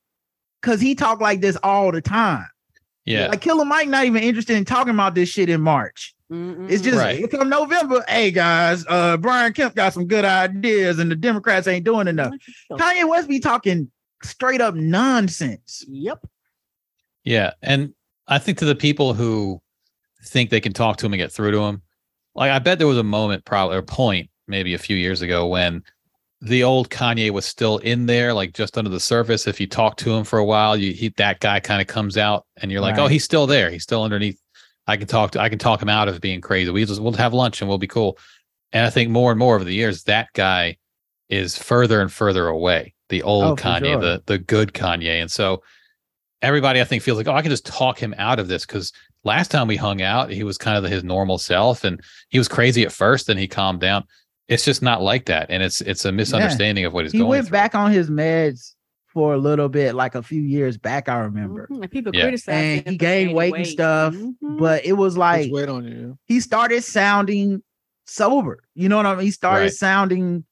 Speaker 4: because he talk like this all the time.
Speaker 5: Yeah.
Speaker 4: Like Killer Mike, not even interested in talking about this shit in March. It's just
Speaker 5: Right.
Speaker 4: here come November. Hey guys, uh Brian Kemp got some good ideas, and the Democrats ain't doing enough. Kanye West be talking straight up nonsense.
Speaker 11: Yep.
Speaker 5: Yeah, and I think to the people who think they can talk to him and get through to him, like I bet there was a moment, probably or point, maybe a few years ago when the old Kanye was still in there, like just under the surface. If you talk to him for a while, you he, that guy kind of comes out, and you're like, oh,
Speaker 14: Right.
Speaker 5: he's still there. He's still underneath. I can talk to. I can talk him out of being crazy. We just we'll have lunch and we'll be cool. And I think more and more over the years, that guy is further and further away. The
Speaker 14: Oh,
Speaker 5: old
Speaker 14: for
Speaker 5: Kanye,
Speaker 14: sure.
Speaker 5: the the good Kanye, and so everybody I think feels like, oh, I can just talk him out of this because last time we hung out, he was kind of his normal self and he was crazy at first, then he calmed down. It's just not like that, and it's it's a misunderstanding of what he's
Speaker 4: he
Speaker 5: going.
Speaker 4: went back on his meds for a little bit, like a few years back. I remember.
Speaker 11: And people
Speaker 5: Yeah.
Speaker 11: criticize him
Speaker 4: And
Speaker 11: for Mm-hmm.
Speaker 4: he gained
Speaker 11: gaining
Speaker 4: weight and stuff, but it was like
Speaker 3: weight on you.
Speaker 4: he started sounding sober. You know what I mean? He started
Speaker 3: Right.
Speaker 4: sounding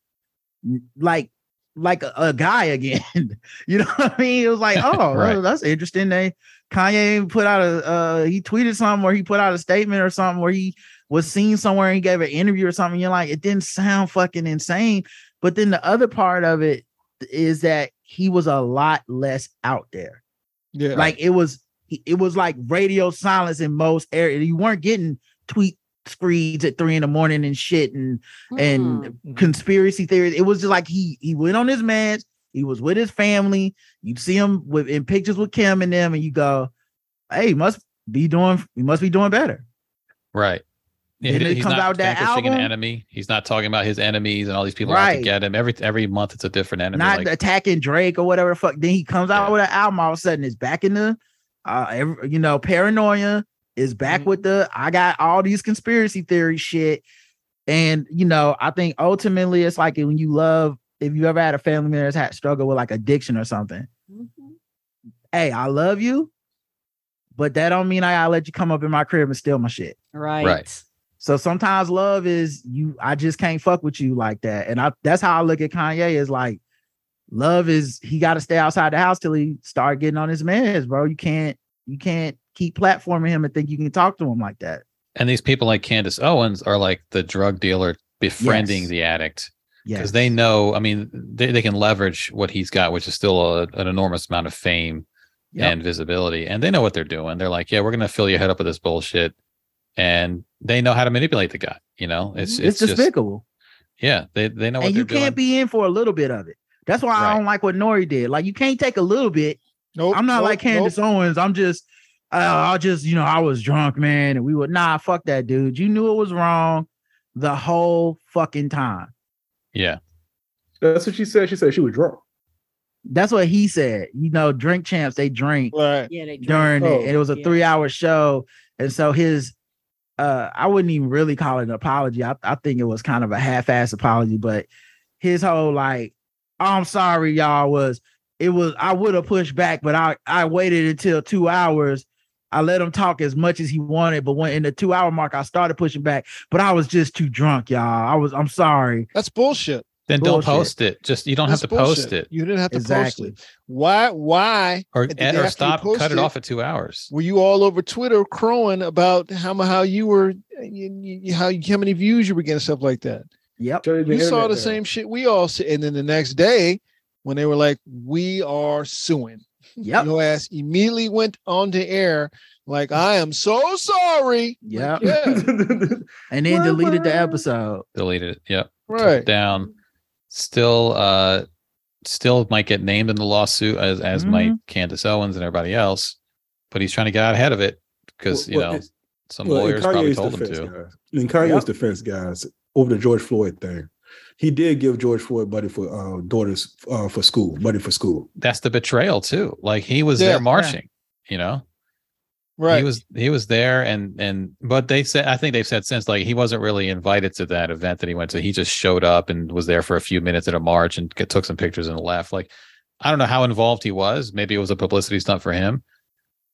Speaker 4: mm, like like a, a guy again. you know what I mean? It was like, oh,
Speaker 7: Right.
Speaker 4: that's interesting. They Kanye put out a uh, he tweeted something or he put out a statement or something where he was seen somewhere and he gave an interview or something. You're like, it didn't sound fucking insane. But then the other part of it is that he was a lot less out there.
Speaker 3: Yeah.
Speaker 4: Like it was it was like radio silence in most areas. You weren't getting tweet screeds at three in the morning and shit and and conspiracy theories. It was just like he he went on his meds, he was with his family. You'd see him with in pictures with Kim and them, and you go, Hey, he must be doing he must be doing better.
Speaker 5: Right. Yeah, he
Speaker 4: Then
Speaker 5: did-
Speaker 4: it
Speaker 5: he's
Speaker 4: comes
Speaker 5: not
Speaker 4: out that
Speaker 5: vanquishing an
Speaker 4: album.
Speaker 5: enemy. He's not talking about his enemies and all these people out to
Speaker 4: Right.
Speaker 5: get him. Every every month it's a different enemy.
Speaker 4: Not
Speaker 5: like-
Speaker 4: attacking Drake or whatever the fuck. Then he comes out with an album all of a sudden is back in the uh every, you know, paranoia is back with the I got all these conspiracy theory shit. And you know, I think ultimately it's like when you love if you ever had a family member that's had struggle with like addiction or something. Hey, I love you, but that don't mean I gotta let you come up in my crib and steal my shit.
Speaker 11: Right.
Speaker 4: So sometimes love is you. I just can't fuck with you like that, and I that's how I look at Kanye. Is like love is he got to stay outside the house till he start getting on his meds, bro. You can't you can't keep platforming him and think you can talk to him like that.
Speaker 5: and these people like Candace Owens are like the drug dealer befriending the addict because
Speaker 4: Yes.
Speaker 5: they know. I mean, they, they can leverage what he's got, which is still a, an enormous amount of fame
Speaker 4: Yep.
Speaker 5: and visibility, and they know what they're doing. They're like, yeah, we're gonna fill your head up with this bullshit, and they know how to manipulate the guy. You know, it's
Speaker 4: It's
Speaker 5: it's, just-
Speaker 4: despicable.
Speaker 5: yeah, they they know what
Speaker 4: and
Speaker 5: they're
Speaker 4: you can't
Speaker 5: doing.
Speaker 4: be in for a little bit of it. That's why I don't like what Nori did. Like you can't take a little bit.
Speaker 3: No,
Speaker 4: I'm not
Speaker 3: nope,
Speaker 4: like Candace Owens. I'm just uh, I just you know I was drunk, man, and we would nah fuck that dude. You knew it was wrong the whole fucking time.
Speaker 5: yeah,
Speaker 2: that's what she said. She said she was drunk.
Speaker 4: That's what he said. You know, drink champs, they drink
Speaker 3: right.
Speaker 11: Yeah, they
Speaker 4: during
Speaker 11: drink. Oh.
Speaker 4: it. And it was a
Speaker 11: Yeah.
Speaker 4: three hour show. And so his uh I wouldn't even really call it an apology. I, I think it was kind of a half ass apology, but his whole like, "Oh, I'm sorry, y'all was it was I would have pushed back, but I I waited until two hours. I let him talk as much as he wanted, but when in the two hour mark, I started pushing back. But I was just too drunk, y'all. I was I'm sorry.
Speaker 3: That's bullshit.
Speaker 5: Then don't post it. Just you don't
Speaker 3: That's
Speaker 5: have to post
Speaker 3: bullshit.
Speaker 5: it.
Speaker 3: You didn't have to
Speaker 5: Exactly.
Speaker 3: post it. Why? Why?
Speaker 5: Or, eh,
Speaker 3: at the day
Speaker 5: or
Speaker 3: after you
Speaker 5: stop, cut
Speaker 3: posted,
Speaker 5: it off at two hours.
Speaker 3: Were you all over Twitter crowing about how how you were, you, you- how how many views you were getting stuff like that?
Speaker 4: Yep.
Speaker 3: You saw the
Speaker 14: internet
Speaker 3: same shit we all see, and then the next day when they were like, "We are suing,"
Speaker 4: yep.
Speaker 3: your ass immediately went on the air like, "I am so sorry."
Speaker 4: Yep.
Speaker 3: Yeah.
Speaker 4: and then deleted the episode.
Speaker 5: Deleted it. Yep. Took it
Speaker 3: Right.
Speaker 5: down. Still uh still might get named in the lawsuit as as
Speaker 14: Mm-hmm.
Speaker 5: might Candace Owens and everybody else, but he's trying to get out ahead of it because
Speaker 14: Well,
Speaker 5: you
Speaker 14: well,
Speaker 5: know
Speaker 14: it-
Speaker 5: some
Speaker 14: well, in
Speaker 5: lawyers probably
Speaker 14: Kanye's
Speaker 5: told him
Speaker 14: defense,
Speaker 5: to.
Speaker 14: guys- in Kanye's
Speaker 5: Yep.
Speaker 14: defense, guys, over the George Floyd thing, he did give George Floyd money for uh, daughters uh, for school, money for school.
Speaker 5: That's the betrayal too. Like he was
Speaker 14: Yeah,
Speaker 5: there
Speaker 14: yeah.
Speaker 5: marching, you know?
Speaker 3: Right.
Speaker 5: He was he was there and and but they said I think they've said since like he wasn't really invited to that event that he went to. He just showed up and was there for a few minutes at a march and c- took some pictures and left. Like I don't know how involved he was. Maybe it was a publicity stunt for him.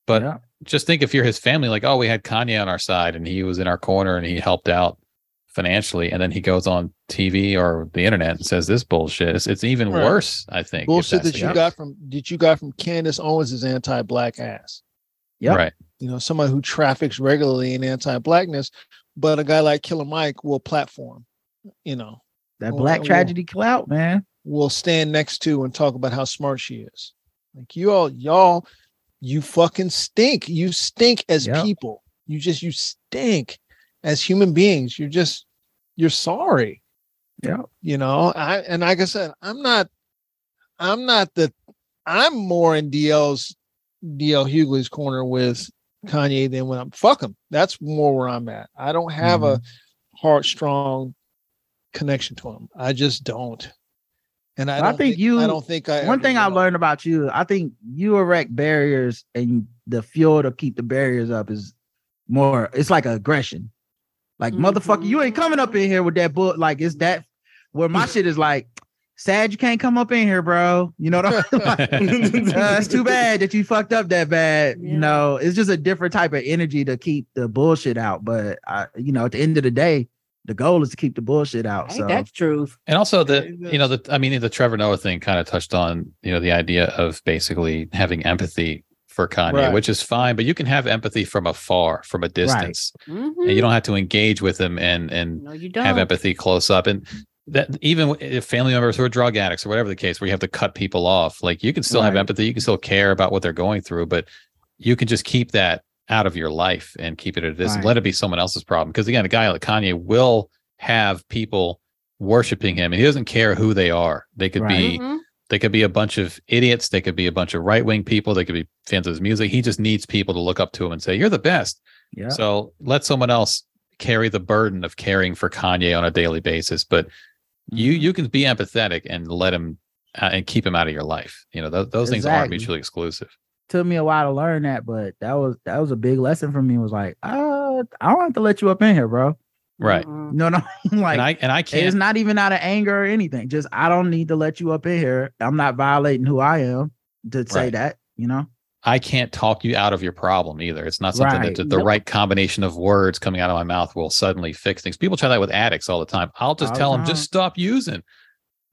Speaker 5: But just think if you're his family, like, oh, we had Kanye on our side and he was in our corner and he helped out financially, and then he goes on TV or the internet and says this bullshit. It's, it's even
Speaker 3: Right.
Speaker 5: worse, I think. if
Speaker 3: bullshit
Speaker 5: that's
Speaker 3: that
Speaker 5: the
Speaker 3: you
Speaker 5: case.
Speaker 3: got from that you got from Candace Owens is anti-black ass.
Speaker 5: Yep. Right.
Speaker 3: You know, somebody who traffics regularly in anti-blackness, but a guy like Killer Mike will platform. You know,
Speaker 4: That
Speaker 3: Well,
Speaker 4: black
Speaker 3: well-
Speaker 4: tragedy clout, man.
Speaker 3: will stand next to and talk about how smart she is. Like you all, y'all, you fucking stink. You stink as people. You just you stink as human beings. You're just you're sorry.
Speaker 4: Yeah.
Speaker 3: You know, I and like I said, I'm not I'm not the I'm more in DL's DL Hughley's corner with Kanye than when I'm fuck him. That's more where I'm at. I don't have a
Speaker 4: Mm-hmm.
Speaker 3: hard strong connection to him. I just don't. And I,
Speaker 4: But I
Speaker 3: don't
Speaker 4: think you-
Speaker 3: I don't think I
Speaker 4: One
Speaker 3: ever
Speaker 4: thing I learned about you, I think you erect barriers and the fuel to keep the barriers up is more, it's like aggression. Like, motherfucker, you ain't coming up in here with that book. Like, it's that where my shit is like, sad you can't come up in here, bro. You know what I'm like, uh, It's too bad that you fucked up that bad. You know, it's just a different type of energy to keep the bullshit out. But, I, you know, at the end of the day, the goal is to keep the bullshit out. so
Speaker 11: that's truth.
Speaker 5: And also the you know the I mean the Trevor Noah thing kind of touched on you know the idea of basically having empathy for Kanye,
Speaker 15: Right.
Speaker 5: which is fine, but you can have empathy from afar, from a distance, and
Speaker 3: Mm. Mm-hmm.
Speaker 5: you don't have to engage with him and and
Speaker 11: you
Speaker 5: have
Speaker 11: don't.
Speaker 5: empathy close up. And that even if family members who are drug addicts or whatever the case, where you have to cut people off, like you can still have
Speaker 15: Right.
Speaker 5: empathy, you can still care about what they're going through, but you can just keep that out of your life and keep it at this
Speaker 15: Right.
Speaker 5: let it be someone else's problem. Because again, a guy like Kanye will have people worshiping him and he doesn't care who they are. They could be
Speaker 6: Mm-hmm.
Speaker 15: Right.
Speaker 4: Mm-hmm.
Speaker 15: Mhm.
Speaker 5: they could be a bunch of idiots, they could be a bunch of right wing people, they could be fans of his music. He just needs people to look up to him and say, You're the best.
Speaker 4: Yeah.
Speaker 5: So let someone else carry the burden of caring for Kanye on a daily basis. But you
Speaker 4: Mm-hmm.
Speaker 5: you can be empathetic and let him uh, and keep him out of your life. You know, th- those things aren't
Speaker 4: Exactly.
Speaker 5: mutually exclusive.
Speaker 4: took me a while to learn that, but that was that was a big lesson for me. Was like, uh, I don't have to let you up in here, bro.
Speaker 5: Right.
Speaker 3: Mm-hmm.
Speaker 4: No, no, like,
Speaker 5: and I and I
Speaker 4: it's
Speaker 5: can't
Speaker 4: not even out of anger or anything. Just I don't need to let you up in here. I'm not violating who I am to say
Speaker 5: Right.
Speaker 4: that. You know,
Speaker 5: I can't talk you out of your problem either. It's not something
Speaker 4: Right.
Speaker 5: that the, the
Speaker 4: Nope.
Speaker 5: right combination of words coming out of my mouth will suddenly fix things. People try that with addicts all the time. I'll just
Speaker 11: All
Speaker 5: tell
Speaker 11: the
Speaker 5: them just
Speaker 11: time.
Speaker 5: stop using.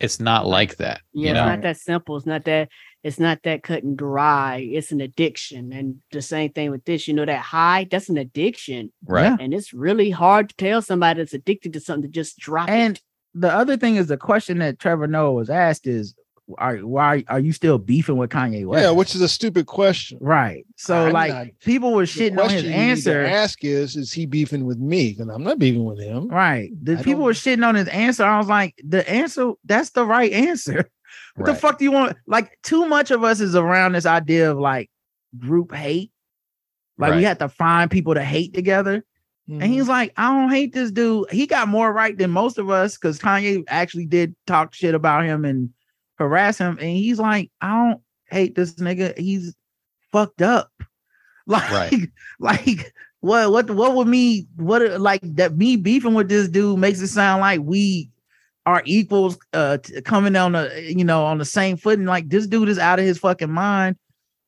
Speaker 5: It's not like that.
Speaker 11: Yeah,
Speaker 5: you
Speaker 11: it's
Speaker 5: know?
Speaker 11: not that simple. It's not that it's not that cut and dry. It's an addiction. And the same thing with this, you know, that high, that's an addiction.
Speaker 4: Right. Yeah.
Speaker 11: And it's really hard to tell somebody that's addicted to something to just drop
Speaker 4: and
Speaker 11: it.
Speaker 4: the other thing is the question that Trevor Noah was asked is, are why are you still beefing with Kanye West?
Speaker 3: Yeah, which is a stupid question.
Speaker 4: Right. So
Speaker 3: I'm
Speaker 4: like
Speaker 3: not-
Speaker 4: people were
Speaker 3: The
Speaker 4: shitting on his
Speaker 3: question you need to
Speaker 4: answer.
Speaker 3: ask is, is he beefing with me? Because I'm not beefing with him.
Speaker 4: Right. The people were shitting on his answer. I was like, the answer, that's the right answer. what the
Speaker 3: Right.
Speaker 4: fuck do you want? Like, too much of us is around this idea of like group hate. Like, we
Speaker 15: Right.
Speaker 4: had to find people to hate together. And he's like, I don't hate this dude. He got more right than most of us because Kanye actually did talk shit about him and harass him. And he's like, I don't hate this nigga. He's fucked up. Like,
Speaker 15: Right.
Speaker 4: like what what what would me what like that me beefing with this dude makes it sound like we are equals uh t- coming on the you know on the same footing like this dude is out of his fucking mind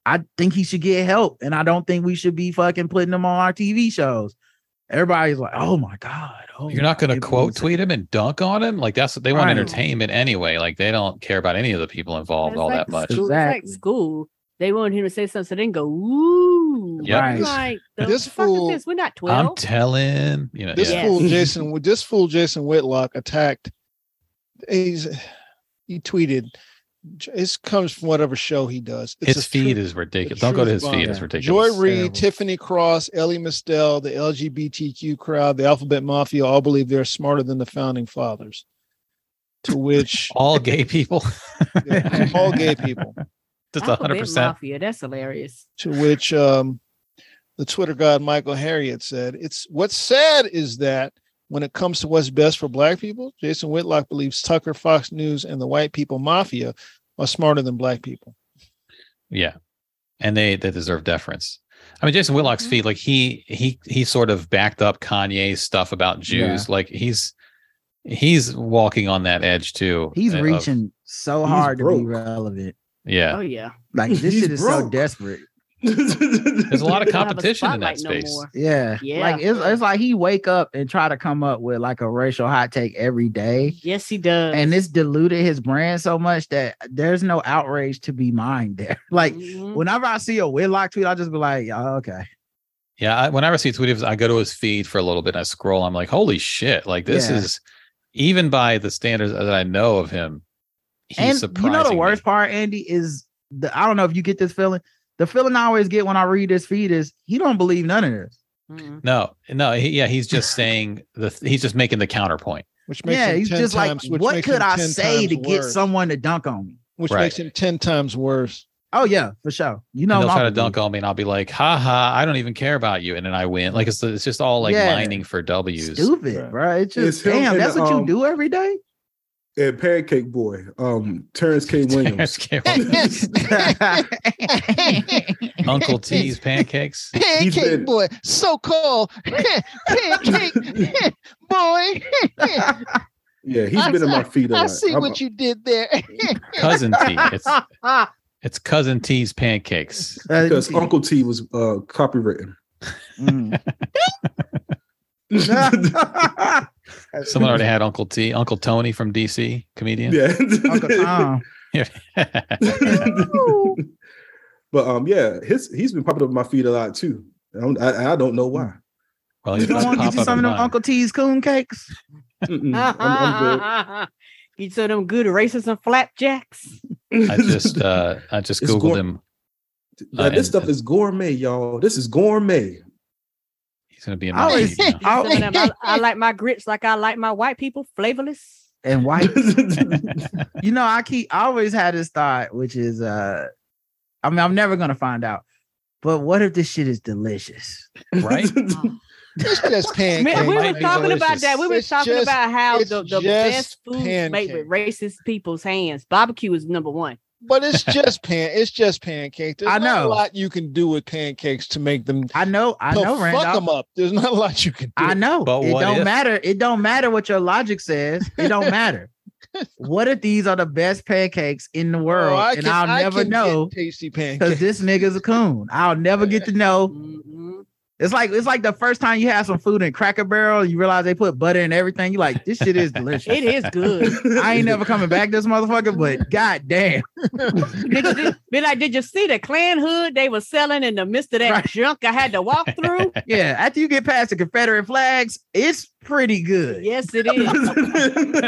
Speaker 4: i think he should get help and i don't think we should be fucking putting him on our tv shows everybody's like, "Oh my god!" Oh,
Speaker 5: You're not going to quote tweet him and dunk on him. Like that's they want
Speaker 4: Right.
Speaker 5: entertainment anyway. Like they don't care about any of the people involved all that much.
Speaker 11: School, It's like school. They wanted him to say something, so they can go, ooh.
Speaker 5: Yep.
Speaker 11: I'm
Speaker 5: Right.
Speaker 11: Like, the
Speaker 3: This
Speaker 11: fuck is
Speaker 3: fool-
Speaker 11: this? We're not 12.
Speaker 5: I'm telling you know.
Speaker 3: This
Speaker 5: yeah.
Speaker 3: fool Jason, this fool Jason Whitlock attacked. He's he tweeted. It comes from whatever show he does. It's
Speaker 5: his
Speaker 3: a
Speaker 5: feed
Speaker 3: truth-
Speaker 5: is ridiculous.
Speaker 3: the
Speaker 5: Don't go to his
Speaker 3: truth bomb.
Speaker 5: feed. It's
Speaker 3: Yeah.
Speaker 5: ridiculous.
Speaker 3: Joy Reid, Tiffany Cross, Ellie Mistel, the LGBTQ crowd, the Alphabet Mafia all believe they're smarter than the founding fathers. To which
Speaker 5: all gay people,
Speaker 3: Yeah, all gay people.
Speaker 5: Just
Speaker 11: Alphabet Mafia. That's hilarious.
Speaker 3: To which um, the Twitter god Michael Harriet said, "It's what's sad is that when it comes to what's best for Black people, Jason Whitlock believes Tucker, Fox News, and the white people mafia are smarter than Black people."
Speaker 5: Yeah. And they they deserve deference. I mean, Jason Whitlock's
Speaker 4: Mm-hmm.
Speaker 5: feed, like he he he sort of backed up Kanye's stuff about Jews. Like he's he's walking on that edge too.
Speaker 4: He's
Speaker 5: uh, of-
Speaker 4: reaching so
Speaker 5: He's
Speaker 4: hard to be
Speaker 5: broke.
Speaker 4: relevant.
Speaker 5: yeah.
Speaker 11: Oh, yeah.
Speaker 4: Like this
Speaker 5: He's
Speaker 4: shit is so
Speaker 5: broke.
Speaker 4: desperate.
Speaker 5: There's a lot of
Speaker 4: Don't have a
Speaker 5: competition in that
Speaker 4: spotlight no
Speaker 5: space.
Speaker 4: Yeah.
Speaker 11: Yeah.
Speaker 4: Like it's, it's like he wake up and try to come up with like a racial hot take every day.
Speaker 11: Yes, he does.
Speaker 4: And it's diluted his brand so much that there's no outrage to be mined there. Like
Speaker 11: Mm-hmm.
Speaker 4: whenever I see a Whitlock tweet, I just be like, oh, okay.
Speaker 5: Yeah, I, whenever I see tweets, I go to his feed for a little bit and I scroll. I'm like, holy shit! Like this
Speaker 4: Yeah.
Speaker 5: is even by the standards that I know of him, he's
Speaker 4: and you
Speaker 5: surprising.
Speaker 4: know the
Speaker 5: me.
Speaker 4: worst part, Andy, is the I don't know if you get this feeling. The feeling I always get when I read this feed is he don't believe none of this.
Speaker 5: No, no, he, yeah, he's just saying the he's just making the counterpoint.
Speaker 3: Which makes
Speaker 4: Yeah,
Speaker 3: him
Speaker 4: he's
Speaker 3: 10
Speaker 4: just
Speaker 3: times-
Speaker 4: like,
Speaker 3: which
Speaker 4: what
Speaker 3: makes
Speaker 4: could
Speaker 3: him
Speaker 4: I
Speaker 3: 10
Speaker 4: say to
Speaker 3: times
Speaker 4: get
Speaker 3: worse.
Speaker 4: someone to dunk on me?
Speaker 3: Which
Speaker 5: Right.
Speaker 3: makes him ten times worse.
Speaker 4: Oh yeah, for sure. You
Speaker 5: And
Speaker 4: know,
Speaker 5: they'll
Speaker 4: my
Speaker 5: try to
Speaker 4: belief.
Speaker 5: dunk on me, and I'll be like, "Ha ha! I don't even care about you," and then I win. Like it's it's just all like
Speaker 4: Yeah.
Speaker 5: mining for W's.
Speaker 4: stupid, bro. It's just
Speaker 14: It's him
Speaker 4: damn.
Speaker 14: and
Speaker 4: That's
Speaker 14: the,
Speaker 4: what you
Speaker 14: um,
Speaker 4: do every day.
Speaker 14: And Pancake Boy, um, Terrence K. Williams.
Speaker 5: Uncle T's pancakes.
Speaker 14: He's been-
Speaker 3: boy, so cold. Pancake boy.
Speaker 14: Yeah, he's been in my feed a lot. I'm-
Speaker 3: you did there.
Speaker 5: Cousin T, it's- It's cousin T's pancakes.
Speaker 4: Uh,
Speaker 14: because Uncle T was uh, copywritten.
Speaker 5: Mm. Someone already had Uncle T, Uncle Tony from DC, comedian.
Speaker 14: Yeah.
Speaker 4: Uncle Tom.
Speaker 14: But um, yeah, his he's been popping up in my feed a lot too. I don't, I, I don't know why.
Speaker 5: Well,
Speaker 4: You don't want to get you some of them Uncle T's coon cakes.
Speaker 11: you saw them good racists and flapjacks.
Speaker 5: I just uh, I just
Speaker 14: It's
Speaker 5: googled
Speaker 14: gor-
Speaker 5: him.
Speaker 14: Like,
Speaker 5: Uh,
Speaker 14: this stuff is gourmet, y'all. This is gourmet.
Speaker 5: He's gonna be in
Speaker 14: I
Speaker 5: my
Speaker 14: always-
Speaker 5: feed now.
Speaker 11: Some of them, I, I like my grits like I like my white people, flavorless.
Speaker 4: and white. you know, I keep I always had this thought, which is uh I mean, I'm never gonna find out. But what if this shit is delicious?
Speaker 5: Right?
Speaker 3: It's just pancakes.
Speaker 11: Man, we were
Speaker 4: might be
Speaker 11: talking about that. We were
Speaker 3: It's
Speaker 11: talking
Speaker 3: just-
Speaker 11: about how
Speaker 3: it's
Speaker 11: the, the
Speaker 3: just
Speaker 11: best food made with racist people's hands. Barbecue is number one.
Speaker 3: But it's just pan. It's just pancakes. There's
Speaker 11: I
Speaker 3: not a
Speaker 11: know.
Speaker 3: lot you can do with pancakes to make them.
Speaker 4: I know. I know,
Speaker 3: Fuck
Speaker 4: Randolph.
Speaker 3: them up. There's not a lot you can. do.
Speaker 4: I know
Speaker 3: But
Speaker 4: it
Speaker 3: what
Speaker 4: don't
Speaker 3: if?
Speaker 4: matter. It don't matter what your logic says. It don't matter. what if these are the best pancakes in the world?
Speaker 3: Oh, I
Speaker 4: and
Speaker 3: can-
Speaker 4: I'll
Speaker 3: I
Speaker 4: never
Speaker 3: can get
Speaker 4: know
Speaker 3: tasty
Speaker 4: because
Speaker 3: pancakes.
Speaker 4: this nigga's a coon. I'll never get to know.
Speaker 3: Mm-hmm.
Speaker 4: It's like it's like the first time you have some food in Cracker Barrel, you realize they put butter in everything. You're like, this shit is delicious.
Speaker 11: It is good.
Speaker 4: I ain't never coming back to this motherfucker, but god damn.
Speaker 11: Nigga, did, be like, did you see the Klan hood they were selling in the midst of that junk I had to walk through?
Speaker 4: Yeah, after you get past the Confederate flags, it's pretty good.
Speaker 11: Yes, it is.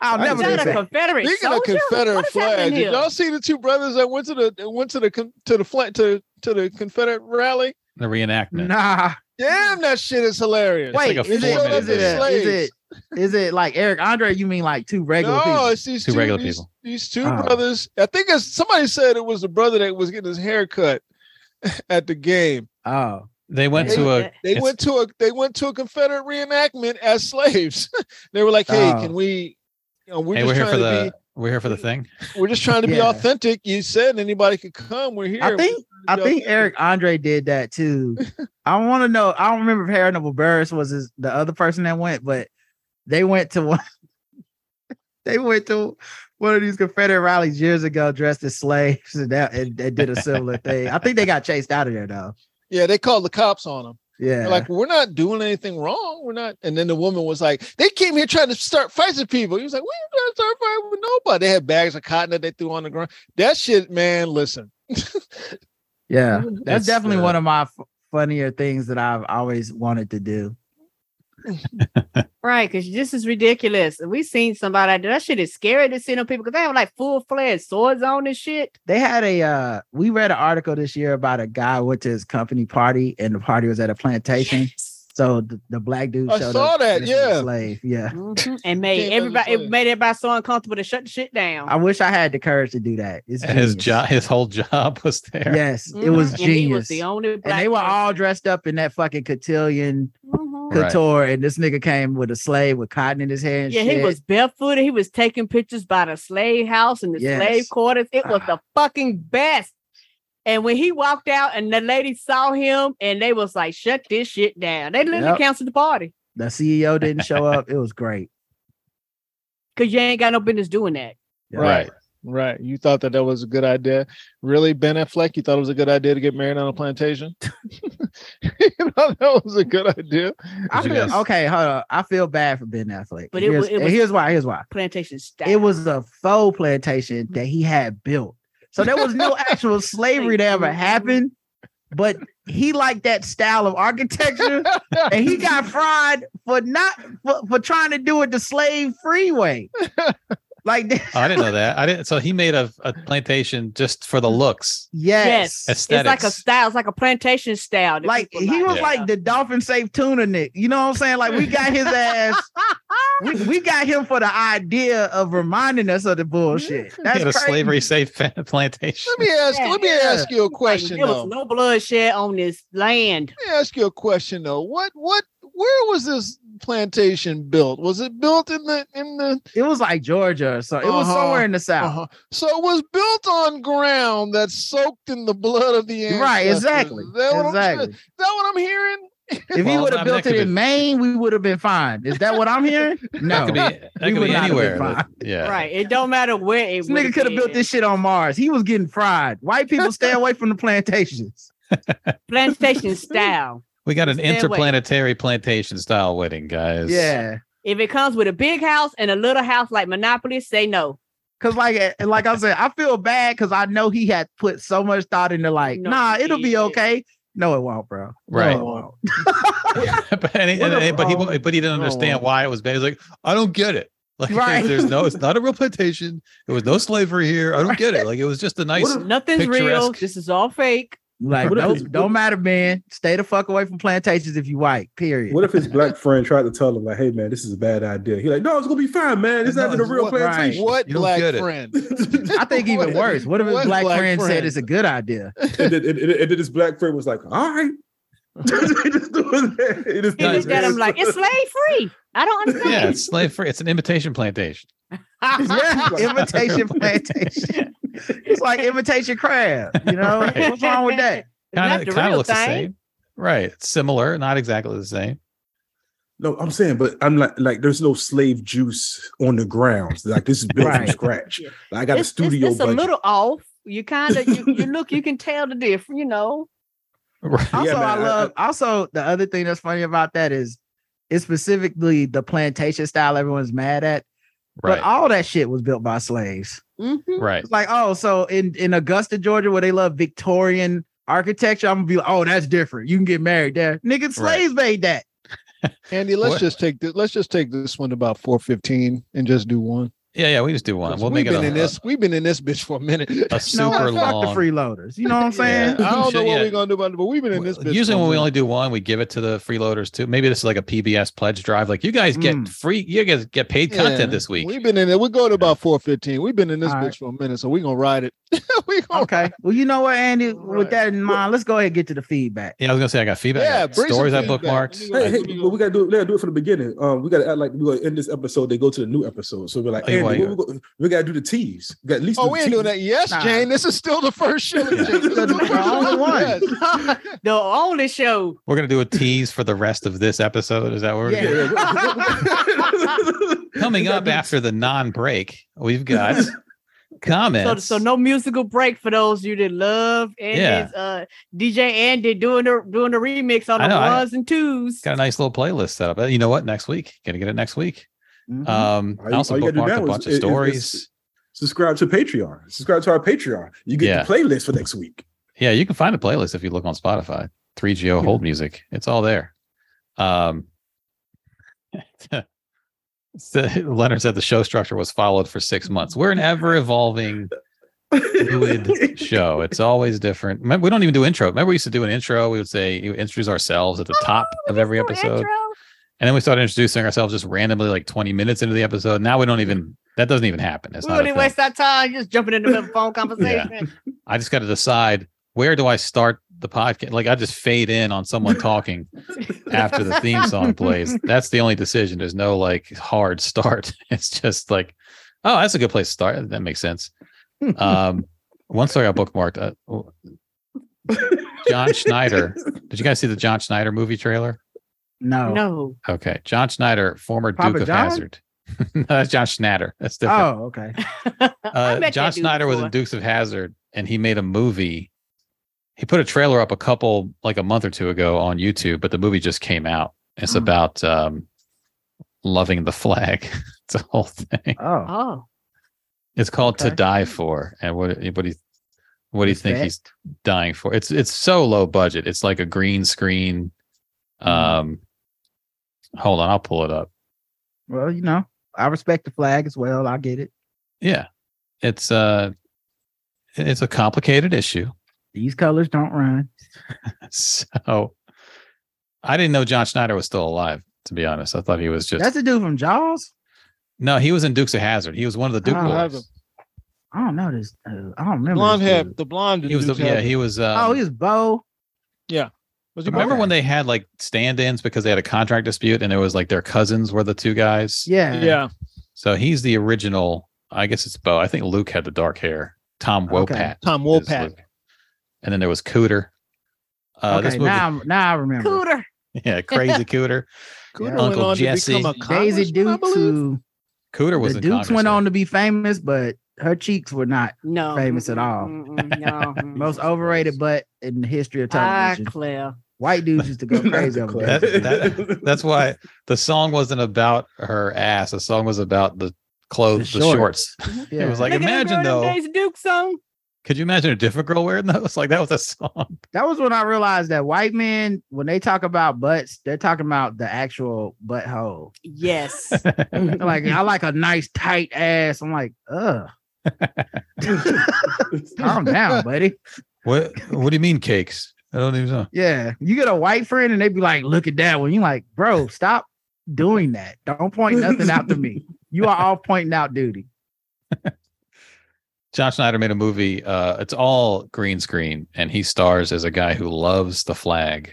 Speaker 4: I'll
Speaker 3: I
Speaker 4: never
Speaker 3: just-
Speaker 4: get back.
Speaker 11: Confederate
Speaker 3: Speaking of
Speaker 11: soldier?
Speaker 3: Confederate
Speaker 11: What is happening
Speaker 3: flag,
Speaker 11: here?
Speaker 3: did y'all see the two brothers that went to the that went to the con- to the flag to to the Confederate rally?
Speaker 5: The reenactment.
Speaker 4: Nah.
Speaker 3: Damn, that shit is hilarious.
Speaker 4: Wait, is,
Speaker 3: They showed
Speaker 4: it,
Speaker 3: up
Speaker 4: is, it,
Speaker 3: as slaves.
Speaker 4: is it is it like Eric Andre? You mean like two regular
Speaker 3: no,
Speaker 4: people?
Speaker 3: it's these two, these, These two
Speaker 4: Oh.
Speaker 3: brothers. I think it's, somebody said it was the brother that was getting his hair cut at the game.
Speaker 4: Oh.
Speaker 5: They went to a
Speaker 3: They
Speaker 5: it's-
Speaker 3: went to a they went to a Confederate reenactment as slaves. they were like, "Hey,
Speaker 5: Oh.
Speaker 3: can we? You know, we're
Speaker 5: hey,
Speaker 3: just
Speaker 5: we're here for
Speaker 3: trying
Speaker 5: the
Speaker 3: to
Speaker 5: we're here for the thing.
Speaker 3: be we're just trying to be
Speaker 4: Yeah.
Speaker 3: authentic." You said anybody could come. We're here.
Speaker 4: I think I think Eric Andre did that too. I want to know. I don't remember if Hannibal Burris was his, the other person that went, but they went to one. they went to one of these Confederate rallies years ago, dressed as slaves, and that and they did a similar thing. I think they got chased out of there though.
Speaker 3: Yeah, they called the cops on him.
Speaker 4: Yeah.
Speaker 3: They're like, we're not doing anything wrong. We're not. And then the woman was like, they came here trying to start fights with people. He was like, we ain't trying to start fighting with nobody. They had bags of cotton that they threw on the ground. That shit, man, listen.
Speaker 4: yeah. That's, definitely one of my f- funnier things that I've always wanted to do.
Speaker 11: Right, because this is ridiculous. We seen somebody like that. That shit is scary to see them people because they have like full fledged swords on and shit.
Speaker 4: They had a uh we read an article this year about a guy went to his company party and the party was at a plantation. So the, the black dude
Speaker 3: I
Speaker 4: showed
Speaker 3: saw
Speaker 4: up
Speaker 3: that,
Speaker 4: dressed as a
Speaker 3: yeah.
Speaker 4: slave. Yeah.
Speaker 11: Mhm. and made everybody it made everybody so uncomfortable to shut the shit down.
Speaker 4: I wish I had the courage to do that. It's
Speaker 5: his
Speaker 4: genius.
Speaker 5: job, his whole job was there.
Speaker 4: Yes, it was
Speaker 11: Mhm. And he was
Speaker 4: genius.
Speaker 11: the only
Speaker 4: and
Speaker 11: black
Speaker 4: they were all dressed up in that fucking cotillion
Speaker 5: Right.
Speaker 4: couture, and this nigga came with a slave with cotton in his hand.
Speaker 11: Yeah, he was barefooted. He was taking pictures by the slave house and the
Speaker 4: Yes. Ah.
Speaker 11: slave quarters. It was the fucking best. And when he walked out and the lady saw him and they was like, shut this shit down. They literally
Speaker 4: Yep.
Speaker 11: canceled the party
Speaker 4: The CEO didn't show up. It was great.
Speaker 11: because you ain't got no business doing that.
Speaker 3: Right. Right. You thought that that was a good idea. Really, Ben Affleck, you thought it was a good idea to get married on a plantation? you thought that was a good idea?
Speaker 4: I feel, okay, hold on. I feel bad for Ben Affleck.
Speaker 3: But
Speaker 4: But
Speaker 3: it
Speaker 4: here's,
Speaker 3: wa- it was-
Speaker 4: here's why. Here's why.
Speaker 11: Plantation style.
Speaker 4: It was a faux plantation that he had built. So there was no actual slavery that ever happened. But he liked that style of architecture, and he got fried for not for, for trying to do it the slave free way. Like that-
Speaker 5: Oh, I didn't know that. I didn't. So he made a, a plantation just for the looks.
Speaker 4: yes,
Speaker 5: Aesthetics.
Speaker 11: It's like a style. It's like a plantation style. that
Speaker 4: like
Speaker 11: people
Speaker 4: he was
Speaker 5: Yeah.
Speaker 4: like the dolphin safe tuna Nick. You know what I'm saying? Like we got his ass. we, we got him for the idea of reminding us of the bullshit. That's
Speaker 5: he had a
Speaker 4: crazy.
Speaker 5: slavery safe fa- plantation.
Speaker 3: Let me ask. let me ask you a question.
Speaker 11: there was
Speaker 3: though.
Speaker 11: no bloodshed on this land.
Speaker 3: Let me ask you a question though. What? What? Where was this plantation built? Was it built in the in the?
Speaker 4: It was like Georgia or something. It was
Speaker 3: Uh-huh.
Speaker 4: somewhere in the south.
Speaker 3: Uh-huh. So it was built on ground that's soaked in the blood of the ancestors.
Speaker 4: Right, exactly.
Speaker 3: Is that what
Speaker 4: Exactly.
Speaker 3: I'm, is that what I'm hearing?
Speaker 4: If he
Speaker 5: Well,
Speaker 4: would
Speaker 5: I
Speaker 4: have
Speaker 5: mean, that
Speaker 4: built
Speaker 5: could
Speaker 4: it in
Speaker 5: be-
Speaker 4: Maine, we would have been fine. Is that what I'm hearing?
Speaker 5: That
Speaker 4: No,
Speaker 5: could be, that
Speaker 4: We
Speaker 5: could
Speaker 4: would
Speaker 5: be
Speaker 4: not have been
Speaker 5: anywhere.
Speaker 4: fine.
Speaker 5: but- yeah.
Speaker 11: Right. It don't matter where it
Speaker 4: This nigga could have built this shit on Mars. He was getting fried. White people stay away from the plantations.
Speaker 11: plantation style.
Speaker 5: We got an
Speaker 11: Stay away.
Speaker 5: interplanetary plantation style wedding, guys.
Speaker 4: Yeah.
Speaker 11: If it comes with a big house and a little house like Monopoly, say no.
Speaker 4: Cause like and like I said, I feel bad because I know he had put so much thought into like,
Speaker 11: No,
Speaker 4: nah,
Speaker 11: he
Speaker 4: it'll be okay. No, it won't, bro. No,
Speaker 5: Right.
Speaker 4: it won't.
Speaker 5: but, and he-
Speaker 4: What
Speaker 5: and-
Speaker 4: a
Speaker 5: and- but he
Speaker 4: problem.
Speaker 5: but he didn't understand why it was bad. He's like, I don't get it. Like
Speaker 4: Right.
Speaker 5: there's no it's not a real plantation. There was no slavery here. I don't get it. Like it was just a nice
Speaker 11: Nothing's real.
Speaker 5: picturesque-
Speaker 11: This is all fake.
Speaker 4: Like,
Speaker 14: What if
Speaker 4: nope,
Speaker 14: it's-
Speaker 4: don't matter, man. Stay the fuck away from plantations if you white. Period.
Speaker 14: What if his black friend tried to tell him, like, hey man, this is a bad idea? He like, no, it's gonna be fine, man. It's
Speaker 3: No,
Speaker 14: not even a
Speaker 3: it's
Speaker 14: real
Speaker 3: what-
Speaker 14: plantation.
Speaker 3: What
Speaker 14: You don't
Speaker 3: black
Speaker 14: get it.
Speaker 3: friend?
Speaker 4: I think even worse. What if his
Speaker 3: What
Speaker 4: black,
Speaker 3: black
Speaker 4: friend, said
Speaker 3: friend?
Speaker 4: it's a good idea?
Speaker 14: and, then, and, and, and then his black friend was like, all right. He just doing that. He just
Speaker 11: He
Speaker 14: doing
Speaker 11: looked at him like it's slave free. I don't
Speaker 5: Yeah,
Speaker 11: understand.
Speaker 5: it's slave free. It's an imitation plantation.
Speaker 4: yeah, imitation plantation. It's like imitation crab. You know
Speaker 5: Right.
Speaker 4: what's wrong with that?
Speaker 11: Not
Speaker 5: Kind
Speaker 11: the
Speaker 5: of kind of
Speaker 11: real
Speaker 5: looks the
Speaker 11: thing.
Speaker 5: same. Right. It's similar, not exactly the same.
Speaker 14: No, I'm saying, but I'm like, like, there's no slave juice on the grounds. Like this is built from
Speaker 4: Right.
Speaker 14: scratch. Like, I got
Speaker 11: it's,
Speaker 14: a studio
Speaker 11: It's, it's a
Speaker 14: budget.
Speaker 11: little off. You kind of you, you look. You can tell the difference. You know.
Speaker 5: Right.
Speaker 4: Also,
Speaker 14: man,
Speaker 4: I
Speaker 14: I-
Speaker 4: love. also, the other thing that's funny about that is, it's specifically the plantation style everyone's mad at. But
Speaker 5: Right.
Speaker 4: all that shit was built by slaves.
Speaker 11: Mhm.
Speaker 5: Right.
Speaker 4: It's like, oh, so in in Augusta, Georgia, where they love Victorian architecture, I'm gonna be like, oh, that's different. You can get married there. Nigga, slaves made that.
Speaker 3: Andy, let's
Speaker 5: What-
Speaker 3: just take this. Let's just take this one about four fifteen and just do one.
Speaker 5: Yeah, yeah. We just do one. We'll make
Speaker 3: we've
Speaker 5: it
Speaker 3: been
Speaker 5: a,
Speaker 3: in this. We've been in this bitch for a minute.
Speaker 5: a
Speaker 4: You know
Speaker 5: super
Speaker 4: what? Fuck
Speaker 5: long.
Speaker 4: the freeloaders. You know what I'm
Speaker 3: I
Speaker 4: saying?
Speaker 3: don't know
Speaker 5: should-
Speaker 3: what
Speaker 5: yeah.
Speaker 3: we're gonna do about it, but we've been in this bitch.
Speaker 5: Usually,
Speaker 3: for a
Speaker 5: when we
Speaker 3: minute.
Speaker 5: only do one, we give it to the freeloaders too. Maybe this is like a PBS pledge drive. Like you guys get
Speaker 4: Mm.
Speaker 5: free, you guys get paid content
Speaker 3: Hmm. Yeah,
Speaker 5: this week.
Speaker 3: We've been in it. We're going to about four fifteen. We've been in this
Speaker 4: All
Speaker 3: bitch
Speaker 4: right.
Speaker 3: for a minute, so we're gonna ride it. we gonna
Speaker 4: Okay. Well, you know what, Andy?
Speaker 3: Right.
Speaker 4: With that in mind, let's go ahead and get to the feedback.
Speaker 5: yeah, I was gonna say I got feedback.
Speaker 3: Yeah,
Speaker 5: I got
Speaker 3: bring some
Speaker 5: stories I
Speaker 3: feedback.
Speaker 5: bookmarked.
Speaker 3: Let me go-
Speaker 14: Hey, hey, but we gotta do it. Yeah, do it from the beginning. Um, we gotta act like we're gonna end this episode. They go to the new episode. So we're like,
Speaker 5: Oh,
Speaker 14: Andy,
Speaker 5: you want
Speaker 14: what we, go, we gotta do the teas. We got at least.
Speaker 3: Oh,
Speaker 14: do
Speaker 3: we
Speaker 14: the
Speaker 3: ain't doing
Speaker 14: teas.
Speaker 3: that. Yes,
Speaker 4: Nah.
Speaker 3: Jane. This is still the first show. Jane. This is the
Speaker 4: The
Speaker 3: first
Speaker 4: only
Speaker 3: show.
Speaker 4: one.
Speaker 3: Yes.
Speaker 11: the only show.
Speaker 5: We're gonna do a tease for the rest of this episode. Is that what we're
Speaker 4: Yeah.
Speaker 5: doing?
Speaker 14: Yeah, yeah.
Speaker 5: Coming up after the non-break, we've got comments.
Speaker 11: So, so no musical break for those you that love and
Speaker 5: Yeah.
Speaker 11: his, uh, DJ Andy doing the doing the remix on
Speaker 5: I
Speaker 11: the
Speaker 5: know, I-
Speaker 11: ones and twos.
Speaker 5: Got a nice little playlist set up. Uh, You know what? Next week, gonna get it next week.
Speaker 14: Mhm.
Speaker 5: Um,
Speaker 14: All
Speaker 5: I
Speaker 14: you-
Speaker 5: also
Speaker 14: all you gotta do
Speaker 5: bookmarked
Speaker 14: now
Speaker 5: a
Speaker 14: is-
Speaker 5: bunch
Speaker 14: is-
Speaker 5: of
Speaker 14: is-
Speaker 5: stories.
Speaker 14: Subscribe to Patreon. Subscribe to our Patreon. You get
Speaker 5: Yeah.
Speaker 14: the playlist for next week.
Speaker 5: Yeah, you can find the playlist if you look on Spotify. 3GO hold music. It's all there. Um so Leonard said the show structure was followed for six months. We're an ever evolving fluid show. It's always different. Remember, we don't even do intro. Remember, we used to do an intro. We would say we would introduce ourselves at the
Speaker 11: Oh,
Speaker 5: top of every episode. And then we started introducing ourselves just randomly like 20 minutes into the episode. Now we don't even that doesn't even happen. It's
Speaker 11: we
Speaker 5: not a
Speaker 11: don't even
Speaker 5: thing.
Speaker 11: waste our time just jumping into the phone conversation.
Speaker 5: I just got to decide where do I start the podcast? Like I just fade in on someone talking after the theme song plays. That's the only decision. There's no like hard start. It's just like, oh, that's a good place to start. That makes sense. Um, one story I bookmarked. Uh, w- John Schneider. Did you guys see the John Schneider movie trailer? Oh.
Speaker 4: No.
Speaker 11: No.
Speaker 5: Okay, John Schneider, former
Speaker 4: Papa
Speaker 5: Duke of
Speaker 4: John?
Speaker 5: Hazard. no, that's John Schnatter. That's different
Speaker 4: Oh, okay.
Speaker 5: uh,
Speaker 4: met
Speaker 5: John
Speaker 4: that dude
Speaker 5: Snyder was in
Speaker 4: before.
Speaker 5: Dukes of Hazard, and he made a movie. He put a trailer up a couple like a month or two ago on YouTube, but the movie just came out. It's
Speaker 4: Mm.
Speaker 5: about um, loving the flag. it's a whole thing.
Speaker 4: Oh.
Speaker 11: Oh.
Speaker 5: It's called "To Die For," and what what do you what do you think
Speaker 4: that-
Speaker 5: he's dying for? It's it's so low budget. It's like a green screen. Um, hold on, I'll pull it up.
Speaker 4: Well, you know, I respect the flag as well. I get it.
Speaker 5: Yeah, it's uh, it's a complicated issue.
Speaker 4: These colors don't run.
Speaker 5: so Oh, I didn't know John Schneider was still alive. To be honest, I thought he was just
Speaker 4: That's the dude from Jaws.
Speaker 5: no. He was in Dukes of Hazard. He was one of the Duke
Speaker 4: I don't have
Speaker 5: boys.
Speaker 4: Ah, I don't know this. Uh, I don't remember.
Speaker 3: Blonde
Speaker 4: this
Speaker 3: hair,
Speaker 4: dude.
Speaker 3: the blonde.
Speaker 5: He was the,
Speaker 3: dude
Speaker 5: yeah.
Speaker 3: had
Speaker 5: He was. Um,
Speaker 4: oh, he was Bo.
Speaker 3: Yeah. Was he
Speaker 5: remember
Speaker 3: blonde?
Speaker 5: when they had like stand-ins because they had a contract dispute and it was like their cousins were the two guys.
Speaker 4: Yeah.
Speaker 3: Yeah.
Speaker 5: So he's the original. I guess it's Bo. I think Luke had the dark hair. Tom Wopat.
Speaker 3: Tom Wopat.
Speaker 5: And then there was Cooter. Uh, this
Speaker 4: okay,
Speaker 5: movie,
Speaker 4: now I'm- now I remember.
Speaker 11: Cooter.
Speaker 5: yeah, crazy Cooter.
Speaker 3: Cooter
Speaker 4: went
Speaker 5: Uncle
Speaker 3: on to become
Speaker 5: Jesse.
Speaker 3: a
Speaker 4: Daisy Dukes. Who,
Speaker 5: Cooter was
Speaker 4: the
Speaker 5: in
Speaker 4: Dukes
Speaker 5: Congress.
Speaker 4: went on to be famous, but her cheeks were not
Speaker 11: No.
Speaker 4: famous at all. Most overrated butt in the history of
Speaker 11: Ah,
Speaker 4: television.
Speaker 11: Claire.
Speaker 4: White dudes used to go crazy over
Speaker 5: that,
Speaker 4: Daisy Dukes.
Speaker 5: that- that's why the song wasn't about her ass. The song was about the clothes, the,
Speaker 4: The
Speaker 5: shorts.
Speaker 4: Yeah.
Speaker 5: It was like,
Speaker 11: Look at that
Speaker 5: imagine
Speaker 11: girl in
Speaker 5: though,
Speaker 11: that Daisy Duke song.
Speaker 5: could you imagine a different girl wearing those? Like that was a song.
Speaker 4: That was when I realized that white men, when they talk about butts, they're talking about the actual butthole.
Speaker 11: Yes.
Speaker 4: like I like a nice tight ass. I'm like, ugh. Calm down, buddy.
Speaker 5: What What do you mean cakes? I don't even know.
Speaker 4: Yeah, you get a white friend and they be like, "Look at that one." You're like, "Bro, stop doing that. Don't point nothing out to me. You are all pointing out duty."
Speaker 5: John Schneider made a movie. Uh, it's all green screen, and he stars as a guy who loves the flag.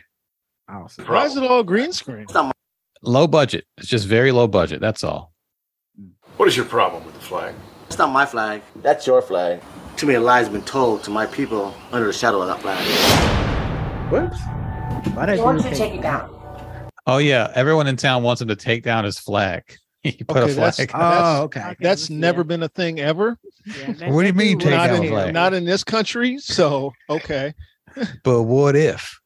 Speaker 4: Awesome.
Speaker 3: Why is it all green screen?
Speaker 5: Low budget. It's just very low budget. That's all.
Speaker 15: What is your problem with the flag?
Speaker 16: That's not my flag. That's your flag. Too many lies been told to my people under the shadow of that flag.
Speaker 4: Whoops. Why did
Speaker 16: He
Speaker 4: you
Speaker 16: wants to take it
Speaker 4: down?
Speaker 5: Oh yeah, everyone in town wants him to take down his flag. he put a flag.
Speaker 4: Oh, okay.
Speaker 3: That's never been a thing ever.
Speaker 5: What do you mean take
Speaker 3: not
Speaker 5: down
Speaker 3: in,
Speaker 5: flag?
Speaker 3: not in this country. So okay.
Speaker 5: But what if?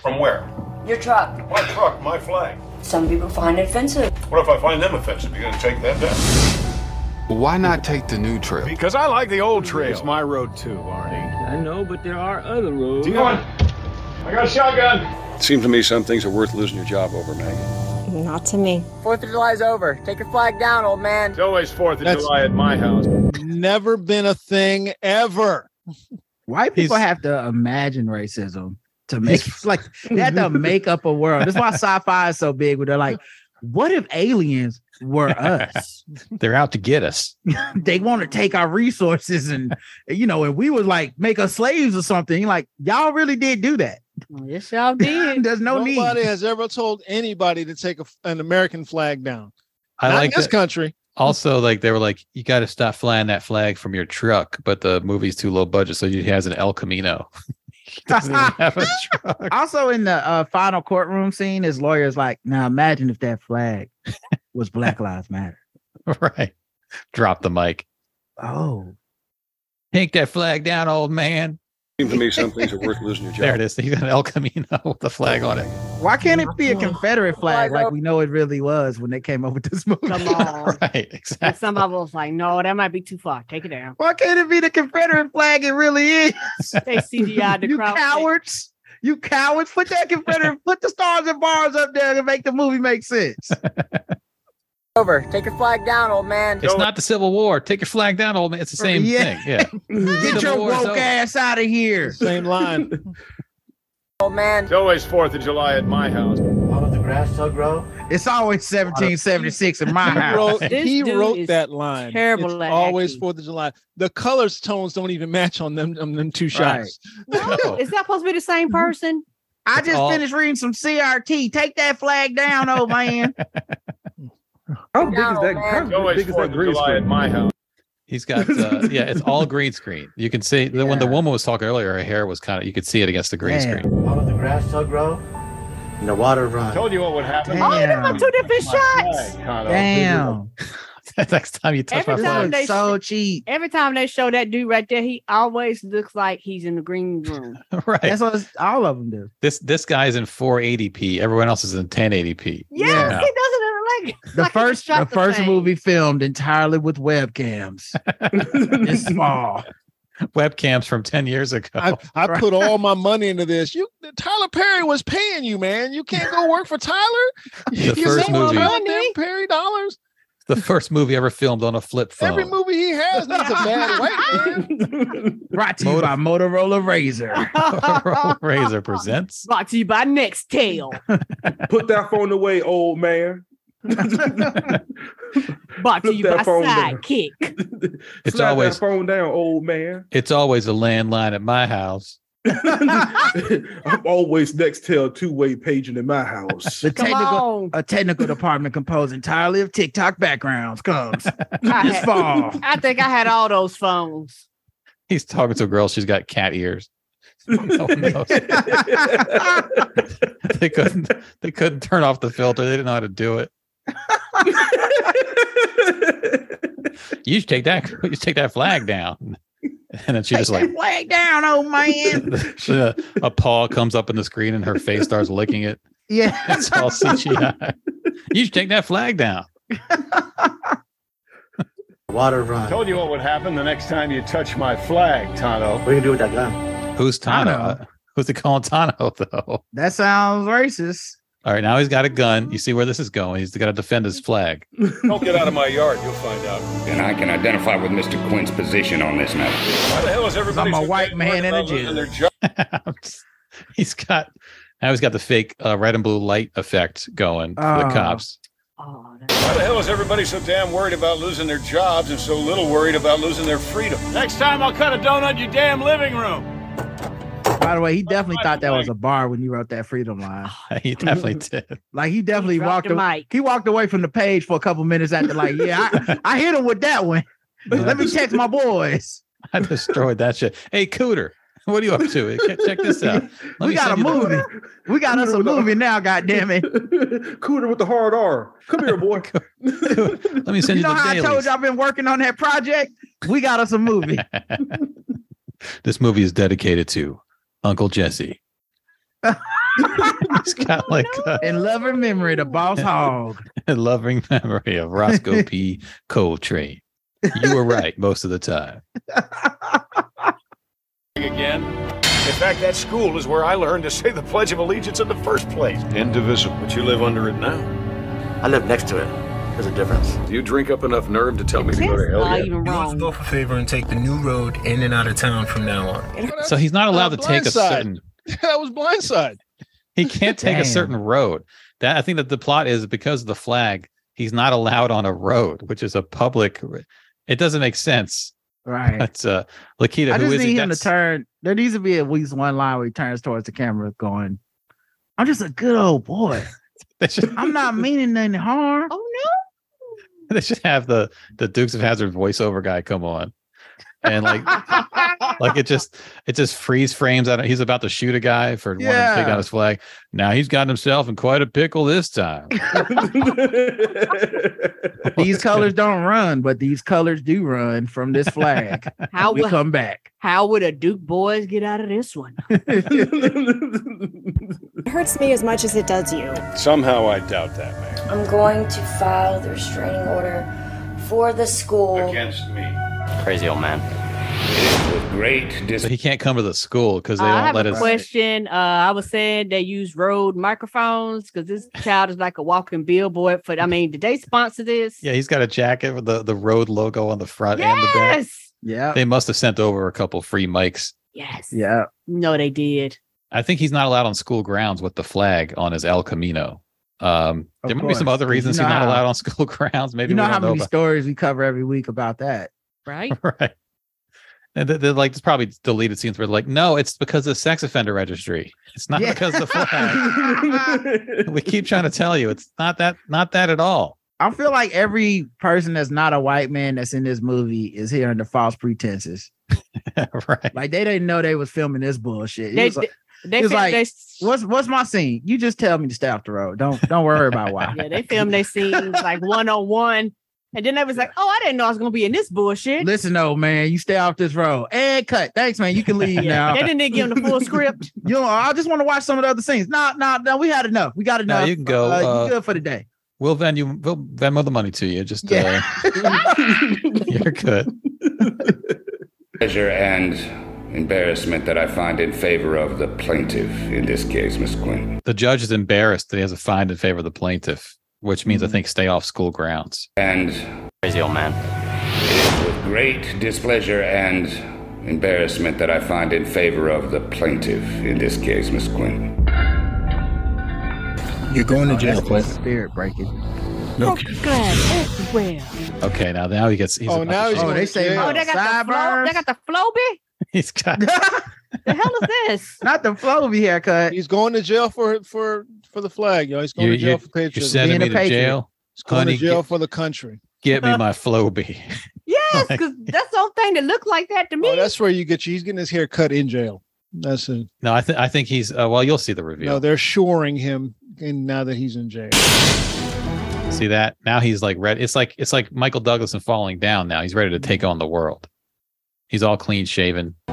Speaker 15: From where?
Speaker 17: Your truck.
Speaker 15: My truck, my flag.
Speaker 17: Some people find it offensive.
Speaker 15: What if I find them offensive? You're gonna take them down?
Speaker 4: uh,
Speaker 18: Why not take the new trail?
Speaker 15: Because I like the old trail.
Speaker 18: It's
Speaker 15: my road too, Arnie.
Speaker 17: I know, but there are other rules.
Speaker 15: Do you want? I got a shotgun.
Speaker 19: It seems to me some things are worth losing your job over, Maggie.
Speaker 17: Not to me.
Speaker 16: Fourth of July's over. Take your flag down, old man. It's
Speaker 15: always Fourth
Speaker 3: That's- July at
Speaker 15: my house.
Speaker 3: Never been a thing ever.
Speaker 4: White people have to imagine racism to make it's like they have to make up a world. That's why sci-fi is so big. Where they're like, "What if aliens were us?
Speaker 5: They're out to get us."
Speaker 4: they want to take our resources, and you know, and we would like make us slaves or something." You're like, y'all really did do that.
Speaker 11: Yes, y'all did.
Speaker 4: There's no
Speaker 3: Nobody
Speaker 4: need.
Speaker 3: has ever told anybody to take a, an American flag down.
Speaker 5: I
Speaker 3: Not
Speaker 5: like
Speaker 3: in this
Speaker 5: that-
Speaker 3: country.
Speaker 5: Also, like they were like, you got to stop flying that flag from your truck, but the movie's too low budget, so he has an El Camino.
Speaker 4: also, in the uh, final courtroom scene, his lawyer's like, "Now imagine if that flag was Black Lives Matter."
Speaker 5: right. Drop the mic.
Speaker 4: Oh,
Speaker 5: Take that flag down, old man.
Speaker 19: Seems to me some things are worth losing your job. Oh,
Speaker 5: There it is. He's got an El Camino with the flag on it.
Speaker 4: Why can't it
Speaker 11: Oh
Speaker 4: be a Confederate flag like we know it really was when they came up with this movie?
Speaker 11: Come on.
Speaker 5: right.
Speaker 11: And somebody was like, no, that might be too far. Take it down.
Speaker 4: Why can't it be the Confederate flag? It really is.
Speaker 11: They CGI'd the
Speaker 4: you
Speaker 11: crowd.
Speaker 4: cowards. You cowards. Put that Confederate, put the stars and bars up there to make the movie make sense.
Speaker 8: Over. Take your flag down, old man.
Speaker 5: It's not the Civil War. Take your flag down, old man. It's the same
Speaker 4: Yeah.
Speaker 5: thing. Yeah.
Speaker 4: Mm-hmm. Get your
Speaker 5: Civil War is
Speaker 4: woke
Speaker 5: over.
Speaker 4: ass out of here.
Speaker 3: Same line.
Speaker 4: Oh,
Speaker 8: Old man.
Speaker 15: It's always 4th of July at my house. Why would the grass so grow?
Speaker 4: It's always 1776 in my
Speaker 3: He
Speaker 4: house.
Speaker 3: wrote,
Speaker 11: This
Speaker 3: he
Speaker 11: dude
Speaker 3: wrote
Speaker 11: is
Speaker 3: that line.
Speaker 11: terrible
Speaker 3: It's
Speaker 11: at
Speaker 3: always Fourth of July. The colors tones don't even match on them. On them two shots.
Speaker 11: No, is that supposed to be the same person?
Speaker 4: I just
Speaker 3: all-
Speaker 4: finished reading some CRT. Take that flag down, old man.
Speaker 2: How big is
Speaker 4: No,
Speaker 2: that?
Speaker 4: man.
Speaker 2: How
Speaker 4: It's always
Speaker 2: big is that green screen?
Speaker 5: He's got uh, yeah, it's all green screen. You can see the when the woman was talking earlier, her hair was kind of you could see it against the green
Speaker 16: Damn.
Speaker 5: screen.
Speaker 16: How would the grass so grow? And the water run.
Speaker 15: Told you what would happen.
Speaker 16: Damn. Oh,
Speaker 11: They're two different shots.
Speaker 4: Damn.
Speaker 5: Next time you touch
Speaker 11: Every
Speaker 5: my
Speaker 11: time
Speaker 5: phone,
Speaker 11: they
Speaker 4: so cheap.
Speaker 11: Every time they show that dude right there, he always looks like he's in the green room.
Speaker 5: right?
Speaker 4: That's what it's- all of them do.
Speaker 5: This this guy's in 480p. Everyone else is in 1080p.
Speaker 11: Yes,
Speaker 5: Yeah.
Speaker 11: he doesn't look like
Speaker 4: The
Speaker 11: like he
Speaker 4: first,
Speaker 11: shot
Speaker 4: the first
Speaker 11: thing.
Speaker 4: movie filmed entirely with webcams. it's small.
Speaker 5: Webcams from 10 years ago.
Speaker 3: I, I put all my money into this. You, Tyler Perry was paying you, man. You can't go work for Tyler.
Speaker 5: The
Speaker 3: you
Speaker 5: first
Speaker 3: know,
Speaker 5: movie.
Speaker 3: goddamn Perry dollars.
Speaker 5: the first movie ever filmed on a flip phone.
Speaker 4: Oh.
Speaker 3: Every movie he has needs a bad weight. man.
Speaker 4: Brought to you by Motorola Razor.
Speaker 5: Roll Razor presents.
Speaker 11: Brought to you by Nextel.
Speaker 2: Put that phone away, old man.
Speaker 11: Brought to
Speaker 2: Flip
Speaker 11: you
Speaker 2: that
Speaker 11: by
Speaker 2: phone down.
Speaker 11: Sidekick.
Speaker 5: It's
Speaker 2: Slide
Speaker 5: always
Speaker 2: that phone down, old man.
Speaker 5: it's always a landline at my house.
Speaker 2: I'm always next tail two way paging in my house.
Speaker 4: The technical,
Speaker 11: on.
Speaker 4: a technical department composed entirely of TikTok backgrounds comes
Speaker 11: I,
Speaker 4: this
Speaker 11: had-
Speaker 4: fall.
Speaker 11: I think I had all those phones.
Speaker 5: He's talking to a girl. She's got cat ears. No one knows. they couldn't. They couldn't turn off the filter. They didn't know how to do it. you should take that. You should take that flag down. And then she just like
Speaker 4: Flag down, old man.
Speaker 5: the- a paw comes up in the screen, and her face starts licking it.
Speaker 4: yeah.
Speaker 5: It's all CGI. You should take that flag down.
Speaker 16: Water run.
Speaker 15: Told you what would happen the next time you touch my flag, Tano.
Speaker 16: What are you gonna do with that gun?
Speaker 5: Who's Tano?
Speaker 4: Tano.
Speaker 5: Who's the calling Tano though?
Speaker 4: That sounds racist.
Speaker 5: All right, now he's got a gun. You see where this is going. He's got to defend his flag.
Speaker 19: Don't get out of my yard. You'll find out.
Speaker 20: And I can identify with Mr. Quinn's position on this matter.
Speaker 19: Why the hell is everybody?
Speaker 4: I'm a
Speaker 19: so
Speaker 4: white
Speaker 19: damn
Speaker 4: man
Speaker 19: worried
Speaker 4: in a
Speaker 19: about losing
Speaker 4: jail.
Speaker 19: their job?
Speaker 5: he's got now he's got the fake uh, red and blue light effect going for the
Speaker 4: Oh.
Speaker 5: cops.
Speaker 19: Why the hell is everybody so damn worried about losing their jobs and so little worried about losing their freedom?
Speaker 15: Next time I'll cut a donut in your damn living room.
Speaker 4: By the way, he definitely thought that was a bar when you wrote that freedom line.
Speaker 5: he definitely did.
Speaker 4: Like he definitely walked
Speaker 11: dropped the
Speaker 4: away.
Speaker 11: mic.
Speaker 4: He walked away from the page for a couple minutes after, like, yeah, I, I hit him with that one. Let me text my boys.
Speaker 5: I destroyed that shit. Hey, Cooter, what are you up to? Check- Check this out. Let
Speaker 4: we
Speaker 5: me
Speaker 4: got
Speaker 5: send
Speaker 4: a
Speaker 5: you the-
Speaker 4: movie. We got us a movie now, goddamn it.
Speaker 2: Cooter with the hard R. Come here, boy.
Speaker 5: Let me send you,
Speaker 4: You know how I
Speaker 5: the
Speaker 4: told
Speaker 5: dailies.
Speaker 4: you I've been working on that project? We got us a movie.
Speaker 5: This movie is dedicated to Uncle Jesse. He's got like uh, a,
Speaker 4: Oh, In love and memory, the boss hog.
Speaker 5: a loving memory of Roscoe P. Coltrane. You were right most of the time.
Speaker 15: Again. In fact, that school is where I learned to say the Pledge of Allegiance in the first place.
Speaker 19: Indivisible. But you live under it now.
Speaker 16: I live next to it. There's a difference.
Speaker 19: Do you drink up enough nerve to tell me to go to hell
Speaker 11: Not
Speaker 19: yet?
Speaker 11: even wrong.
Speaker 7: Go for favor and take the new road in and out of town from now on.
Speaker 5: So he's not allowed
Speaker 3: Uh,
Speaker 5: to take a
Speaker 3: Blindside.
Speaker 5: certain
Speaker 3: that was blindside.
Speaker 5: He can't take a
Speaker 4: Damn.
Speaker 5: certain road. That I think that the plot is because of the flag, he's not allowed on a road, which is a public. r- It doesn't make sense.
Speaker 4: Right.
Speaker 5: That's uh, Lakita.
Speaker 4: I
Speaker 5: who
Speaker 4: just
Speaker 5: is
Speaker 4: need
Speaker 5: he?
Speaker 4: him to
Speaker 5: That's,
Speaker 4: turn. There needs to be at least one line where he turns towards the camera going, I'm just a good old boy.
Speaker 5: they, should,
Speaker 4: I'm not meaning nothing harm.
Speaker 11: Oh
Speaker 5: they should have the the Dukes of Hazard voiceover guy come on, and like
Speaker 11: no.
Speaker 5: like it just it just freeze frames out. He's about to shoot a guy for wanting
Speaker 7: Yeah.
Speaker 5: to take out his flag. Now he's gotten himself in quite a pickle this time.
Speaker 4: these colors don't run, but these colors do run from this flag.
Speaker 11: How
Speaker 4: we
Speaker 11: would-
Speaker 4: come back?
Speaker 11: How would a Duke boys get out of this one?
Speaker 17: It hurts me as much as it does you.
Speaker 19: Somehow I doubt that, man.
Speaker 17: I'm going to file the restraining order for the school.
Speaker 19: Against me.
Speaker 5: Crazy old man. Great. Dis- he can't come to the school because they
Speaker 11: I
Speaker 5: don't
Speaker 11: have
Speaker 5: let
Speaker 11: a
Speaker 5: us.
Speaker 11: question. Uh, I was saying they use Rode microphones because this child is like a walking billboard. For I mean, did they sponsor this?
Speaker 5: Yeah, he's got a jacket with the the road logo on the front Uh, and the back.
Speaker 11: Yes.
Speaker 4: Yeah.
Speaker 5: They must have sent over a couple free mics.
Speaker 11: Yes.
Speaker 4: Yeah.
Speaker 11: No, they did.
Speaker 5: I think he's not allowed on school grounds with the flag on his El Camino. Um,
Speaker 4: Of
Speaker 5: there might be some
Speaker 4: course,
Speaker 5: other
Speaker 4: 'cause you
Speaker 5: reasons
Speaker 4: know
Speaker 5: he's not
Speaker 4: how-
Speaker 5: allowed on school grounds. Maybe
Speaker 4: you know
Speaker 5: we don't
Speaker 4: how
Speaker 5: know
Speaker 4: many
Speaker 5: about-
Speaker 4: stories we cover every week about that.
Speaker 11: Right.
Speaker 5: right. And they- they're like, it's probably deleted scenes where they're like, no, it's because of sex offender registry. It's not
Speaker 7: Yeah.
Speaker 5: because of the flag. we keep trying to tell you, it's not that, not that at all.
Speaker 4: I feel like every person that's not a white man that's in this movie is here under false pretenses.
Speaker 5: right.
Speaker 4: Like they didn't know they was filming this bullshit. It
Speaker 11: They-
Speaker 4: was like,
Speaker 11: they-
Speaker 4: it was
Speaker 11: they-
Speaker 4: like,
Speaker 11: they-
Speaker 4: what's what's my scene? You just tell me to stay off the road. Don't don't worry about why.
Speaker 11: Yeah, they filmed their scenes like one on one, and then they was like, "Oh, I didn't know I was gonna be in this bullshit."
Speaker 4: Listen, old man, you stay off this road. And cut. Thanks, man. You can leave
Speaker 11: Yeah,
Speaker 4: now.
Speaker 11: they didn't give him the full script.
Speaker 4: You know, I just want to watch some of the other scenes. No, no, no. We had enough. We got
Speaker 5: No,
Speaker 4: enough.
Speaker 5: you can go,
Speaker 4: Uh,
Speaker 5: uh,
Speaker 4: you good for the day.
Speaker 5: We'll Venmo, we'll Venmo the money to you. Just,
Speaker 4: Yeah.
Speaker 5: uh, you're good.
Speaker 20: Pleasure and embarrassment that I find in favor of the plaintiff, in this case, Miss Quinn.
Speaker 5: The judge is embarrassed that he has a fine in favor of the plaintiff, which means I think stay off school grounds.
Speaker 20: Mm-hmm. And
Speaker 5: crazy old man.
Speaker 20: with great displeasure and embarrassment that I find in favor of the plaintiff, in this case, Miss Quinn.
Speaker 4: You're going to jail, Clint. Spirit breaking.
Speaker 11: Oh, glad everywhere.
Speaker 5: Okay, now now he gets. He's
Speaker 11: Oh,
Speaker 5: about
Speaker 11: now
Speaker 5: to
Speaker 11: he's
Speaker 5: shoot.
Speaker 11: going to Oh, they got the flow. They got the flow bit.
Speaker 5: he's got.
Speaker 11: The hell is this?
Speaker 4: Not the Flovey haircut.
Speaker 3: He's going to jail for for for the flag, y'all. He's going
Speaker 5: You-
Speaker 3: to jail
Speaker 5: you-
Speaker 3: for
Speaker 5: you're
Speaker 3: patriotism.
Speaker 5: sending me to jail?
Speaker 3: He's going
Speaker 5: Honey,
Speaker 3: to jail
Speaker 5: get-
Speaker 3: for the country.
Speaker 5: Get me my Floby.
Speaker 11: Yes, because that's the whole thing that looked like that to me.
Speaker 3: Oh, that's where you get you. He's getting his hair cut in jail. That's it.
Speaker 5: No, I think I think he's. Uh, well, you'll see the reveal.
Speaker 3: No, they're shoring him, and now that he's in jail.
Speaker 5: See that? Now he's like red. It's like it's like Michael Douglas and Falling Down. Now he's ready to
Speaker 4: Mm-hmm.
Speaker 5: take on the world. He's all clean shaven.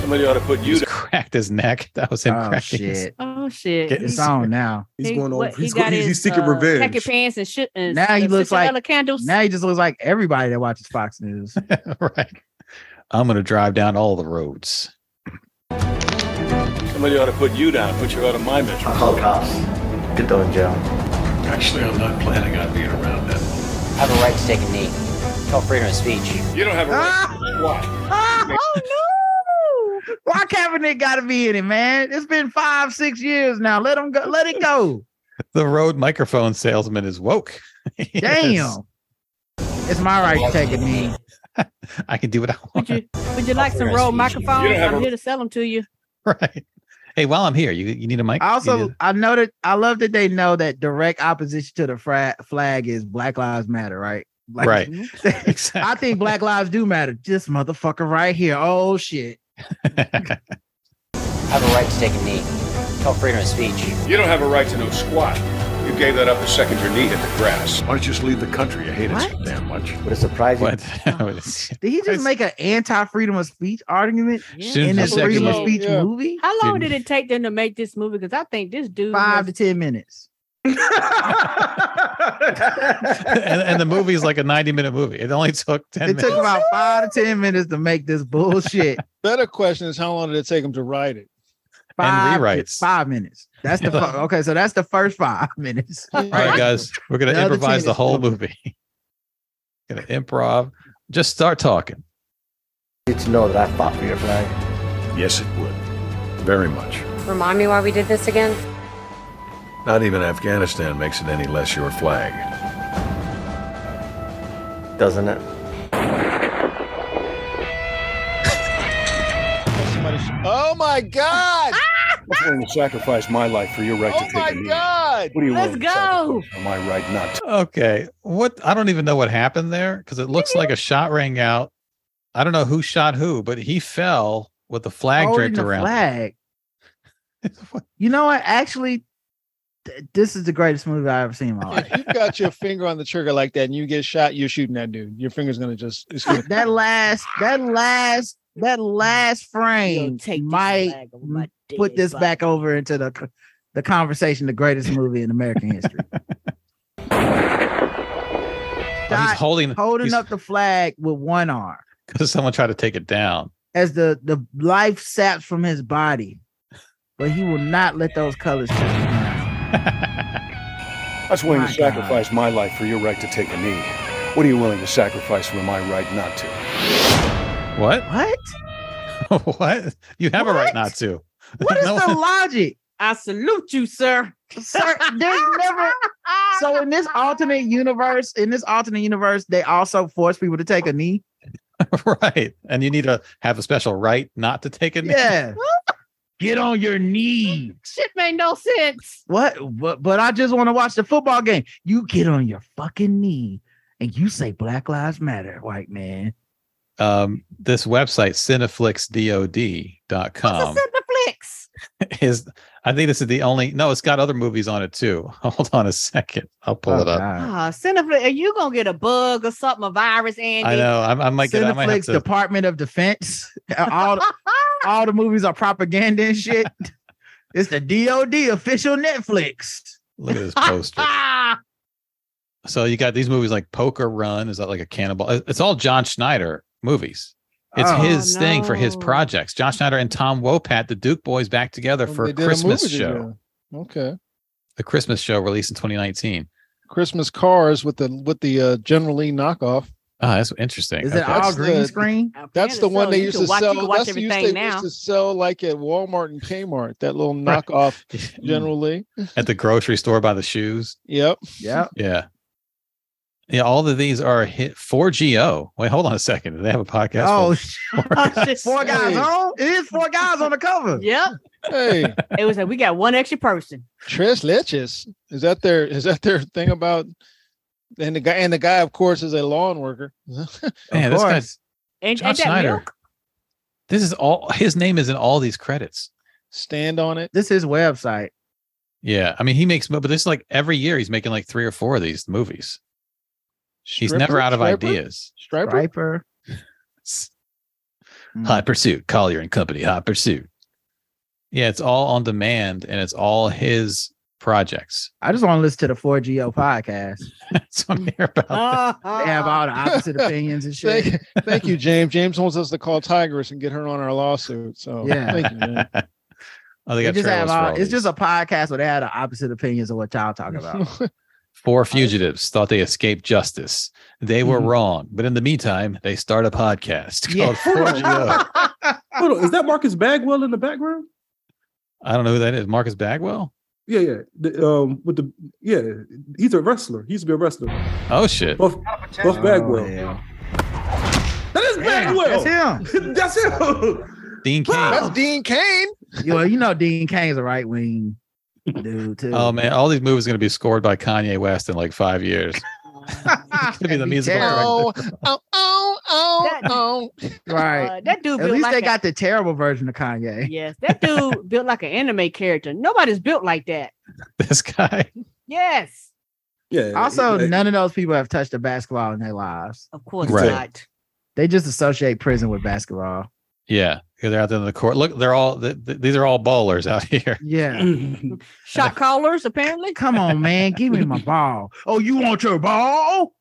Speaker 19: Somebody ought to put you
Speaker 5: He's cracked his neck. That was him.
Speaker 4: Oh,
Speaker 5: cracking his-
Speaker 4: shit.
Speaker 11: Oh shit!
Speaker 5: Get
Speaker 4: It's
Speaker 5: this-
Speaker 4: on now.
Speaker 11: He- what, he got his, uh, khaki pants and shit. And
Speaker 4: Now he
Speaker 11: and
Speaker 4: looks
Speaker 11: citronella
Speaker 4: like
Speaker 11: candles.
Speaker 4: now he just looks like everybody that watches Fox News.
Speaker 5: I'm gonna drive down all the roads.
Speaker 19: Somebody ought to put you down, put you out of my misery. I'll call the cops.
Speaker 16: Get those in jail.
Speaker 19: Actually, I'm not planning on being around that.
Speaker 21: I have a right to take a knee. Call freedom of speech.
Speaker 19: You don't have a
Speaker 17: Ah!
Speaker 19: right.
Speaker 4: oh no! Why Kaepernick got to be in it, man? It's been five, six years now. Let him go. Let it go.
Speaker 5: The road microphone salesman is woke. He
Speaker 4: Damn.
Speaker 5: is-
Speaker 4: It's my right to take a knee.
Speaker 5: I can do what I want.
Speaker 11: Would you like some
Speaker 5: Crazy.
Speaker 11: roll
Speaker 5: You don't
Speaker 11: microphones?
Speaker 5: have
Speaker 11: I'm
Speaker 5: a-
Speaker 11: here to sell them to you.
Speaker 5: Hey, while I'm here, you you need a mic. You
Speaker 4: I also
Speaker 5: need
Speaker 4: I know that I love that they know that direct opposition to the fra- flag is Black Lives Matter, right? Like,
Speaker 5: Right.
Speaker 11: Mm-hmm.
Speaker 4: I think Black Lives do matter. This motherfucker right here. Oh shit.
Speaker 21: I have a right to take a knee. Call freedom of speech.
Speaker 19: You don't have a right to know squat. You gave that up the second your knee hit the grass. Why don't you just leave the country? I hate it so damn much. What a surprise.
Speaker 5: What?
Speaker 4: Did he just make an anti-freedom of speech argument
Speaker 5: Soon
Speaker 4: in
Speaker 5: as
Speaker 4: a
Speaker 5: the
Speaker 4: freedom of
Speaker 5: second-
Speaker 4: speech
Speaker 5: Yeah.
Speaker 4: movie?
Speaker 11: How long
Speaker 5: Didn't-
Speaker 11: did it take them to make this movie? Because I think this dude
Speaker 4: Five
Speaker 11: was-
Speaker 4: to ten minutes.
Speaker 5: and, and the movie is like a 90 minute movie. It only took 10
Speaker 4: It
Speaker 5: minutes.
Speaker 4: took about five to ten minutes to make this bullshit.
Speaker 3: Better question is how long did it take him to write it?
Speaker 4: Five to-
Speaker 5: rewrites.
Speaker 4: Five minutes. That's the fu- okay. So that's the first five minutes.
Speaker 5: All right, guys, we're gonna
Speaker 4: The other
Speaker 5: improvise
Speaker 4: ten
Speaker 5: the
Speaker 4: is
Speaker 5: whole movie. gonna improv. Just start talking.
Speaker 16: Need to know that I fought for your flag.
Speaker 19: Yes, it would. Very much.
Speaker 17: Remind me why we did this again?
Speaker 19: Not even Afghanistan makes it any less your flag.
Speaker 16: Doesn't it?
Speaker 3: Oh my god!
Speaker 19: I'm willing to sacrifice my life for your right
Speaker 3: Oh
Speaker 19: to
Speaker 3: my
Speaker 19: take a knee.
Speaker 3: god!
Speaker 19: What do you
Speaker 3: Let's
Speaker 19: want?
Speaker 3: go!
Speaker 19: For my right not to.
Speaker 5: Okay. What I don't even know what happened there because it looks like a shot rang out. I don't know who shot who, but he fell with the flag
Speaker 4: Holding
Speaker 5: draped
Speaker 4: the
Speaker 5: around. him.
Speaker 4: Flag. you know what? Actually, th- this is the greatest movie I've ever seen in my life.
Speaker 3: If you got your finger on the trigger like that and you get shot, you're shooting that dude. Your finger's gonna just it's gonna
Speaker 4: that last, that last, that last frame might put this back over into the co- the conversation. The greatest movie in American history.
Speaker 5: Oh, he's holding
Speaker 4: holding up the flag with one arm
Speaker 5: because someone tried to take it down.
Speaker 4: as the the life saps from his body, but he will not let those colors. touch him.
Speaker 19: That's willing to sacrifice my life for your right to take a knee. What are you willing to sacrifice for my right not to?
Speaker 5: What?
Speaker 4: What?
Speaker 5: what? You have a right not to.
Speaker 4: What is
Speaker 5: No
Speaker 4: the
Speaker 5: one-
Speaker 4: logic?
Speaker 11: I salute you, sir.
Speaker 4: Sir, there's never. So in this alternate universe, in this alternate universe, they also force people to take a knee.
Speaker 5: right. And you need to have a special right not to take it.
Speaker 4: Yeah.
Speaker 5: Get on your knee.
Speaker 11: Shit made no sense.
Speaker 4: What? But, but I just want to watch the football game. You get on your fucking knee and you say Black Lives Matter, white man.
Speaker 5: Um, this website, cineflixdod.com,
Speaker 11: Netflix.
Speaker 5: is I think this is the only no, it's got other movies on it too. Hold on a second. I'll pull
Speaker 19: Oh,
Speaker 5: it up.
Speaker 11: Ah, Cineflix, are you gonna get a bug or something, a virus, Andy?
Speaker 5: I know. I, I might get I might have
Speaker 4: Cineflix
Speaker 5: to,
Speaker 4: Department of Defense. all, all the movies are propaganda and shit. it's the DOD official Netflix.
Speaker 5: Look at this poster. so you got these movies like Poker Run. Is that like a cannibal? it- It's all John Schneider movies. It's
Speaker 4: Oh.
Speaker 5: his thing for his projects. John Schneider and Tom Wopat, the Duke boys, back together for
Speaker 3: They
Speaker 5: a
Speaker 3: did a
Speaker 5: Christmas
Speaker 3: movie
Speaker 5: show.
Speaker 3: together. Okay.
Speaker 5: The Christmas show released in 2019.
Speaker 3: Christmas cars with the with the uh, General Lee knockoff.
Speaker 5: Ah, that's interesting.
Speaker 4: Is it
Speaker 5: Okay.
Speaker 4: all green
Speaker 3: the-
Speaker 4: screen?
Speaker 3: That's the one they used to sell. That's the used they
Speaker 11: everything
Speaker 3: used to sell like at Walmart and Kmart. That little knockoff General Lee.
Speaker 5: at the grocery store by the shoes?
Speaker 3: Yep.
Speaker 4: Yep.
Speaker 5: Yeah. Yeah, all of these are hit 4GO. Wait, hold on a second. Do they have a podcast?
Speaker 4: Oh,
Speaker 5: for-
Speaker 4: shit. four guys on. It is four guys on the cover.
Speaker 11: Yep.
Speaker 3: Hey.
Speaker 11: It was like we got one extra person.
Speaker 3: Tres leches. Is that their is that their thing about and the guy and the guy of course is a lawn worker.
Speaker 5: Man, this guy's
Speaker 11: And,
Speaker 5: John Schneider. This is all his name is in all these credits.
Speaker 3: Stand on it.
Speaker 4: This is website.
Speaker 5: Yeah. I mean, he makes, mo- but this is like every year he's making like three or four of these movies. He's never
Speaker 4: Stripper?
Speaker 5: out of
Speaker 4: Striper?
Speaker 5: ideas.
Speaker 3: Striper.
Speaker 4: Striper. Hmm.
Speaker 5: Hot Pursuit, Collier and Company, Hot Pursuit. Yeah, it's all on demand and it's all his projects.
Speaker 4: I just want to listen to the 4GO podcast. Ah,
Speaker 5: That's what I'm here
Speaker 4: about. they have all the opposite opinions and shit.
Speaker 3: Ah. Thank, thank you, James. James wants us to call Tigress and get her on our lawsuit. So
Speaker 4: Yeah.
Speaker 3: thank you, man.
Speaker 5: Oh, they
Speaker 4: They
Speaker 5: got
Speaker 4: just have
Speaker 5: trailers for
Speaker 4: all-
Speaker 5: all
Speaker 4: it's
Speaker 5: these.
Speaker 4: just a podcast where they had the opposite opinions of what y'all talking about.
Speaker 5: Four fugitives thought they escaped justice. They were
Speaker 4: Mm-hmm.
Speaker 5: wrong, but in the meantime, they start a podcast called 4GO.
Speaker 14: Hold on, is that Marcus Bagwell in the background?
Speaker 5: I don't know who that is. Marcus Bagwell?
Speaker 14: Yeah, yeah. The, um, with the yeah, he's a wrestler. He used to be a wrestler.
Speaker 5: Oh shit.
Speaker 14: Buff, Buff Bagwell. That is
Speaker 5: Oh,
Speaker 14: Bagwell.
Speaker 4: That's
Speaker 14: him. that's him.
Speaker 5: Dean Kane.
Speaker 3: That's Dean Kane.
Speaker 4: you, know, you know Dean Kane's a right wing dude too.
Speaker 5: Oh man, all these movies are going to be scored by Kanye West in like five years. It's gonna be the musical
Speaker 3: Oh,
Speaker 5: director.
Speaker 3: oh, oh, oh, oh.
Speaker 4: right.
Speaker 11: Uh, that dude
Speaker 4: At
Speaker 11: built
Speaker 4: least
Speaker 11: like
Speaker 4: they
Speaker 11: a-
Speaker 4: got the terrible version of Kanye.
Speaker 11: Yes, that dude built like an anime character. Nobody's built like that.
Speaker 5: This guy.
Speaker 11: Yes,
Speaker 14: Yeah.
Speaker 4: Also,
Speaker 14: yeah.
Speaker 4: none of those people have touched a basketball in their lives.
Speaker 11: of course
Speaker 5: Right.
Speaker 11: not.
Speaker 4: They just associate prison with basketball.
Speaker 5: Yeah, 'cause they're out there in the court. Look, they're all th- th- these are all ballers out here.
Speaker 4: Yeah.
Speaker 11: Shot callers apparently.
Speaker 4: Come on, man. Give me my ball. Oh, you want your ball?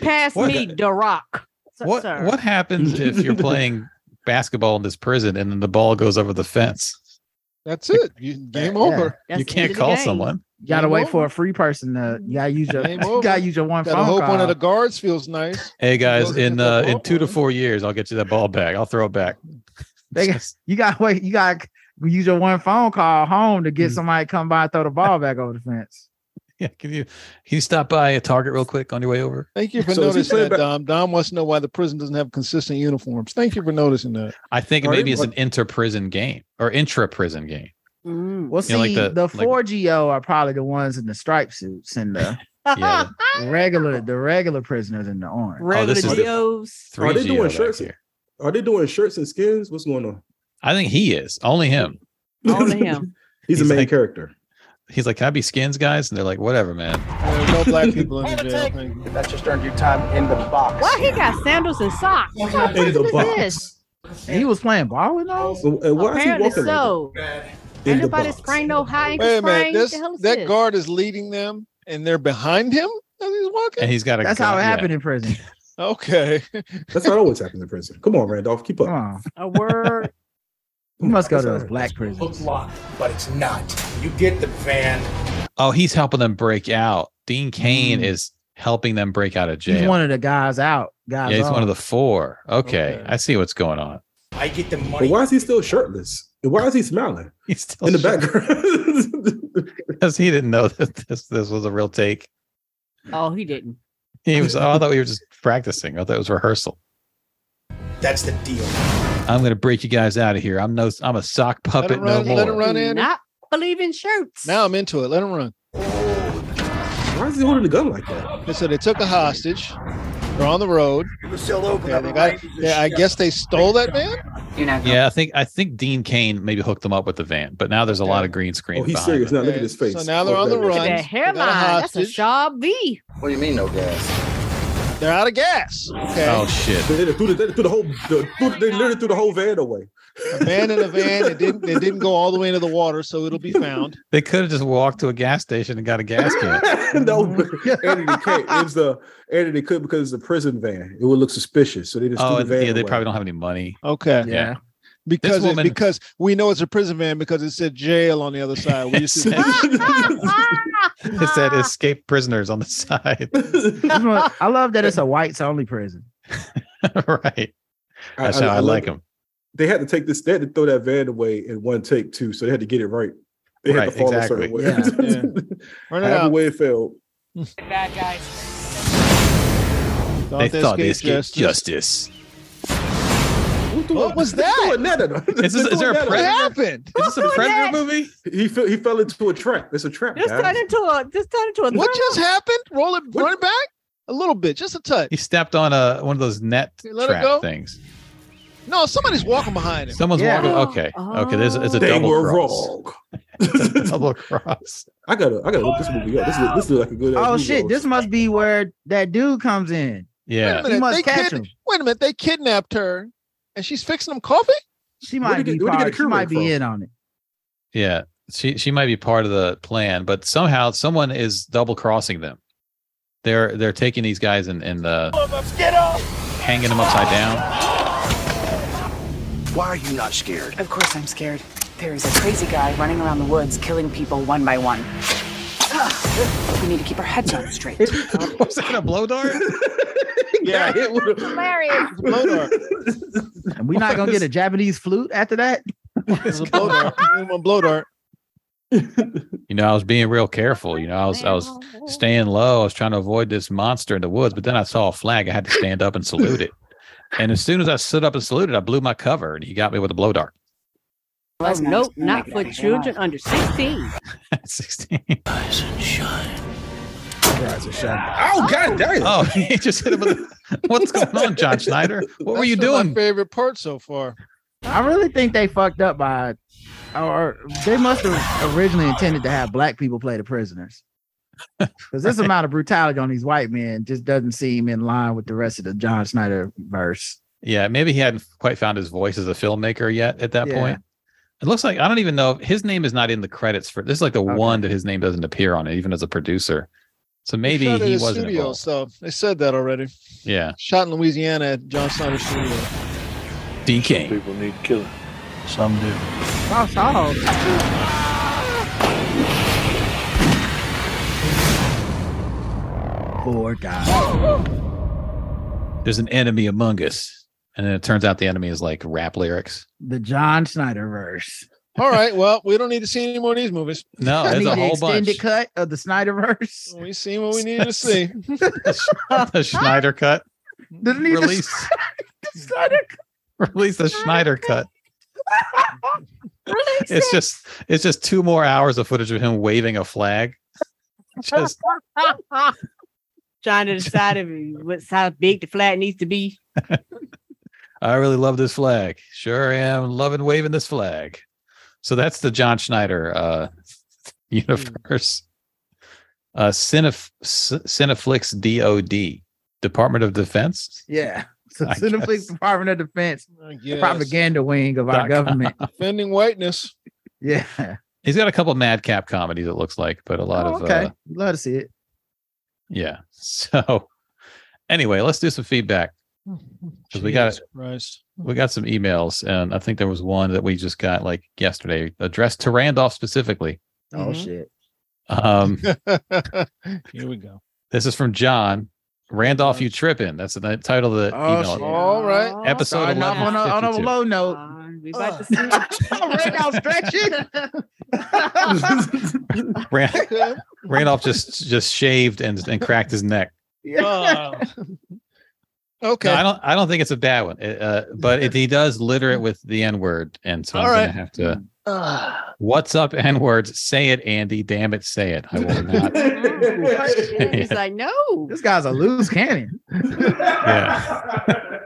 Speaker 11: Pass
Speaker 5: What-
Speaker 11: me the rock. S-
Speaker 5: What
Speaker 11: sir.
Speaker 5: what happens if you're playing basketball in this prison and then the ball goes over the fence?
Speaker 3: That's it. You, game over.
Speaker 5: you can't call someone.
Speaker 4: You gotta
Speaker 3: Game
Speaker 4: wait
Speaker 3: over.
Speaker 4: for a free person to you gotta use your
Speaker 3: Game
Speaker 4: you
Speaker 3: over.
Speaker 4: gotta use your one
Speaker 3: Gotta
Speaker 4: phone
Speaker 3: hope one
Speaker 4: call.
Speaker 3: of the guards feels nice.
Speaker 5: Hey guys, in
Speaker 3: the
Speaker 5: uh,
Speaker 3: ball
Speaker 5: in two to four years, I'll get you that ball back. I'll throw it back.
Speaker 4: They got, you gotta wait, you gotta use your one phone call home to
Speaker 5: Mm.
Speaker 4: get somebody to come by and throw the ball back over the fence.
Speaker 5: Yeah, can you can you stop by a Target real quick on your way over?
Speaker 3: Thank you for
Speaker 5: So is he
Speaker 3: noticing
Speaker 5: playing
Speaker 3: that,
Speaker 5: ba-
Speaker 3: Dom. Dom wants to know why the prison doesn't have consistent uniforms. Thank you for noticing that.
Speaker 5: I think
Speaker 3: Are
Speaker 5: maybe
Speaker 3: you-
Speaker 5: it's an inter prison game or intra prison game.
Speaker 3: Mm.
Speaker 4: Well, see,
Speaker 5: You know, like the-
Speaker 4: the,
Speaker 5: like-
Speaker 4: 4GO are probably the ones in the stripe suits and the
Speaker 5: Yeah.
Speaker 4: regular the regular prisoners in the orange.
Speaker 5: Oh, this is the-
Speaker 11: Regular GOs.
Speaker 5: Three G O back here.
Speaker 2: Are they doing shirts and skins? What's going on?
Speaker 5: I think he is only him.
Speaker 11: Only him.
Speaker 2: He's, the main character.
Speaker 5: He's like, "Can I be skins, guys?" And they're like, "Whatever, man."
Speaker 3: There's no black people in the jail. thank you.
Speaker 7: That just earned your time in the box.
Speaker 11: Why he got sandals and socks? What kind of
Speaker 2: In the
Speaker 11: business
Speaker 2: box.
Speaker 11: is
Speaker 4: And he was playing ball with those.
Speaker 2: So, uh, why is he
Speaker 11: Apparently
Speaker 2: walking? like
Speaker 11: so.
Speaker 2: that? In the
Speaker 11: Anybody
Speaker 2: box.
Speaker 11: spraying no high ankle
Speaker 3: Wait a
Speaker 11: spraying?
Speaker 3: minute,
Speaker 11: What
Speaker 3: this,
Speaker 11: the hell is
Speaker 3: that
Speaker 11: this?
Speaker 3: guard is leading them, and they're behind him as he's walking.
Speaker 5: And he's got a.
Speaker 4: That's how
Speaker 5: gun-
Speaker 4: it
Speaker 5: yeah.
Speaker 4: happened in prison.
Speaker 3: Okay,
Speaker 2: That's not always happens in prison. Come on, Randolph, keep up.
Speaker 4: A word. You must go to those black prisons.
Speaker 7: Look locked, but it's not. You get the van.
Speaker 5: Oh, he's helping them break out. Dean Kane is helping them break out of jail.
Speaker 4: He's one of the guys out. Guys,
Speaker 5: yeah, he's
Speaker 4: on.
Speaker 5: one of the four. Okay, I see what's going on.
Speaker 7: I get the
Speaker 2: But
Speaker 7: money.
Speaker 2: why is he still shirtless? And Why is he smiling?
Speaker 5: He's still
Speaker 2: in the background.
Speaker 5: because he didn't know that this this was a real take.
Speaker 11: Oh, he didn't.
Speaker 5: He was. oh, I thought we were just practicing. I thought it was rehearsal.
Speaker 7: That's the deal.
Speaker 5: I'm gonna break you guys out of here. I'm no. I'm a sock
Speaker 3: let
Speaker 5: puppet
Speaker 3: him run.
Speaker 5: no more.
Speaker 3: let him run
Speaker 11: Do
Speaker 3: in.
Speaker 11: Not believe in shirts.
Speaker 3: Now I'm into it. Let him run.
Speaker 2: Why is he holding the gun like that?
Speaker 3: They said they took a hostage. They're on the road. Yeah, they got, yeah, I guess they stole that man.
Speaker 22: You're not
Speaker 5: Yeah, I think I think Dean Kane maybe hooked them up with the van, but now there's a lot of green screen.
Speaker 2: Oh, he's
Speaker 5: behind
Speaker 2: serious
Speaker 5: them.
Speaker 2: now. Look at his face. Oh,
Speaker 3: So now they're on the
Speaker 11: Look at
Speaker 3: run.
Speaker 11: that hairline. That's a
Speaker 3: hostage.
Speaker 11: Shaw V.
Speaker 23: What do you mean, no gas?
Speaker 3: They're out of gas. Okay.
Speaker 5: Oh shit!
Speaker 2: They threw the, they threw the whole. The, threw, they literally threw the whole van away.
Speaker 3: A man in a van. It didn't. It didn't go all the way into the water, so it'll be found.
Speaker 5: They could have just walked to a gas station and got a gas can.
Speaker 2: no, Anthony K. It was the Anthony could because it's a prison van. It would look suspicious, so they just
Speaker 5: oh,
Speaker 2: threw
Speaker 5: and,
Speaker 2: the van.
Speaker 5: yeah, they
Speaker 2: away.
Speaker 5: probably don't have any money.
Speaker 3: Okay.
Speaker 5: Yeah.
Speaker 3: Because it,
Speaker 5: woman-
Speaker 3: because we know it's a prison van because it said jail on the other side. We just
Speaker 5: It said escaped prisoners on the side.
Speaker 4: This one- I love that it's a whites only prison.
Speaker 5: right. That's how I,
Speaker 2: love
Speaker 5: like
Speaker 2: it.
Speaker 5: them.
Speaker 2: They had to take this. They had to throw that van away in one take too, so they had to get it right. They had
Speaker 5: Right,
Speaker 2: to fall
Speaker 5: exactly.
Speaker 2: a certain way.
Speaker 3: Yeah. Run it
Speaker 2: However
Speaker 3: out.
Speaker 2: way it failed.
Speaker 24: Bad guys.
Speaker 5: They thought they
Speaker 3: escaped
Speaker 5: escaped justice.
Speaker 3: What was that?
Speaker 5: Is, this, is there a
Speaker 3: What
Speaker 5: predator?
Speaker 3: happened?
Speaker 5: Is this a predator movie?
Speaker 2: He fell, he fell into a trap. It's a trap.
Speaker 11: Just
Speaker 2: guys.
Speaker 11: turn into a just turn into a
Speaker 3: What
Speaker 11: thriller.
Speaker 3: just happened? Roll it, run it back a little bit, just a touch.
Speaker 5: He stepped on a one of those net
Speaker 3: Hey, let it go.
Speaker 5: trap things.
Speaker 3: No, somebody's walking behind him.
Speaker 5: Someone's
Speaker 4: Yeah.
Speaker 5: walking. Okay, okay. There's it's a
Speaker 2: They
Speaker 5: double
Speaker 2: were
Speaker 5: cross.
Speaker 2: wrong.
Speaker 5: Double cross.
Speaker 2: I gotta, I gotta look this movie up. This look, this look like a good.
Speaker 4: Oh shit! This must be where that dude comes in.
Speaker 3: Wait a
Speaker 5: Yeah.
Speaker 3: minute,
Speaker 4: You must
Speaker 3: they
Speaker 4: catch
Speaker 3: kid-
Speaker 4: him.
Speaker 3: Wait a minute, they kidnapped her, and she's fixing them coffee.
Speaker 4: She
Speaker 2: Where
Speaker 4: might
Speaker 2: did
Speaker 4: be.
Speaker 2: it- where did it
Speaker 4: Part,
Speaker 2: get
Speaker 4: she might
Speaker 2: from?
Speaker 4: be in on it.
Speaker 5: Yeah, she she might be part of the plan, but somehow someone is double crossing them. They're they're taking these guys and and uh, hanging them upside down.
Speaker 7: Why are you not scared?
Speaker 10: Of course I'm scared. There is a crazy guy running around the woods killing people one by one. Ugh, we need to keep our heads on straight.
Speaker 5: Was that a blow dart?
Speaker 3: Yeah,
Speaker 2: It would've-
Speaker 11: hilarious.
Speaker 3: it's a blow dart.
Speaker 4: And we not gonna get a Japanese flute after that.
Speaker 3: It's a blow dart. Give him a blow dart.
Speaker 5: you know, I was being real careful. You know, I was I was staying low. I was trying to avoid this monster in the woods, but then I saw a flag. I had to stand up and salute it. And as soon as I stood up and saluted, I blew my cover, and he got me with a blow dart.
Speaker 11: Oh, nope, not for children under 16.
Speaker 5: At Sixteen.
Speaker 2: Guys are shot. Oh god damn!
Speaker 5: Oh, he just hit him with. A, what's going on, John Schneider? What were
Speaker 3: That's
Speaker 5: you
Speaker 3: been my
Speaker 5: doing?
Speaker 3: favorite part so far.
Speaker 4: I really think they fucked up by, or they must have originally intended to have black people play the prisoners. Because this amount of brutality on these white men just doesn't seem in line with the rest of the John Snyder verse.
Speaker 5: Yeah, maybe he hadn't quite found his voice as a filmmaker yet at that
Speaker 4: Yeah.
Speaker 5: point. It looks like I don't even know if his name is not in the credits for this is like the one that his name doesn't appear on it, even as a producer. So
Speaker 3: They
Speaker 5: maybe
Speaker 3: shot at
Speaker 5: he
Speaker 3: his
Speaker 5: wasn't
Speaker 3: studio,
Speaker 5: involved.
Speaker 3: so they said that already.
Speaker 5: Yeah.
Speaker 3: Shot in Louisiana at John Snyder's studio.
Speaker 5: D King.
Speaker 25: People need killing. Some do.
Speaker 4: Wow, Saul. Poor guy.
Speaker 5: There's an enemy among us. And then it turns out the enemy is like rap lyrics.
Speaker 4: The John Snyder verse.
Speaker 3: All right, well, we don't need to see any more of these movies.
Speaker 5: No,
Speaker 4: I
Speaker 5: there's
Speaker 4: need
Speaker 5: a
Speaker 4: the
Speaker 5: whole bunch.
Speaker 4: extended cut of the Snyder verse.
Speaker 3: We seen what we needed to see.
Speaker 5: the Schneider cut.
Speaker 4: Didn't need the
Speaker 5: Release
Speaker 4: Snyder cut.
Speaker 5: release the Schneider cut.
Speaker 4: Release
Speaker 5: It's
Speaker 4: it.
Speaker 5: just it's just two more hours of footage of him waving a flag. Just
Speaker 11: Trying to decide if, what, how big the flat needs to be.
Speaker 5: I really love this flag. Sure am loving waving this flag. So that's the John Schneider uh,
Speaker 4: Hmm.
Speaker 5: universe. Uh, Cinef- C- Cineflix DOD, Department of Defense.
Speaker 4: Yeah. So
Speaker 5: I
Speaker 4: Cineflix Department of Defense, the
Speaker 3: guess.
Speaker 4: propaganda wing of
Speaker 5: Dot com.
Speaker 4: our government.
Speaker 3: Defending whiteness.
Speaker 4: Yeah.
Speaker 5: He's got a couple madcap comedies, it looks like, but a lot
Speaker 4: Oh,
Speaker 5: of
Speaker 4: okay.
Speaker 5: uh,
Speaker 4: Love to see it.
Speaker 5: yeah. So anyway, let's do some feedback because we got
Speaker 3: Jesus Christ.
Speaker 5: we got some emails, and I think there was one that we just got like yesterday addressed to Randolph specifically.
Speaker 4: Oh shit.
Speaker 5: Um,
Speaker 3: Mm-hmm. Here we go.
Speaker 5: this is from John Randolph, you tripping? That's the ni- title of the
Speaker 4: Oh,
Speaker 5: email.
Speaker 4: shit. all right.
Speaker 5: Episode
Speaker 4: Starting off on a, on a
Speaker 5: 1152.
Speaker 4: low note.
Speaker 11: we about
Speaker 5: Ran- Randolph just just shaved and and cracked his neck.
Speaker 3: Uh, okay.
Speaker 5: No, I don't. I don't think it's a bad one, It, uh, but it, he does litter it with the N word, and so I'm
Speaker 3: All
Speaker 5: gonna
Speaker 3: right.
Speaker 5: have to.
Speaker 3: Ah.
Speaker 5: What's up, N words? Say it, Andy. Damn it, say it. I will not.
Speaker 11: He's like, no.
Speaker 4: This guy's a loose cannon.
Speaker 5: yeah.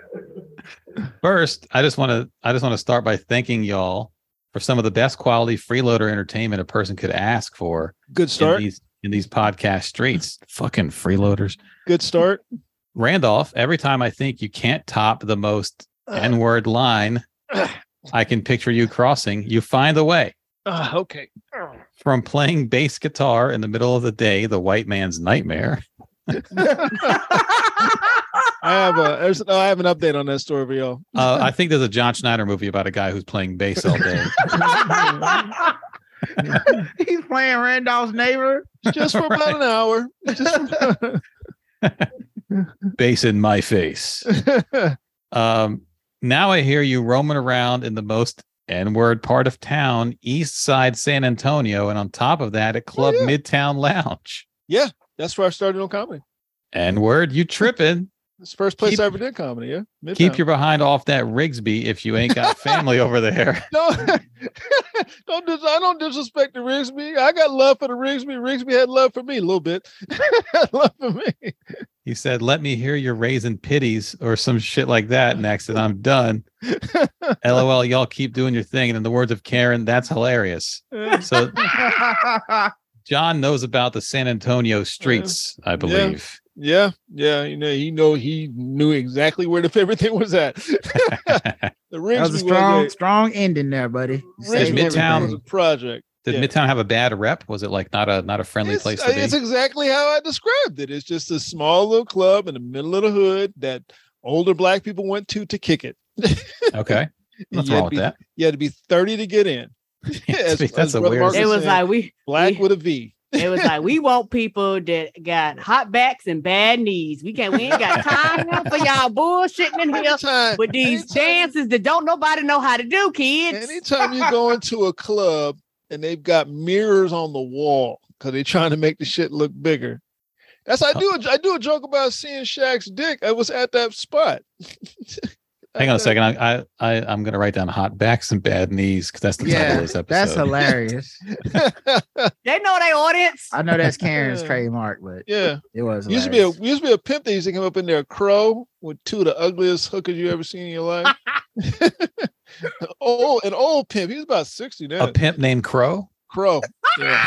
Speaker 5: First, I just want to. I just want to start by thanking y'all for some of the best quality freeloader entertainment a person could ask for.
Speaker 3: Good start.
Speaker 5: in these, in these podcast streets. Fucking freeloaders.
Speaker 3: Good start.
Speaker 5: Randolph, every time I think you can't top the most N word line, I can picture you crossing. You find the way
Speaker 3: Ah, okay.
Speaker 5: from playing bass guitar in the middle of the day, the white man's nightmare.
Speaker 3: I have a. There's, no, I have an update on that story for y'all.
Speaker 5: Uh, I think there's a John Schneider movie about a guy who's playing bass all day.
Speaker 4: He's playing Randolph's neighbor.
Speaker 3: Just for about an hour. Just
Speaker 5: bass in my face. Um, now I hear you roaming around in the most N word part of town, East Side San Antonio, and on top of
Speaker 3: Oh,
Speaker 5: that, at Club Midtown Lounge.
Speaker 3: yeah, that's where I started on comedy.
Speaker 5: N word, you tripping.
Speaker 3: It's the first place I ever did comedy. Yeah, Midtown.
Speaker 5: Keep your behind off that Rigsby if you ain't got family over there.
Speaker 3: No, don't dis- I don't disrespect the Rigsby. I got love for the Rigsby. Rigsby had love for me a little bit. Had love for me.
Speaker 5: He said, Let me hear your raisin pitties or some shit like that next, and I'm done. LOL, y'all keep doing your thing. And in the words of Karen, that's hilarious. So John knows about the San Antonio streets,
Speaker 3: Uh,
Speaker 5: I believe.
Speaker 3: Yeah, yeah. You know, he know he knew exactly where the everything was at. the
Speaker 4: That
Speaker 3: Rigsby
Speaker 4: was a
Speaker 3: was
Speaker 4: strong,
Speaker 3: a-
Speaker 4: strong ending there, buddy. You
Speaker 3: Rigsby
Speaker 4: saved
Speaker 5: Midtown-
Speaker 4: everything.
Speaker 3: was a project.
Speaker 5: Did Midtown have a bad rep? Was it like not a not a friendly
Speaker 3: It's,
Speaker 5: place
Speaker 3: uh,
Speaker 5: to
Speaker 3: it's
Speaker 5: be?
Speaker 3: exactly how I described it. It's just a small little club in the middle of the hood that older black people went to to kick it.
Speaker 5: okay. Nothing
Speaker 3: you had
Speaker 5: wrong
Speaker 3: to
Speaker 5: with
Speaker 3: be-
Speaker 5: that.
Speaker 3: You had to be 30 to get in. As-
Speaker 5: that's
Speaker 3: as
Speaker 5: a
Speaker 3: Brother
Speaker 5: weird-
Speaker 3: Marcus
Speaker 11: It was
Speaker 3: said,
Speaker 11: like we
Speaker 3: black with a V.
Speaker 11: it was like we want people that got hot backs and bad knees. We can't we ain't got time enough for y'all bullshitting in here with these dances that don't nobody know how to do, kids.
Speaker 3: Anytime you go into a club and they've got mirrors on the wall because they're trying to make the shit look bigger. That's
Speaker 5: Uh,
Speaker 3: I do. A, I do a joke about seeing Shaq's dick. I was at that spot. uh,
Speaker 5: Hang on a second. I I, I I'm gonna write down hot backs and bad knees because that's the title of this
Speaker 4: Yeah,
Speaker 5: episode.
Speaker 4: that's hilarious.
Speaker 11: They know they audience.
Speaker 4: I know that's Karen's
Speaker 3: Yeah.
Speaker 4: trademark, but
Speaker 3: Yeah.
Speaker 4: it was.
Speaker 3: Used to be a
Speaker 4: hilarious.
Speaker 3: used to be a pimp that used to come up in there, a crow with two of the ugliest hookers you ever seen in your life. oh, an old pimp. He was about sixty now.
Speaker 5: A pimp named Crow.
Speaker 3: Crow. Yeah.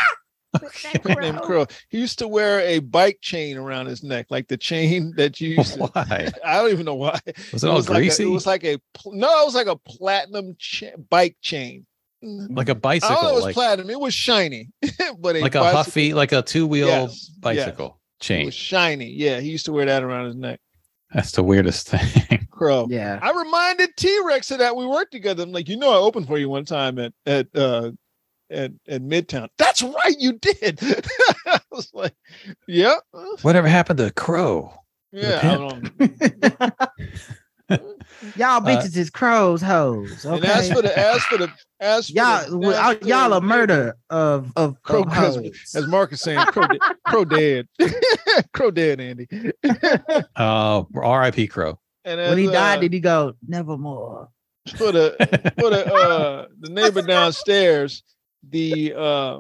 Speaker 3: Pimp named Crow. He used to wear a bike chain around his neck, like the chain that you used. To,
Speaker 5: Why?
Speaker 3: I don't even know why.
Speaker 5: Was it all
Speaker 3: like a-
Speaker 5: greasy?
Speaker 3: it was like a pl- no. It was like a platinum cha- bike chain.
Speaker 5: Like a
Speaker 3: I don't know. It
Speaker 5: bicycle,
Speaker 3: was
Speaker 5: like
Speaker 3: platinum. It was shiny, but a
Speaker 5: like a
Speaker 3: bicycle-
Speaker 5: huffy, like a two wheel
Speaker 3: Yes,
Speaker 5: bicycle
Speaker 3: It
Speaker 5: chain.
Speaker 3: was shiny. Yeah, he used to wear that around his neck.
Speaker 5: That's the weirdest thing.
Speaker 3: Crow.
Speaker 4: Yeah.
Speaker 3: I reminded T Rex of that. We worked together. I'm like, you know, I opened for you one time at at uh at at Midtown. That's right, you did. I was like, yeah,
Speaker 5: Whatever happened to Crow?
Speaker 3: yeah. I
Speaker 5: pimp.
Speaker 3: don't know.
Speaker 5: Uh,
Speaker 4: y'all bitches is crows hoes.
Speaker 3: And as
Speaker 4: Okay.
Speaker 3: for the as for the as for
Speaker 4: Y'all,
Speaker 3: the, as
Speaker 4: well,
Speaker 3: for
Speaker 4: y'all
Speaker 3: the-
Speaker 4: a murder of of,
Speaker 3: Crow,
Speaker 4: of
Speaker 3: as,
Speaker 4: hoes.
Speaker 3: as Mark is saying, crow, de- crow dead, crow dead, Andy.
Speaker 5: Uh, R.I.P. Crow.
Speaker 3: And as,
Speaker 4: When he died,
Speaker 3: uh,
Speaker 4: did he go nevermore?
Speaker 3: for the for the uh the neighbor downstairs, the uh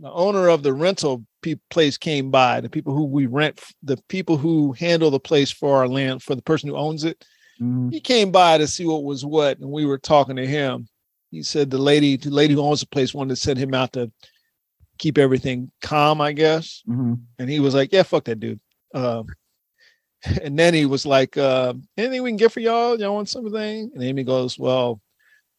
Speaker 3: the owner of the rental pe- place came by. The people who we rent, the people who handle the place for our land, for the person who owns it,
Speaker 5: Mm-hmm.
Speaker 3: He came by to see what was what, and we were talking to him. He said the lady, the lady who owns the place, wanted to send him out to keep everything calm, I guess. And he was like, "Yeah, fuck that dude." Um, and then he was like, uh, "Anything we can get for y'all? Y'all want something?" And Amy goes, "Well,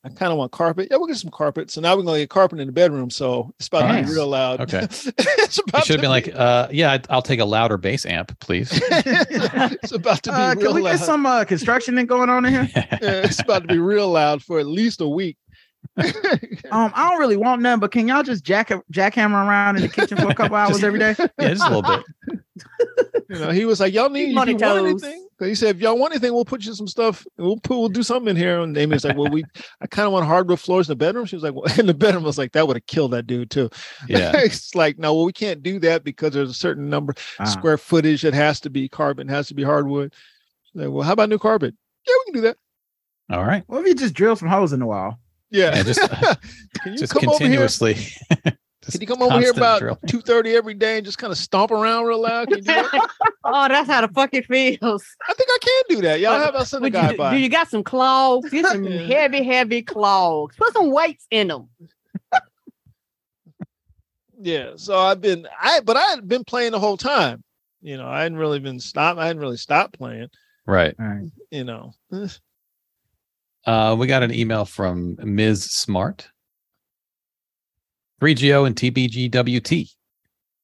Speaker 3: I kind of want carpet. Yeah, we'll get some carpet. So now we're gonna get carpet in the bedroom. So it's about to
Speaker 5: Nice.
Speaker 3: be real loud.
Speaker 5: Okay.
Speaker 3: it's
Speaker 5: It
Speaker 3: about
Speaker 5: should
Speaker 3: to
Speaker 5: have been
Speaker 3: be-
Speaker 5: like, uh, yeah, I- I'll take a louder bass amp, please.
Speaker 3: it's about to be
Speaker 4: Uh,
Speaker 3: real
Speaker 4: can we
Speaker 3: loud.
Speaker 4: get some uh, construction in going on in here?
Speaker 3: Yeah, it's about to be real loud for at least a week.
Speaker 4: um, I don't really want none, but can y'all just jack jackhammer around in the kitchen for a couple hours every day?
Speaker 3: You know, he was like, "Y'all need if you want
Speaker 4: Monotone.
Speaker 3: anything." 'Cause He said, "If y'all want anything, we'll put you some stuff. and We'll put, we'll do something in here." And Amy's like, "Well, we, I kind of want hardwood floors in the bedroom." She was like, "Well, in the bedroom." I was like, "That would have killed that dude too."
Speaker 5: Yeah.
Speaker 3: it's like, no, well, we can't do that because there's a certain number
Speaker 4: Ah.
Speaker 3: square footage that has to be carbon, has to be hardwood. She's like, well, how about new carpet? Yeah, we can do that.
Speaker 5: All right.
Speaker 4: What if you just drill some holes in the wall?
Speaker 3: Yeah,
Speaker 5: Yeah, just- uh,
Speaker 3: can you
Speaker 5: Just
Speaker 3: come over here?
Speaker 5: continuously.
Speaker 3: Can you come over here
Speaker 5: constant
Speaker 3: about
Speaker 5: drill.
Speaker 3: two thirty every day and just kind of stomp around real loud? Can you do that?
Speaker 11: oh, that's how the fuck it feels.
Speaker 3: I think I can do that. Y'all have us send a
Speaker 11: Would
Speaker 3: guy
Speaker 11: you,
Speaker 3: by.
Speaker 11: Do you got some clogs? Get some heavy, heavy clogs. Put some weights in them.
Speaker 3: Yeah, so I've been I but I had been playing the whole time. You know, I hadn't really been stopped. I hadn't really stopped playing.
Speaker 5: Right.
Speaker 3: You know,
Speaker 5: Uh, we got an email from Ms. Smart. 3GO and TBGWT.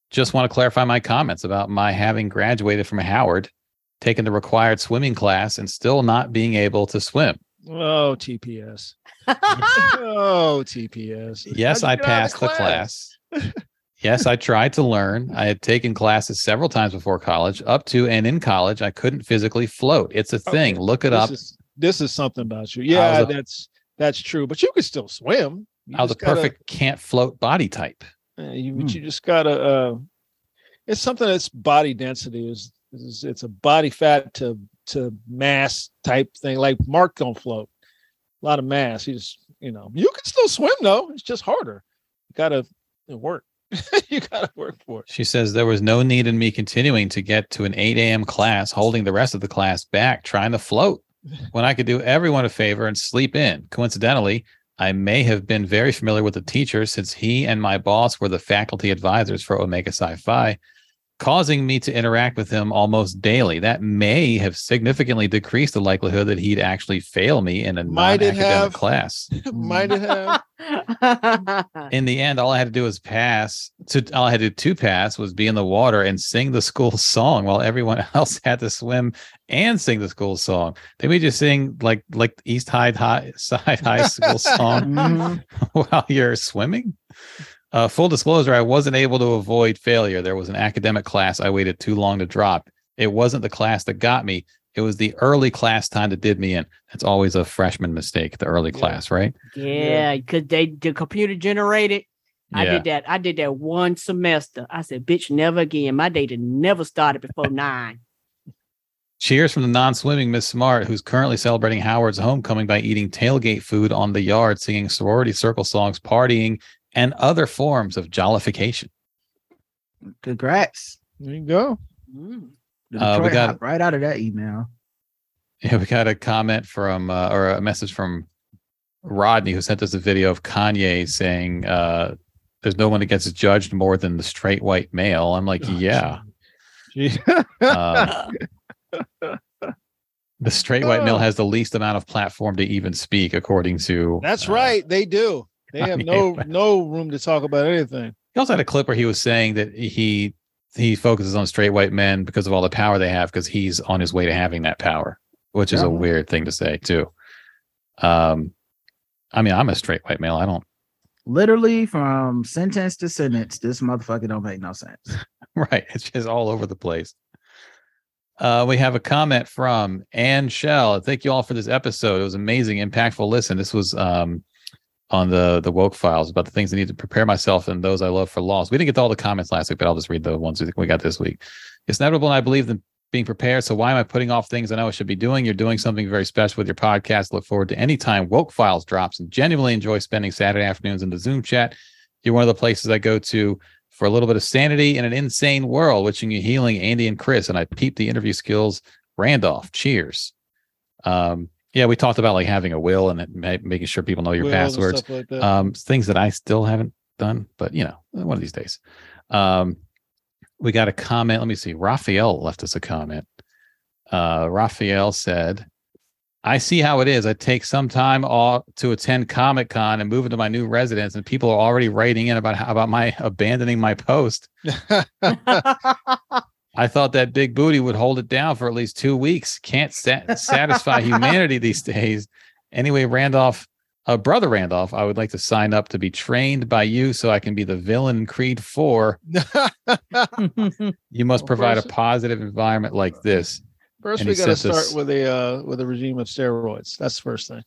Speaker 5: Just want to clarify my comments about my having graduated from Howard, taken the required swimming class, and still not being able to swim.
Speaker 3: oh TPS, oh TPS.
Speaker 5: Yes, I
Speaker 3: How'd you get out of
Speaker 5: passed the class. Yes, I tried to learn. I had taken classes several times before college, up to and in college. I couldn't physically float. It's a thing. Look it
Speaker 3: this
Speaker 5: up.
Speaker 3: Is, this is something about you. Yeah,
Speaker 5: a-
Speaker 3: that's that's true. But you can still swim. You
Speaker 5: I was a
Speaker 3: just gotta-
Speaker 5: perfect can't float body type.
Speaker 3: uh, you, but you just gotta. Uh, it's something that's body density is, is it's a body fat to to mass type thing. Like Mark don't float. A lot of mass. He just you know you can still swim though. It's just harder. You gotta work. you gotta work for it.
Speaker 5: She says there was no need in me continuing to get to an 8 a.m. class, holding the rest of the class back, trying to float when I could do everyone a favor and sleep in. Coincidentally, I may have been very familiar with the teacher since he and my boss were the faculty advisors for Omega Sci Fi, causing me to interact with him almost daily. That may have significantly decreased the likelihood that he'd actually fail me in a non
Speaker 3: Might it have?
Speaker 5: academic class.
Speaker 3: Might it have?
Speaker 5: in the end, all I had to do was pass. To all I had to do to pass was be in the water and sing the school song, while everyone else had to swim and sing the school song. Did we just sing like like the East Hyde High Side High School song
Speaker 11: Mm-hmm.
Speaker 5: Mm-hmm.
Speaker 4: Mhm.
Speaker 5: while you're swimming? Uh, full disclosure: I wasn't able to avoid failure. There was an academic class I waited too long to drop. It wasn't the class that got me. It was the early class time that did me in. That's always a freshman mistake, the early class, right?
Speaker 11: Yeah, because they the computer generated. I
Speaker 5: Yeah.
Speaker 11: did that. I did that one semester. I said, bitch, never again. My data never started before nine.
Speaker 5: Cheers from the non swimming Miss Smart, who's currently celebrating Howard's homecoming by eating tailgate food on the yard, singing sorority circle songs, partying, and other forms of jollification.
Speaker 4: Congrats.
Speaker 3: There you go.
Speaker 4: The
Speaker 5: Uh, we
Speaker 4: Detroit
Speaker 5: got-
Speaker 4: hop right out of that email.
Speaker 5: Yeah, we got a comment from uh, or a message from Rodney, who sent us a video of Kanye saying, uh, There's no one that gets judged more than the straight white male. I'm like, Yeah. Um, the straight white male has the least amount of platform to even speak, according to
Speaker 3: That's right. They do. They have no no room to talk about anything.
Speaker 5: He also had a clip where he was saying that he he focuses on straight white men because of all the power they have because he's on his way to having that power, which is
Speaker 3: Yeah.
Speaker 5: a weird thing to say too. Um, I mean, I'm a straight white male. I don't
Speaker 4: Literally from sentence to sentence, this motherfucker don't make no sense.
Speaker 5: right. It's just all over the place. Uh, we have a comment from Ann Shell. Thank you all for this episode. It was amazing, impactful. Listen, this was um, on the the woke files about the things I need to prepare myself and those I love for loss. We didn't get to all the comments last week, but I'll just read the ones we we got this week. It's inevitable, and I believe in being prepared. So why am I putting off things I know I should be doing? You're doing something very special with your podcast. Look forward to any time woke files drops, and genuinely enjoy spending Saturday afternoons in the Zoom chat. You're one of the places I go to for a little bit of sanity in an insane world. Wishing you healing, Andy and Chris. And I peep the interview skills. Randolph, cheers. Um, yeah, we talked about like having a will and it ma- making sure people know your
Speaker 3: Will and
Speaker 5: passwords.
Speaker 3: stuff like that.
Speaker 5: Um, things that I still haven't done, but you know, one of these days. Um, we got a comment. Let me see. Raphael left us a comment. Uh, Raphael said, I see how it is. I take some time off to attend Comic Con and move into my new residence, and people are already writing in about how, about my abandoning my post. I thought that big booty would hold it down for at least two weeks. Can't sa- satisfy humanity these days. Anyway, Randolph, uh, brother Randolph, I would like to sign up to be trained by you so I can be the villain in Creed 4. you must
Speaker 3: Well,
Speaker 5: provide a
Speaker 3: first-
Speaker 5: positive environment like this.
Speaker 3: First,
Speaker 5: And
Speaker 3: we
Speaker 5: he
Speaker 3: got to
Speaker 5: sent us-
Speaker 3: start with a uh, with a regime of steroids. That's the first thing.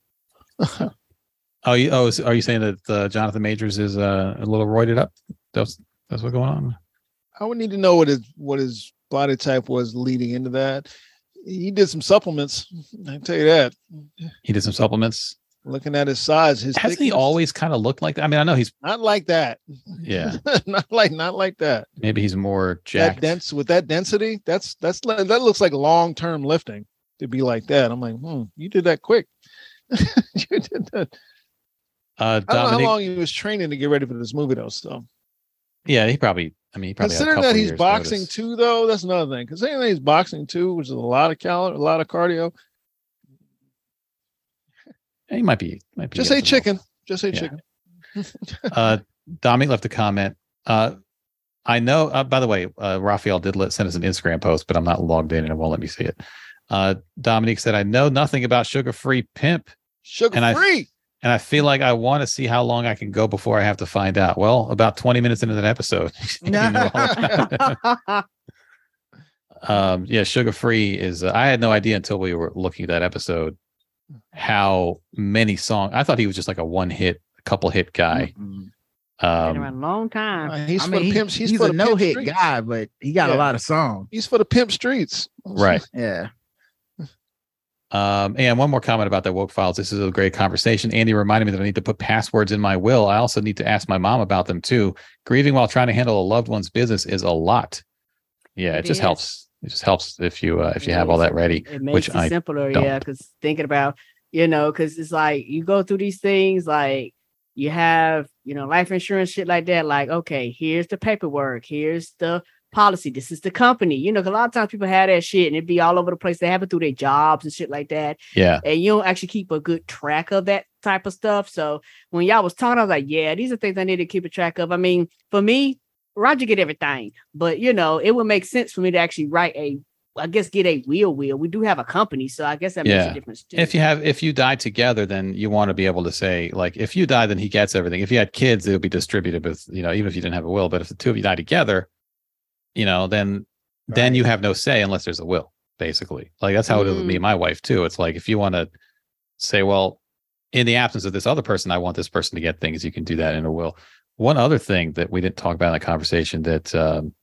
Speaker 5: Oh, you, oh, so are you saying that uh, Jonathan Majors is uh, a little roided up? That's that's what's going on.
Speaker 3: I would need to know what his what his body type was leading into that. He did some supplements. I tell you that.
Speaker 5: He did some supplements.
Speaker 3: Looking at his size, his
Speaker 5: Hasn't he
Speaker 3: thickness,
Speaker 5: always kind of looked like that? I mean, I know he's
Speaker 3: not like that.
Speaker 5: yeah,
Speaker 3: not like not like that.
Speaker 5: maybe he's more
Speaker 3: That
Speaker 5: jacked.
Speaker 3: dense with that density, that's that's li- that looks like long term lifting to be like that. I'm like, hmm, you did that quick. you did that.
Speaker 5: Uh,
Speaker 3: I don't know how
Speaker 5: Dominic-
Speaker 3: long he was training to get ready for this movie though. So
Speaker 5: yeah, he probably. I mean, he probably had a
Speaker 3: considering
Speaker 5: couple
Speaker 3: that he's
Speaker 5: years
Speaker 3: boxing
Speaker 5: notice.
Speaker 3: too, though, that's another thing. Considering that he's boxing too, which is a lot of cal, a lot of cardio.
Speaker 5: He might be. Might be
Speaker 3: Just
Speaker 5: up
Speaker 3: say
Speaker 5: to-
Speaker 3: chicken. Just say
Speaker 5: Yeah.
Speaker 3: chicken.
Speaker 5: uh, Dominic left a comment. Uh, I know. Uh, by the way, uh, Raphael did let send us an Instagram post, but I'm not logged in and it won't let me see it. Uh, Dominic said, "I know nothing about sugar-free pimp,
Speaker 3: sugar
Speaker 5: and I
Speaker 3: free.
Speaker 5: and I feel like I want to see how long I can go before I have to find out. Well, about 20 minutes into that episode, you know all about it. um, yeah, sugar-free is. Uh, I had no idea until we were looking at that episode how many songs. I thought he was just like a one-hit, couple-hit guy.
Speaker 11: Been
Speaker 5: Um,
Speaker 11: around a long time.
Speaker 3: he's
Speaker 4: I
Speaker 3: for
Speaker 4: mean,
Speaker 3: the
Speaker 4: he-
Speaker 3: pimps. He's,
Speaker 4: he's
Speaker 3: for
Speaker 4: a
Speaker 3: the
Speaker 4: no
Speaker 3: pimp
Speaker 4: hit
Speaker 3: streets.
Speaker 4: guy, but he got
Speaker 3: Yeah.
Speaker 4: a lot of songs.
Speaker 3: He's for the pimp streets.
Speaker 5: Right.
Speaker 4: Yeah.
Speaker 5: Um, and one more comment about that woke files. This is a great conversation. Andy reminded me that I need to put passwords in my will. I also need to ask my mom about them too. Grieving while trying to handle a loved one's business is a lot. Yeah, it,
Speaker 11: It
Speaker 5: just
Speaker 11: is.
Speaker 5: helps. It just helps if you uh, if you have all that ready,
Speaker 11: It makes
Speaker 5: which
Speaker 11: it
Speaker 5: I
Speaker 11: simpler,
Speaker 5: don't.
Speaker 11: yeah. Because thinking about, you know, because it's like you go through these things, like you have, you know, life insurance, shit like that. Like, okay, here's the paperwork, here's the policy, this is the company. You know, 'cause a lot of times people have that shit and it'd be all over the place. They have it through their jobs and shit like that.
Speaker 5: Yeah.
Speaker 11: And you don't actually keep a good track of that type of stuff. So when y'all was talking, I was like, yeah, these are things I need to keep a track of. I mean, for me, Roger get everything, but you know, it would make sense for me to actually write a, I guess, get a wheel wheel. We do have a company, so I guess that makes a
Speaker 5: yeah.
Speaker 11: difference too.
Speaker 5: If you have if you die together, then you want to be able to say like if you die, then he gets everything. If you had kids, it would be distributed with you know even if you didn't have a will. But if the two of you die together, you know then then you have no say unless there's a will. Basically, like that's how it is with me
Speaker 11: Mm.
Speaker 5: and my wife too. It's like if you want to say, well, in the absence of this other person, I want this person to get things. You can do that in a will. One other thing that we didn't talk about in that conversation that um,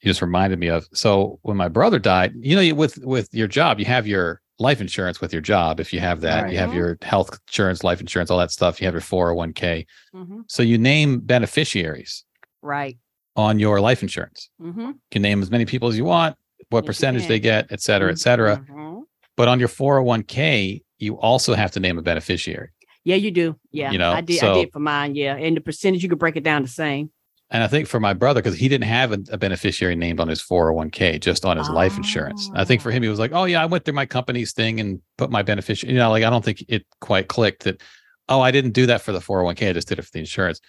Speaker 5: you just reminded me of. So when my brother died, you know, you- with with your job, you have your life insurance with your job. If you have that, you have
Speaker 11: Right.
Speaker 5: your health insurance, life insurance, all that stuff. You have your four hundred one k.
Speaker 11: Mhm.
Speaker 5: So you name beneficiaries
Speaker 11: Right.
Speaker 5: on your life insurance.
Speaker 11: Mm-hmm.
Speaker 5: You can name as many people as you want, what percentage they get, et cetera, et cetera.
Speaker 11: Mm-hmm.
Speaker 5: But on your four hundred one k, you also have to name a beneficiary.
Speaker 11: Yeah, you do. Yeah,
Speaker 5: You know,
Speaker 11: I did. I
Speaker 5: so-
Speaker 11: did for mine. Yeah, and the percentage you could break it down the same.
Speaker 5: And I think for my brother, because he didn't have a, a beneficiary named on his 401k, just on his life insurance. I think for him, he was like, oh, yeah, I went through my company's thing and put my beneficiary. You know, like I don't think it quite clicked that, oh, I didn't do that for the 401k. I just did it for the insurance.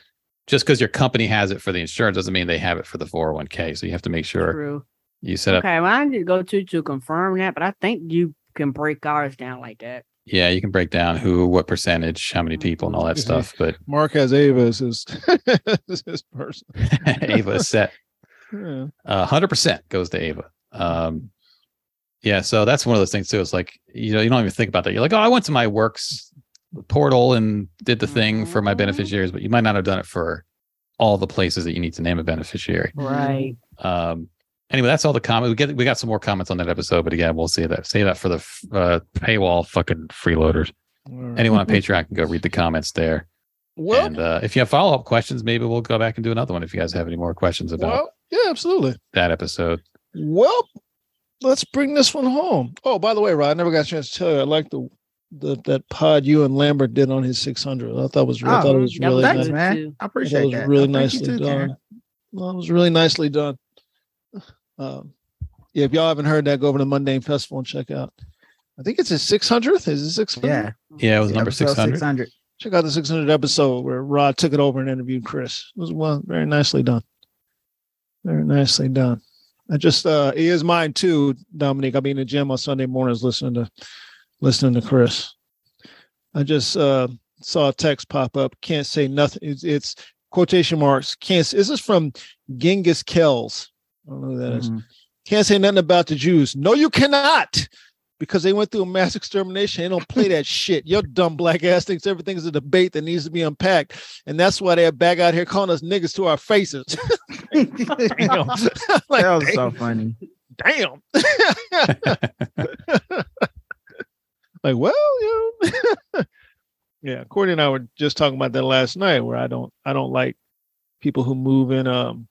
Speaker 5: Just because your company has it for the insurance doesn't mean they have it for the 401k. So you have to make sure
Speaker 11: True.
Speaker 5: you set up.
Speaker 11: Okay, well, I need to go to to confirm that, but I think you can break ours down like that.
Speaker 5: Yeah, you can break down who, what percentage, how many people, and all that
Speaker 11: Mm-hmm.
Speaker 5: stuff. But
Speaker 3: Mark has Ava as his, as his person.
Speaker 5: Ava is set.
Speaker 3: Yeah.
Speaker 5: Uh, hundred percent goes to Ava. Um, yeah, so that's one of those things too. It's like you know you don't even think about that. You're like, oh, I went to my works portal and did the thing for my beneficiaries, but you might not have done it for all the places that you need to name a beneficiary.
Speaker 11: Right.
Speaker 5: Um, anyway, that's all the comments we get. We got some more comments on that episode, but again, we'll see that. Save that for the f- uh, paywall fucking freeloaders.
Speaker 3: Alright.
Speaker 5: Anyone on Patreon can go read the comments there.
Speaker 3: Well-
Speaker 5: and uh, if you have follow up questions, maybe we'll go back and do another one if you guys have any more questions about
Speaker 3: Well, yeah, absolutely.
Speaker 5: that episode.
Speaker 3: Well, let's bring this one home. Oh, by the way, Rod, I never got a chance to tell you. I like the, the that pod you and Lambert did on his 600. I thought was, I thought it was
Speaker 4: yeah,
Speaker 3: really
Speaker 4: thanks,
Speaker 3: nice.
Speaker 4: man. I appreciate
Speaker 3: That was
Speaker 4: that.
Speaker 3: really
Speaker 4: No, thank you
Speaker 3: nicely
Speaker 4: too,
Speaker 3: done.
Speaker 4: Karen.
Speaker 3: Well, it was really nicely done. Um, yeah, if y'all haven't heard that, go over to Mundane Festival and check out. I think it's his 600th. Is it 600?
Speaker 4: Yeah.
Speaker 5: Yeah, it was number
Speaker 4: Episode
Speaker 5: 600.
Speaker 4: 600.
Speaker 3: Check out the 600 episode where Rod took it over and interviewed Chris. It was well, very nicely done. Very nicely done. I just uh it is mine too, Dominique. I'll be in the gym on Sunday mornings listening to listening to Chris. I just uh saw a text pop up. Can't say nothing. It's, it's quotation marks. Can't. This is from Genghis Kells. I don't know who that is.
Speaker 4: Mm-hmm.
Speaker 3: Can't say nothing about the Jews. No, you cannot, because they went through a mass extermination. They don't play that shit. Your dumb black ass thinks everything's a debate that needs to be unpacked, and that's why they're back out here calling us niggas to our faces. Damn. Like,
Speaker 4: that was so
Speaker 3: damn.
Speaker 4: funny.
Speaker 3: Damn. like, well, you know. yeah, Courtney and I were just talking about that last night where I don't I don't like people who move in um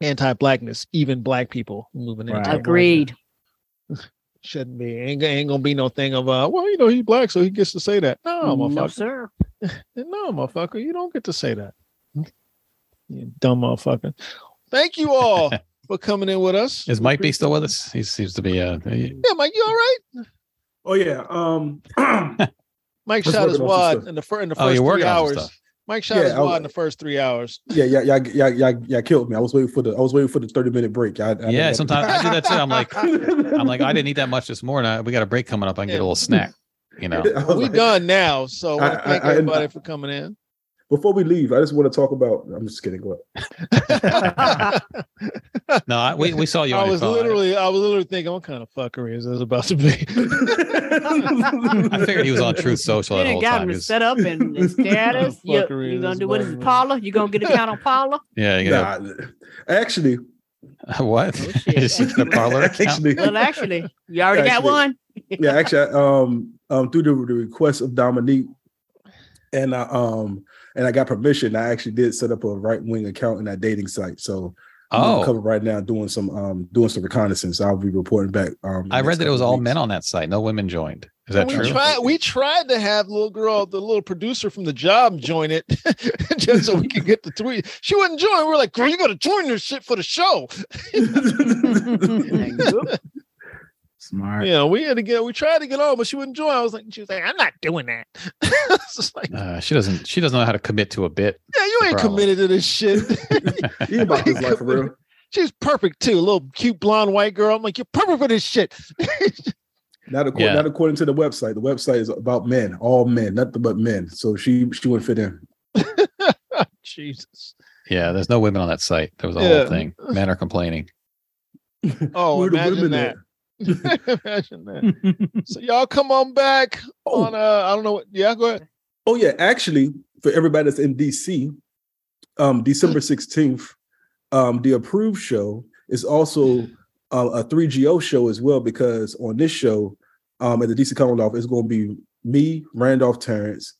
Speaker 3: anti-blackness, even black people moving in.
Speaker 11: Agreed.
Speaker 3: Shouldn't be. Ain't, ain't gonna be no thing of uh, well, you know, he's black, so he gets to say that. No, motherfucker.
Speaker 11: no, sir.
Speaker 3: No, motherfucker, you don't get to say that. You dumb motherfucker. Thank you all for coming in with us.
Speaker 5: Is Mike B still with us? He seems to be. Uh, he-
Speaker 3: Yeah, Mike, you all right?
Speaker 2: Oh yeah. Um
Speaker 3: Mike
Speaker 2: Let's
Speaker 3: shot
Speaker 2: work
Speaker 3: his
Speaker 2: it off
Speaker 3: wad
Speaker 2: some
Speaker 3: in the, fir- in the
Speaker 2: Oh,
Speaker 3: first
Speaker 2: you're
Speaker 3: three
Speaker 2: working on some
Speaker 3: hours.
Speaker 2: stuff.
Speaker 3: Mike shot
Speaker 2: Yeah, oh.
Speaker 3: his
Speaker 2: I was-
Speaker 3: wad in the first three hours.
Speaker 2: Yeah, yeah, yeah, yeah, yeah, yeah. Killed me. I was waiting for the. I was waiting for the thirty minute break. I, I didn't
Speaker 5: yeah,
Speaker 2: have-
Speaker 5: sometimes I do that too. I'm like, I'm like, I didn't eat that much this morning. I- We got a break coming up. I can get a little snack. You
Speaker 2: Oh.
Speaker 5: know,
Speaker 3: Well, we done now, so I,
Speaker 2: I-
Speaker 3: wanna thank
Speaker 2: I- I-
Speaker 3: everybody for coming in.
Speaker 2: Before we leave, I just want to talk about. I'm just kidding. Go
Speaker 5: no, I, we we saw you
Speaker 3: I
Speaker 5: on your
Speaker 3: was
Speaker 5: phone.
Speaker 3: literally, I was literally thinking, what kind of fuckery is this about to be?
Speaker 5: I figured he was on Truth Social
Speaker 11: You
Speaker 5: that
Speaker 11: done
Speaker 5: whole
Speaker 11: got
Speaker 5: time.
Speaker 11: him
Speaker 5: He
Speaker 11: to
Speaker 5: was-
Speaker 11: set up and and stare at
Speaker 3: No
Speaker 11: us. You,
Speaker 3: fuckery
Speaker 11: you
Speaker 3: is
Speaker 11: gonna do what is it,
Speaker 3: blatant.
Speaker 11: Paula? You gonna get a count on Paula?
Speaker 5: yeah, you got
Speaker 2: nah, actually.
Speaker 5: what?
Speaker 4: Oh,
Speaker 5: Is she the parlor account?
Speaker 2: Actually,
Speaker 11: Well, actually, you already got
Speaker 2: Actually.
Speaker 11: one.
Speaker 2: yeah, actually, I, um, um, through the, the request of Dominique, and I, um, and I got permission. I actually did set up a right wing account in that dating site. So I'm on
Speaker 5: Oh.
Speaker 2: cover right now doing some um doing some reconnaissance. I'll be reporting back. Um,
Speaker 5: I read that it was
Speaker 2: all.
Speaker 5: all men on that site. No women joined. Is that
Speaker 3: we
Speaker 5: true?
Speaker 3: tried, we tried to have little girl, the little producer from the job, join it just so we could get the tweet. She wouldn't join. We are like, girl, you gotta join this shit for the show.
Speaker 4: Smart.
Speaker 3: Yeah, we had to get, we tried to get on, but she wouldn't join. I was like, she was like, I'm not doing that. It's just like,
Speaker 5: Uh, she doesn't. She doesn't know how to commit to a bit.
Speaker 3: yeah, you
Speaker 5: the
Speaker 3: ain't
Speaker 5: problem.
Speaker 3: committed to this shit.
Speaker 2: you about this life for real?
Speaker 3: She's perfect too, little cute blonde white girl. I'm like, you're perfect for this shit.
Speaker 2: Not according,
Speaker 5: Yeah.
Speaker 2: not according to the website. The website is about men, all men, nothing but men. So she she wouldn't fit in.
Speaker 3: Jesus.
Speaker 5: Yeah, there's no women on that site. That was a
Speaker 3: Yeah.
Speaker 5: whole thing. Men are complaining.
Speaker 3: Oh,
Speaker 2: Where the
Speaker 3: imagine
Speaker 2: women
Speaker 3: that. imagine that. so y'all come on back on uh I don't know what yeah, go ahead.
Speaker 2: Oh yeah, actually, for everybody that's in DC, um,
Speaker 3: Mm.
Speaker 2: December sixteenth, um, the approved show is also uh, a three GO show as well because on this show, um, at the DC Comic Loft, it's going to be me, Randolph Terrence,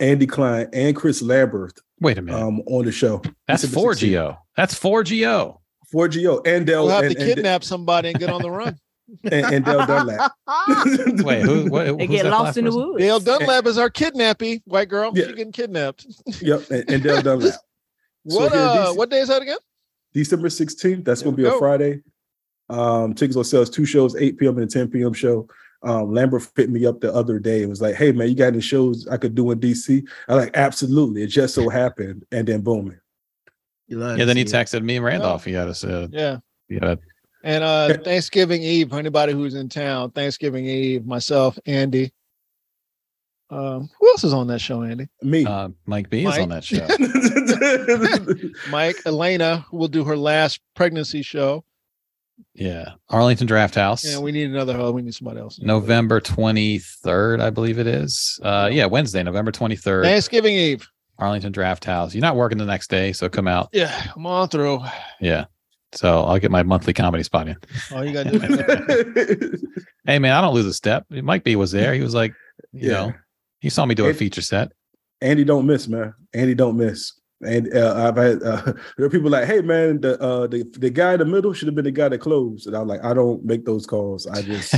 Speaker 2: Andy Klein, and Chris Lambert.
Speaker 5: Wait a minute.
Speaker 2: Um, on the show.
Speaker 5: That's four GO. That's four GO.
Speaker 2: Four GO. And Dell
Speaker 3: We'll have
Speaker 2: and,
Speaker 3: to kidnap somebody and get on the run.
Speaker 2: and, and, and Dell Dunlap.
Speaker 5: Wait, who? What, who's
Speaker 11: They get
Speaker 5: that
Speaker 11: lost
Speaker 5: last
Speaker 11: in the
Speaker 5: person?
Speaker 11: woods.
Speaker 3: Dale Dunlap is our kidnappy white girl.
Speaker 2: Yeah.
Speaker 3: She getting kidnapped.
Speaker 2: Yep, and, and Dell Dunlap. So
Speaker 3: What
Speaker 2: here,
Speaker 3: uh
Speaker 2: DC
Speaker 3: what day is that again?
Speaker 2: December 16th. That's going to
Speaker 3: we
Speaker 2: be a
Speaker 3: go.
Speaker 2: Friday. Um, tickets on sales, two shows, 8 p.m. and a 10 p.m. show. Um, Lambert hit me up the other day and was like, Hey man, you got any shows I could do in DC? I like, absolutely. It just so happened. And then boom.
Speaker 5: Yeah, then he texted me and Randolph. He had us. Uh,
Speaker 3: Oh. Yeah.
Speaker 5: he had a-
Speaker 3: And uh Thanksgiving Eve for anybody who's in town, Thanksgiving Eve, myself, Andy. Um, who else is on that show, Andy?
Speaker 2: Me.
Speaker 5: uh, Mike B is
Speaker 3: Mike?
Speaker 5: on that show.
Speaker 3: Mike, Elena, who will do her last pregnancy show.
Speaker 5: Yeah, Arlington Draft House.
Speaker 3: And we need another hoe. We need somebody else.
Speaker 5: November 23rd, I believe it is. Uh, yeah, Wednesday, November 23rd,
Speaker 3: Thanksgiving Eve.
Speaker 5: Arlington Draft House. You're not working the next day, so come out.
Speaker 3: Yeah, come on through.
Speaker 5: Yeah. So I'll get my monthly comedy spot in.
Speaker 3: All you gotta do is
Speaker 5: Hey, man, I don't lose a step. Mike B was there. He was like, you
Speaker 2: Yeah.
Speaker 5: know, he saw me do a
Speaker 2: It-
Speaker 5: feature set.
Speaker 2: Andy don't miss, man. Andy don't miss. And uh, I've had uh, there are people like, hey man, the uh, the the guy in the middle should have been the guy that closed. And I'm like, I don't make those calls. I just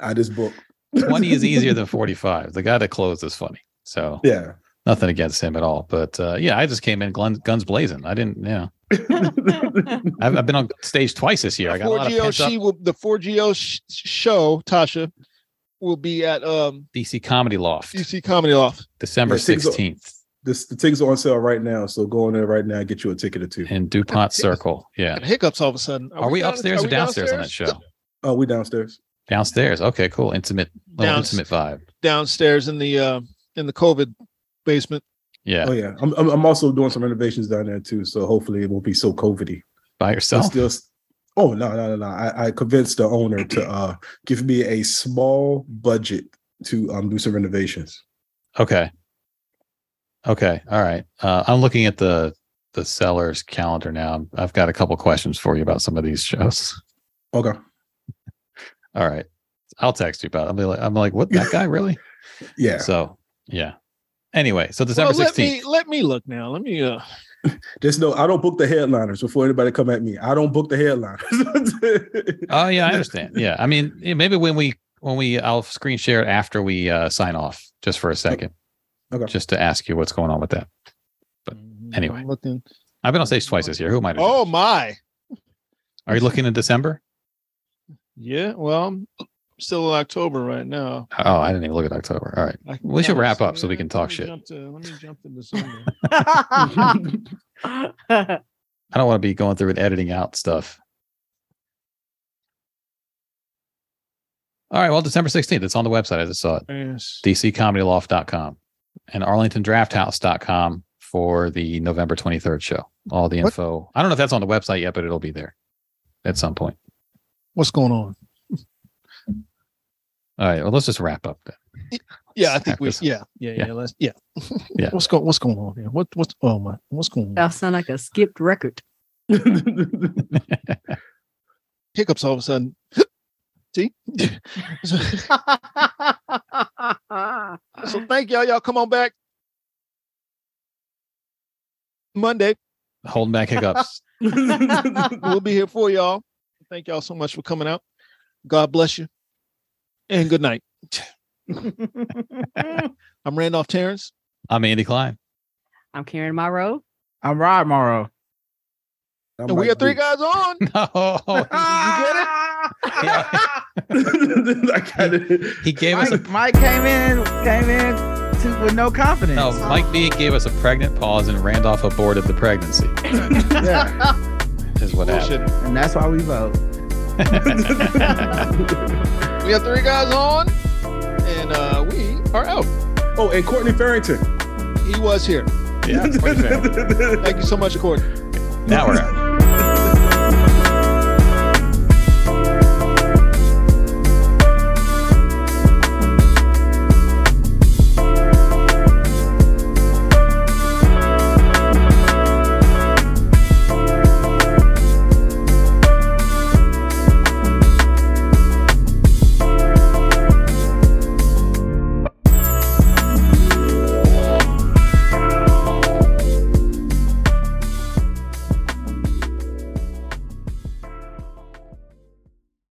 Speaker 2: I just book.
Speaker 5: 20 is easier than 45. The guy that closed is funny. So
Speaker 2: yeah,
Speaker 5: nothing against him at all. But uh, yeah, I just came in guns, guns blazing. I didn't, you know. I've, I've been on stage twice this year. I got a lot of
Speaker 3: 4GO
Speaker 5: pent up-
Speaker 3: she will the 4GO sh- show Tasha will be at um
Speaker 5: DC Comedy Loft,
Speaker 3: DC Comedy Loft.
Speaker 5: December
Speaker 2: Yeah, oh. tickets are-
Speaker 5: 16th
Speaker 2: This the tickets are on sale right now, so go on there right now and get you a ticket or two.
Speaker 5: in DuPont Circle. Yeah.
Speaker 3: Got hiccups all of a sudden.
Speaker 5: Are we
Speaker 3: down-
Speaker 5: upstairs
Speaker 3: are
Speaker 5: or
Speaker 3: we
Speaker 5: downstairs on that show?
Speaker 2: Oh, we downstairs.
Speaker 5: Downstairs. Okay, cool. Intimate, little
Speaker 3: Downst-
Speaker 5: intimate vibe.
Speaker 3: Downstairs in the uh in the COVID basement.
Speaker 5: Yeah.
Speaker 2: Oh yeah. I'm I'm I'm also doing some renovations down there too, so hopefully it won't be so COVIDy.
Speaker 5: By
Speaker 2: yourself? Still, s- oh no no no no! I, I convinced the owner to uh give me a small budget to um do some renovations.
Speaker 5: Okay. Okay. All right. Uh, I'm looking at the the seller's calendar now. I've got a couple questions for you about some of these shows.
Speaker 2: Okay.
Speaker 5: All right. I'll text you about. It. I'll be like, I'm like, what that guy really?
Speaker 2: Yeah.
Speaker 5: So yeah. Anyway, so December
Speaker 3: well, let
Speaker 5: 16th.
Speaker 3: me let me look now. Let me uh
Speaker 2: Just know I don't book the headliners before anybody come at me. I don't book the headliners.
Speaker 5: Oh yeah, I understand. Yeah, I mean, yeah, maybe when we when we I'll screen share it after we uh, sign off, just for a second,
Speaker 2: Okay.
Speaker 5: just to ask you what's going on with that. But anyway,
Speaker 3: I'm looking.
Speaker 5: I've been on stage twice this year. Who am I? to-
Speaker 3: Oh my.
Speaker 5: Are you looking in December?
Speaker 3: Yeah, well, I'm still in October right now.
Speaker 5: Oh, I didn't even look at October. All right,
Speaker 3: I-
Speaker 5: we should
Speaker 3: no,
Speaker 5: wrap
Speaker 3: so
Speaker 5: up so we can talk shit.
Speaker 3: Jump to, let me jump to December.
Speaker 5: I don't want to be going through and editing out stuff. All right, well, December 16th, it's on the website. I just saw it.
Speaker 3: Yes.
Speaker 5: DCComedyLoft.com and ArlingtonDraftHouse.com for the November 23rd show. All the
Speaker 3: What?
Speaker 5: info. I don't know if that's on the website yet, but it'll be there at some point.
Speaker 3: What's going on?
Speaker 5: All right, well, let's just wrap up then.
Speaker 3: Yeah, I think
Speaker 5: Wrap
Speaker 3: we.
Speaker 5: this up.
Speaker 3: Yeah, yeah, yeah. Let's. Yeah.
Speaker 5: Yeah.
Speaker 3: What's going? What's going on here? What? What's? Oh my. What's going on?
Speaker 11: That sound like a skipped record.
Speaker 3: Hiccups all of a sudden. See. so thank y'all. Y'all come on back Monday.
Speaker 5: Holding back hiccups.
Speaker 3: we'll be here for y'all. Thank y'all so much for coming out. God bless you. And good night. I'm Randolph Terrence.
Speaker 5: I'm Andy Klein.
Speaker 11: I'm Karen Morrow.
Speaker 4: I'm Rod Morrow.
Speaker 3: and we are three guys on.
Speaker 5: No. He gave us a
Speaker 4: Mike, Mike came in, came in to, with no confidence.
Speaker 5: no. Mike B gave us a pregnant pause, and Randolph aborted the pregnancy. Is what happened.
Speaker 4: And that's why we vote.
Speaker 3: We have three guys on. And uh, we are out.
Speaker 2: Oh, and Courtney Farrington.
Speaker 3: He was here.
Speaker 5: Yeah, Courtney Farrington.
Speaker 3: Thank you so much, Courtney.
Speaker 5: Now we're out.